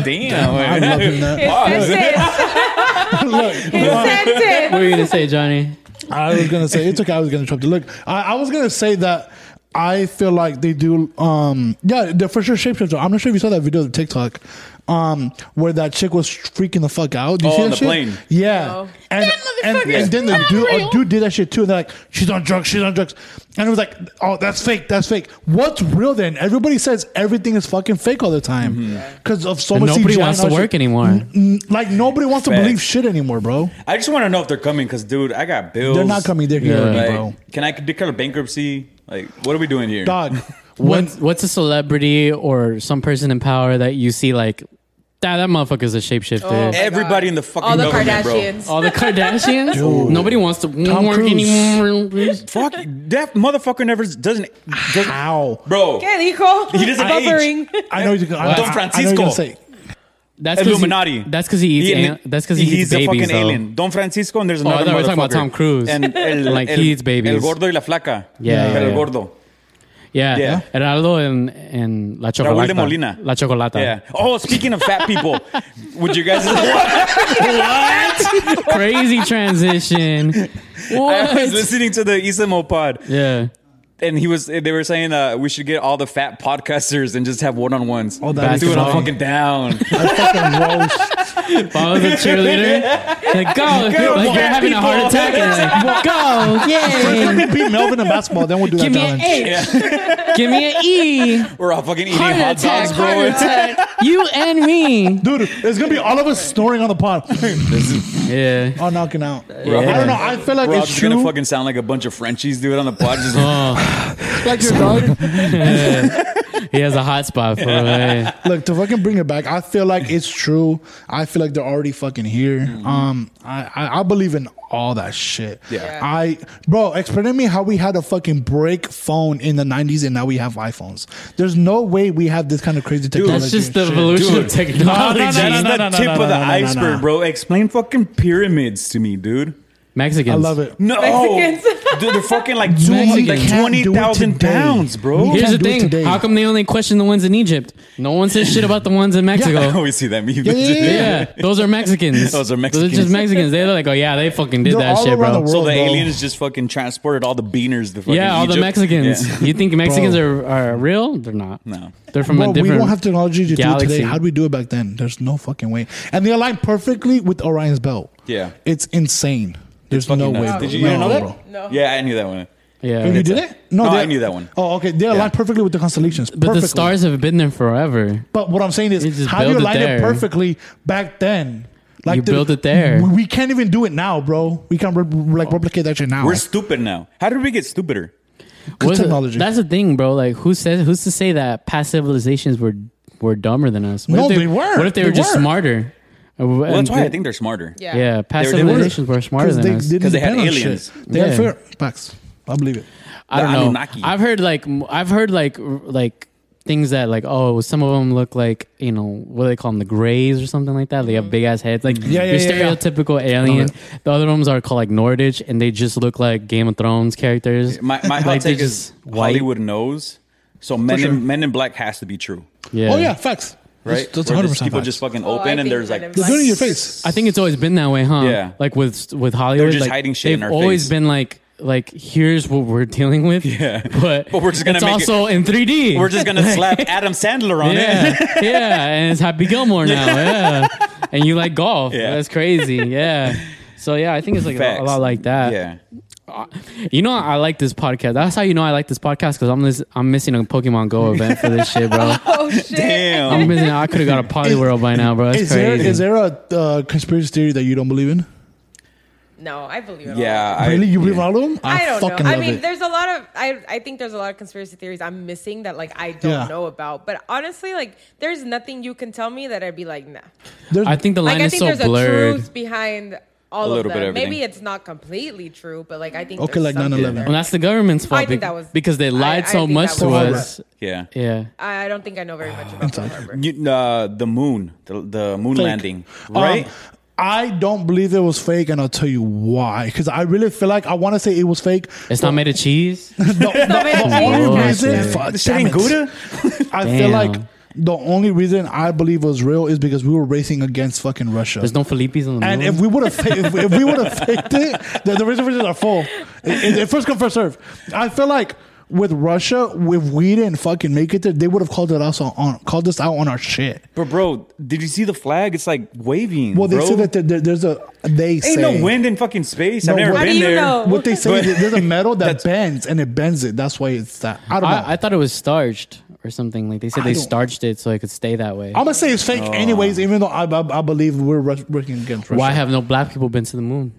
Speaker 5: Damn.
Speaker 3: I'm loving that.
Speaker 2: His sentence.
Speaker 3: Look,
Speaker 2: His
Speaker 4: What
Speaker 2: sentence.
Speaker 4: were you gonna say, Johnny?
Speaker 3: I was gonna say it's okay. I was gonna interrupt you. Look, I, I was gonna say that I feel like they do. Um, yeah, they're for sure shapeshifter. I'm not sure if you saw that video of TikTok, um, where that chick was freaking the fuck out. Did you
Speaker 5: Oh,
Speaker 3: see that
Speaker 5: on the
Speaker 3: shit?
Speaker 5: plane.
Speaker 3: Yeah,
Speaker 2: No.
Speaker 3: and, and,
Speaker 2: motherfucker
Speaker 3: and then the
Speaker 2: is
Speaker 3: dude,
Speaker 2: unreal.
Speaker 3: a dude did that shit too. And they're like, she's on drugs. She's on drugs. And it was like, oh, that's fake. That's fake. What's real then? Everybody says everything is fucking fake all the
Speaker 5: Mm-hmm.
Speaker 3: time because of so
Speaker 4: And
Speaker 3: much.
Speaker 4: nobody
Speaker 3: CGI
Speaker 4: wants
Speaker 3: and
Speaker 4: to
Speaker 3: all
Speaker 4: work
Speaker 3: shit.
Speaker 4: anymore.
Speaker 3: Mm, Like nobody wants to
Speaker 5: Facts.
Speaker 3: believe shit anymore, bro.
Speaker 5: I just want to know if they're coming because, dude, I got bills.
Speaker 3: They're not coming. They're here,
Speaker 4: Yeah.
Speaker 3: already,
Speaker 5: Like,
Speaker 3: bro.
Speaker 5: Can I declare bankruptcy? Like, what are we doing here?
Speaker 3: Dog. When
Speaker 4: What's what's a celebrity or some person in power that you see like that that motherfucker's a
Speaker 2: Oh
Speaker 4: shapeshifter?
Speaker 2: my
Speaker 5: Everybody
Speaker 2: God.
Speaker 5: in the fucking
Speaker 2: All the
Speaker 5: government, bro.
Speaker 2: Kardashians.
Speaker 4: All the Kardashians?
Speaker 3: Dude.
Speaker 4: Nobody wants to work
Speaker 3: Cruise.
Speaker 4: anymore.
Speaker 5: Fuck that motherfucker never doesn't. doesn't
Speaker 3: how?
Speaker 5: bro,
Speaker 2: Get it, Nicole.
Speaker 5: He doesn't age.
Speaker 2: buffering.
Speaker 3: I know you can. I, I-
Speaker 5: Don
Speaker 3: I know
Speaker 5: Francisco.
Speaker 3: you're gonna say.
Speaker 4: That's 'cause he-
Speaker 5: Illuminati.
Speaker 4: that's because he eats.
Speaker 5: He-
Speaker 4: al- that's because he
Speaker 5: he's a
Speaker 4: eats babies.
Speaker 5: fucking
Speaker 4: though. Oh,
Speaker 5: alien. Don Francisco and there's
Speaker 4: I
Speaker 5: another.
Speaker 4: thought we were talking about
Speaker 5: motherfucker.
Speaker 4: Tom Cruise.
Speaker 5: And el,
Speaker 4: Like,
Speaker 5: el,
Speaker 4: he eats babies.
Speaker 5: El gordo y la flaca.
Speaker 4: Yeah, Oh, yeah,
Speaker 5: el
Speaker 4: yeah.
Speaker 5: gordo.
Speaker 4: Yeah.
Speaker 5: Yeah.
Speaker 4: Gerardo and and La Chocolata.
Speaker 5: Raúl de Molina.
Speaker 4: La Chocolata.
Speaker 5: Yeah. Oh, speaking of fat people, would you guys? what?
Speaker 4: Crazy transition.
Speaker 5: I was
Speaker 4: what?
Speaker 5: listening to the Isamo pod.
Speaker 4: Yeah.
Speaker 5: and he was they were saying uh, we should get all the fat podcasters and just have one on ones.
Speaker 3: Oh,
Speaker 5: Oh,
Speaker 3: that
Speaker 5: that's
Speaker 3: is
Speaker 5: dude, I'm
Speaker 3: funny.
Speaker 5: fucking down.
Speaker 3: I fucking roast.
Speaker 4: If I was a cheerleader, like go,
Speaker 5: Go,
Speaker 4: like
Speaker 5: fat
Speaker 4: you're having a heart
Speaker 5: people.
Speaker 4: attack, and like go, yeah,
Speaker 3: If we beat Melvin in basketball, then we'll do that
Speaker 4: give me an
Speaker 3: challenge.
Speaker 4: H, give me an E,
Speaker 5: We're all fucking eating
Speaker 4: heart
Speaker 5: hot
Speaker 4: attack,
Speaker 5: dogs, bro.
Speaker 4: heart attack, you and me.
Speaker 3: Dude, it's gonna be all of us snoring on the pod.
Speaker 4: Yeah,
Speaker 3: all knocking out. I don't know. I feel like
Speaker 5: We're all
Speaker 3: it's
Speaker 5: just
Speaker 3: true.
Speaker 5: gonna fucking sound like a bunch of Frenchies, dude, on the pod. Just
Speaker 3: like your dog.
Speaker 4: he has a hot spot for it.
Speaker 3: Look, to fucking bring it back, I feel like it's true. I feel like they're already fucking here. Um, I, I I believe in all that shit.
Speaker 5: Mm-hmm. Yeah.
Speaker 3: I bro, explain to me how we had a fucking break phone in the '90s and now we have iPhones. There's no way we have this kind of crazy technology.
Speaker 4: That's just
Speaker 3: and
Speaker 4: the
Speaker 3: shit.
Speaker 4: evolution
Speaker 5: dude,
Speaker 4: of technology.
Speaker 3: no, no,
Speaker 5: that's
Speaker 3: no,
Speaker 5: the
Speaker 3: no, no,
Speaker 5: tip
Speaker 3: no,
Speaker 5: of
Speaker 3: no,
Speaker 5: the
Speaker 3: no, no, no.
Speaker 5: iceberg, bro. Explain fucking pyramids to me, dude.
Speaker 4: Mexicans.
Speaker 3: I love it.
Speaker 5: No,
Speaker 2: Mexicans.
Speaker 5: dude, they're fucking like two
Speaker 4: Mexicans.
Speaker 5: like
Speaker 4: You
Speaker 3: can't
Speaker 5: twenty
Speaker 3: do it
Speaker 5: thousand
Speaker 3: today.
Speaker 5: pounds, bro.
Speaker 3: You
Speaker 4: Here's the
Speaker 3: can't do it
Speaker 4: thing:
Speaker 3: today.
Speaker 4: how come they only question the ones in Egypt? No one says shit about the ones in
Speaker 5: I
Speaker 4: Mexico.
Speaker 5: always see that meme.
Speaker 4: Yeah, those are Mexicans.
Speaker 5: Those are
Speaker 4: Those are
Speaker 5: Mexicans.
Speaker 4: just Mexicans. They're like, oh yeah, they fucking did
Speaker 3: They're
Speaker 4: that
Speaker 3: all
Speaker 4: shit,
Speaker 3: around the
Speaker 4: bro.
Speaker 3: world.
Speaker 5: So the
Speaker 3: bro.
Speaker 5: aliens just fucking transported all the beaners. The fucking
Speaker 4: Yeah, all the
Speaker 5: Egypt.
Speaker 4: Mexicans.
Speaker 5: Yeah.
Speaker 4: You think Mexicans are, are real? They're not.
Speaker 5: No.
Speaker 4: they're from
Speaker 3: Bro,
Speaker 4: a
Speaker 3: we
Speaker 4: different.
Speaker 3: don't have technology to
Speaker 4: galaxy.
Speaker 3: do it today. How do we do it back then? There's no fucking way. And they align perfectly with Orion's belt.
Speaker 5: Yeah.
Speaker 3: It's insane. There's no
Speaker 5: nuts.
Speaker 3: way.
Speaker 5: Did
Speaker 3: bro.
Speaker 5: you- you didn't
Speaker 3: No,
Speaker 5: know that?
Speaker 3: bro.
Speaker 2: No.
Speaker 5: Yeah, I knew that one.
Speaker 4: yeah,
Speaker 3: Oh, you did
Speaker 5: that.
Speaker 3: it?
Speaker 5: No,
Speaker 3: they-
Speaker 5: I knew that one.
Speaker 3: Oh, okay. They
Speaker 5: Yeah.
Speaker 3: align perfectly with the constellations.
Speaker 4: but
Speaker 3: perfectly.
Speaker 4: the stars have been there forever.
Speaker 3: But what I'm saying
Speaker 4: You
Speaker 3: is,
Speaker 4: just
Speaker 3: how do you
Speaker 4: build it
Speaker 3: align it
Speaker 4: there.
Speaker 3: perfectly back then? Like
Speaker 4: You build it there.
Speaker 3: We, we can't even do it now, bro. We can't re- re- like replicate that shit now.
Speaker 5: We're stupid now. How did we get stupider?
Speaker 3: Good
Speaker 4: What's the-
Speaker 3: technology.
Speaker 4: that's the thing, bro. Like, who says who's to say that past civilizations were were dumber than us? What
Speaker 3: No,
Speaker 4: if
Speaker 3: they were.
Speaker 4: What if they,
Speaker 3: They
Speaker 4: were just
Speaker 3: were.
Speaker 4: smarter? Well,
Speaker 5: Well, that's why I think they're smarter.
Speaker 2: Yeah.
Speaker 4: Yeah, past
Speaker 5: They were-
Speaker 4: civilizations were, smarter
Speaker 3: because
Speaker 4: than
Speaker 3: they
Speaker 4: us.
Speaker 3: didn't
Speaker 5: 'Cause they had
Speaker 3: depend on
Speaker 5: aliens.
Speaker 3: shit. They
Speaker 4: Yeah.
Speaker 3: had fair facts. I believe it.
Speaker 4: I
Speaker 5: The
Speaker 4: don't know.
Speaker 5: Anunnaki.
Speaker 4: I've heard like m- I've heard like r- like things that like oh some of them look like you know what do they call them the grays or something like that. They have big ass heads
Speaker 5: Mm-hmm.
Speaker 4: like
Speaker 3: Yeah, yeah,
Speaker 4: your
Speaker 3: yeah, yeah.
Speaker 4: stereotypical alien. The other ones are called like Nordage and they just look like Game of Thrones characters.
Speaker 5: My my hot
Speaker 4: Like, they're
Speaker 5: take is
Speaker 4: just white.
Speaker 5: Hollywood knows. So men
Speaker 3: sure.
Speaker 5: in Men in Black has to be true,
Speaker 4: Yeah.
Speaker 3: Oh yeah, facts.
Speaker 5: right?
Speaker 3: That's
Speaker 5: Where
Speaker 3: 100
Speaker 5: just
Speaker 3: percent
Speaker 5: people
Speaker 3: facts.
Speaker 5: just fucking
Speaker 2: Oh, I
Speaker 5: open and
Speaker 2: think
Speaker 5: there's
Speaker 2: Men
Speaker 5: like
Speaker 2: in
Speaker 3: They're
Speaker 2: Black-
Speaker 3: doing it in your face.
Speaker 4: I think it's always been that way, huh?
Speaker 5: Yeah.
Speaker 4: Like with with Hollywood,
Speaker 5: just
Speaker 4: like,
Speaker 5: hiding shit in
Speaker 4: They've
Speaker 5: our
Speaker 4: always
Speaker 5: face.
Speaker 4: been like like here's what we're dealing with.
Speaker 5: Yeah.
Speaker 4: But,
Speaker 5: But we're just gonna
Speaker 4: it's
Speaker 5: make it-
Speaker 4: also in 3D.
Speaker 5: we're just gonna slap Adam Sandler on it.
Speaker 4: yeah, yeah, and it's Happy Gilmore now. Yeah, and you like golf.
Speaker 5: Yeah.
Speaker 4: That's crazy. Yeah. So yeah, I think it's like a,
Speaker 5: Facts.
Speaker 4: a lot like that. Uh,
Speaker 5: Yeah,
Speaker 4: You know, I like this podcast. That's how you know I like this podcast because I'm this, I'm missing a Pokemon Go event for this shit, bro.
Speaker 2: Oh shit.
Speaker 5: damn.
Speaker 4: I'm missing. I could have got a Polyworld by now, Oh, bro. That's
Speaker 3: Is there
Speaker 4: crazy.
Speaker 3: is there a uh, conspiracy theory that you don't believe in?
Speaker 2: No, I believe it.
Speaker 5: Yeah, I-
Speaker 3: really, you believe
Speaker 5: yeah.
Speaker 3: in all of them?
Speaker 2: All. I don't
Speaker 3: fucking
Speaker 2: know. I
Speaker 3: love
Speaker 2: mean,
Speaker 3: it.
Speaker 2: there's a lot of I, I think there's a lot of conspiracy theories I'm missing that like I don't
Speaker 3: Yeah.
Speaker 2: know about. But honestly, like there's nothing you can tell me that I'd be like, nah.
Speaker 3: There's-
Speaker 4: I think the line
Speaker 2: Like I
Speaker 4: is
Speaker 2: think
Speaker 4: so
Speaker 2: there's a
Speaker 4: blurred.
Speaker 2: truth behind all
Speaker 5: A
Speaker 2: of
Speaker 5: little bit
Speaker 2: them.
Speaker 5: of
Speaker 2: Maybe
Speaker 5: everything.
Speaker 2: it's not completely true, but like I think
Speaker 3: Okay,
Speaker 2: there's
Speaker 3: like
Speaker 2: something
Speaker 3: 9/11.
Speaker 2: there.
Speaker 4: Well, that's the government's fault
Speaker 2: I think
Speaker 4: bec-
Speaker 2: that was-
Speaker 4: because they lied
Speaker 2: I- I
Speaker 4: so
Speaker 2: think
Speaker 4: much
Speaker 2: that
Speaker 4: to
Speaker 2: was-
Speaker 4: us.
Speaker 5: Yeah.
Speaker 4: Yeah.
Speaker 2: I I don't think I know very much about Pearl Harbor.
Speaker 5: You, uh, the moon, the, the moon
Speaker 3: fake.
Speaker 5: landing,
Speaker 3: Um,
Speaker 5: right?
Speaker 3: I don't believe it was fake, and I'll tell you why. Because I really feel like I want to say it was fake.
Speaker 4: It's not made of cheese.
Speaker 3: No, no,
Speaker 2: made of
Speaker 3: the only
Speaker 4: cheese.
Speaker 3: reason,
Speaker 4: Yeah.
Speaker 3: fuck,
Speaker 5: This shit
Speaker 3: damn
Speaker 5: ain't
Speaker 3: it.
Speaker 5: Gouda?
Speaker 3: I feel
Speaker 4: Damn.
Speaker 3: like the only reason I believe it was real is because we were racing against fucking Russia.
Speaker 4: There's no Felipe's on the
Speaker 3: and
Speaker 4: moon.
Speaker 3: if we would have if, if we would have faked it, the, the reservations are full. It, it- first come, first serve. I feel like with Russia, if we didn't fucking make it there, they would have called it us on, on called us out on our shit.
Speaker 5: But bro, did you see the flag? It's like waving.
Speaker 3: Well, they
Speaker 5: bro.
Speaker 3: say that there, there- there's a they
Speaker 5: ain't
Speaker 3: say
Speaker 5: no wind in fucking space. I've
Speaker 3: No
Speaker 5: never
Speaker 3: wind.
Speaker 2: How
Speaker 5: been
Speaker 2: do you
Speaker 5: there.
Speaker 2: know?
Speaker 3: What they say
Speaker 5: But-
Speaker 3: is that there's a metal that bends and it bends it. That's why it's that. I don't know.
Speaker 4: I, I thought it was starched or something. Like they said
Speaker 3: I
Speaker 4: they
Speaker 3: don't-
Speaker 4: starched it so it could stay that way.
Speaker 3: I'm gonna say it's fake, anyways. Even though I, I, I believe we're ru- working against Russia.
Speaker 4: Oh. Why have no black people been to the moon?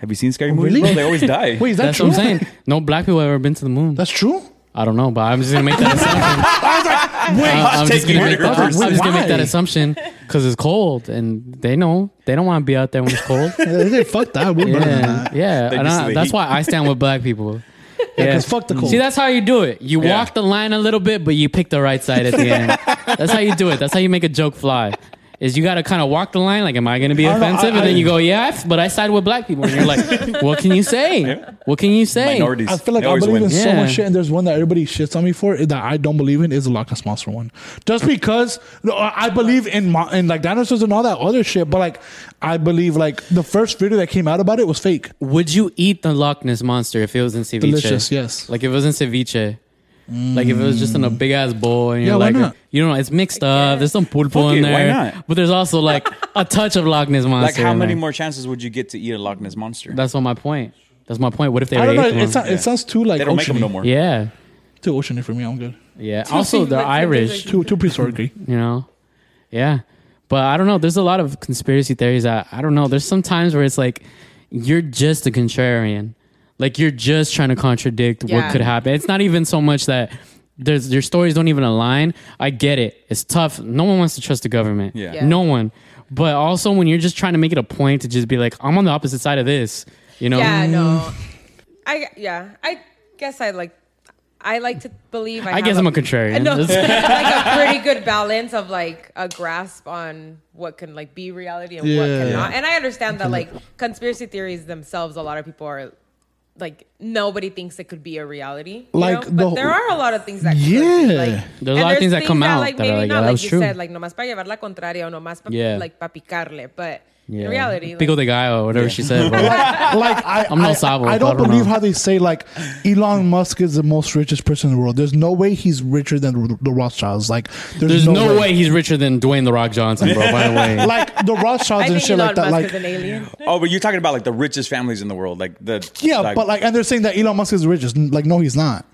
Speaker 5: Have you seen scary movies?
Speaker 3: Oh, Really?
Speaker 5: Bro, they always die.
Speaker 3: Wait, is that
Speaker 4: That's
Speaker 3: true?
Speaker 4: what I'm saying. No black people have ever been to the moon.
Speaker 3: That's true.
Speaker 4: I don't know, but I'm just gonna make that assumption.
Speaker 3: Wait,
Speaker 4: I'm just
Speaker 5: taking
Speaker 4: gonna
Speaker 5: it
Speaker 4: make, that-
Speaker 5: reverse.
Speaker 4: I'm just gonna make that
Speaker 3: Why?
Speaker 4: assumption because it's cold and they know they don't want to be out there when it's cold.
Speaker 3: they said, fuck that. We're better than
Speaker 4: yeah,
Speaker 3: that.
Speaker 4: yeah.
Speaker 5: They
Speaker 4: And
Speaker 5: just
Speaker 4: I-
Speaker 5: say-
Speaker 4: that's why I stand with black people. Yeah,
Speaker 3: 'cause fuck the cold.
Speaker 4: See, that's how you do it. You
Speaker 5: Yeah.
Speaker 4: walk the line a little bit, but you pick the right side at the end. that's how you do it. That's how you make a joke fly. Is you got to kind of walk the line. Like, am I going to be
Speaker 3: I don't know,
Speaker 4: offensive?
Speaker 3: I-
Speaker 4: and then
Speaker 3: I-
Speaker 4: you go, yeah, I f- but I side with black people. And you're like, what can you say? What can you say?
Speaker 5: Minorities.
Speaker 3: I feel like
Speaker 5: they
Speaker 3: I
Speaker 5: always
Speaker 3: believe
Speaker 5: win.
Speaker 3: in so
Speaker 4: Yeah.
Speaker 3: much shit, and there's one that everybody shits on me for that I don't believe in is the Loch Ness monster one. Just because no, I I believe in mo- in like dinosaurs and all that other shit, but like I believe like the first video that came out about it was fake.
Speaker 4: Would you eat the Loch Ness monster if it was in ceviche?
Speaker 3: Delicious, yes. Mm.
Speaker 4: Like if it was in ceviche. Like if it was just in a big ass bowl and
Speaker 3: Yeah,
Speaker 4: you're
Speaker 3: why
Speaker 4: like,
Speaker 3: not?
Speaker 4: you know, it's mixed up. There's some pulpo
Speaker 5: Fuck
Speaker 4: in
Speaker 5: it,
Speaker 4: there,
Speaker 5: why not?
Speaker 4: but there's also like a touch of Loch Ness monster.
Speaker 5: Like, how
Speaker 4: in
Speaker 5: many
Speaker 4: there.
Speaker 5: more chances would you get to eat a Loch Ness monster?
Speaker 4: That's not my point. That's my point. What if they
Speaker 3: I
Speaker 4: were
Speaker 3: don't know.
Speaker 4: ate
Speaker 3: It,
Speaker 4: one?
Speaker 3: sound, it sounds too like
Speaker 5: they don't make them
Speaker 3: oceany.
Speaker 5: no more.
Speaker 4: Yeah,
Speaker 3: Too oceany for me. I'm good.
Speaker 4: yeah. Also, they're
Speaker 2: Like,
Speaker 4: Irish.
Speaker 3: Too too prehistoric.
Speaker 4: you know yeah but i don't know there's a lot of conspiracy theories that i don't know there's some times where it's like you're just a contrarian like you're just trying to contradict
Speaker 2: Yeah.
Speaker 4: what could happen it's not even so much that there's your stories don't even align i get it it's tough no one wants to trust the government
Speaker 5: Yeah.
Speaker 2: Yeah.
Speaker 4: no one but also when you're just trying to make it a point to just be like i'm on the opposite Um, side of this you know
Speaker 2: Yeah, no. I yeah, I guess I like I like to believe I,
Speaker 4: I guess
Speaker 2: have
Speaker 4: I'm a contrarian.
Speaker 2: No, like a
Speaker 4: That's-
Speaker 2: pretty good balance of like a grasp on what can like be reality and what
Speaker 3: Yeah.
Speaker 2: cannot. And I understand that like conspiracy theories themselves, a lot of people are like nobody thinks it could be a reality. you know?
Speaker 3: Like
Speaker 2: but
Speaker 3: the-
Speaker 2: there are a lot of things that
Speaker 3: Yeah.
Speaker 2: could be, like
Speaker 4: There's
Speaker 2: and
Speaker 4: a lot of things that come out
Speaker 2: like
Speaker 4: that are
Speaker 2: maybe
Speaker 4: like,
Speaker 2: not
Speaker 4: yeah, that
Speaker 2: like
Speaker 4: was
Speaker 2: you
Speaker 4: true.
Speaker 2: said like nomás para llevar la contraria o nomás pa,
Speaker 4: Yeah.
Speaker 2: like para picarle, but
Speaker 4: Yeah.
Speaker 2: in reality like,
Speaker 4: Pico de gallo, whatever she said. bro.
Speaker 3: like I,
Speaker 4: I'm no
Speaker 3: I-
Speaker 4: Sabo,
Speaker 3: I,
Speaker 4: I
Speaker 3: don't
Speaker 4: don't
Speaker 3: believe
Speaker 4: know.
Speaker 3: how they say like Elon Musk is the most richest person in the world. There's no way he's richer than the Rothschilds. Like
Speaker 4: There's no, way. he's richer than Dwayne the Rock Johnson, bro. By the way,
Speaker 3: Like the Rothschilds
Speaker 2: I
Speaker 3: and
Speaker 2: think
Speaker 3: shit
Speaker 2: Elon
Speaker 3: like that.
Speaker 2: Musk
Speaker 3: Like
Speaker 2: is an alien.
Speaker 5: Oh, but you're talking about like the richest families in the world, like the
Speaker 3: yeah, but like and they're saying that Elon Musk is the richest. Like no, he's not.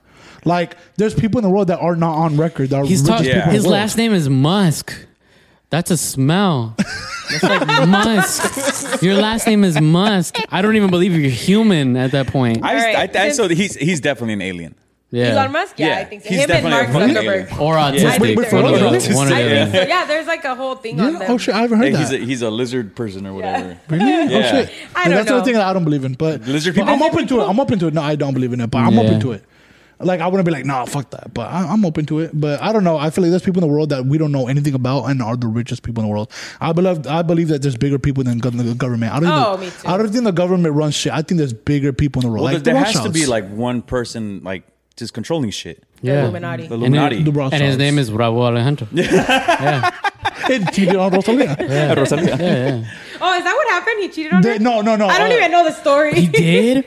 Speaker 3: Like there's people in the world that are not on record. That are
Speaker 4: he's
Speaker 3: richest
Speaker 4: talking.
Speaker 3: people in
Speaker 4: His
Speaker 3: the world.
Speaker 4: last name is Musk. That's a smell. That's like Musk. Your last name is Musk. I don't even believe you're human at that point.
Speaker 5: I,
Speaker 2: All right,
Speaker 5: I, I,
Speaker 2: since-
Speaker 5: so he's he's definitely an alien.
Speaker 4: yeah.
Speaker 2: Elon Musk, yeah,
Speaker 5: Yeah.
Speaker 2: I think so.
Speaker 5: He's
Speaker 2: him and
Speaker 5: definitely a
Speaker 2: Mark
Speaker 5: fucking
Speaker 2: Zuckerberg.
Speaker 5: alien.
Speaker 4: or
Speaker 2: I think
Speaker 4: autistic.
Speaker 2: they're
Speaker 4: One of
Speaker 2: both.
Speaker 4: the- one of
Speaker 2: I
Speaker 4: the
Speaker 2: think
Speaker 4: other.
Speaker 2: so. Yeah, there's like a whole thing on
Speaker 3: Yeah.
Speaker 2: them.
Speaker 3: Oh shit, I haven't heard
Speaker 5: Hey,
Speaker 3: that.
Speaker 5: he's a, he's a lizard person or whatever.
Speaker 3: really?
Speaker 5: Yeah.
Speaker 3: Oh shit.
Speaker 2: I
Speaker 3: Like,
Speaker 2: don't
Speaker 3: that's the
Speaker 2: know.
Speaker 3: thing that I don't believe in. But
Speaker 5: Lizard
Speaker 3: but
Speaker 5: people?
Speaker 3: I'm open to it. I'm open to it. No, I don't believe in it, but I'm
Speaker 4: Yeah.
Speaker 3: open to it. Like I wouldn't be like, nah, fuck that. But I, I'm open to it. But I don't know. I feel like there's people in the world that we don't know anything about and are the richest people in the world. I believe I believe that there's bigger people than go- the government. I don't.
Speaker 2: Oh, me
Speaker 3: think,
Speaker 2: too.
Speaker 3: I don't think the government runs shit. I think there's bigger people in the world.
Speaker 5: Well,
Speaker 3: like
Speaker 5: there
Speaker 3: the
Speaker 5: there has to be
Speaker 3: Rothschilds.
Speaker 5: like one person like just controlling shit.
Speaker 2: The
Speaker 4: Yeah.
Speaker 2: Illuminati.
Speaker 5: The
Speaker 4: And,
Speaker 5: Illuminati.
Speaker 4: it-
Speaker 3: The Rothschilds.
Speaker 4: and his name is Raul Alejandro. Yeah,
Speaker 3: Hey, cheated on Rosalia.
Speaker 5: Rosalia.
Speaker 4: yeah.
Speaker 2: Oh, is that what happened? He cheated on
Speaker 3: They-
Speaker 2: her?
Speaker 3: no, no, no.
Speaker 2: I don't
Speaker 3: Uh,
Speaker 2: even know the story.
Speaker 4: He did.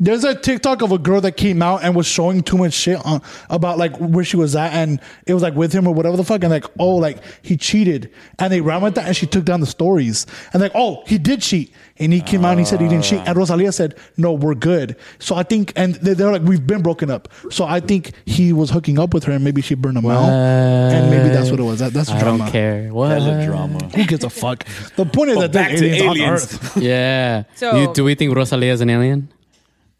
Speaker 3: There's a TikTok of a girl that came out and was showing too much shit on about like where she was at, and it was like with him or whatever the fuck, and like oh like he cheated, and they ran with that, and she took down the stories, and like oh he did cheat, and he came out and he said he didn't cheat, and Rosalia said no we're good, so I think and they- they're like we've been broken up, so I think he was hooking up with her and maybe she burned him out, and maybe that's what it was. That, that's
Speaker 4: I
Speaker 3: drama.
Speaker 4: don't care. What?
Speaker 5: That's a drama.
Speaker 3: Who gives a fuck? The point is
Speaker 5: But
Speaker 3: that there's
Speaker 5: back to
Speaker 3: aliens, on
Speaker 5: aliens.
Speaker 3: Earth.
Speaker 4: Yeah.
Speaker 2: So-
Speaker 4: You- do we think Rosalia is an alien?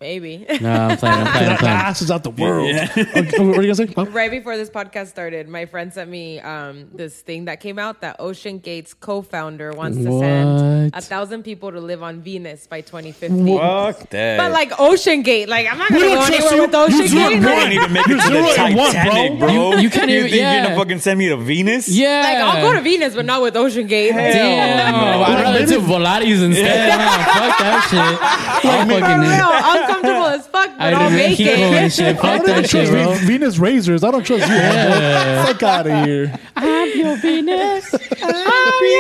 Speaker 2: Maybe.
Speaker 4: No, I'm playing. I'm playing. I'm
Speaker 3: That
Speaker 4: playing.
Speaker 3: ass is out the world. Okay, what are you gonna say? Bob?
Speaker 2: right before this podcast started, my friend sent me um, this thing that came out that Ocean Gates co-founder wants to send
Speaker 4: What?
Speaker 2: a thousand people to live on Venus by 2050.
Speaker 5: Fuck that.
Speaker 2: But like Ocean Gate, like I'm not gonna
Speaker 3: don't
Speaker 2: go anywhere
Speaker 3: trust you.
Speaker 2: with
Speaker 3: You
Speaker 2: Ocean
Speaker 3: zero
Speaker 2: Gate.
Speaker 3: and
Speaker 5: I
Speaker 2: Like,
Speaker 5: didn't even make it to
Speaker 3: You're
Speaker 5: the
Speaker 3: zero and one,
Speaker 5: Titanic,
Speaker 3: bro.
Speaker 5: bro.
Speaker 4: You- you can't even-
Speaker 5: think you're
Speaker 4: yeah.
Speaker 5: gonna fucking send me to Venus?
Speaker 4: Yeah.
Speaker 2: like, I'll go to Venus, but not with Ocean Gate.
Speaker 4: Damn. I'd rather do Volaris instead. Nah, fuck that shit. I'll
Speaker 2: For
Speaker 4: fucking
Speaker 2: real, uncomfortable as fuck, but
Speaker 4: I'd
Speaker 2: I'll
Speaker 4: rather
Speaker 2: make
Speaker 4: keep
Speaker 2: it.
Speaker 4: going, shit.
Speaker 3: I
Speaker 4: Fuck
Speaker 3: don't even
Speaker 4: that shit,
Speaker 3: trust
Speaker 4: bro.
Speaker 3: Ve- Venus Razors. I don't trust you. homeboy. Fuck out of here.
Speaker 4: I'm your Venus.
Speaker 2: Oh,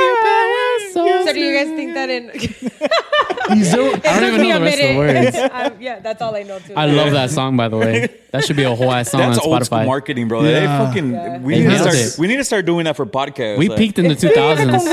Speaker 2: So do you guys think that in? it
Speaker 3: He's zero-
Speaker 4: I don't
Speaker 2: took
Speaker 4: even
Speaker 2: me
Speaker 4: know
Speaker 2: a
Speaker 4: the rest of the
Speaker 2: minute.
Speaker 4: words.
Speaker 2: Um, yeah, that's all I know too.
Speaker 4: I love that song, by the way. That should be a whole ass song
Speaker 5: That's
Speaker 4: on
Speaker 5: old school
Speaker 4: Spotify.
Speaker 5: marketing, bro. They
Speaker 3: Yeah.
Speaker 5: fucking we
Speaker 4: They
Speaker 5: need to
Speaker 4: nailed
Speaker 5: start.
Speaker 4: it.
Speaker 5: We need to start doing that for podcasts.
Speaker 4: We
Speaker 5: like-
Speaker 4: peaked in the 2000s.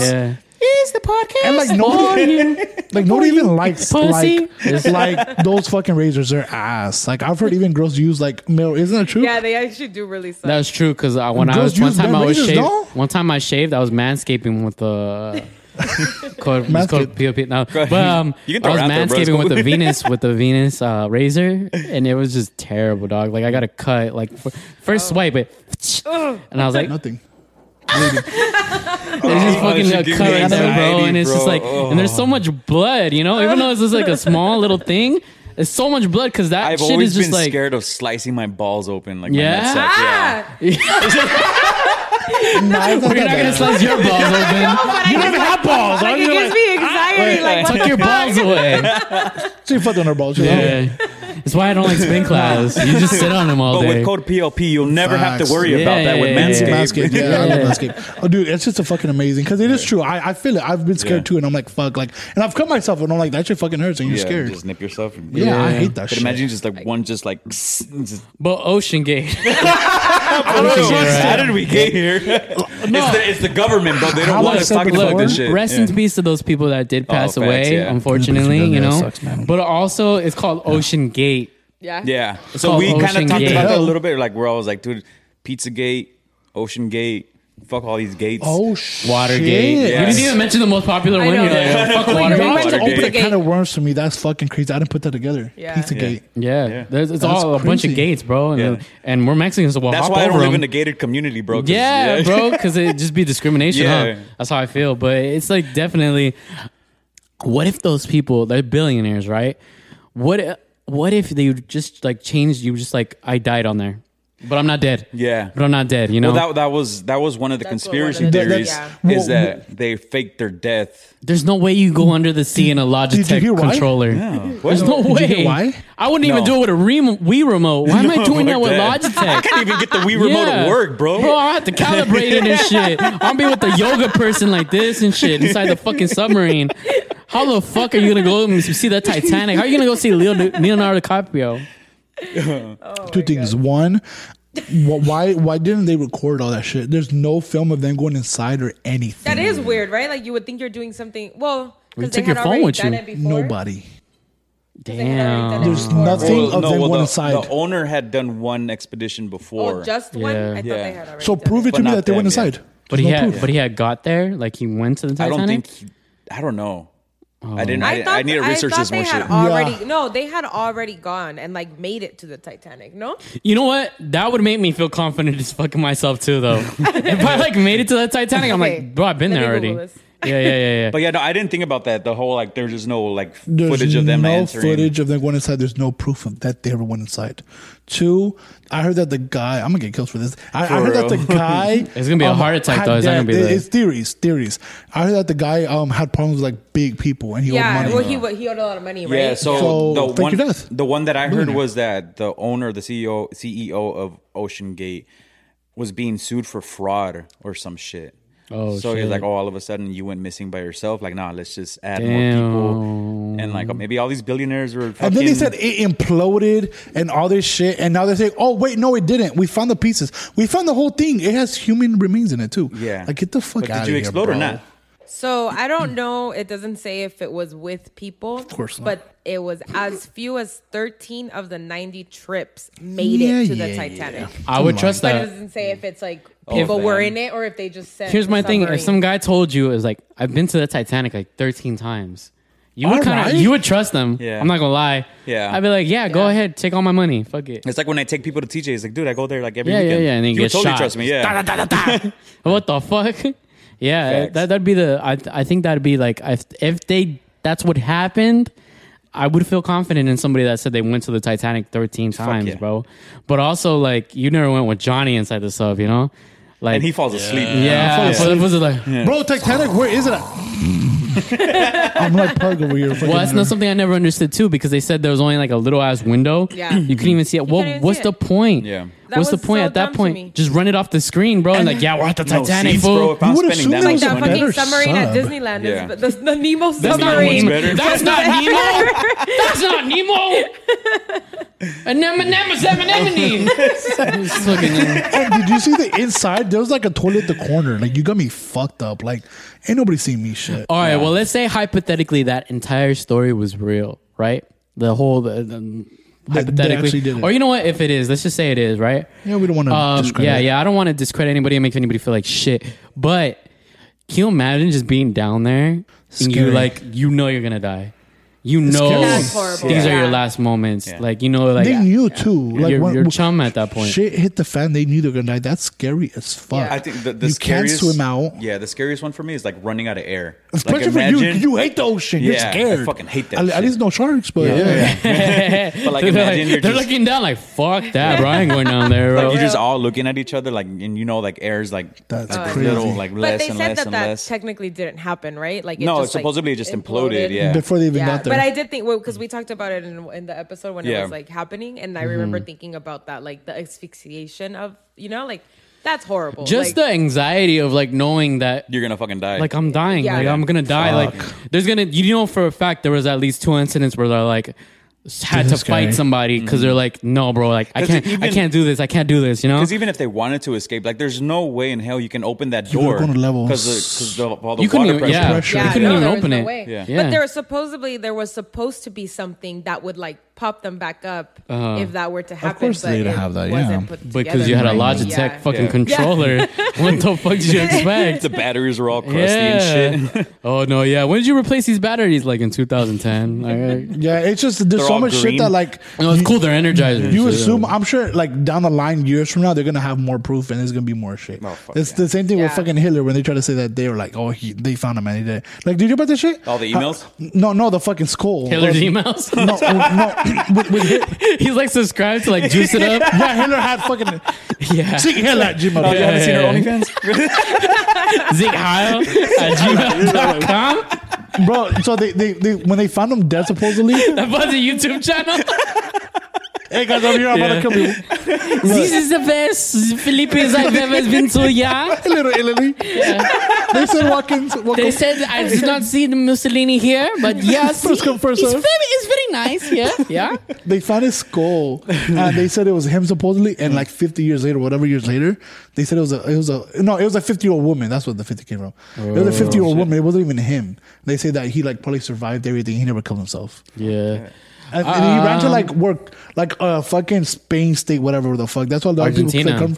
Speaker 4: Yeah.
Speaker 2: Is the podcast?
Speaker 3: And like nobody, like nobody even likes
Speaker 4: Pussy.
Speaker 3: like, like those fucking razors. Their ass. Like I've heard even girls use like mirror. Isn't that true?
Speaker 2: Yeah, they actually do really suck.
Speaker 4: That's true. Because uh, when I
Speaker 3: Girls
Speaker 4: was one
Speaker 3: use
Speaker 4: time I
Speaker 3: men
Speaker 4: was
Speaker 3: razors,
Speaker 4: shaved.
Speaker 3: no?
Speaker 4: One time I shaved. I was manscaping with the. called, it's called POP now, but um,
Speaker 5: You can throw it out there,
Speaker 4: I was
Speaker 5: bro. It's
Speaker 4: manscaping with the
Speaker 5: cool.
Speaker 4: Venus with the Venus uh, razor, and it was just terrible, dog. Like I got a cut, like f- first
Speaker 5: Oh.
Speaker 4: swipe, it, and I was like,
Speaker 3: Nothing.
Speaker 4: It's just
Speaker 5: Oh,
Speaker 4: fucking
Speaker 5: she
Speaker 4: a
Speaker 5: gave
Speaker 4: cut
Speaker 5: me
Speaker 4: right there, bro.
Speaker 5: anxiety,
Speaker 4: And it's just
Speaker 5: bro. Oh.
Speaker 4: like, and there's so much blood, you know. Even though it's just like a small little thing, it's so much blood because that
Speaker 5: I've
Speaker 4: shit is
Speaker 5: always
Speaker 4: just
Speaker 5: been
Speaker 4: like,
Speaker 5: scared of slicing my balls open, like my
Speaker 4: Yeah?
Speaker 5: nutsack, yeah.
Speaker 2: ah,
Speaker 3: Nah, it's not that
Speaker 4: we're not gonna
Speaker 3: bad.
Speaker 4: slice your balls open.
Speaker 2: Oh, but I
Speaker 3: You don't
Speaker 2: just,
Speaker 3: even
Speaker 2: like,
Speaker 3: have
Speaker 2: like,
Speaker 3: balls. Like,
Speaker 2: it
Speaker 3: you
Speaker 2: gives
Speaker 3: like,
Speaker 2: me anxiety. Like, what
Speaker 4: Tuck your balls away.
Speaker 3: she fucked on her balls. Yeah.
Speaker 4: Yeah, that's why I don't like spin class. You just sit on them all
Speaker 5: But
Speaker 4: day.
Speaker 5: with code PLP, you'll never have
Speaker 3: Facts.
Speaker 5: to worry
Speaker 4: Yeah,
Speaker 5: about that with
Speaker 4: yeah, yeah,
Speaker 5: Manscaped.
Speaker 4: yeah.
Speaker 3: Manscaped, yeah, I
Speaker 4: Yeah.
Speaker 3: love Manscaped. Oh, dude, it's just a fucking amazing because it is true. I, I feel it. I've been scared
Speaker 5: Yeah.
Speaker 3: too, and I'm like, fuck, like, and I've cut myself, and I'm like, that shit fucking hurts, and you're
Speaker 5: Yeah,
Speaker 3: scared.
Speaker 5: Just nip yourself. And,
Speaker 3: yeah, I
Speaker 4: Yeah.
Speaker 3: hate that
Speaker 5: But
Speaker 3: shit.
Speaker 5: imagine just like one, just like. Just,
Speaker 4: but Ocean Gate,
Speaker 5: How did we get here? it's, the, it's the government, bro. They
Speaker 3: How
Speaker 5: don't want
Speaker 3: I
Speaker 5: us
Speaker 3: said
Speaker 5: talking
Speaker 3: before,
Speaker 5: about this shit.
Speaker 4: rest
Speaker 5: Yeah. Oh,
Speaker 4: in peace to those people that did pass
Speaker 5: facts,
Speaker 4: away.
Speaker 5: yeah.
Speaker 4: Unfortunately,
Speaker 3: Yeah,
Speaker 4: you know.
Speaker 3: sucks, man.
Speaker 4: but also, it's called Ocean Gate.
Speaker 2: yeah.
Speaker 5: Yeah. So
Speaker 4: called
Speaker 5: we kind of
Speaker 4: Ocean
Speaker 5: talked
Speaker 4: Gate. Oh.
Speaker 5: about that a little bit. Like where I was like, dude, Pizza Gate, Ocean Gate, fuck all these gates.
Speaker 3: oh shit.
Speaker 4: Watergate. You didn't
Speaker 5: Yes.
Speaker 4: even mention the most popular
Speaker 2: I
Speaker 4: one.
Speaker 2: know.
Speaker 4: You're like, oh, fuck
Speaker 2: Wait,
Speaker 4: Watergate.
Speaker 2: you
Speaker 3: That's
Speaker 2: mentioned
Speaker 5: Watergate.
Speaker 3: open a
Speaker 2: Pizzagate.
Speaker 3: kind of worms for me. That's fucking crazy. I didn't put that together.
Speaker 2: Yeah.
Speaker 3: Pizza
Speaker 5: Yeah.
Speaker 3: gate.
Speaker 4: Yeah, There's, it's
Speaker 3: That's
Speaker 4: all a bunch of
Speaker 3: crazy.
Speaker 4: gates, bro, and, uh,
Speaker 5: Yeah.
Speaker 4: and we're Mexicans, so we'll
Speaker 5: That's
Speaker 4: hop
Speaker 5: why I
Speaker 4: over
Speaker 5: don't live
Speaker 4: them.
Speaker 5: in a gated community, bro. 'cause-
Speaker 4: yeah, bro, because it just be discrimination.
Speaker 5: Yeah.
Speaker 4: Huh? That's how I feel. But it's like definitely, what if those people they're billionaires, right? What what if they just like changed you just like I died on there, but I'm not dead.
Speaker 5: Yeah.
Speaker 4: but I'm not dead. You know,
Speaker 5: Well, that that was that was one of the
Speaker 2: That's what
Speaker 5: conspiracy
Speaker 2: one of the-
Speaker 5: theories
Speaker 2: Yeah.
Speaker 3: Well,
Speaker 5: is that they faked their death.
Speaker 4: there's no way you go under the sea in a
Speaker 3: did you
Speaker 4: Logitech
Speaker 3: hear why?
Speaker 4: controller. There's no
Speaker 3: Did you
Speaker 4: way.
Speaker 3: hear why?
Speaker 4: I wouldn't even
Speaker 5: No.
Speaker 4: do it with a rem- Wii remote. Why am I doing that with
Speaker 5: Dad. I
Speaker 4: Logitech?
Speaker 5: can't even get the Wii remote
Speaker 4: Yeah.
Speaker 5: to work, bro.
Speaker 4: Bro, I have to calibrate it and shit. I'll be with the yoga person like this and shit inside the fucking submarine. How the fuck are you gonna go and see that Titanic? How are you gonna go see Leo- Leonardo DiCaprio?
Speaker 2: Oh
Speaker 3: Two things. One, wh- why why didn't they record all that shit? There's no film of them going inside or anything.
Speaker 2: That is weird, right? Like you would think you're doing something. Well,
Speaker 4: Well, you
Speaker 2: because they
Speaker 4: took your
Speaker 2: had
Speaker 4: phone
Speaker 2: already
Speaker 4: with
Speaker 2: done
Speaker 4: you.
Speaker 2: it before.
Speaker 3: Nobody.
Speaker 2: They had already done it
Speaker 4: Damn.
Speaker 3: There's
Speaker 2: before,
Speaker 3: nothing-
Speaker 2: right?
Speaker 3: Thing of them went
Speaker 5: the,
Speaker 3: inside.
Speaker 5: the owner had done one expedition before.
Speaker 2: Oh, just one.
Speaker 4: Yeah.
Speaker 2: I thought
Speaker 5: Yeah.
Speaker 2: they had already.
Speaker 3: So
Speaker 2: done
Speaker 3: prove it
Speaker 5: But
Speaker 3: to me
Speaker 5: not
Speaker 3: that they went
Speaker 5: them yet.
Speaker 3: inside.
Speaker 4: But
Speaker 3: There's
Speaker 4: he
Speaker 3: no
Speaker 4: had,
Speaker 3: proof.
Speaker 4: but he had got there. Like he went to the
Speaker 5: I
Speaker 4: Titanic. Oh.
Speaker 5: don't think. I don't know. I didn't. I,
Speaker 2: I thought
Speaker 5: I, need to research
Speaker 2: I thought
Speaker 5: this
Speaker 2: they
Speaker 5: more
Speaker 2: had
Speaker 5: shit.
Speaker 2: already.
Speaker 3: Yeah.
Speaker 2: No, they had already gone and like made it to the Titanic. No,
Speaker 4: You know what? That would make me feel confident as fucking myself too, though. if I like made it to the Titanic, I'm
Speaker 2: Okay.
Speaker 4: like, bro, I've been
Speaker 2: Let me
Speaker 4: there already.
Speaker 2: Google
Speaker 4: Yeah,
Speaker 2: this.
Speaker 4: yeah, yeah, yeah.
Speaker 5: But yeah, no, I didn't think about that. The whole like, there's just no like
Speaker 3: There's
Speaker 5: footage of them
Speaker 3: no
Speaker 5: answering.
Speaker 3: footage of them going inside. There's no proof of that they ever went inside. Two, I heard that the guy. I'm gonna get killed for this. I, I heard that
Speaker 5: real.
Speaker 3: the guy. um,
Speaker 4: It's gonna be a heart attack,
Speaker 3: had
Speaker 4: though. It's not
Speaker 3: that-
Speaker 4: gonna be the-
Speaker 3: It's theories, theories. I heard that the guy um had problems with like big people and he owed
Speaker 2: yeah.
Speaker 3: money.
Speaker 2: Well, he wa- he owed a lot of money, right?
Speaker 5: Yeah, so,
Speaker 3: So,
Speaker 5: the
Speaker 3: fake
Speaker 5: one
Speaker 3: your death.
Speaker 5: the one that I heard
Speaker 3: Millionaire.
Speaker 5: was that the owner, the E CEO CEO of Ocean Gate, was being sued for fraud or some shit.
Speaker 4: Oh,
Speaker 5: so he's
Speaker 4: shit.
Speaker 5: like, oh, all of a sudden you went missing by yourself. Like, nah, let's just add more people,
Speaker 4: Damn.
Speaker 5: and like oh, maybe all these billionaires were. Fucking,
Speaker 3: And then they said it imploded and all this shit. And now they're saying, oh, wait, no, it didn't. We found the pieces. We found the whole thing. It has human remains in it, too.
Speaker 5: Yeah.
Speaker 3: Like, get the fuck
Speaker 5: But
Speaker 3: out of
Speaker 5: did you
Speaker 3: here.
Speaker 5: explode
Speaker 3: bro.
Speaker 5: or not?
Speaker 2: So I don't know. It doesn't say if it was with people. Of
Speaker 3: course not.
Speaker 2: But it was as few as 13 of the 90 trips made
Speaker 3: Yeah,
Speaker 2: it to the
Speaker 3: yeah,
Speaker 2: Titanic.
Speaker 3: yeah.
Speaker 5: Oh
Speaker 4: I would trust
Speaker 2: But it
Speaker 4: that.
Speaker 2: doesn't say if it's like people
Speaker 5: man.
Speaker 2: were in it or if they just said.
Speaker 4: Here's my thing: if some
Speaker 2: guy
Speaker 4: guy told you it was like, I've been to the Titanic like 13 times, you would
Speaker 3: All
Speaker 4: kind of
Speaker 3: right.
Speaker 4: you would trust them.
Speaker 5: Yeah.
Speaker 4: I'm not gonna lie.
Speaker 5: Yeah.
Speaker 4: I'd be like, yeah, go
Speaker 2: Yeah.
Speaker 4: ahead, take all my money. Fuck it.
Speaker 5: It's like when I take people to TJ. It's like, dude, I go there like every
Speaker 4: Yeah, yeah,
Speaker 5: weekend.
Speaker 4: yeah, and then
Speaker 5: you
Speaker 4: you
Speaker 5: would
Speaker 4: get
Speaker 5: totally
Speaker 4: shot.
Speaker 5: trust me. Yeah,
Speaker 4: what the fuck? yeah,
Speaker 5: Facts.
Speaker 4: that that'd be the. I I think that'd be like if if they that's what happened. I would feel confident in somebody that said they went to the Titanic 13 times,
Speaker 5: yeah.
Speaker 4: bro. But also, like, you never went with Johnny inside the sub, you know? Like,
Speaker 5: and he falls asleep.
Speaker 4: yeah,
Speaker 3: asleep.
Speaker 4: but it was like,
Speaker 3: Bro, Titanic, where is it? at? I'm like Pug over here.
Speaker 4: Well, that's
Speaker 3: fucking-
Speaker 4: not something I never understood too, because they said there was only like a little ass window.
Speaker 2: Yeah.
Speaker 4: you couldn't even see it.
Speaker 2: couldn't
Speaker 4: Well,
Speaker 2: even
Speaker 4: what's
Speaker 2: see
Speaker 4: the
Speaker 2: it.
Speaker 4: point?
Speaker 5: Yeah.
Speaker 2: That
Speaker 4: what's the
Speaker 2: was
Speaker 4: point
Speaker 2: so
Speaker 4: at that
Speaker 2: dumb to me.
Speaker 4: point? Just run it off the screen, bro, and, like, yeah, we're at the
Speaker 5: No
Speaker 4: Titanic,
Speaker 5: seats,
Speaker 4: fool.
Speaker 5: bro. If I'm
Speaker 3: You would've
Speaker 5: spending that
Speaker 3: assumed
Speaker 2: Like
Speaker 5: much
Speaker 3: there
Speaker 2: that
Speaker 3: was a
Speaker 5: money,
Speaker 2: fucking submarine
Speaker 3: better
Speaker 2: at
Speaker 3: sub.
Speaker 2: Disneyland
Speaker 5: Yeah.
Speaker 2: is the, the Nemo
Speaker 5: not
Speaker 4: That's
Speaker 5: one's
Speaker 2: submarine.
Speaker 5: better.
Speaker 4: That's not Nemo. That's not Nemo. An M&M is M&M. It's fucking-
Speaker 3: And did you see the inside? There was like a toilet at the corner. Like, you got me fucked up. Like, ain't nobody seen me shit.
Speaker 4: All right. Well, let's say hypothetically that entire story was real, right? The whole the, the,
Speaker 3: actually did
Speaker 4: hypothetically,
Speaker 3: it.
Speaker 4: or you know what? If it is, let's just say it is, right?
Speaker 3: Yeah, we don't wanna
Speaker 4: Um,
Speaker 3: discredit
Speaker 4: yeah,
Speaker 3: it.
Speaker 4: yeah. I don't want to discredit anybody and make anybody feel like shit. But can you imagine just being down there and you
Speaker 3: Scary.
Speaker 4: like you know you're gonna die. You know
Speaker 3: scary.
Speaker 2: That's horrible.
Speaker 4: these are your
Speaker 2: Yeah.
Speaker 4: last moments. Like you know, like
Speaker 3: they knew, too. Like,
Speaker 4: you're,
Speaker 3: when-
Speaker 4: you're chum at that point.
Speaker 3: Shit hit the fan. They knew they were going to die. That's scary as fuck.
Speaker 5: I think the, the
Speaker 3: you
Speaker 5: scariest,
Speaker 3: can't swim out.
Speaker 5: Yeah, the scariest one for me is like running out of air.
Speaker 3: Especially
Speaker 5: like,
Speaker 3: for you,
Speaker 5: imagine-
Speaker 3: you hate the ocean. You're
Speaker 5: Yeah, I
Speaker 3: scared.
Speaker 5: fucking hate that
Speaker 3: At, at
Speaker 5: shit.
Speaker 3: least no sharks, but yeah.
Speaker 5: But like,
Speaker 4: they're like-
Speaker 5: imagine you're
Speaker 4: they're
Speaker 5: just,
Speaker 4: looking down like fuck that, bro. I ain't going down there, bro.
Speaker 5: like, you're just
Speaker 2: Yeah.
Speaker 5: all looking at each other, like, and you know, like air's like
Speaker 3: That's
Speaker 5: like,
Speaker 3: crazy.
Speaker 5: little, like
Speaker 2: But
Speaker 5: less
Speaker 2: they
Speaker 5: and
Speaker 2: said
Speaker 5: less
Speaker 2: that
Speaker 5: and
Speaker 2: that
Speaker 5: less.
Speaker 2: technically didn't happen, right? Like
Speaker 5: No,
Speaker 2: just, like,
Speaker 5: supposedly it just imploded, yeah.
Speaker 3: Before they even got there.
Speaker 2: But I did think because we talked about it in, in the episode when
Speaker 5: Yeah.
Speaker 2: it was like happening, and I remember
Speaker 3: Mm-hmm.
Speaker 2: thinking about that, like the asphyxiation of you know, like that's horrible. like,
Speaker 4: just the anxiety of like knowing that
Speaker 5: You're gonna fucking die.
Speaker 4: like uh, I'm dying,
Speaker 2: Yeah.
Speaker 4: like I'm gonna die. Like there's gonna, you know, for a fact there was at least two incidents where they're like had
Speaker 3: This
Speaker 4: to
Speaker 3: is scary.
Speaker 4: fight somebody because they're like, no, bro, like I
Speaker 5: Mm-hmm. 'Cause
Speaker 4: can't, I
Speaker 5: even-
Speaker 4: can't do this, I can't do this, you know.
Speaker 5: because even if they wanted to escape, like there's no way in hell you can open that
Speaker 3: would've
Speaker 5: door
Speaker 3: gone to level
Speaker 5: because of all the
Speaker 4: You couldn't
Speaker 5: water
Speaker 4: even-
Speaker 5: pressure.
Speaker 4: yeah.
Speaker 3: Pressure.
Speaker 4: They
Speaker 2: yeah,
Speaker 4: couldn't
Speaker 2: no,
Speaker 4: even
Speaker 2: there was
Speaker 4: open
Speaker 2: no
Speaker 4: it.
Speaker 2: way.
Speaker 5: Yeah.
Speaker 4: Yeah.
Speaker 2: But there was supposedly there was supposed to be something that would like pop them back up if that were to happen.
Speaker 3: course
Speaker 2: but
Speaker 3: they'd
Speaker 2: it
Speaker 3: have that,
Speaker 2: wasn't
Speaker 3: yeah.
Speaker 2: put
Speaker 4: Because
Speaker 2: together
Speaker 4: Uh, you had a
Speaker 2: correctly,
Speaker 4: Logitech
Speaker 2: yeah.
Speaker 4: fucking
Speaker 5: Yeah.
Speaker 4: controller, what the fuck did you expect?
Speaker 5: The batteries are all crusty and shit.
Speaker 4: Yeah. oh no, yeah. When did you replace these batteries? Like in 2010. Like,
Speaker 3: yeah, it's just there's
Speaker 5: They're
Speaker 3: so
Speaker 5: all
Speaker 3: much
Speaker 5: green.
Speaker 3: shit that like
Speaker 4: no, it's
Speaker 3: you,
Speaker 4: cool. They're energizers.
Speaker 3: you
Speaker 4: so-
Speaker 3: assume
Speaker 5: um,
Speaker 3: I'm sure like down the line years from now they're gonna have more proof and there's gonna be more shit.
Speaker 5: Oh, fuck
Speaker 3: it's
Speaker 5: yeah.
Speaker 3: the same thing with
Speaker 2: Yeah.
Speaker 3: fucking Hitler when they try to say that they were like, oh, he, they found him and he did. Like, did you hear about this shit?
Speaker 5: All the emails?
Speaker 3: Uh, no, no, the fucking skull.
Speaker 4: Hitler's
Speaker 3: Um,
Speaker 4: emails.
Speaker 3: No, no, with, with Hit-
Speaker 4: He's like subscribed to like juice it up.
Speaker 3: yeah, Hitler had fucking
Speaker 4: Yeah.
Speaker 3: chicken hell at Gmail.
Speaker 5: Oh, you haven't seen her
Speaker 4: Yeah.
Speaker 5: OnlyFans?
Speaker 4: Zig Heil at gmail.com.
Speaker 3: bro. So they, they they when they found him dead supposedly.
Speaker 4: That was a YouTube channel.
Speaker 3: hey guys, over here, I'm
Speaker 4: Yeah.
Speaker 3: about to kill you.
Speaker 4: this is the best Philippines I've ever been to. Yeah.
Speaker 3: Little Italy. They said Watkins.
Speaker 4: They
Speaker 3: Watkins
Speaker 4: said I did not see the Mussolini here, but yes,
Speaker 3: First come, first
Speaker 4: it's
Speaker 3: serve.
Speaker 4: very, it's very nice. Yeah, yeah.
Speaker 3: they found his skull, and they said it was him supposedly. And like 50 years later, whatever years later, they said it was a it was a no, it was a 50 year old woman. That's what the 50 came from. it
Speaker 4: Oh,
Speaker 3: was a 50 year old woman. It wasn't even him. They say that he like probably survived everything. He never killed himself.
Speaker 4: Yeah.
Speaker 3: And, and he ran to
Speaker 4: Um,
Speaker 3: like work, like uh, fucking Spain state, whatever the fuck. That's why a lot of people
Speaker 4: Argentina.
Speaker 3: come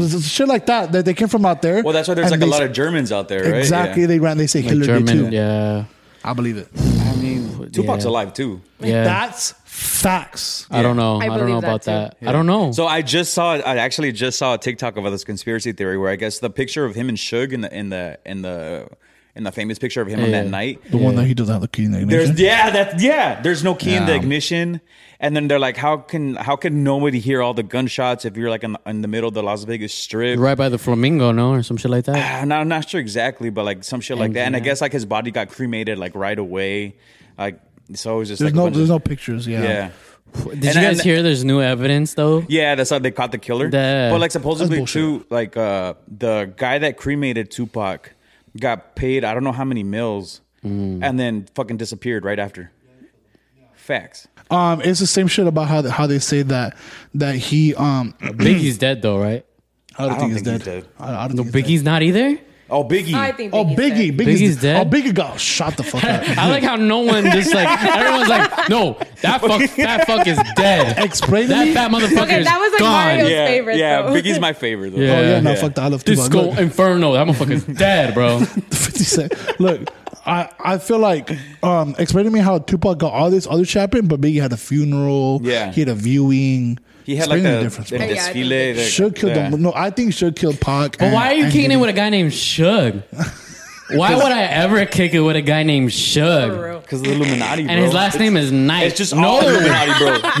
Speaker 3: mm shit like that. That they came from out there.
Speaker 5: Well, that's why there's
Speaker 3: and
Speaker 5: like a
Speaker 3: they-
Speaker 5: lot of Germans out there, right?
Speaker 3: Exactly, they ran. They say
Speaker 4: Like
Speaker 3: Hitler did
Speaker 4: German.
Speaker 3: too.
Speaker 4: Yeah.
Speaker 3: I believe it.
Speaker 5: Yeah. I mean, Tupac's
Speaker 4: Yeah.
Speaker 5: alive too.
Speaker 4: Yeah.
Speaker 3: That's facts.
Speaker 4: I don't know.
Speaker 2: I
Speaker 4: I, don't
Speaker 2: believe
Speaker 4: know
Speaker 2: that
Speaker 4: about
Speaker 2: too.
Speaker 4: that. I don't know.
Speaker 5: So I just saw. I actually just saw a TikTok about this conspiracy theory where I guess the picture of him and Suge in the in the in the in the famous picture of him on that
Speaker 4: Yeah.
Speaker 5: night.
Speaker 3: The one that he doesn't have the key in the ignition.
Speaker 5: There's yeah that yeah. There's no key in the
Speaker 4: Yeah.
Speaker 5: ignition, and then they're like, how can how can nobody hear all the gunshots if you're like in, in the middle of the Las Vegas Strip?
Speaker 4: right by the flamingo, no, or some shit like that.
Speaker 5: I'm not, I'm not sure exactly, but like some shit like that. And I guess like his body got cremated like right away. Like so it was just
Speaker 3: There's
Speaker 5: like a
Speaker 3: no
Speaker 5: bunch
Speaker 3: there's
Speaker 5: of-
Speaker 3: no pictures. Yeah.
Speaker 5: yeah.
Speaker 4: Did you guys
Speaker 5: and-
Speaker 4: hear? There's new evidence though.
Speaker 5: Yeah, that's how they caught the killer.
Speaker 4: The-
Speaker 5: but like
Speaker 3: That's
Speaker 5: supposedly
Speaker 3: bullshit.
Speaker 5: too, like uh the guy that cremated Tupac got paid I don't know how many mills
Speaker 4: Mm.
Speaker 5: and then fucking disappeared right after. Facts.
Speaker 3: Um, it's the same shit about how how they say that that he um
Speaker 4: Biggie's dead though, right?
Speaker 3: I don't,
Speaker 5: I don't
Speaker 3: think, he's
Speaker 5: think
Speaker 3: dead.
Speaker 5: he's dead.
Speaker 3: I, I don't think he's
Speaker 4: Biggie's not either.
Speaker 5: Oh Biggie.
Speaker 2: I think.
Speaker 3: dead. Oh, Biggie,
Speaker 2: Biggie's dead.
Speaker 3: Biggie's,
Speaker 4: Biggie's dead?
Speaker 3: Oh, Biggie got shot the fuck up.
Speaker 4: I like how no one just like everyone's like, no, that fuck, that fuck is dead.
Speaker 3: Explain to
Speaker 4: That
Speaker 3: me.
Speaker 4: fat motherfucker
Speaker 2: Okay,
Speaker 4: is
Speaker 2: that was like
Speaker 4: gone.
Speaker 2: Mario's
Speaker 5: yeah,
Speaker 2: favorite.
Speaker 5: yeah,
Speaker 2: though.
Speaker 5: Biggie's my favorite though.
Speaker 4: Yeah.
Speaker 3: oh yeah, no,
Speaker 5: Yeah.
Speaker 3: fuck that. I love Tupac.
Speaker 4: Disco
Speaker 3: Look,
Speaker 4: Inferno. That motherfucker's dead, bro.
Speaker 3: 50 Cent. Look, I I feel like um explain to me how Tupac got all this other shit happened, but Biggie had a funeral.
Speaker 5: Yeah.
Speaker 3: he had a viewing.
Speaker 5: He had like
Speaker 3: Explain
Speaker 5: the,
Speaker 3: difference.
Speaker 5: the
Speaker 3: bro.
Speaker 2: Yeah, I think
Speaker 5: desfile.
Speaker 2: they-
Speaker 5: the-
Speaker 3: Should kill
Speaker 5: yeah.
Speaker 3: them. No, I think should kill Pac.
Speaker 4: But why are you kicking it
Speaker 3: in
Speaker 4: with a guy named Suge? Why would I ever kick it with a guy named
Speaker 2: For
Speaker 4: Suge?
Speaker 2: real.
Speaker 5: Cause of the Illuminati, bro.
Speaker 4: And his last name is Knight.
Speaker 5: It's just all Illuminati, bro. It's just-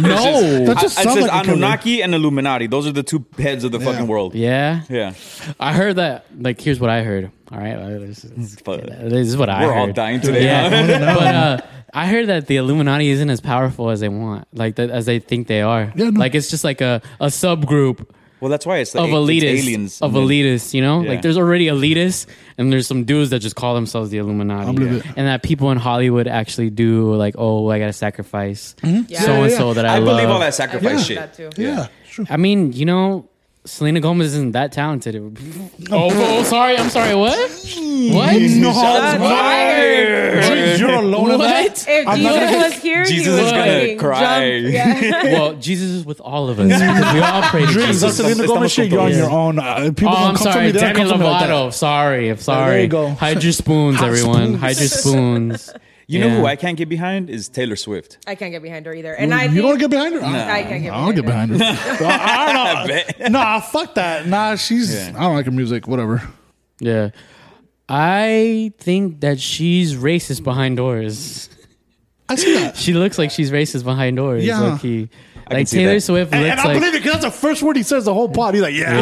Speaker 3: That
Speaker 4: No.
Speaker 3: just
Speaker 5: I- it's
Speaker 3: sounds
Speaker 5: just
Speaker 3: like a killer.
Speaker 5: Anunnaki and Illuminati. Those are the two heads of the fucking world.
Speaker 4: Yeah.
Speaker 5: Yeah.
Speaker 4: I heard that. Like, here's what I heard. All right, uh, this is,
Speaker 5: Fuck.
Speaker 4: this is what I
Speaker 5: We're
Speaker 4: heard.
Speaker 5: all dying today,
Speaker 4: Yeah, but uh, I heard that the Illuminati isn't as powerful as they want, like that, as they think they are.
Speaker 3: Yeah, no.
Speaker 4: Like it's just like a, a subgroup
Speaker 5: Well, that's why it's like
Speaker 4: of elitists,
Speaker 5: aliens
Speaker 4: of
Speaker 5: And then-
Speaker 4: elitists. You know,
Speaker 5: Yeah.
Speaker 4: like there's already elitists, and there's some dudes that just call themselves the Illuminati,
Speaker 3: believe it.
Speaker 4: and that people in Hollywood actually do like, oh, I gotta sacrifice
Speaker 2: Yeah.
Speaker 4: so and
Speaker 3: Mm-hmm. Yeah, yeah,
Speaker 4: so
Speaker 3: yeah.
Speaker 4: that I,
Speaker 5: I believe
Speaker 4: love.
Speaker 5: all that
Speaker 2: I
Speaker 5: sacrifice
Speaker 2: believe
Speaker 5: shit.
Speaker 2: that too.
Speaker 3: Yeah, sure.
Speaker 4: I mean, you know, Selena Gomez isn't that talented. oh, oh, sorry, I'm sorry. What? What?
Speaker 3: No,
Speaker 2: Uh,
Speaker 3: it's not. You're- you're alone in that.
Speaker 4: What?
Speaker 2: If
Speaker 3: I'm not
Speaker 2: Jesus
Speaker 3: gonna-
Speaker 2: was here,
Speaker 5: Jesus
Speaker 2: he would
Speaker 5: is gonna
Speaker 2: fucking
Speaker 5: cry.
Speaker 2: Jump. Yeah.
Speaker 4: well, Jesus is with all of us. because we all pray to
Speaker 3: Dreams,
Speaker 4: Jesus.
Speaker 3: that's Selena Gomez shit. You're on your own. Uh, people
Speaker 4: Oh,
Speaker 3: don't come
Speaker 4: I'm
Speaker 3: for
Speaker 4: sorry,
Speaker 3: me. They don't
Speaker 4: Demi
Speaker 3: come for me like that.
Speaker 4: Lovato. sorry, I'm sorry.
Speaker 3: you go.
Speaker 4: Hide your spoons,
Speaker 3: Hide
Speaker 4: everyone.
Speaker 3: spoons.
Speaker 4: Hide your spoons.
Speaker 5: You know who
Speaker 4: Yeah.
Speaker 5: I can't get behind is Taylor Swift.
Speaker 2: I can't get behind her either. And
Speaker 3: You-
Speaker 2: I
Speaker 3: you
Speaker 2: think,
Speaker 3: don't get behind her. I,
Speaker 2: I can't get
Speaker 3: I don't get behind her. I, I don't know. Nah, fuck that. Nah, she's.
Speaker 5: Yeah.
Speaker 3: I don't like her music. Whatever.
Speaker 4: Yeah. I think that she's racist behind doors.
Speaker 3: I see that.
Speaker 4: She looks like she's racist behind doors.
Speaker 3: Yeah.
Speaker 4: low-key. Like
Speaker 5: see
Speaker 4: Taylor
Speaker 5: that.
Speaker 4: Swift
Speaker 3: And,
Speaker 4: looks
Speaker 3: and I
Speaker 4: like
Speaker 3: believe it because that's the first word he says the whole pod. He's like, yeah.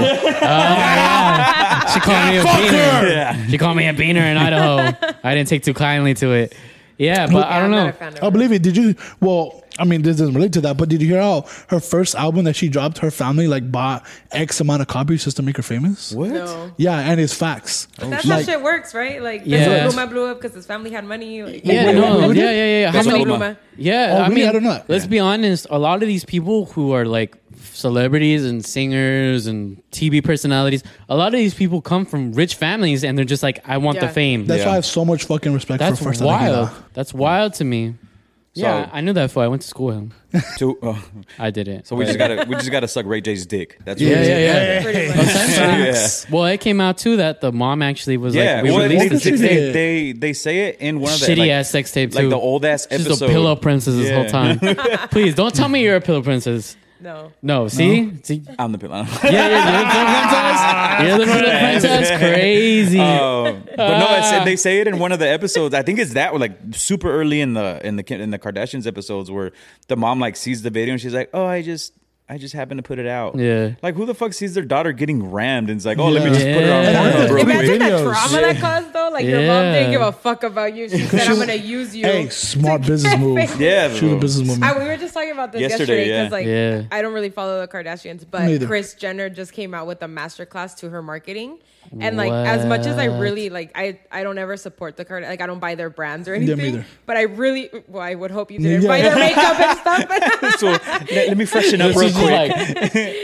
Speaker 4: She called me a
Speaker 3: fuck
Speaker 4: beaner.
Speaker 3: her.
Speaker 4: She called me a beaner in Idaho. I didn't take too kindly to it. Yeah, but I don't
Speaker 2: I'm
Speaker 4: know.
Speaker 2: Not a fan of
Speaker 3: I
Speaker 2: her.
Speaker 3: believe it. Did you? Well, I mean, this doesn't relate to that, but did you hear how her first album that she dropped, her family like bought X amount of copies just to make her famous? What?
Speaker 2: No.
Speaker 3: Yeah, and it's facts.
Speaker 2: That's
Speaker 3: Like-
Speaker 2: how shit works, right? Like,
Speaker 4: Yeah.
Speaker 2: that's why Luma blew up because his family had money. Like,
Speaker 4: Yeah,
Speaker 3: Wait, wait,
Speaker 4: no,
Speaker 3: wait,
Speaker 4: yeah,
Speaker 3: wait.
Speaker 4: yeah, yeah, yeah. How
Speaker 5: That's
Speaker 4: many?
Speaker 5: Luma.
Speaker 2: Luma.
Speaker 4: Yeah,
Speaker 3: Oh,
Speaker 4: I
Speaker 3: really?
Speaker 4: mean,
Speaker 3: I don't know.
Speaker 4: Let's be honest. A lot of these people who are like celebrities and singers and TV personalities, a lot of these people come from rich families, and they're just like, I want the
Speaker 2: Yeah.
Speaker 4: fame.
Speaker 3: That's why I
Speaker 5: Yeah.
Speaker 3: have so much fucking respect
Speaker 4: That's
Speaker 3: for first
Speaker 4: wild. That's wild to me. yeah,
Speaker 5: So-
Speaker 4: I knew that before I went to school with him.
Speaker 5: So, uh,
Speaker 4: I did it.
Speaker 5: so we
Speaker 4: but-
Speaker 5: just gotta we just gotta suck Ray J's dick. That's
Speaker 4: Yeah,
Speaker 5: what
Speaker 4: yeah, yeah.
Speaker 2: Pretty much.
Speaker 5: Facts.
Speaker 4: Well, it came out too that the mom actually was
Speaker 5: Yeah,
Speaker 4: like, we
Speaker 5: well,
Speaker 4: released
Speaker 5: they,
Speaker 3: the
Speaker 4: this
Speaker 5: they,
Speaker 3: sixth tape.
Speaker 5: they, they they say it in one of the
Speaker 4: shitty
Speaker 5: like,
Speaker 4: ass sex tape too.
Speaker 5: like the old ass
Speaker 4: She's
Speaker 5: episode.
Speaker 4: a pillow princess this
Speaker 5: Yeah.
Speaker 4: whole time. Please don't tell me you're a pillow princess.
Speaker 2: No.
Speaker 4: No, see? see?
Speaker 5: I'm the pillow.
Speaker 4: Yeah, yeah, you're the contest. You're the contest. Crazy.
Speaker 5: Um, but no, it's, they say it in one of the episodes. I think it's that like super early in the in the Kim- in the Kardashians episodes where the mom like sees the video and she's like, "Oh, I just I just happened to put it out."
Speaker 4: Yeah.
Speaker 5: Like who the fuck sees their daughter getting rammed and is like, "Oh, let me just put
Speaker 4: Yeah.
Speaker 5: her on Pornhub
Speaker 3: Yeah.
Speaker 5: real
Speaker 3: Imagine
Speaker 5: quick."
Speaker 2: Imagine that
Speaker 3: videos.
Speaker 2: trauma that caused though. Like your mom
Speaker 4: Yeah.
Speaker 2: didn't give a fuck about you. She said,
Speaker 3: She
Speaker 2: "I'm
Speaker 3: was-
Speaker 2: gonna use you."
Speaker 3: Hey, smart business move.
Speaker 5: Yeah,
Speaker 3: She was a
Speaker 5: bro.
Speaker 3: businesswoman.
Speaker 2: I, we were just talking about this
Speaker 5: Yesterday,
Speaker 2: yesterday
Speaker 5: yeah.
Speaker 2: because, like,
Speaker 4: Yeah.
Speaker 2: I don't really follow the Kardashians, but
Speaker 3: Neither.
Speaker 2: Chris Jenner just came out with a masterclass to her marketing, and like, as much as I
Speaker 4: What?
Speaker 2: really like, I I don't ever support the Card, like, I don't buy their brands or
Speaker 3: me
Speaker 2: anything,
Speaker 3: either.
Speaker 2: but I really, well, I would hope you didn't
Speaker 3: Yeah.
Speaker 2: buy their makeup and stuff.
Speaker 5: So let, let me freshen up
Speaker 4: This
Speaker 5: real
Speaker 4: is
Speaker 5: quick.
Speaker 4: like,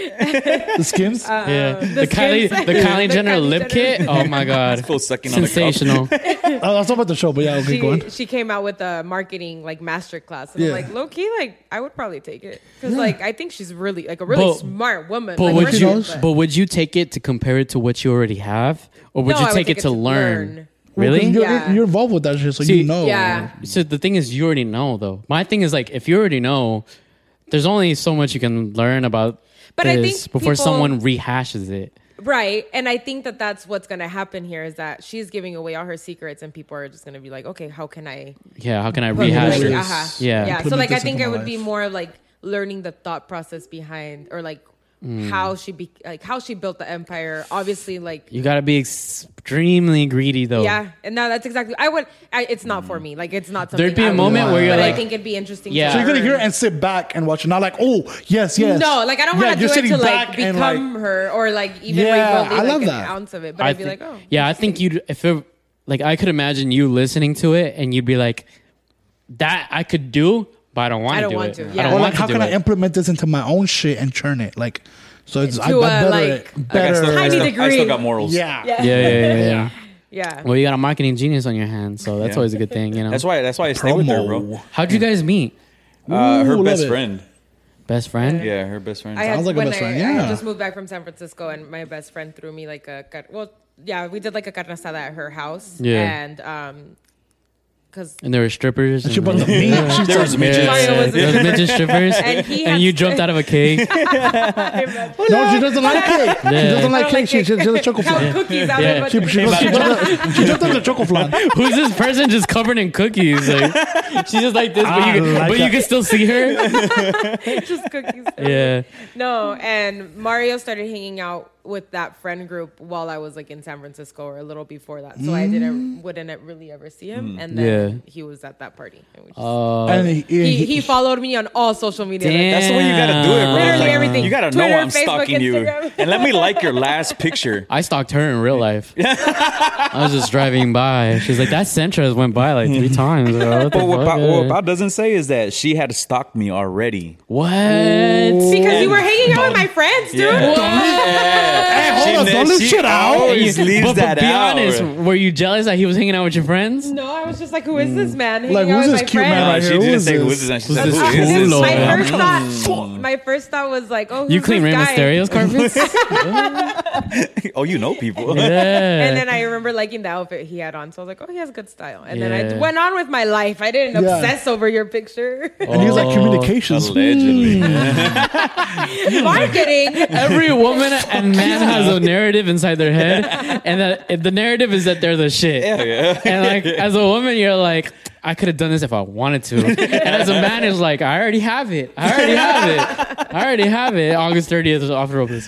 Speaker 3: the skins.
Speaker 4: yeah. the,
Speaker 2: Uh, the
Speaker 4: Kylie,
Speaker 2: Skims.
Speaker 4: the Kylie
Speaker 2: The
Speaker 4: Jenner
Speaker 2: Kylie
Speaker 4: lip
Speaker 2: Jenner.
Speaker 4: kit. Oh my god,
Speaker 5: Full sucking on the cup.
Speaker 4: sensational.
Speaker 3: I was talking about the show, but yeah, okay, go on.
Speaker 2: she, she came out with a marketing like masterclass, and I'm
Speaker 3: Yeah.
Speaker 2: like, low key, like, I would probably take it because, like, I think she's really like a really
Speaker 4: But-
Speaker 2: smart woman.
Speaker 4: But
Speaker 2: like,
Speaker 4: would
Speaker 2: really,
Speaker 4: you?
Speaker 3: knows?
Speaker 4: But would you take it to compare it to what you already have, or would
Speaker 2: No,
Speaker 4: you
Speaker 2: I would
Speaker 4: take it, to learn? Really?
Speaker 3: You're,
Speaker 2: Yeah.
Speaker 3: you're involved with that shit, so
Speaker 4: See-
Speaker 3: you know.
Speaker 2: Yeah.
Speaker 4: So the thing is, you already know though. My thing is like, if you already know, there's only so much you can learn about.
Speaker 2: But I
Speaker 4: this
Speaker 2: think
Speaker 4: before
Speaker 2: people-
Speaker 4: someone rehashes it.
Speaker 2: Right. And I think that that's what's going to happen here is that she's giving away all her secrets and people are just going to be like, okay, how can I
Speaker 4: Yeah, how can I
Speaker 2: put
Speaker 4: rehash
Speaker 2: like,
Speaker 4: it?
Speaker 2: uh-huh.
Speaker 4: Yeah.
Speaker 2: Yeah. So
Speaker 3: Implement
Speaker 2: like, I
Speaker 3: this
Speaker 2: think
Speaker 3: into
Speaker 2: it
Speaker 3: my
Speaker 2: would be
Speaker 3: life.
Speaker 2: more of like learning the thought process behind or like
Speaker 4: Mm.
Speaker 2: how she be like how she built the empire. Obviously, like
Speaker 4: You gotta be extremely greedy though.
Speaker 2: yeah. And now that's exactly I would. I, it's not for me. Like it's not something.
Speaker 4: There'd be
Speaker 2: I
Speaker 4: a
Speaker 2: would
Speaker 4: moment
Speaker 2: do,
Speaker 4: where you're
Speaker 2: but
Speaker 4: like-
Speaker 2: I think it'd be interesting.
Speaker 4: Yeah.
Speaker 2: To
Speaker 4: So
Speaker 3: So you're gonna
Speaker 2: learn.
Speaker 3: hear it and sit back and watch it. Not like, oh, yes, yes.
Speaker 2: No, like I don't
Speaker 3: Yeah,
Speaker 2: want to
Speaker 3: you're
Speaker 2: do it
Speaker 3: sitting
Speaker 2: to like
Speaker 3: back and, like-
Speaker 2: become her or like even
Speaker 3: Yeah,
Speaker 2: like, really,
Speaker 3: I
Speaker 2: like
Speaker 3: love
Speaker 2: an
Speaker 3: that.
Speaker 2: ounce of it. But I would be
Speaker 4: think-
Speaker 2: like, oh,
Speaker 4: yeah. I think you would if it, like I could imagine you listening to it and you'd be like, that I could do, but I don't want
Speaker 2: I
Speaker 4: to.
Speaker 2: don't
Speaker 4: do
Speaker 2: want
Speaker 4: it.
Speaker 2: to,
Speaker 4: I
Speaker 2: yeah.
Speaker 4: don't
Speaker 2: Or
Speaker 3: Or
Speaker 4: want
Speaker 3: like,
Speaker 4: to
Speaker 3: how
Speaker 4: do
Speaker 3: can I
Speaker 4: it.
Speaker 3: implement this into my own shit and churn it? Like, so it's I, I
Speaker 2: To, uh,
Speaker 3: better
Speaker 2: like-
Speaker 3: it.
Speaker 5: Like, I
Speaker 3: Better.
Speaker 5: still- I
Speaker 2: Tiny
Speaker 5: still- I
Speaker 2: degree.
Speaker 5: still got morals.
Speaker 3: yeah.
Speaker 2: yeah,
Speaker 4: yeah, yeah, yeah, yeah.
Speaker 2: yeah.
Speaker 4: well, you got a marketing genius on your hands, so that's
Speaker 5: Yeah.
Speaker 4: always a good thing, you know.
Speaker 5: That's why. That's why I stay with her, bro.
Speaker 3: Promo.
Speaker 4: How'd you guys meet?
Speaker 5: Uh, her
Speaker 3: Ooh, love
Speaker 5: best
Speaker 3: it.
Speaker 5: friend.
Speaker 4: Best friend?
Speaker 5: Yeah, her best friend.
Speaker 2: I had,
Speaker 3: Sounds like a
Speaker 2: when
Speaker 3: best
Speaker 2: I,
Speaker 3: friend,
Speaker 2: I had
Speaker 3: yeah.
Speaker 2: just moved back from San Francisco, and my best friend threw me like a car- well, yeah, we did like a carne asada at her house,
Speaker 4: Yeah.
Speaker 2: and um, because
Speaker 4: And there were strippers.
Speaker 3: She
Speaker 4: and-
Speaker 3: bought the meat. She
Speaker 5: there
Speaker 3: took-
Speaker 5: was midgets.
Speaker 2: Mario was-
Speaker 4: there was midget strippers,
Speaker 2: And
Speaker 4: and,
Speaker 2: he had-
Speaker 4: you jumped out of a cake.
Speaker 3: No, she doesn't like cake. She doesn't like
Speaker 2: I don't
Speaker 3: cake. She, she, she's a choco
Speaker 2: count
Speaker 3: flan.
Speaker 2: cookies out
Speaker 4: Yeah.
Speaker 2: of
Speaker 3: She, she, she,
Speaker 2: a
Speaker 3: jumped on- she jumped on the choco flan.
Speaker 4: Who's this person just covered in cookies? Like she's just like this, but
Speaker 3: I
Speaker 4: you can,
Speaker 3: Ah, like
Speaker 4: but you
Speaker 3: that.
Speaker 4: can still see her.
Speaker 2: just cookies.
Speaker 4: Yeah,
Speaker 2: No, and Mario started hanging out with that friend group while I was like in San Francisco or a little before that, so I didn't
Speaker 3: Mm.
Speaker 2: wouldn't e-, really ever see
Speaker 4: Mm.
Speaker 2: him, and then he was at that party. and we just-
Speaker 4: Uh,
Speaker 3: And he, he,
Speaker 2: he, he followed me on all social media.
Speaker 4: Damn.
Speaker 5: That's the way you gotta do it, bro.
Speaker 2: Literally
Speaker 5: It's like,
Speaker 2: everything.
Speaker 5: You gotta know
Speaker 2: Twitter,
Speaker 5: I'm
Speaker 2: Facebook,
Speaker 5: stalking you,
Speaker 2: Instagram.
Speaker 5: and let me like your last picture.
Speaker 4: I stalked her in real life. I was just driving by. She's like, "That Sentra went by like three times." Bro. What? The
Speaker 5: But what
Speaker 4: fuck?
Speaker 5: Bob, what Bob doesn't say is that she had stalked me already.
Speaker 4: What?
Speaker 2: Because you were hanging out with my friends, dude.
Speaker 5: Yeah.
Speaker 3: Hey, hold
Speaker 5: She
Speaker 3: on, don't
Speaker 5: ne-
Speaker 3: leave
Speaker 5: she
Speaker 3: shit out.
Speaker 5: always leaves
Speaker 4: but,
Speaker 5: that
Speaker 4: but be
Speaker 5: out.
Speaker 4: honest, were you jealous that he was hanging out with your friends?
Speaker 2: No, I was just like, who is
Speaker 4: Mm.
Speaker 2: this man hanging
Speaker 3: Like,
Speaker 2: out
Speaker 3: who's
Speaker 2: with
Speaker 3: this
Speaker 2: my
Speaker 3: cute
Speaker 2: friends?
Speaker 3: man
Speaker 5: No,
Speaker 3: right
Speaker 5: she
Speaker 3: here? Who
Speaker 5: didn't
Speaker 3: is
Speaker 5: say who
Speaker 3: this?
Speaker 5: this is. and She
Speaker 4: Who's
Speaker 5: said,
Speaker 4: this
Speaker 5: "Who is this?"
Speaker 4: culo,
Speaker 2: My
Speaker 4: man? Mm.
Speaker 5: man?"
Speaker 2: first thought, my first thought was like, oh, who's
Speaker 4: You clean
Speaker 2: this
Speaker 4: Rey
Speaker 2: guy?
Speaker 4: Mysterio's carpets?
Speaker 5: Oh, you know people.
Speaker 4: yeah.
Speaker 2: And then I remember liking the outfit he had on, so I was like, oh, he has good style. And then
Speaker 4: Yeah.
Speaker 2: I went on with my life. I didn't
Speaker 3: Yeah.
Speaker 2: obsess over your picture.
Speaker 4: Oh
Speaker 3: and he was like communications.
Speaker 5: Allegedly.
Speaker 2: Marketing.
Speaker 4: Every woman and man has a narrative inside their head, and that, the narrative is that they're the shit. And like as a woman, you're like, I could have done this if I wanted to. And as a man, it's like, I already have it. I already have it. I already have it. August 30th is off the road.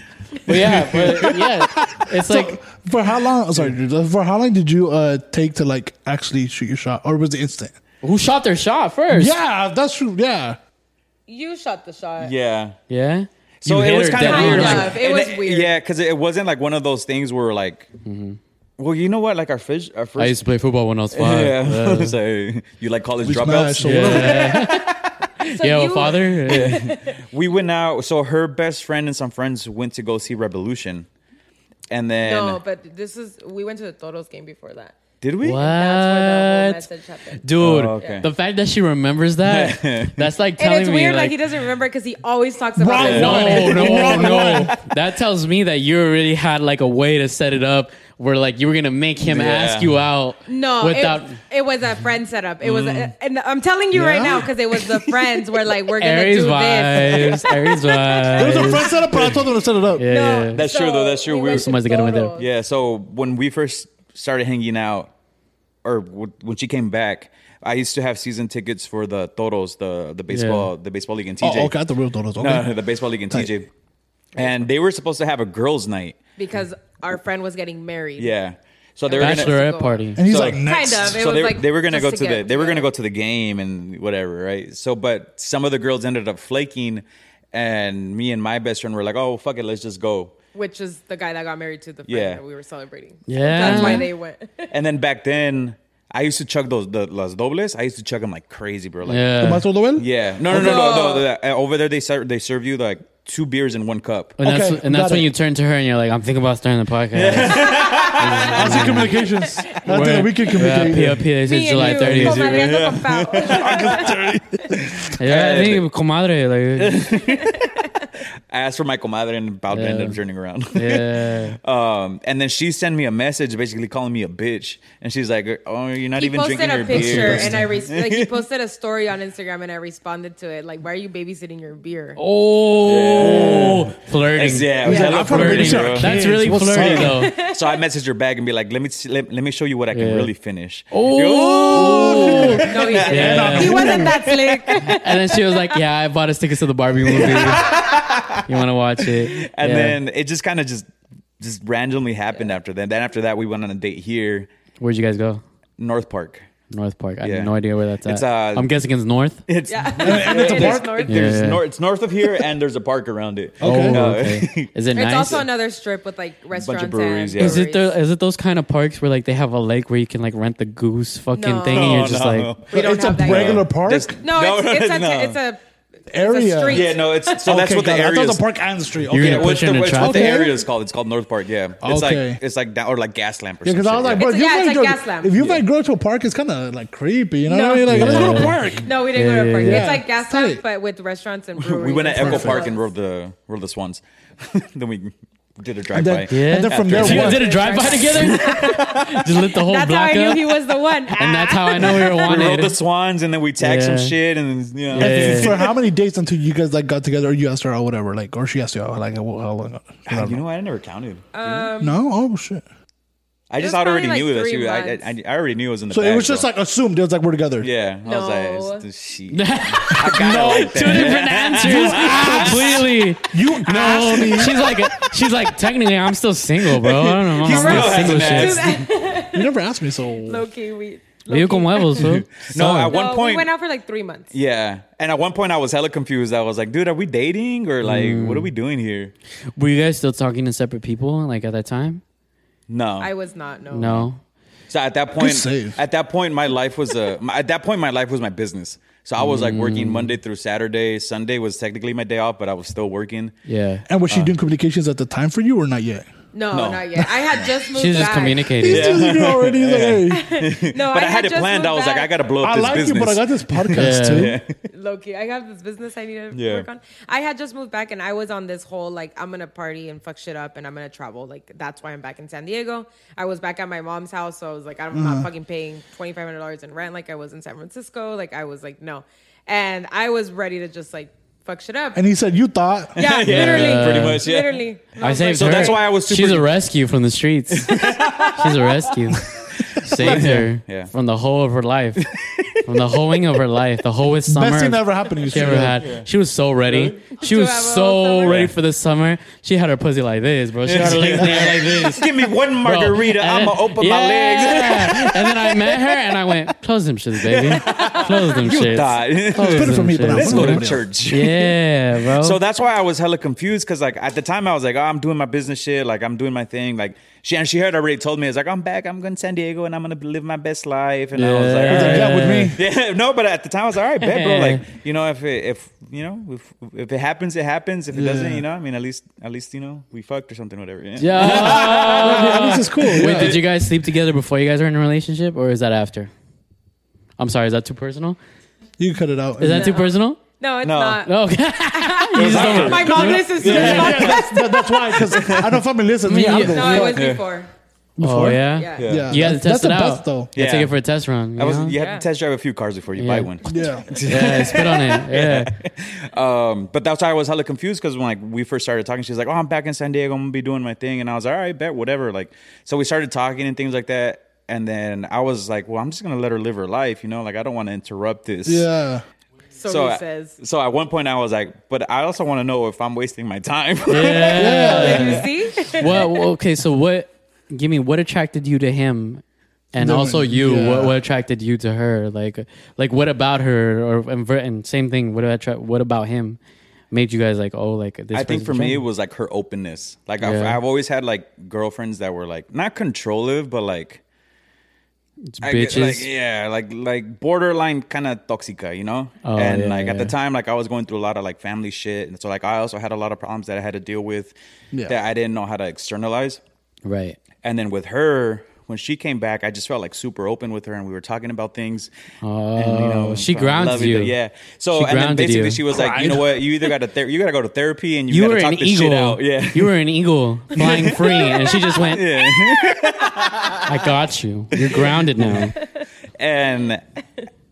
Speaker 4: But yeah, but yeah, it's like
Speaker 3: For how long? Sorry, dude, for how long did you uh, take to like actually shoot your shot, or was it instant?
Speaker 4: who shot their shot first?
Speaker 3: Yeah, that's true. Yeah,
Speaker 2: you shot the shot.
Speaker 5: Yeah.
Speaker 4: yeah.
Speaker 5: So
Speaker 4: You hit
Speaker 5: it was
Speaker 4: her
Speaker 5: kind of
Speaker 4: down.
Speaker 5: weird.
Speaker 2: Kind
Speaker 5: like-
Speaker 2: of. It
Speaker 5: and
Speaker 2: was weird.
Speaker 5: Yeah, because it wasn't like one of those things where like,
Speaker 4: Mm-hmm.
Speaker 5: well, you know what? Like our first, our
Speaker 4: I
Speaker 5: first.
Speaker 4: used to play football when I was five.
Speaker 5: Yeah.
Speaker 4: Yeah,
Speaker 5: so you like college
Speaker 3: smashed.
Speaker 5: dropouts?
Speaker 3: So whatever.
Speaker 2: So
Speaker 4: yeah well,
Speaker 2: you-
Speaker 4: father. Yeah.
Speaker 5: We went out. So her best friend and some friends went to go see Revolution, and then
Speaker 2: No, but this is, we went to the Toros game before that.
Speaker 5: Did we?
Speaker 2: That's where the whole message happened.
Speaker 4: Dude,
Speaker 5: Oh, okay.
Speaker 4: the fact that she remembers that, that's like telling
Speaker 2: And it's
Speaker 4: me
Speaker 2: weird, like,
Speaker 4: like,
Speaker 2: he doesn't remember because he always talks about
Speaker 3: Wrong
Speaker 2: it.
Speaker 4: no, no, no. That tells me that you already had like a way to set it up where like you were gonna make him
Speaker 5: Yeah.
Speaker 4: ask you out
Speaker 2: No,
Speaker 4: without Mm.
Speaker 2: it, it was a friend setup. It was, a, and I'm telling you right
Speaker 3: Yeah.
Speaker 2: now because it was the friends were like, we're gonna
Speaker 4: Aries
Speaker 2: do this.
Speaker 4: vibes. Aries
Speaker 3: It was a
Speaker 4: vibes.
Speaker 3: friend setup, but I told them to set it up.
Speaker 4: Yeah,
Speaker 2: No,
Speaker 4: yeah.
Speaker 5: That's true, though. That's true. We were
Speaker 2: went
Speaker 4: supposed to get away there.
Speaker 2: Soros.
Speaker 5: Yeah. So when we first started hanging out, or w- when she came back, I used to have season tickets for the Toros, the the baseball, the baseball league in TJ.
Speaker 3: Oh, okay, the real donuts. Okay.
Speaker 5: No, no, the baseball league in TJ. And they were supposed to have a girls' night.
Speaker 2: because our friend was getting married.
Speaker 5: Yeah. So they were gonna,
Speaker 4: Bachelorette party.
Speaker 3: And he's
Speaker 5: So-
Speaker 3: like,
Speaker 5: Kind
Speaker 3: next.
Speaker 2: of. It
Speaker 5: so
Speaker 2: was
Speaker 5: they,
Speaker 2: Uh, like
Speaker 5: they were gonna
Speaker 2: just
Speaker 5: go
Speaker 2: to
Speaker 5: to the
Speaker 2: get-
Speaker 5: they were gonna
Speaker 2: yeah.
Speaker 5: go to the game and whatever, right? So, but some of the girls ended up flaking, and me and my best friend were like, "Oh fuck it, let's just go."
Speaker 2: Which is the guy that got married to the friend
Speaker 5: Yeah.
Speaker 2: that we were celebrating.
Speaker 4: Yeah.
Speaker 2: That's why they went.
Speaker 5: And then back then, I used to chug those the las dobles. I used to chug them like crazy, bro. Like,
Speaker 3: The
Speaker 4: Yeah.
Speaker 3: Maestro Duel?
Speaker 5: yeah. No, no, no, no, no, no, no. Over there, they serve they serve you like two beers in one cup.
Speaker 4: And that's,
Speaker 3: Okay,
Speaker 4: and that's
Speaker 3: got
Speaker 4: when
Speaker 3: it.
Speaker 4: you turn to her and you're like, I'm thinking about starting the podcast.
Speaker 3: I see communications. That's
Speaker 4: Where-
Speaker 3: it. We can
Speaker 4: Yeah,
Speaker 3: communicate.
Speaker 4: PLP is
Speaker 2: Me
Speaker 4: July
Speaker 2: and you,
Speaker 4: 30th.
Speaker 2: comadreando con Pau.
Speaker 4: Yeah, I think comadre. Like,
Speaker 5: I asked for my comadre, and Paul
Speaker 4: Yeah.
Speaker 5: ended up turning around.
Speaker 4: yeah.
Speaker 5: Um, and then she sent me a message, basically calling me a bitch, and she's like, "Oh, you're not
Speaker 2: He
Speaker 5: even
Speaker 2: posted
Speaker 5: drinking
Speaker 2: a
Speaker 5: your
Speaker 2: picture
Speaker 5: beer."
Speaker 2: and I res- like he posted a story on Instagram and I responded to it like, why are you babysitting your beer?
Speaker 4: Oh, flirting.
Speaker 5: Yes, yeah, yeah. I love
Speaker 3: Flirting.
Speaker 5: flirting,
Speaker 3: Sure.
Speaker 5: bro.
Speaker 4: That's really
Speaker 3: What's
Speaker 4: flirty,
Speaker 3: up?
Speaker 4: though.
Speaker 5: So I messaged her back and be like, "Let me see, let, let me show you what I can
Speaker 4: Yeah.
Speaker 5: really finish."
Speaker 4: Oh.
Speaker 2: No, he didn't.
Speaker 4: Yeah.
Speaker 2: He wasn't that slick.
Speaker 4: And then she was like, Yeah, I bought us tickets to the Barbie movie. you want to watch it?
Speaker 5: and
Speaker 4: Yeah.
Speaker 5: then it just kind of just just randomly happened after that. Then after that, we went on a date here,
Speaker 4: Where'd you guys go?
Speaker 5: North Park.
Speaker 4: North Park. I
Speaker 5: Yeah.
Speaker 4: have no idea where that's at.
Speaker 5: It's, uh,
Speaker 4: I'm guessing it's North.
Speaker 5: It's
Speaker 2: and
Speaker 5: it's a park.
Speaker 2: north.
Speaker 5: There's
Speaker 4: Yeah.
Speaker 5: nor- it's north of here, and there's a park around it.
Speaker 3: Okay.
Speaker 4: Oh,
Speaker 5: Uh,
Speaker 4: okay. Is it
Speaker 2: It's
Speaker 4: nice?
Speaker 2: also another strip with like restaurants
Speaker 5: breweries,
Speaker 2: and
Speaker 5: yeah.
Speaker 4: Is it
Speaker 2: breweries.
Speaker 4: the, is it those kind of parks where like they have a lake where you can like rent the goose fucking
Speaker 2: No.
Speaker 4: thing and you're just
Speaker 5: No,
Speaker 4: like
Speaker 5: Oh, no.
Speaker 2: We don't
Speaker 3: it's a
Speaker 2: have that.
Speaker 3: regular park
Speaker 5: There's-
Speaker 2: No, it's, it's, a, it's a
Speaker 3: area.
Speaker 2: street.
Speaker 5: yeah, no, it's so
Speaker 3: Okay,
Speaker 5: that's what the
Speaker 3: got it. I
Speaker 5: area.
Speaker 3: thought
Speaker 5: is-
Speaker 3: the park and the street.
Speaker 4: You're
Speaker 3: Okay.
Speaker 5: Yeah,
Speaker 4: gonna
Speaker 5: what's
Speaker 4: push
Speaker 5: the,
Speaker 4: into
Speaker 5: what's what the
Speaker 3: traffic?
Speaker 5: area is called? It's called North Park. Yeah, it's
Speaker 3: Okay.
Speaker 5: like it's like down or like gas lamp or
Speaker 3: Yeah,
Speaker 5: something.
Speaker 3: because I was like, bro,
Speaker 2: It's-
Speaker 3: if you
Speaker 2: yeah, it's
Speaker 3: guys
Speaker 2: like
Speaker 3: go,
Speaker 2: gas lamp.
Speaker 3: if you guys go to a park, it's kind of like creepy, you know
Speaker 2: No.
Speaker 3: what I mean? Like, let's go to a
Speaker 4: Yeah.
Speaker 3: park.
Speaker 2: No, we didn't go to a park.
Speaker 4: Yeah.
Speaker 2: It's like gas
Speaker 3: Tight.
Speaker 2: lamp, but with restaurants and breweries.
Speaker 5: we went to
Speaker 2: and
Speaker 5: Echo
Speaker 2: stuff.
Speaker 5: Park and rode the rode the swans. then we did a drive by.
Speaker 3: then- and then from there,
Speaker 4: So you guys
Speaker 3: what?
Speaker 4: did a drive by together? just lit the whole
Speaker 2: That's how I
Speaker 4: block
Speaker 2: knew
Speaker 4: up.
Speaker 2: he was the one.
Speaker 4: and that's how I know we were
Speaker 5: we rode
Speaker 4: wanted.
Speaker 5: the swans, and then we tagged
Speaker 4: Yeah.
Speaker 5: some shit, and you know,
Speaker 4: Yeah.
Speaker 3: For how many dates until you guys like got together, or you asked her out, whatever, like, or she asked you out, like, how how long? I don't
Speaker 5: you
Speaker 3: know.
Speaker 5: know, what? I never counted.
Speaker 3: No, oh shit.
Speaker 5: I just
Speaker 2: Uh, was probably
Speaker 5: already
Speaker 2: like
Speaker 5: knew that
Speaker 2: three
Speaker 5: she. I,
Speaker 2: months.
Speaker 5: I, I already knew it was in the.
Speaker 3: So
Speaker 5: bag,
Speaker 3: it was just
Speaker 5: bro.
Speaker 3: like assumed. It was like we're together.
Speaker 5: Yeah, I was
Speaker 2: No.
Speaker 5: like, she. I got no, like
Speaker 4: Two
Speaker 5: that.
Speaker 4: different answers. completely.
Speaker 3: You
Speaker 4: No,
Speaker 3: asked me.
Speaker 4: she's like, she's like, technically, I'm still single, bro. I don't know. I'm
Speaker 5: He still
Speaker 4: not single
Speaker 5: hasn't
Speaker 4: shit.
Speaker 5: asked.
Speaker 3: You never asked me, so
Speaker 2: Low-key, we.
Speaker 4: Vivo con
Speaker 2: low-key-
Speaker 4: huevos, bro.
Speaker 5: No,
Speaker 4: Son.
Speaker 5: at one
Speaker 2: No, we
Speaker 5: point,
Speaker 2: went out for like three months.
Speaker 5: yeah. And at one point, I was hella confused. I was like, dude, are we dating or like, what are
Speaker 3: Mm.
Speaker 5: we doing here?
Speaker 4: were you guys still talking to separate people like at that time?
Speaker 5: No,
Speaker 2: I was not. No.
Speaker 4: No.
Speaker 5: So at that point,
Speaker 3: save.
Speaker 5: at that point, my life was a. my- at that point, my life was my business. So I was like working
Speaker 3: Mm.
Speaker 5: Monday through Saturday. Sunday was technically my day off, but I was still working.
Speaker 4: Yeah.
Speaker 3: and was she doing communications at the time for you or not yet?
Speaker 2: No,
Speaker 5: No.
Speaker 2: not yet. I had just moved.
Speaker 4: She was just
Speaker 2: back.
Speaker 4: communicating.
Speaker 3: He's just you already. He's like, hey,
Speaker 2: No,
Speaker 5: But I, had, it
Speaker 2: just
Speaker 5: planned.
Speaker 2: moved
Speaker 5: I was like,
Speaker 2: back.
Speaker 5: I gotta blow up
Speaker 3: I
Speaker 5: this
Speaker 3: like
Speaker 5: business.
Speaker 3: you, but I got this podcast
Speaker 4: Yeah.
Speaker 3: too.
Speaker 2: Loki, I have this business I need to
Speaker 5: Yeah.
Speaker 2: work on. I had just moved back and I was on this whole like I'm gonna party and fuck shit up and I'm gonna travel. Like that's why I'm back in San Diego. I was back at my mom's house, so I was like, I'm
Speaker 5: Mm-hmm.
Speaker 2: not fucking paying twenty five hundred dollars in rent like I was in San Francisco. Like I was like, no. And I was ready to just like fuck shit up.
Speaker 3: And he said, you thought.
Speaker 2: yeah,
Speaker 5: Yeah,
Speaker 2: literally.
Speaker 5: pretty much, yeah.
Speaker 2: Literally.
Speaker 4: I
Speaker 2: was
Speaker 4: saved
Speaker 5: So
Speaker 4: her.
Speaker 5: that's why I was super-
Speaker 4: She's a rescue from the streets. She's a rescue. Saved her
Speaker 5: Yeah.
Speaker 4: from the whole of her life, from the hoeing of her life, the hoest summer
Speaker 3: Best thing that
Speaker 4: of-
Speaker 3: ever happened to you.
Speaker 4: she ever had. She was so ready. She
Speaker 2: Do
Speaker 4: was
Speaker 2: I have a
Speaker 4: so
Speaker 2: summer?
Speaker 4: ready for the summer. She had her pussy like this, bro. She had her legs in the air like this.
Speaker 5: Give me one
Speaker 4: bro.
Speaker 5: margarita.
Speaker 4: And
Speaker 5: I'ma
Speaker 4: then-
Speaker 5: open my legs.
Speaker 4: Yeah. and then I met her and I went, close them shits, baby. Close them
Speaker 5: You
Speaker 4: shits.
Speaker 5: thought.
Speaker 4: Close
Speaker 3: It's better for
Speaker 4: them
Speaker 3: me, but
Speaker 4: shits,
Speaker 5: Let's go
Speaker 4: bro.
Speaker 5: to church.
Speaker 4: Yeah, bro.
Speaker 5: So that's why I was hella confused because like at the time I was like, oh, I'm doing my business shit, like I'm doing my thing. Like she and she had already told me, it's like I'm back, I'm going to San Diego and I'm gonna live my best life. And I was like,
Speaker 4: Yeah.
Speaker 5: "All
Speaker 3: He's like,
Speaker 5: right."
Speaker 3: yeah, with me.
Speaker 5: yeah, no, but at the time I was like, all right, bet, bro. Like you know, if it, if you know, if, if it happens, it happens. If it doesn't,
Speaker 3: Yeah.
Speaker 5: you know, I mean, at least, at least, you know, we fucked or something, whatever. Yeah.
Speaker 4: Yeah.
Speaker 3: this is cool.
Speaker 4: Wait, did you guys sleep together before you guys were in a relationship, or is that after? I'm sorry, is that too personal?
Speaker 3: You can cut it out.
Speaker 4: Is that too personal? Oh,
Speaker 2: No, it's
Speaker 5: No.
Speaker 2: not.
Speaker 4: No. you just don't.
Speaker 2: oh My mom listens to this
Speaker 3: Yeah,
Speaker 2: podcast.
Speaker 3: that's, that- that's why. Because I know family listens. Yeah,
Speaker 4: Yeah.
Speaker 3: I'm the
Speaker 2: No, it was
Speaker 5: Yeah.
Speaker 2: before.
Speaker 4: Oh
Speaker 3: Before?
Speaker 4: yeah.
Speaker 2: Yeah.
Speaker 5: Yeah.
Speaker 3: yeah.
Speaker 4: You had to
Speaker 3: that's-
Speaker 4: test
Speaker 3: that's
Speaker 4: it
Speaker 3: the
Speaker 4: out.
Speaker 3: best though.
Speaker 4: You gotta
Speaker 5: Yeah.
Speaker 4: take it for a test run. You
Speaker 5: I was,
Speaker 4: know?
Speaker 5: you have
Speaker 2: Yeah.
Speaker 5: to test drive a few cars before you buy
Speaker 4: Yeah.
Speaker 5: one.
Speaker 3: Yeah,
Speaker 4: yeah, spit on it. Yeah.
Speaker 5: Um, but that's why I was hella confused because when like we first started talking, she's like, "Oh, I'm back in San Diego. I'm gonna be doing my thing," and I was like, "All right, bet whatever." Like, so we started talking and things like that, and then I was like, "Well, I'm just gonna let her live her life," you know, like I don't want to interrupt this.
Speaker 3: yeah.
Speaker 2: So,
Speaker 5: So, uh,
Speaker 2: he
Speaker 5: I-
Speaker 2: says.
Speaker 5: so at one point I was like, "But I also want to know if I'm wasting my time."
Speaker 4: yeah.
Speaker 2: you see?
Speaker 4: Well, well, okay. So what? Give me what attracted you to him, and
Speaker 3: No,
Speaker 4: also you.
Speaker 3: yeah.
Speaker 4: What, what attracted you to her? Like, like what about her? Or and, ver- and same thing. What attra- What about him? Made you guys like oh like this.
Speaker 5: I think for
Speaker 4: person's
Speaker 5: me it
Speaker 4: attractive?
Speaker 5: was like her openness. Like I've,
Speaker 4: Yeah.
Speaker 5: I've always had like girlfriends that were like not controlling, but like
Speaker 4: It's
Speaker 5: I get,
Speaker 4: bitches.
Speaker 5: like, yeah, like like borderline kind of toxica, you know.
Speaker 4: Oh,
Speaker 5: and
Speaker 4: yeah,
Speaker 5: like at the
Speaker 4: yeah.
Speaker 5: time, like I was going through a lot of like family shit, and so like I also had a lot of problems that I had to deal with
Speaker 3: Yeah.
Speaker 5: that I didn't know how to externalize.
Speaker 4: right.
Speaker 5: And then with her, when she came back, I just felt like super open with her, and we were talking about things.
Speaker 4: Oh,
Speaker 5: and,
Speaker 4: she
Speaker 5: so I
Speaker 4: grounds
Speaker 5: love it
Speaker 4: you.
Speaker 5: that- yeah. So
Speaker 4: She
Speaker 5: and then
Speaker 4: grounded
Speaker 5: basically
Speaker 4: you.
Speaker 5: she was like, you know what? You either got to ther- you got to go to therapy, and you,
Speaker 4: You,
Speaker 5: got
Speaker 4: were
Speaker 5: to talk
Speaker 4: an
Speaker 5: this shit
Speaker 4: eagle.
Speaker 5: out. Yeah.
Speaker 4: You were an eagle flying free, and she just went. I got you. You're grounded now.
Speaker 5: and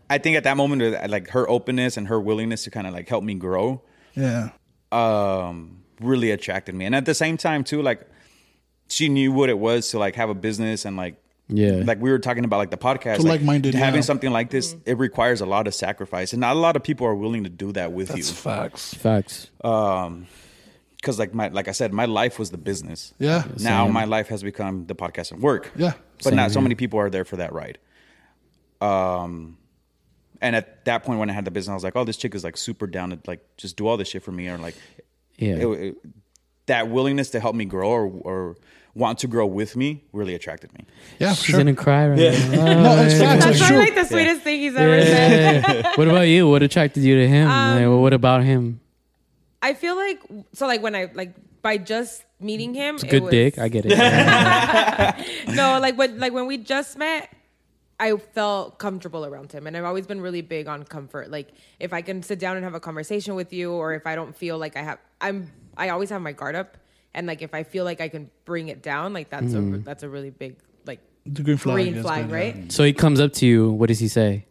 Speaker 5: I think at that moment, like her openness and her willingness to kind of like help me grow.
Speaker 3: Yeah.
Speaker 5: um, really attracted me. And at the same time, too, like she knew what it was to like have a business and like
Speaker 4: Yeah.
Speaker 5: like we were talking about like the podcast,
Speaker 3: To like-minded,
Speaker 5: having
Speaker 3: yeah.
Speaker 5: something like this, it requires a lot of sacrifice, and not a lot of people are willing to do that with
Speaker 3: That's
Speaker 5: you.
Speaker 3: facts.
Speaker 4: Facts.
Speaker 5: uh, Because like my like I said, my life was the business.
Speaker 3: Yeah.
Speaker 5: Now my life has become the podcast and work.
Speaker 3: Yeah.
Speaker 5: But not so many people are there for that ride. Um. And at that point, when I had the business, I was like, "Oh, this chick is like super down to like just do all this shit for me," or like,
Speaker 4: Yeah.
Speaker 5: it, it, that willingness to help me grow or, or want to grow with me really attracted me.
Speaker 3: Yeah. for
Speaker 4: She's
Speaker 3: sure.
Speaker 4: gonna cry right now.
Speaker 3: No, it's
Speaker 2: That's
Speaker 3: facts. It's
Speaker 2: probably
Speaker 3: true.
Speaker 2: like the sweetest thing he's ever said.
Speaker 4: what about you? What attracted you to him?
Speaker 2: Um,
Speaker 4: like, well, what about him?
Speaker 2: I feel like so like when I like by just meeting him, it
Speaker 4: Good
Speaker 2: was,
Speaker 4: dick. I get it.
Speaker 2: No, like when like when we just met, I felt comfortable around him, and I've always been really big on comfort. Like if I can sit down and have a conversation with you, or if I don't feel like I have, I'm I always have my guard up, and like if I feel like I can bring it down, like that's a that's a really big like
Speaker 3: The green flag.
Speaker 2: green
Speaker 3: is
Speaker 2: Mm-hmm. flag,
Speaker 3: good,
Speaker 2: right?
Speaker 4: so he comes up to you. What does he say?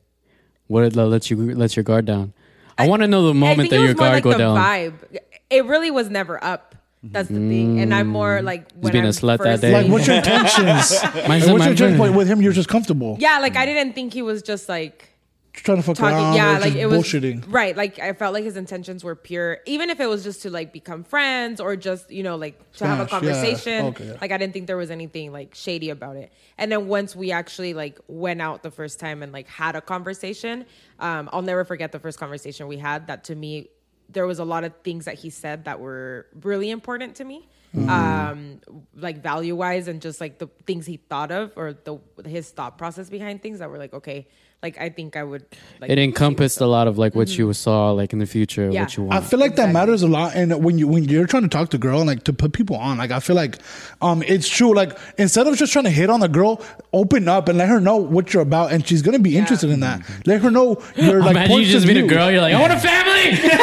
Speaker 4: What lets you let your guard down? I, want to know the moment that
Speaker 2: it
Speaker 4: your
Speaker 2: was more
Speaker 4: guard
Speaker 2: like
Speaker 4: go
Speaker 2: the
Speaker 4: down.
Speaker 2: Vibe. It really was never up. That's the thing, and I'm more like when
Speaker 4: Mm. being a
Speaker 2: I'm
Speaker 4: slut that
Speaker 2: first
Speaker 4: day.
Speaker 3: yeah.
Speaker 2: meeting
Speaker 3: Like, what's your intentions?
Speaker 4: My-
Speaker 3: And what's
Speaker 4: my-
Speaker 3: your turning point with him? You're just comfortable.
Speaker 2: Yeah, like I didn't think he was just like
Speaker 3: Trying to fuck
Speaker 2: talking.
Speaker 3: around.
Speaker 2: yeah,
Speaker 3: or
Speaker 2: like
Speaker 3: just
Speaker 2: it was
Speaker 3: bullshitting.
Speaker 2: Right, like I felt like his intentions were pure, even if it was just to like become friends or just you know like to have a
Speaker 3: Smash, yeah.
Speaker 2: conversation.
Speaker 3: Okay, yeah.
Speaker 2: Like I didn't think there was anything like shady about it. And then once we actually like went out the first time and like had a conversation, um, I'll never forget the first conversation we had. That to me, there was a lot of things that he said that were really important to me. Um, like value wise, and just like the things he thought of, or the his thought process behind things that were like, okay, like I think I would. Like,
Speaker 4: It encompassed a lot of like what you saw like in the future,
Speaker 2: Mm-hmm. Yeah.
Speaker 4: what you
Speaker 3: I
Speaker 4: want.
Speaker 3: feel like that matters a lot, and when you when you're trying to talk to girl and like to put people on, like I feel like, um, it's true. Like instead of just trying to hit on the girl, open up and let her know what you're about, and she's gonna be interested in that. Let her know you're like.
Speaker 4: Imagine you
Speaker 3: points
Speaker 4: just
Speaker 3: of
Speaker 4: meet a
Speaker 3: view.
Speaker 4: girl. You're like, I
Speaker 2: "Oh,
Speaker 4: want a family.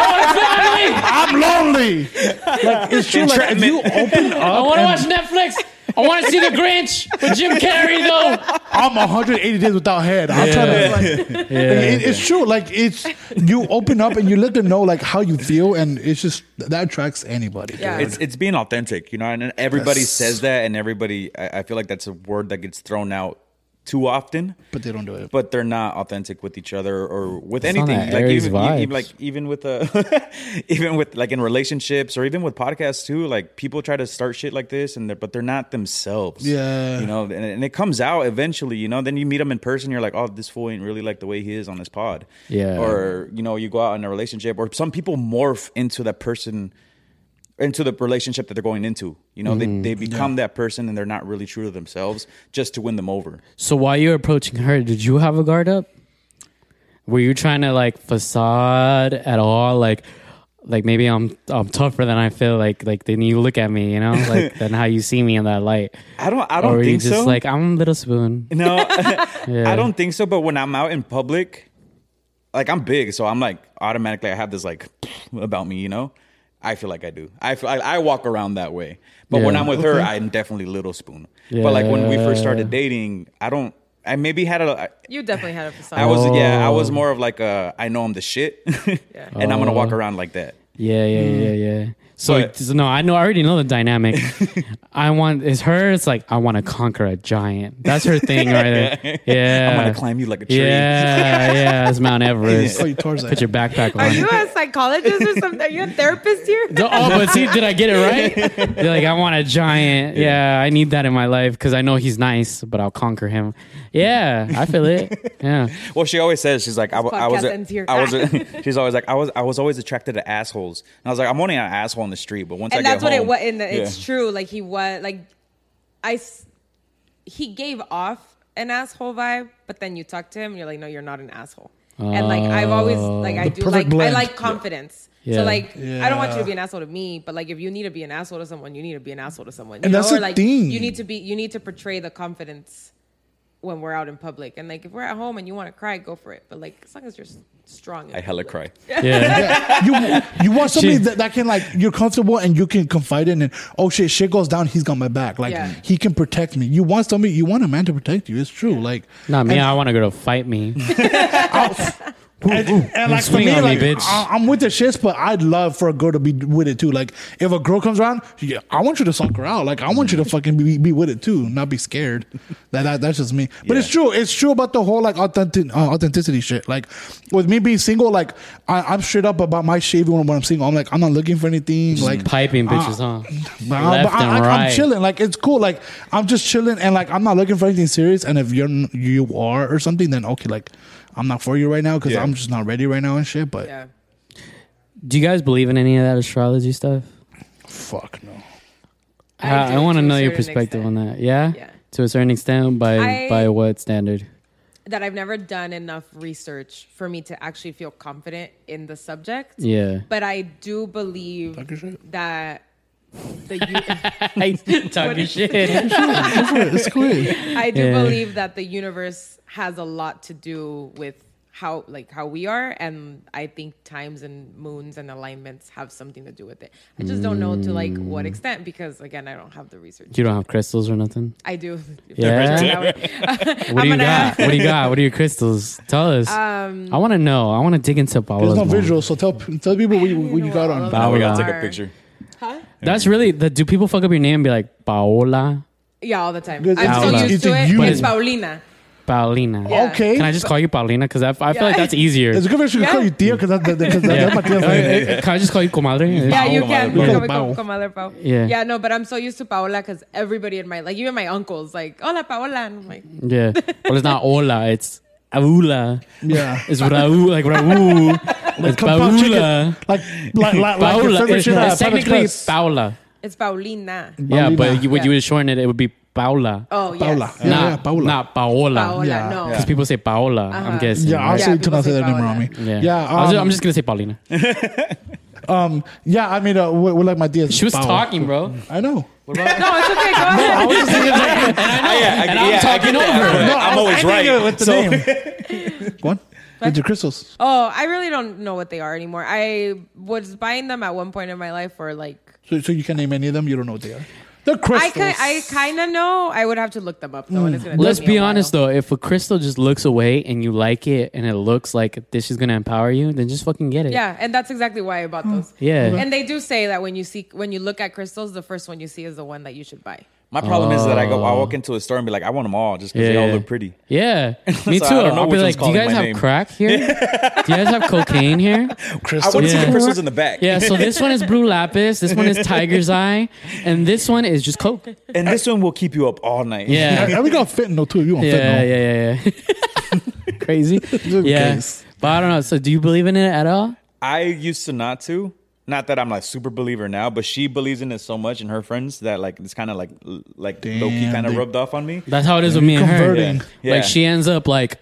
Speaker 4: I want a family.
Speaker 3: I'm lonely. like it's true. Like if you open
Speaker 4: I
Speaker 3: up,
Speaker 4: want to
Speaker 3: and
Speaker 4: watch Netflix. I want to see The Grinch with Jim Carrey though.
Speaker 3: I'm 180 days without head. I'm trying to. It- it's true. Like it's you open up and you let them know like how you feel, and it's just that attracts anybody.
Speaker 2: Yeah.
Speaker 3: dude.
Speaker 5: It's it's being authentic, you know, and everybody
Speaker 3: Yes.
Speaker 5: says that, and everybody I, I feel like that's a word that gets thrown out too often.
Speaker 3: but they don't do it.
Speaker 5: But they're not authentic with each other or with
Speaker 4: It's on
Speaker 5: anything.
Speaker 4: that
Speaker 5: Like
Speaker 4: Aries
Speaker 5: even, e-
Speaker 4: vibes.
Speaker 5: even like even with uh, even with like in relationships or even with podcasts too. Like people try to start shit like this, and they're, but they're not themselves.
Speaker 3: Yeah.
Speaker 5: you know, and, and it comes out eventually. You know, then you meet them in person, you're like, oh, this fool ain't really like the way he is on this pod.
Speaker 4: Yeah.
Speaker 5: or you know, you go out in a relationship, or some people morph into that person into the relationship that they're going into. You know,
Speaker 4: Mm-hmm.
Speaker 5: they, they become that person and they're not really true to themselves just to win them over.
Speaker 4: So while you're approaching her, did you have a guard up? were you trying to like facade at all? Like, like maybe I'm I'm tougher than I feel. Like like then you look at me, you know, like than how you see me in that light.
Speaker 5: I don't. I
Speaker 4: or
Speaker 5: don't
Speaker 4: were you
Speaker 5: think
Speaker 4: just
Speaker 5: so.
Speaker 4: like I'm little spoon.
Speaker 5: no,
Speaker 4: Yeah.
Speaker 5: I don't think so. But when I'm out in public, like I'm big, so I'm like automatically I have this like about me, you know. I feel like I do. I feel, I, I walk around that way. But when
Speaker 4: Yeah.
Speaker 5: I'm with her, I'm definitely little spoon. But like when we first started dating, I don't. I maybe had a. I
Speaker 2: You definitely had a facade.
Speaker 5: I was yeah. I was
Speaker 4: Oh.
Speaker 5: more of like a. I know I'm the shit, and I'm gonna walk around like that.
Speaker 4: Yeah, yeah, yeah, yeah. So,
Speaker 5: Mm. But-
Speaker 4: so no, I know. I already know the dynamic. I want it's her. It's like I want to conquer a giant. That's her thing, right there. Yeah,
Speaker 5: I'm gonna climb you like a tree.
Speaker 4: Uh, Yeah, yeah, it's Mount Everest.
Speaker 3: Oh, you towards that.
Speaker 4: Put your backpack on.
Speaker 2: Are you a psychologist or something? Are you a therapist here?
Speaker 4: The- oh, but see, did I get it right? You're like, I want a giant. Yeah, I need that in my life because I know he's nice, but I'll conquer him. Yeah, I feel it. Yeah.
Speaker 5: Well, she always says she's like I, w- I was.
Speaker 2: podcast ends here.
Speaker 5: I was. she's always like I was. I was always attracted to assholes, and I was like I'm only an asshole in the street, but once
Speaker 2: and
Speaker 5: I
Speaker 2: that's
Speaker 5: get
Speaker 2: what
Speaker 5: home,
Speaker 2: it was. And the- it's
Speaker 5: Yeah.
Speaker 2: true. Like he was like, I, s- he gave off an asshole vibe, but then you talk to him, and you're like, no, you're not an asshole. And like I've always like I
Speaker 3: The
Speaker 2: do
Speaker 3: perfect
Speaker 2: like
Speaker 3: blend.
Speaker 2: I like confidence.
Speaker 4: Yeah.
Speaker 2: So like I don't want you
Speaker 3: Yeah.
Speaker 2: to be an asshole to me, but like if you need to be an asshole to someone, you need to be an asshole to someone. You
Speaker 3: And that's
Speaker 2: know? or
Speaker 3: the
Speaker 2: like
Speaker 3: thing.
Speaker 2: you need to be you need to portray the confidence when we're out in public. And like if we're at home and you want to cry, go for it. But like as long as you're s- strong, in
Speaker 5: I hella
Speaker 2: public.
Speaker 5: cry.
Speaker 4: Yeah.
Speaker 3: you you want somebody
Speaker 4: She-
Speaker 3: that, that can like you're comfortable and you can confide in and oh shit shit goes down he's got my back like
Speaker 2: Yeah.
Speaker 3: he can protect me you want somebody you want a man to protect you it's true like
Speaker 4: Not me. I want to go to fight me.
Speaker 3: and, and like for
Speaker 4: Swing
Speaker 3: me
Speaker 4: on me,
Speaker 3: like
Speaker 4: bitch.
Speaker 3: I, I'm with the shits but I'd love for a girl to be with it too like if a girl comes around yeah, I want you to suck her out like I want you to fucking be, be with it too not be scared that, that that's just me but it's true it's true about the whole like authentic uh, authenticity shit like with me being single like I, I'm straight up about my shit even when, when I'm single I'm like I'm not looking for anything like
Speaker 4: Piping
Speaker 5: Uh,
Speaker 4: bitches,
Speaker 3: Ah.
Speaker 4: huh?
Speaker 3: But, I-
Speaker 4: Left
Speaker 3: but I,
Speaker 4: and
Speaker 3: like,
Speaker 4: right.
Speaker 3: I'm chilling. Like it's cool. Like I'm just chilling, and like I'm not looking for anything serious. And if you're n- you are or something, then okay, like I'm not for you right now because
Speaker 5: Yeah.
Speaker 3: I'm just not ready right now and shit. But
Speaker 2: Yeah.
Speaker 4: Do you guys believe in any of that astrology stuff?
Speaker 3: fuck no.
Speaker 4: I,
Speaker 2: do
Speaker 4: want to
Speaker 2: to a
Speaker 4: know your
Speaker 2: certain
Speaker 4: perspective
Speaker 2: extent.
Speaker 4: on that. Yeah?
Speaker 2: Yeah.
Speaker 4: To a certain extent, by
Speaker 2: I-
Speaker 4: by what standard?
Speaker 2: that I've never done enough research for me to actually feel confident in the subject.
Speaker 4: Yeah.
Speaker 2: But I do believe
Speaker 3: Talk your shit.
Speaker 2: that the u-
Speaker 4: I talk your shit.
Speaker 3: It's quick.
Speaker 2: I do
Speaker 4: Yeah.
Speaker 2: believe that the universe has a lot to do with how like how we are and I think times and moons and alignments have something to do with it. I just don't know to like what extent because again I don't have the research.
Speaker 4: Mm. You don't have crystals or nothing?
Speaker 2: I do.
Speaker 4: Yeah? What do you got? What do you got? What are your crystals? Tell us. Um, I want to know. I want to dig into Paola's.
Speaker 3: There's no
Speaker 4: more.
Speaker 3: visual, so tell p- tell people what you, what you got on.
Speaker 2: Paola.
Speaker 5: Now we gotta
Speaker 4: Paola.
Speaker 5: take a picture.
Speaker 4: That's really. The, do people fuck up your name and be like Paola,
Speaker 2: Yeah, all the time.
Speaker 3: Because
Speaker 2: I'm
Speaker 4: it's-
Speaker 2: so
Speaker 4: it's
Speaker 2: used
Speaker 3: a
Speaker 2: to it.
Speaker 3: you.
Speaker 2: It's Paulina.
Speaker 4: Paulina?
Speaker 2: Yeah.
Speaker 3: Okay,
Speaker 4: Can I just call you Paulina? Because I, I feel
Speaker 2: Yeah.
Speaker 4: like that's easier.
Speaker 3: it's a good that she could call you Tia because that's because
Speaker 4: Yeah.
Speaker 3: that's my tia's name.
Speaker 4: Can I just call you comadre?
Speaker 2: Yeah, you
Speaker 5: Paola,
Speaker 2: can.
Speaker 5: Paola.
Speaker 2: You can
Speaker 3: Paola.
Speaker 2: become comadre Pao.
Speaker 4: Yeah.
Speaker 2: Yeah, no, but I'm so used to Paola because everybody in my, like, even my uncles, like, hola, Paola. And I'm like,
Speaker 4: Yeah. Well, it's not Ola. It's Aula.
Speaker 3: Yeah.
Speaker 4: It's Raul. Like Raul. it's
Speaker 3: Compound chicken.
Speaker 4: Paola.
Speaker 3: Like like like, like your
Speaker 4: Paola.
Speaker 3: favorite
Speaker 4: It's,
Speaker 3: shit.
Speaker 4: it's
Speaker 3: at Papa
Speaker 4: technically
Speaker 3: Express.
Speaker 4: Paola.
Speaker 2: it's Paulina.
Speaker 4: Yeah, but
Speaker 3: Paulina.
Speaker 4: you, when you
Speaker 2: Yeah.
Speaker 4: would shorten it, it would be Paola.
Speaker 2: Oh, yes.
Speaker 3: Paola. Yeah,
Speaker 4: not,
Speaker 3: yeah, Paola.
Speaker 4: Not Paola.
Speaker 2: Paola,
Speaker 3: Yeah.
Speaker 2: no.
Speaker 4: Because people say Paola, I'm
Speaker 2: Uh-huh.
Speaker 4: guessing.
Speaker 3: Yeah, I'll
Speaker 4: right?
Speaker 3: say
Speaker 2: Yeah,
Speaker 3: until I
Speaker 2: people
Speaker 3: say
Speaker 2: say
Speaker 3: that name
Speaker 2: Paola.
Speaker 3: wrong.
Speaker 4: Yeah.
Speaker 3: yeah
Speaker 4: I was ju-
Speaker 3: um,
Speaker 4: I'm just going to say Paulina.
Speaker 3: Um, yeah, I mean, uh, we're, we're like my dear.
Speaker 4: She was
Speaker 3: Paola.
Speaker 4: talking, bro.
Speaker 3: I know.
Speaker 2: No, it's okay. Go ahead.
Speaker 5: yeah, I,
Speaker 4: And I'm talking over. her.
Speaker 3: No, I
Speaker 5: I'm
Speaker 3: was
Speaker 5: always
Speaker 3: ending
Speaker 5: right.
Speaker 3: it With the
Speaker 5: So-
Speaker 3: name. what? With your crystals.
Speaker 2: Oh, I really don't know what they are anymore. I was buying them at one point in my life for like,
Speaker 3: So, so you can name any of them. You don't know what they are. They're crystals.
Speaker 2: I could, I kind of know. I would have to look them up though. And it's gonna
Speaker 4: Mm. Let's
Speaker 2: take me
Speaker 4: be
Speaker 2: a while.
Speaker 4: honest though, if a crystal just looks away and you like it and it looks like this is gonna empower you, then just fucking get it.
Speaker 2: Yeah, and that's exactly why I bought those.
Speaker 4: Yeah.
Speaker 3: Mm-hmm.
Speaker 4: Okay.
Speaker 2: and they do say that when you see, when you look at crystals, the first one you see is the one that you should buy.
Speaker 5: My problem is that I go, I
Speaker 4: Oh.
Speaker 5: walk into a store and be like, I want them all, just because they all look pretty.
Speaker 4: Yeah, me
Speaker 5: So I
Speaker 4: too.
Speaker 5: don't know
Speaker 4: I'll be
Speaker 5: which one's
Speaker 4: like, do you
Speaker 5: calling
Speaker 4: guys
Speaker 5: my
Speaker 4: have
Speaker 5: name."
Speaker 4: crack here? do you guys have cocaine here?
Speaker 5: I
Speaker 3: crystals.
Speaker 5: want to see
Speaker 4: Yeah.
Speaker 5: the crystals in the back.
Speaker 4: Yeah. So this one is blue lapis. This one is tiger's eye, and this one is just coke.
Speaker 5: and this one will keep you up all night.
Speaker 4: Yeah.
Speaker 3: And we got fentanyl too. If you want
Speaker 4: Yeah,
Speaker 3: fentanyl.
Speaker 4: yeah, yeah, yeah. Crazy. Yeah.
Speaker 3: case.
Speaker 4: But I don't know. So do you believe in it at all?
Speaker 5: I used to not to. Not that I'm like super believer now, but she believes in it so much and her friends that like it's kind of like l- like low key
Speaker 3: Damn,
Speaker 5: kind of
Speaker 3: they-
Speaker 5: rubbed off on me.
Speaker 4: That's how it is with me and her.
Speaker 3: Converting.
Speaker 4: Like she ends up like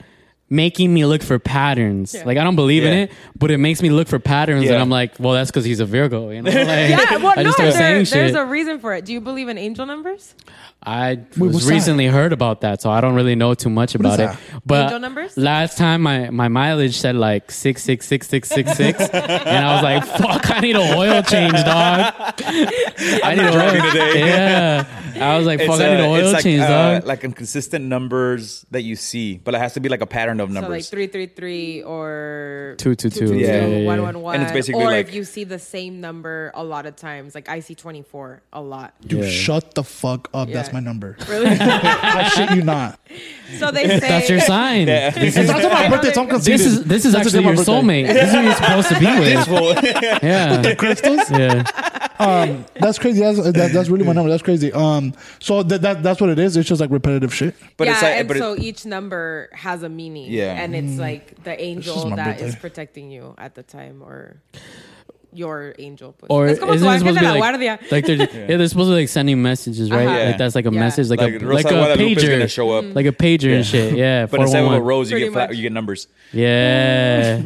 Speaker 4: making me look for patterns. Like I don't believe in
Speaker 5: Yeah.
Speaker 4: it, but it makes me look for patterns,
Speaker 5: Yeah.
Speaker 4: and I'm like, well, that's because he's a Virgo. You know, like,
Speaker 2: Yeah, well, no,
Speaker 4: I just
Speaker 2: there-
Speaker 4: start saying
Speaker 2: there's
Speaker 4: shit.
Speaker 2: a reason for it. Do you believe in angel numbers?
Speaker 4: I
Speaker 3: what's
Speaker 4: was
Speaker 3: that?
Speaker 4: recently heard about that, so I don't really know too much about it.
Speaker 3: that?
Speaker 4: But
Speaker 2: Angel numbers?
Speaker 4: last time my, my mileage said like six six six six six six, and I was like, "Fuck, I need an oil change, dog." I need an oil. Yeah, I was like,
Speaker 5: It's,
Speaker 4: "Fuck, I need
Speaker 5: uh,
Speaker 4: an
Speaker 5: it's
Speaker 4: oil
Speaker 5: like,
Speaker 4: change,
Speaker 5: uh,
Speaker 4: dog."
Speaker 5: like inconsistent numbers that you see, but it has to be like a pattern of
Speaker 2: So like
Speaker 5: numbers.
Speaker 2: three three three or
Speaker 4: Two, two, two.
Speaker 5: Yeah, yeah, yeah.
Speaker 2: one one one.
Speaker 5: And it's basically
Speaker 2: or
Speaker 5: like-
Speaker 2: if you see the same number a lot of times, like I see twenty four a lot.
Speaker 3: Dude,
Speaker 4: Yeah.
Speaker 3: shut the fuck up. That's
Speaker 2: Yeah.
Speaker 3: my number.
Speaker 2: Really?
Speaker 3: I shit you not.
Speaker 2: so they say
Speaker 4: That's your sign.
Speaker 3: It's not my birthday, so I'm conceited.
Speaker 4: This is this is
Speaker 3: That's
Speaker 4: actually
Speaker 3: my
Speaker 4: your
Speaker 3: birthday.
Speaker 4: soulmate. This is who you're supposed to be with. Yeah,
Speaker 3: Crystals?
Speaker 4: yeah.
Speaker 3: Um, that's crazy. That's, that, that's really my number. That's crazy. Um, so that, that that's what it is. It's just like repetitive shit.
Speaker 5: But
Speaker 2: yeah,
Speaker 5: it's like,
Speaker 2: and
Speaker 5: but it-
Speaker 2: so each number has a meaning.
Speaker 5: Yeah.
Speaker 2: And it's like the angel
Speaker 3: my
Speaker 2: that is
Speaker 3: birthday.
Speaker 2: protecting you at the time or your angel. Pues.
Speaker 4: Or
Speaker 2: Es como
Speaker 4: isn't
Speaker 2: tu
Speaker 4: it
Speaker 2: ángel
Speaker 4: supposed
Speaker 2: de
Speaker 4: to be
Speaker 2: la
Speaker 4: like,
Speaker 2: guardia.
Speaker 4: like they're, yeah. they're supposed to be like sending messages, right?
Speaker 2: Uh-huh.
Speaker 5: Yeah.
Speaker 4: Like that's like a
Speaker 2: Yeah.
Speaker 4: message, like,
Speaker 5: like
Speaker 4: a
Speaker 5: Rosa
Speaker 4: like a
Speaker 5: Guadalupe is gonna
Speaker 4: pager,
Speaker 5: show up.
Speaker 4: like a pager and shit. Yeah,
Speaker 5: But instead of a
Speaker 4: 411.
Speaker 5: rose, you
Speaker 2: Mm. Pretty
Speaker 5: get fla-
Speaker 2: much.
Speaker 5: you get numbers.
Speaker 4: Yeah.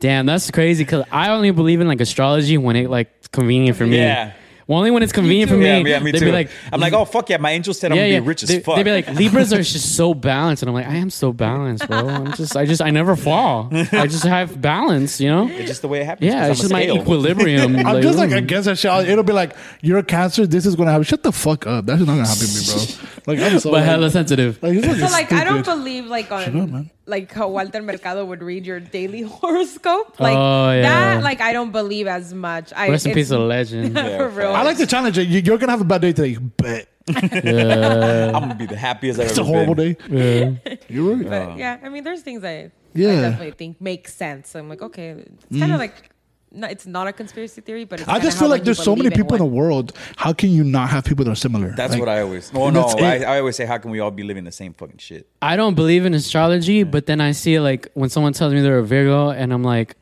Speaker 4: Damn, that's crazy. Cause I only believe in like astrology when it like convenient for me.
Speaker 5: Yeah.
Speaker 4: Well, only when it's convenient
Speaker 2: too.
Speaker 4: for me.
Speaker 5: yeah, yeah, me
Speaker 4: they'd
Speaker 5: too.
Speaker 4: Be like,
Speaker 5: I'm like, oh fuck yeah, my angel said I'm
Speaker 4: yeah,
Speaker 5: gonna
Speaker 4: yeah.
Speaker 5: be rich as
Speaker 4: they,
Speaker 5: fuck.
Speaker 4: They'd be like, Libras are just so balanced, and I'm like, I am so balanced, bro. I'm just, I just, I never fall. I just have balance, you know.
Speaker 5: it's just the way it happens.
Speaker 4: Yeah,
Speaker 5: 'cause
Speaker 4: it's
Speaker 5: I'm
Speaker 4: just
Speaker 5: a
Speaker 4: my
Speaker 5: scale.
Speaker 4: equilibrium.
Speaker 3: I'm just like
Speaker 4: mm.
Speaker 3: against that shit. It'll be like you're a cancer. This is gonna happen. Shut the fuck up. That's not gonna happen to me, bro. Like I'm so.
Speaker 4: but
Speaker 3: like,
Speaker 4: hella sensitive.
Speaker 3: like, it's fucking
Speaker 2: So like I don't
Speaker 3: stupid.
Speaker 2: believe like on
Speaker 3: up, man.
Speaker 2: like how Walter Mercado would read your daily horoscope. Like
Speaker 4: Oh, yeah.
Speaker 2: that like I don't believe as much. I
Speaker 4: Rest in
Speaker 2: it's-
Speaker 4: peace, a legend.
Speaker 2: for real.
Speaker 3: I like to challenge it. You- You're gonna have a bad day today. Bet
Speaker 5: I'm gonna be the happiest I've
Speaker 3: it's
Speaker 5: ever
Speaker 3: a horrible
Speaker 5: been.
Speaker 3: day.
Speaker 4: Yeah.
Speaker 3: You're right.
Speaker 2: But yeah, I mean, there's things I, I
Speaker 3: Yeah. Mm.
Speaker 2: definitely think make sense. I'm like, okay, it's kind of like, no, it's not a conspiracy theory, but it's
Speaker 3: I
Speaker 2: kinda
Speaker 3: just
Speaker 2: how
Speaker 3: feel like
Speaker 2: you
Speaker 3: there's so many
Speaker 2: believe
Speaker 3: people in the
Speaker 2: one.
Speaker 3: world. How can you not have people that are similar?
Speaker 5: That's
Speaker 3: Like,
Speaker 5: what I always. Well, no,
Speaker 3: that's
Speaker 5: I,
Speaker 3: it.
Speaker 5: I always say, how can we all be living the same fucking shit?
Speaker 4: I don't believe in astrology, but then I see like when someone tells me they're a Virgo, and I'm like,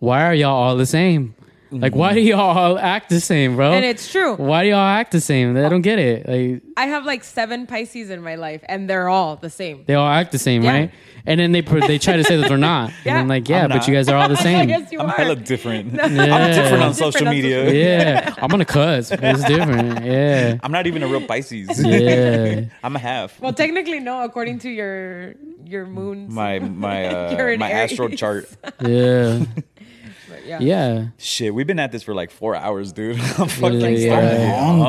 Speaker 4: why are y'all all the same? Like, why do y'all all act the same, bro?
Speaker 2: And it's true.
Speaker 4: Why do y'all act the same? I don't get it. Like,
Speaker 2: I have like seven Pisces in my life, and they're all the same.
Speaker 4: they all act the same,
Speaker 2: Yeah.
Speaker 4: right? And then they pr- they try to say that they're not. And
Speaker 2: Yeah.
Speaker 4: I'm like, yeah,
Speaker 5: I'm
Speaker 4: but you
Speaker 5: not.
Speaker 4: guys are all the same.
Speaker 2: yes, you
Speaker 5: I'm
Speaker 2: are.
Speaker 5: hella different.
Speaker 4: Yeah.
Speaker 5: I'm different on
Speaker 2: Different
Speaker 5: social
Speaker 2: on
Speaker 5: media.
Speaker 2: social-
Speaker 4: yeah, I'm gonna cuss. but It's different. Yeah,
Speaker 5: I'm not even a real Pisces.
Speaker 4: yeah.
Speaker 5: I'm a half.
Speaker 2: well, technically, no, according to your your moon.
Speaker 5: My my
Speaker 2: You're
Speaker 5: uh,
Speaker 2: an
Speaker 5: my astro
Speaker 2: Aries.
Speaker 5: chart.
Speaker 4: Yeah,
Speaker 2: but yeah.
Speaker 4: yeah.
Speaker 5: Shit, we've been at this for like four hours, dude. I'm fucking
Speaker 4: Yeah.
Speaker 5: starving.
Speaker 3: I'm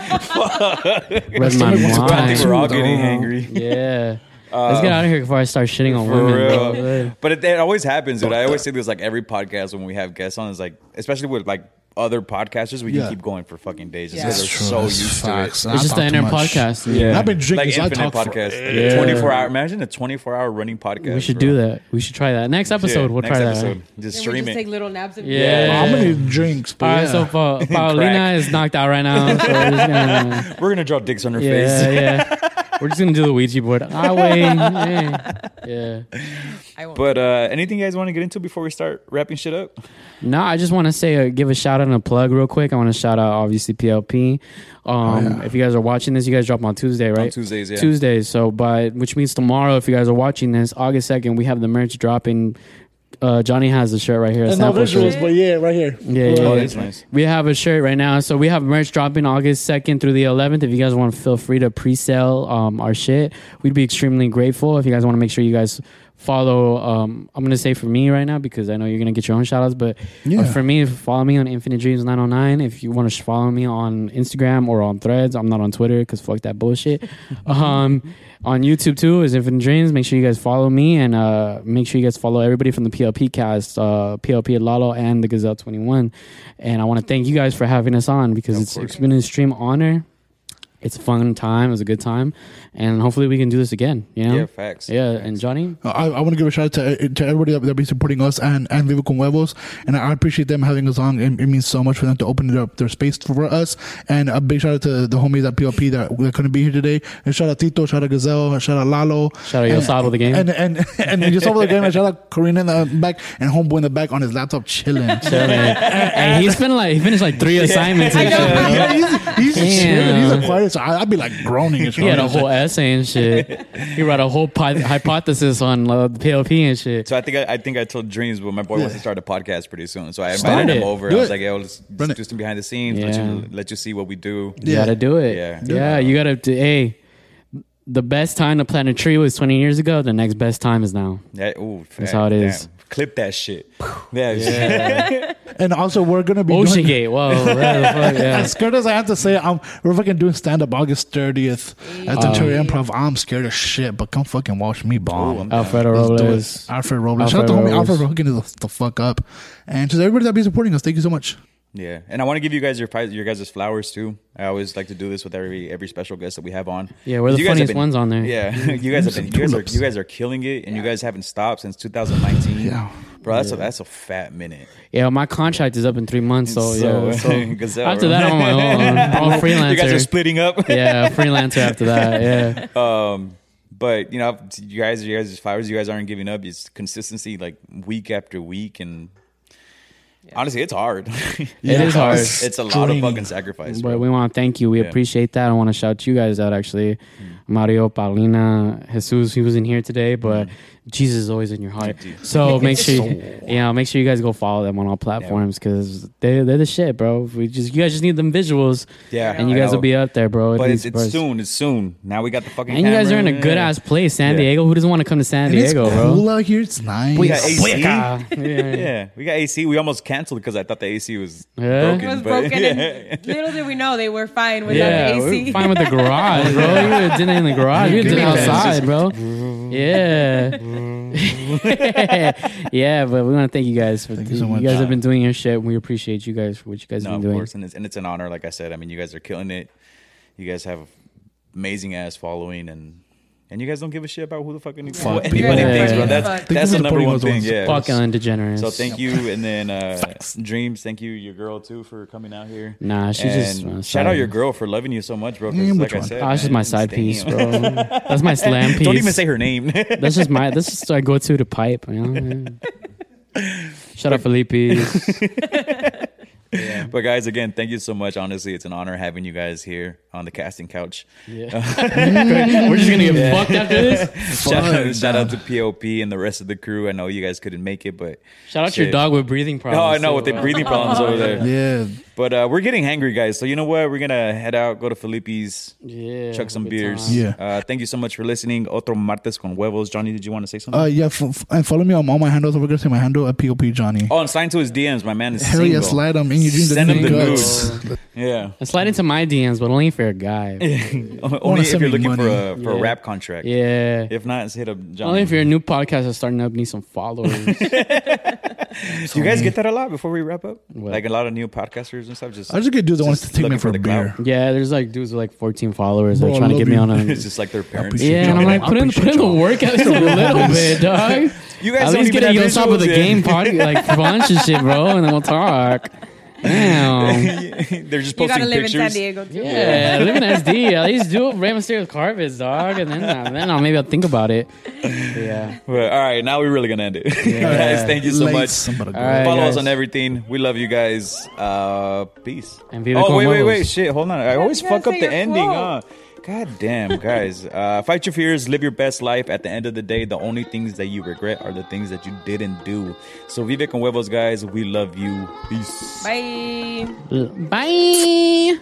Speaker 3: hungry.
Speaker 4: Read my
Speaker 3: stomach was
Speaker 5: I think
Speaker 4: mind.
Speaker 5: we're all getting angry.
Speaker 4: Yeah. Let's get out of here before I start shitting on
Speaker 5: For
Speaker 4: women.
Speaker 5: real.
Speaker 4: bro.
Speaker 5: But it, it always happens, dude. I always say this like every podcast when we have guests on is like, especially with like other podcasters, we
Speaker 3: Yeah.
Speaker 5: can keep going for fucking days just
Speaker 2: Yeah.
Speaker 5: because
Speaker 2: That's
Speaker 5: they're so used to
Speaker 4: It's just the inner podcast.
Speaker 5: it.
Speaker 3: I've been drinking,
Speaker 5: like
Speaker 3: so I
Speaker 5: infinite
Speaker 3: talk for-
Speaker 5: podcast,
Speaker 4: Yeah.
Speaker 5: 24 hour. Imagine a 24 hour running podcast.
Speaker 4: We should
Speaker 5: bro.
Speaker 4: do that. We should try that. Next
Speaker 5: Yeah,
Speaker 4: episode, we'll
Speaker 5: next
Speaker 4: try
Speaker 5: episode.
Speaker 4: that.
Speaker 5: Just
Speaker 2: And we
Speaker 5: stream
Speaker 2: just take
Speaker 5: it.
Speaker 2: little naps of
Speaker 4: Yeah.
Speaker 3: Well, I'm gonna drinks. But
Speaker 4: All right,
Speaker 3: yeah.
Speaker 4: so Pa- Paulina
Speaker 5: Crack.
Speaker 4: is knocked out right now. So we're just gonna,
Speaker 5: We're gonna draw dicks on her
Speaker 4: yeah,
Speaker 5: face.
Speaker 4: yeah. We're just gonna do the Ouija board. I win. Yeah. yeah.
Speaker 2: I won't.
Speaker 5: But uh, anything you guys want to get into before we start wrapping shit up?
Speaker 4: No, I just want to say, uh, give a shout out and a plug real quick. I want to shout out obviously PLP. Um, If you guys are watching this, you guys drop on Tuesday, right?
Speaker 5: Oh, Tuesdays, yeah.
Speaker 4: Tuesdays. So, by which means tomorrow, if you guys are watching this, August second, we have the merch dropping. Uh, Johnny has the shirt right here. a
Speaker 3: And no
Speaker 4: sample shirt.
Speaker 3: visuals, but yeah, right here.
Speaker 4: Yeah, yeah,
Speaker 5: Oh,
Speaker 4: yeah.
Speaker 5: that's nice.
Speaker 4: We have a shirt right now. So we have merch dropping August 2nd through the 11th. If you guys want to feel free to pre-sale um, our shit, we'd be extremely grateful. If you guys want to make sure you guys follow, um, I'm going to say for me right now, because I know you're going to get your own shout outs, but
Speaker 3: Yeah.
Speaker 4: uh, for me, follow me on Infinite Dreams 909. If you want to follow me on Instagram or on threads, I'm not on Twitter because fuck that bullshit. um, on YouTube too is Infinite Dreams. Make sure you guys follow me and uh, make sure you guys follow everybody from the PLP cast, uh, PLP Lalo and the Gazelle 21. And I want to thank you guys for having us on because it's, it's been an extreme honor. It's a fun time. It was a good time, and hopefully we can do this again. You know?
Speaker 5: Yeah, facts.
Speaker 4: Yeah, and Johnny,
Speaker 3: Uh, I, I want to give a shout out to, uh, to everybody that, that be supporting us and, and Viva Con Huevos. And I appreciate them having us on. It, it means so much for them to open it up their space for us. And a big shout out to the homies at PLP that, that couldn't be here today. And shout out Tito, shout out Gazelle, shout out Lalo.
Speaker 4: Shout out Yo
Speaker 3: and,
Speaker 4: Sabo the Game.
Speaker 3: And, and, and, and just over the game, and shout out Karina in the back and Homeboy in the back on his laptop chilling.
Speaker 4: and he's been like he finished like three assignments.
Speaker 2: I
Speaker 4: and shit.
Speaker 2: know.
Speaker 3: he's, he's
Speaker 4: Damn.
Speaker 3: chilling. He's a quiet bitch, I, I'd be like groaning. and
Speaker 4: He had a
Speaker 3: shit.
Speaker 4: whole essay and shit. he wrote a whole pod- hypothesis on uh, the PLP and shit.
Speaker 5: So I think I, I think I told Dreams, but my boy wants to start a podcast pretty soon. So I
Speaker 4: Start
Speaker 5: invited
Speaker 4: it.
Speaker 5: him over.
Speaker 3: Do
Speaker 5: I was
Speaker 3: it.
Speaker 5: like, "Yo, let's
Speaker 3: Run
Speaker 5: let's
Speaker 3: it.
Speaker 5: do some behind the scenes. Let
Speaker 4: Yeah.
Speaker 5: you let you see what we do."
Speaker 4: You
Speaker 3: Yeah.
Speaker 4: gotta do it.
Speaker 5: Yeah.
Speaker 4: yeah. You gotta. do- Hey, the best time to plant a tree was 20 years ago. The next best time is now.
Speaker 5: That, ooh,
Speaker 4: That's
Speaker 5: fat
Speaker 4: how it
Speaker 5: damn.
Speaker 4: is.
Speaker 5: Clip that shit. Yeah, yeah.
Speaker 3: And also, we're gonna be
Speaker 4: Ocean
Speaker 3: doing-
Speaker 4: Gate. Whoa. what the fuck, yeah.
Speaker 3: As scared as I have to say, I'm, we're fucking doing stand up August 30th at the Terry
Speaker 5: Oh,
Speaker 3: Improv. I'm scared as shit, but come fucking watch me bomb.
Speaker 4: Alfredo
Speaker 3: Let's do it.
Speaker 4: Robles.
Speaker 3: Alfred Robles. Shout out to
Speaker 4: Alfred
Speaker 3: homie
Speaker 4: Robles.
Speaker 3: Alfred for hooking us the fuck up. And to everybody that be supporting us, thank you so much.
Speaker 5: yeah. And I want to give you guys your pri- your guys' flowers too. I always like to do this with every every special guest that we have on.
Speaker 4: Yeah, we're the
Speaker 5: You guys have
Speaker 4: funniest
Speaker 5: been-
Speaker 4: ones on there.
Speaker 5: Yeah, you guys have been, you guys are
Speaker 3: tulips.
Speaker 5: you guys are killing it, and you guys haven't stopped since 2019.
Speaker 3: Yeah.
Speaker 5: bro, that's a that's a fat minute.
Speaker 4: Yeah, my contract is up in three months, so,
Speaker 5: So,
Speaker 4: yeah. So
Speaker 5: gazelle,
Speaker 4: after
Speaker 5: bro.
Speaker 4: that, I'm on my own. I'm a freelancer.
Speaker 5: You guys are splitting up.
Speaker 4: yeah, freelancer after that. Yeah,
Speaker 5: but you know, you guys, you guys, flowers, you guys aren't giving up. It's consistency, like week after week, and honestly, it's hard.
Speaker 4: it is hard.
Speaker 5: it's a lot of
Speaker 3: Draining.
Speaker 5: fucking sacrifice.
Speaker 4: But
Speaker 5: Bro.
Speaker 4: we want to thank you. We
Speaker 5: Yeah. Mm.
Speaker 4: appreciate that. I want to shout you guys out, actually. Mario, Paulina, Jesus, he was in here today,
Speaker 5: Mm.
Speaker 4: but Jesus is always in your heart. So make sure, you, yeah, make sure you guys go follow them on all platforms because they, they're the shit, bro. We just You guys just need them visuals.
Speaker 5: Yeah,
Speaker 4: And you
Speaker 5: I
Speaker 4: guys
Speaker 5: know.
Speaker 4: will be up there, bro. at
Speaker 5: But it's,
Speaker 4: these
Speaker 5: it's
Speaker 4: bars.
Speaker 5: soon. It's soon. Now we got the fucking.
Speaker 4: And you guys are in a
Speaker 5: camera.
Speaker 4: good ass place, San
Speaker 5: Yeah.
Speaker 4: Diego. Who doesn't want to come to San
Speaker 3: And
Speaker 4: Diego,
Speaker 3: it's
Speaker 4: bro?
Speaker 3: cool out here. It's nice.
Speaker 5: We got AC.
Speaker 4: Yeah.
Speaker 5: Yeah, we got AC. We almost canceled because I thought the AC was
Speaker 4: Yeah.
Speaker 5: broken.
Speaker 2: It was
Speaker 5: but-
Speaker 2: broken.
Speaker 5: Yeah.
Speaker 2: And little did we know they were fine without
Speaker 4: Yeah,
Speaker 2: the
Speaker 4: we
Speaker 2: AC.
Speaker 4: were fine with the garage, bro. You would have done it in the garage. We would have done
Speaker 3: Give
Speaker 4: it
Speaker 3: me
Speaker 4: outside, bro. Yeah. yeah, but we want to thank you guys for
Speaker 3: Thank
Speaker 4: you,
Speaker 3: you so much.
Speaker 4: guys have been doing your shit. We appreciate you guys for what you guys
Speaker 5: No,
Speaker 4: have
Speaker 5: of
Speaker 4: been doing.
Speaker 5: course, and it's, and it's an honor. Like I said, I mean, you guys are killing it. You guys have amazing ass following, and and you guys don't give a shit about who the fucking
Speaker 3: Fuck
Speaker 5: anybody
Speaker 3: people.
Speaker 5: thinks, bro.
Speaker 4: Yeah.
Speaker 5: That's
Speaker 2: Fuck.
Speaker 3: Think
Speaker 5: that's the
Speaker 3: of
Speaker 5: number
Speaker 3: the
Speaker 5: one
Speaker 3: Pokemon
Speaker 5: thing.
Speaker 3: ones.
Speaker 5: Yeah.
Speaker 4: Fucking degenerates.
Speaker 5: So thank you, and then uh, dreams. Thank you, your girl too, for coming out here.
Speaker 4: Nah, she just,
Speaker 5: And
Speaker 4: uh,
Speaker 5: shout out
Speaker 4: side-
Speaker 5: your girl for loving you so much, bro. 'cause
Speaker 3: Mm,
Speaker 5: like
Speaker 3: which
Speaker 5: I
Speaker 3: one?
Speaker 5: said,
Speaker 4: Oh, that's just my
Speaker 5: man,
Speaker 4: side
Speaker 5: damn.
Speaker 4: piece, bro. That's my slam piece.
Speaker 5: Don't even say her name.
Speaker 4: That's just my. That's just I go to to pipe. You know? Shout out Felipe.
Speaker 5: but guys, again, thank you so much. Honestly, it's an honor having you guys here on the casting couch.
Speaker 4: We're just gonna get fucked after this.
Speaker 5: Shout out,
Speaker 3: Fun,
Speaker 5: shout out to POP and the rest of the crew. I know you guys couldn't make it, but
Speaker 4: Shout out to your
Speaker 5: Shit.
Speaker 4: dog with breathing
Speaker 5: Oh,
Speaker 4: problems.
Speaker 5: I know
Speaker 4: too,
Speaker 5: with the
Speaker 4: bro.
Speaker 5: breathing problems over there.
Speaker 3: Yeah.
Speaker 5: But uh, we're getting hangry, guys. So you know what? We're gonna head out, go to Felipe's,
Speaker 4: Yeah, have
Speaker 5: chuck
Speaker 4: a
Speaker 5: some
Speaker 4: good
Speaker 5: beers.
Speaker 4: time.
Speaker 3: Yeah.
Speaker 5: Uh, thank you so much for listening. Otro martes con huevos. Johnny, did you want to say something?
Speaker 3: Uh, yeah. F- f- and follow me on all my handles. We're gonna say my handle at POP Johnny.
Speaker 5: oh, and sign to his DMs. My man is
Speaker 3: Hell yeah,
Speaker 5: single.
Speaker 3: slide them in your dreams.
Speaker 5: Send
Speaker 3: and
Speaker 5: him the
Speaker 3: guts.
Speaker 5: nudes. Yeah.
Speaker 4: And slide into my DMs, but only if you're a guy.
Speaker 5: Only if
Speaker 3: send
Speaker 5: you're
Speaker 3: me
Speaker 5: looking for a
Speaker 3: money.
Speaker 5: for a
Speaker 4: Yeah.
Speaker 5: rap contract.
Speaker 4: Yeah.
Speaker 5: If not, hit up Johnny.
Speaker 4: Only if you're a new podcast that's starting up, need some followers.
Speaker 5: Do you guys get that a lot before we wrap up?
Speaker 4: What?
Speaker 5: Like a lot of new podcasters and stuff. Just
Speaker 3: I just get dudes that wants to
Speaker 5: Just
Speaker 3: take me
Speaker 5: looking
Speaker 3: for,
Speaker 5: for the
Speaker 3: a beer.
Speaker 4: yeah, there's like dudes with like 14 followers that
Speaker 3: Bro,
Speaker 4: are
Speaker 3: I
Speaker 4: trying to
Speaker 3: love
Speaker 4: get me
Speaker 3: you.
Speaker 4: on a.
Speaker 5: it's just like their parents.
Speaker 3: appreciate
Speaker 4: Yeah, and I'm
Speaker 3: y'all.
Speaker 4: like,
Speaker 3: I
Speaker 4: put in, put in
Speaker 3: appreciate
Speaker 4: the
Speaker 3: y'all.
Speaker 4: work at least a little bit, dog.
Speaker 5: You guys
Speaker 4: at
Speaker 5: don't
Speaker 4: least
Speaker 5: even
Speaker 4: get a
Speaker 5: have
Speaker 4: yo top of the
Speaker 5: visuals yet.
Speaker 4: game party, like bunch of shit, bro, and then we'll talk. Damn.
Speaker 5: They're
Speaker 2: you
Speaker 5: just posting
Speaker 2: gotta live
Speaker 5: pictures.
Speaker 2: in San Diego too.
Speaker 4: Yeah, live in SD. At least do what Rey Mysterio's carve is, dog, and then uh, then I'll maybe I'll think about it. Yeah.
Speaker 5: But, all right, now we're really gonna end it. guys, thank you so
Speaker 3: Lights,
Speaker 5: much.
Speaker 3: somebody go.
Speaker 4: All right,
Speaker 5: Follow us
Speaker 4: guys.
Speaker 5: on everything. We love you guys. Uh, peace.
Speaker 4: And viva
Speaker 5: oh
Speaker 4: con
Speaker 5: wait, wait,
Speaker 4: huevos.
Speaker 5: wait! Shit, hold on. I always
Speaker 2: you
Speaker 5: fuck
Speaker 2: gotta
Speaker 5: up
Speaker 2: say
Speaker 5: the
Speaker 2: your
Speaker 5: ending. Huh?
Speaker 2: quote.
Speaker 5: God damn, guys! Uh, fight your fears, live your best life. At the end of the day, the only things that you regret are the things that you didn't do. So, vive con huevos, guys. We love you. Peace.
Speaker 2: Bye.
Speaker 4: Bye.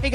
Speaker 7: Hey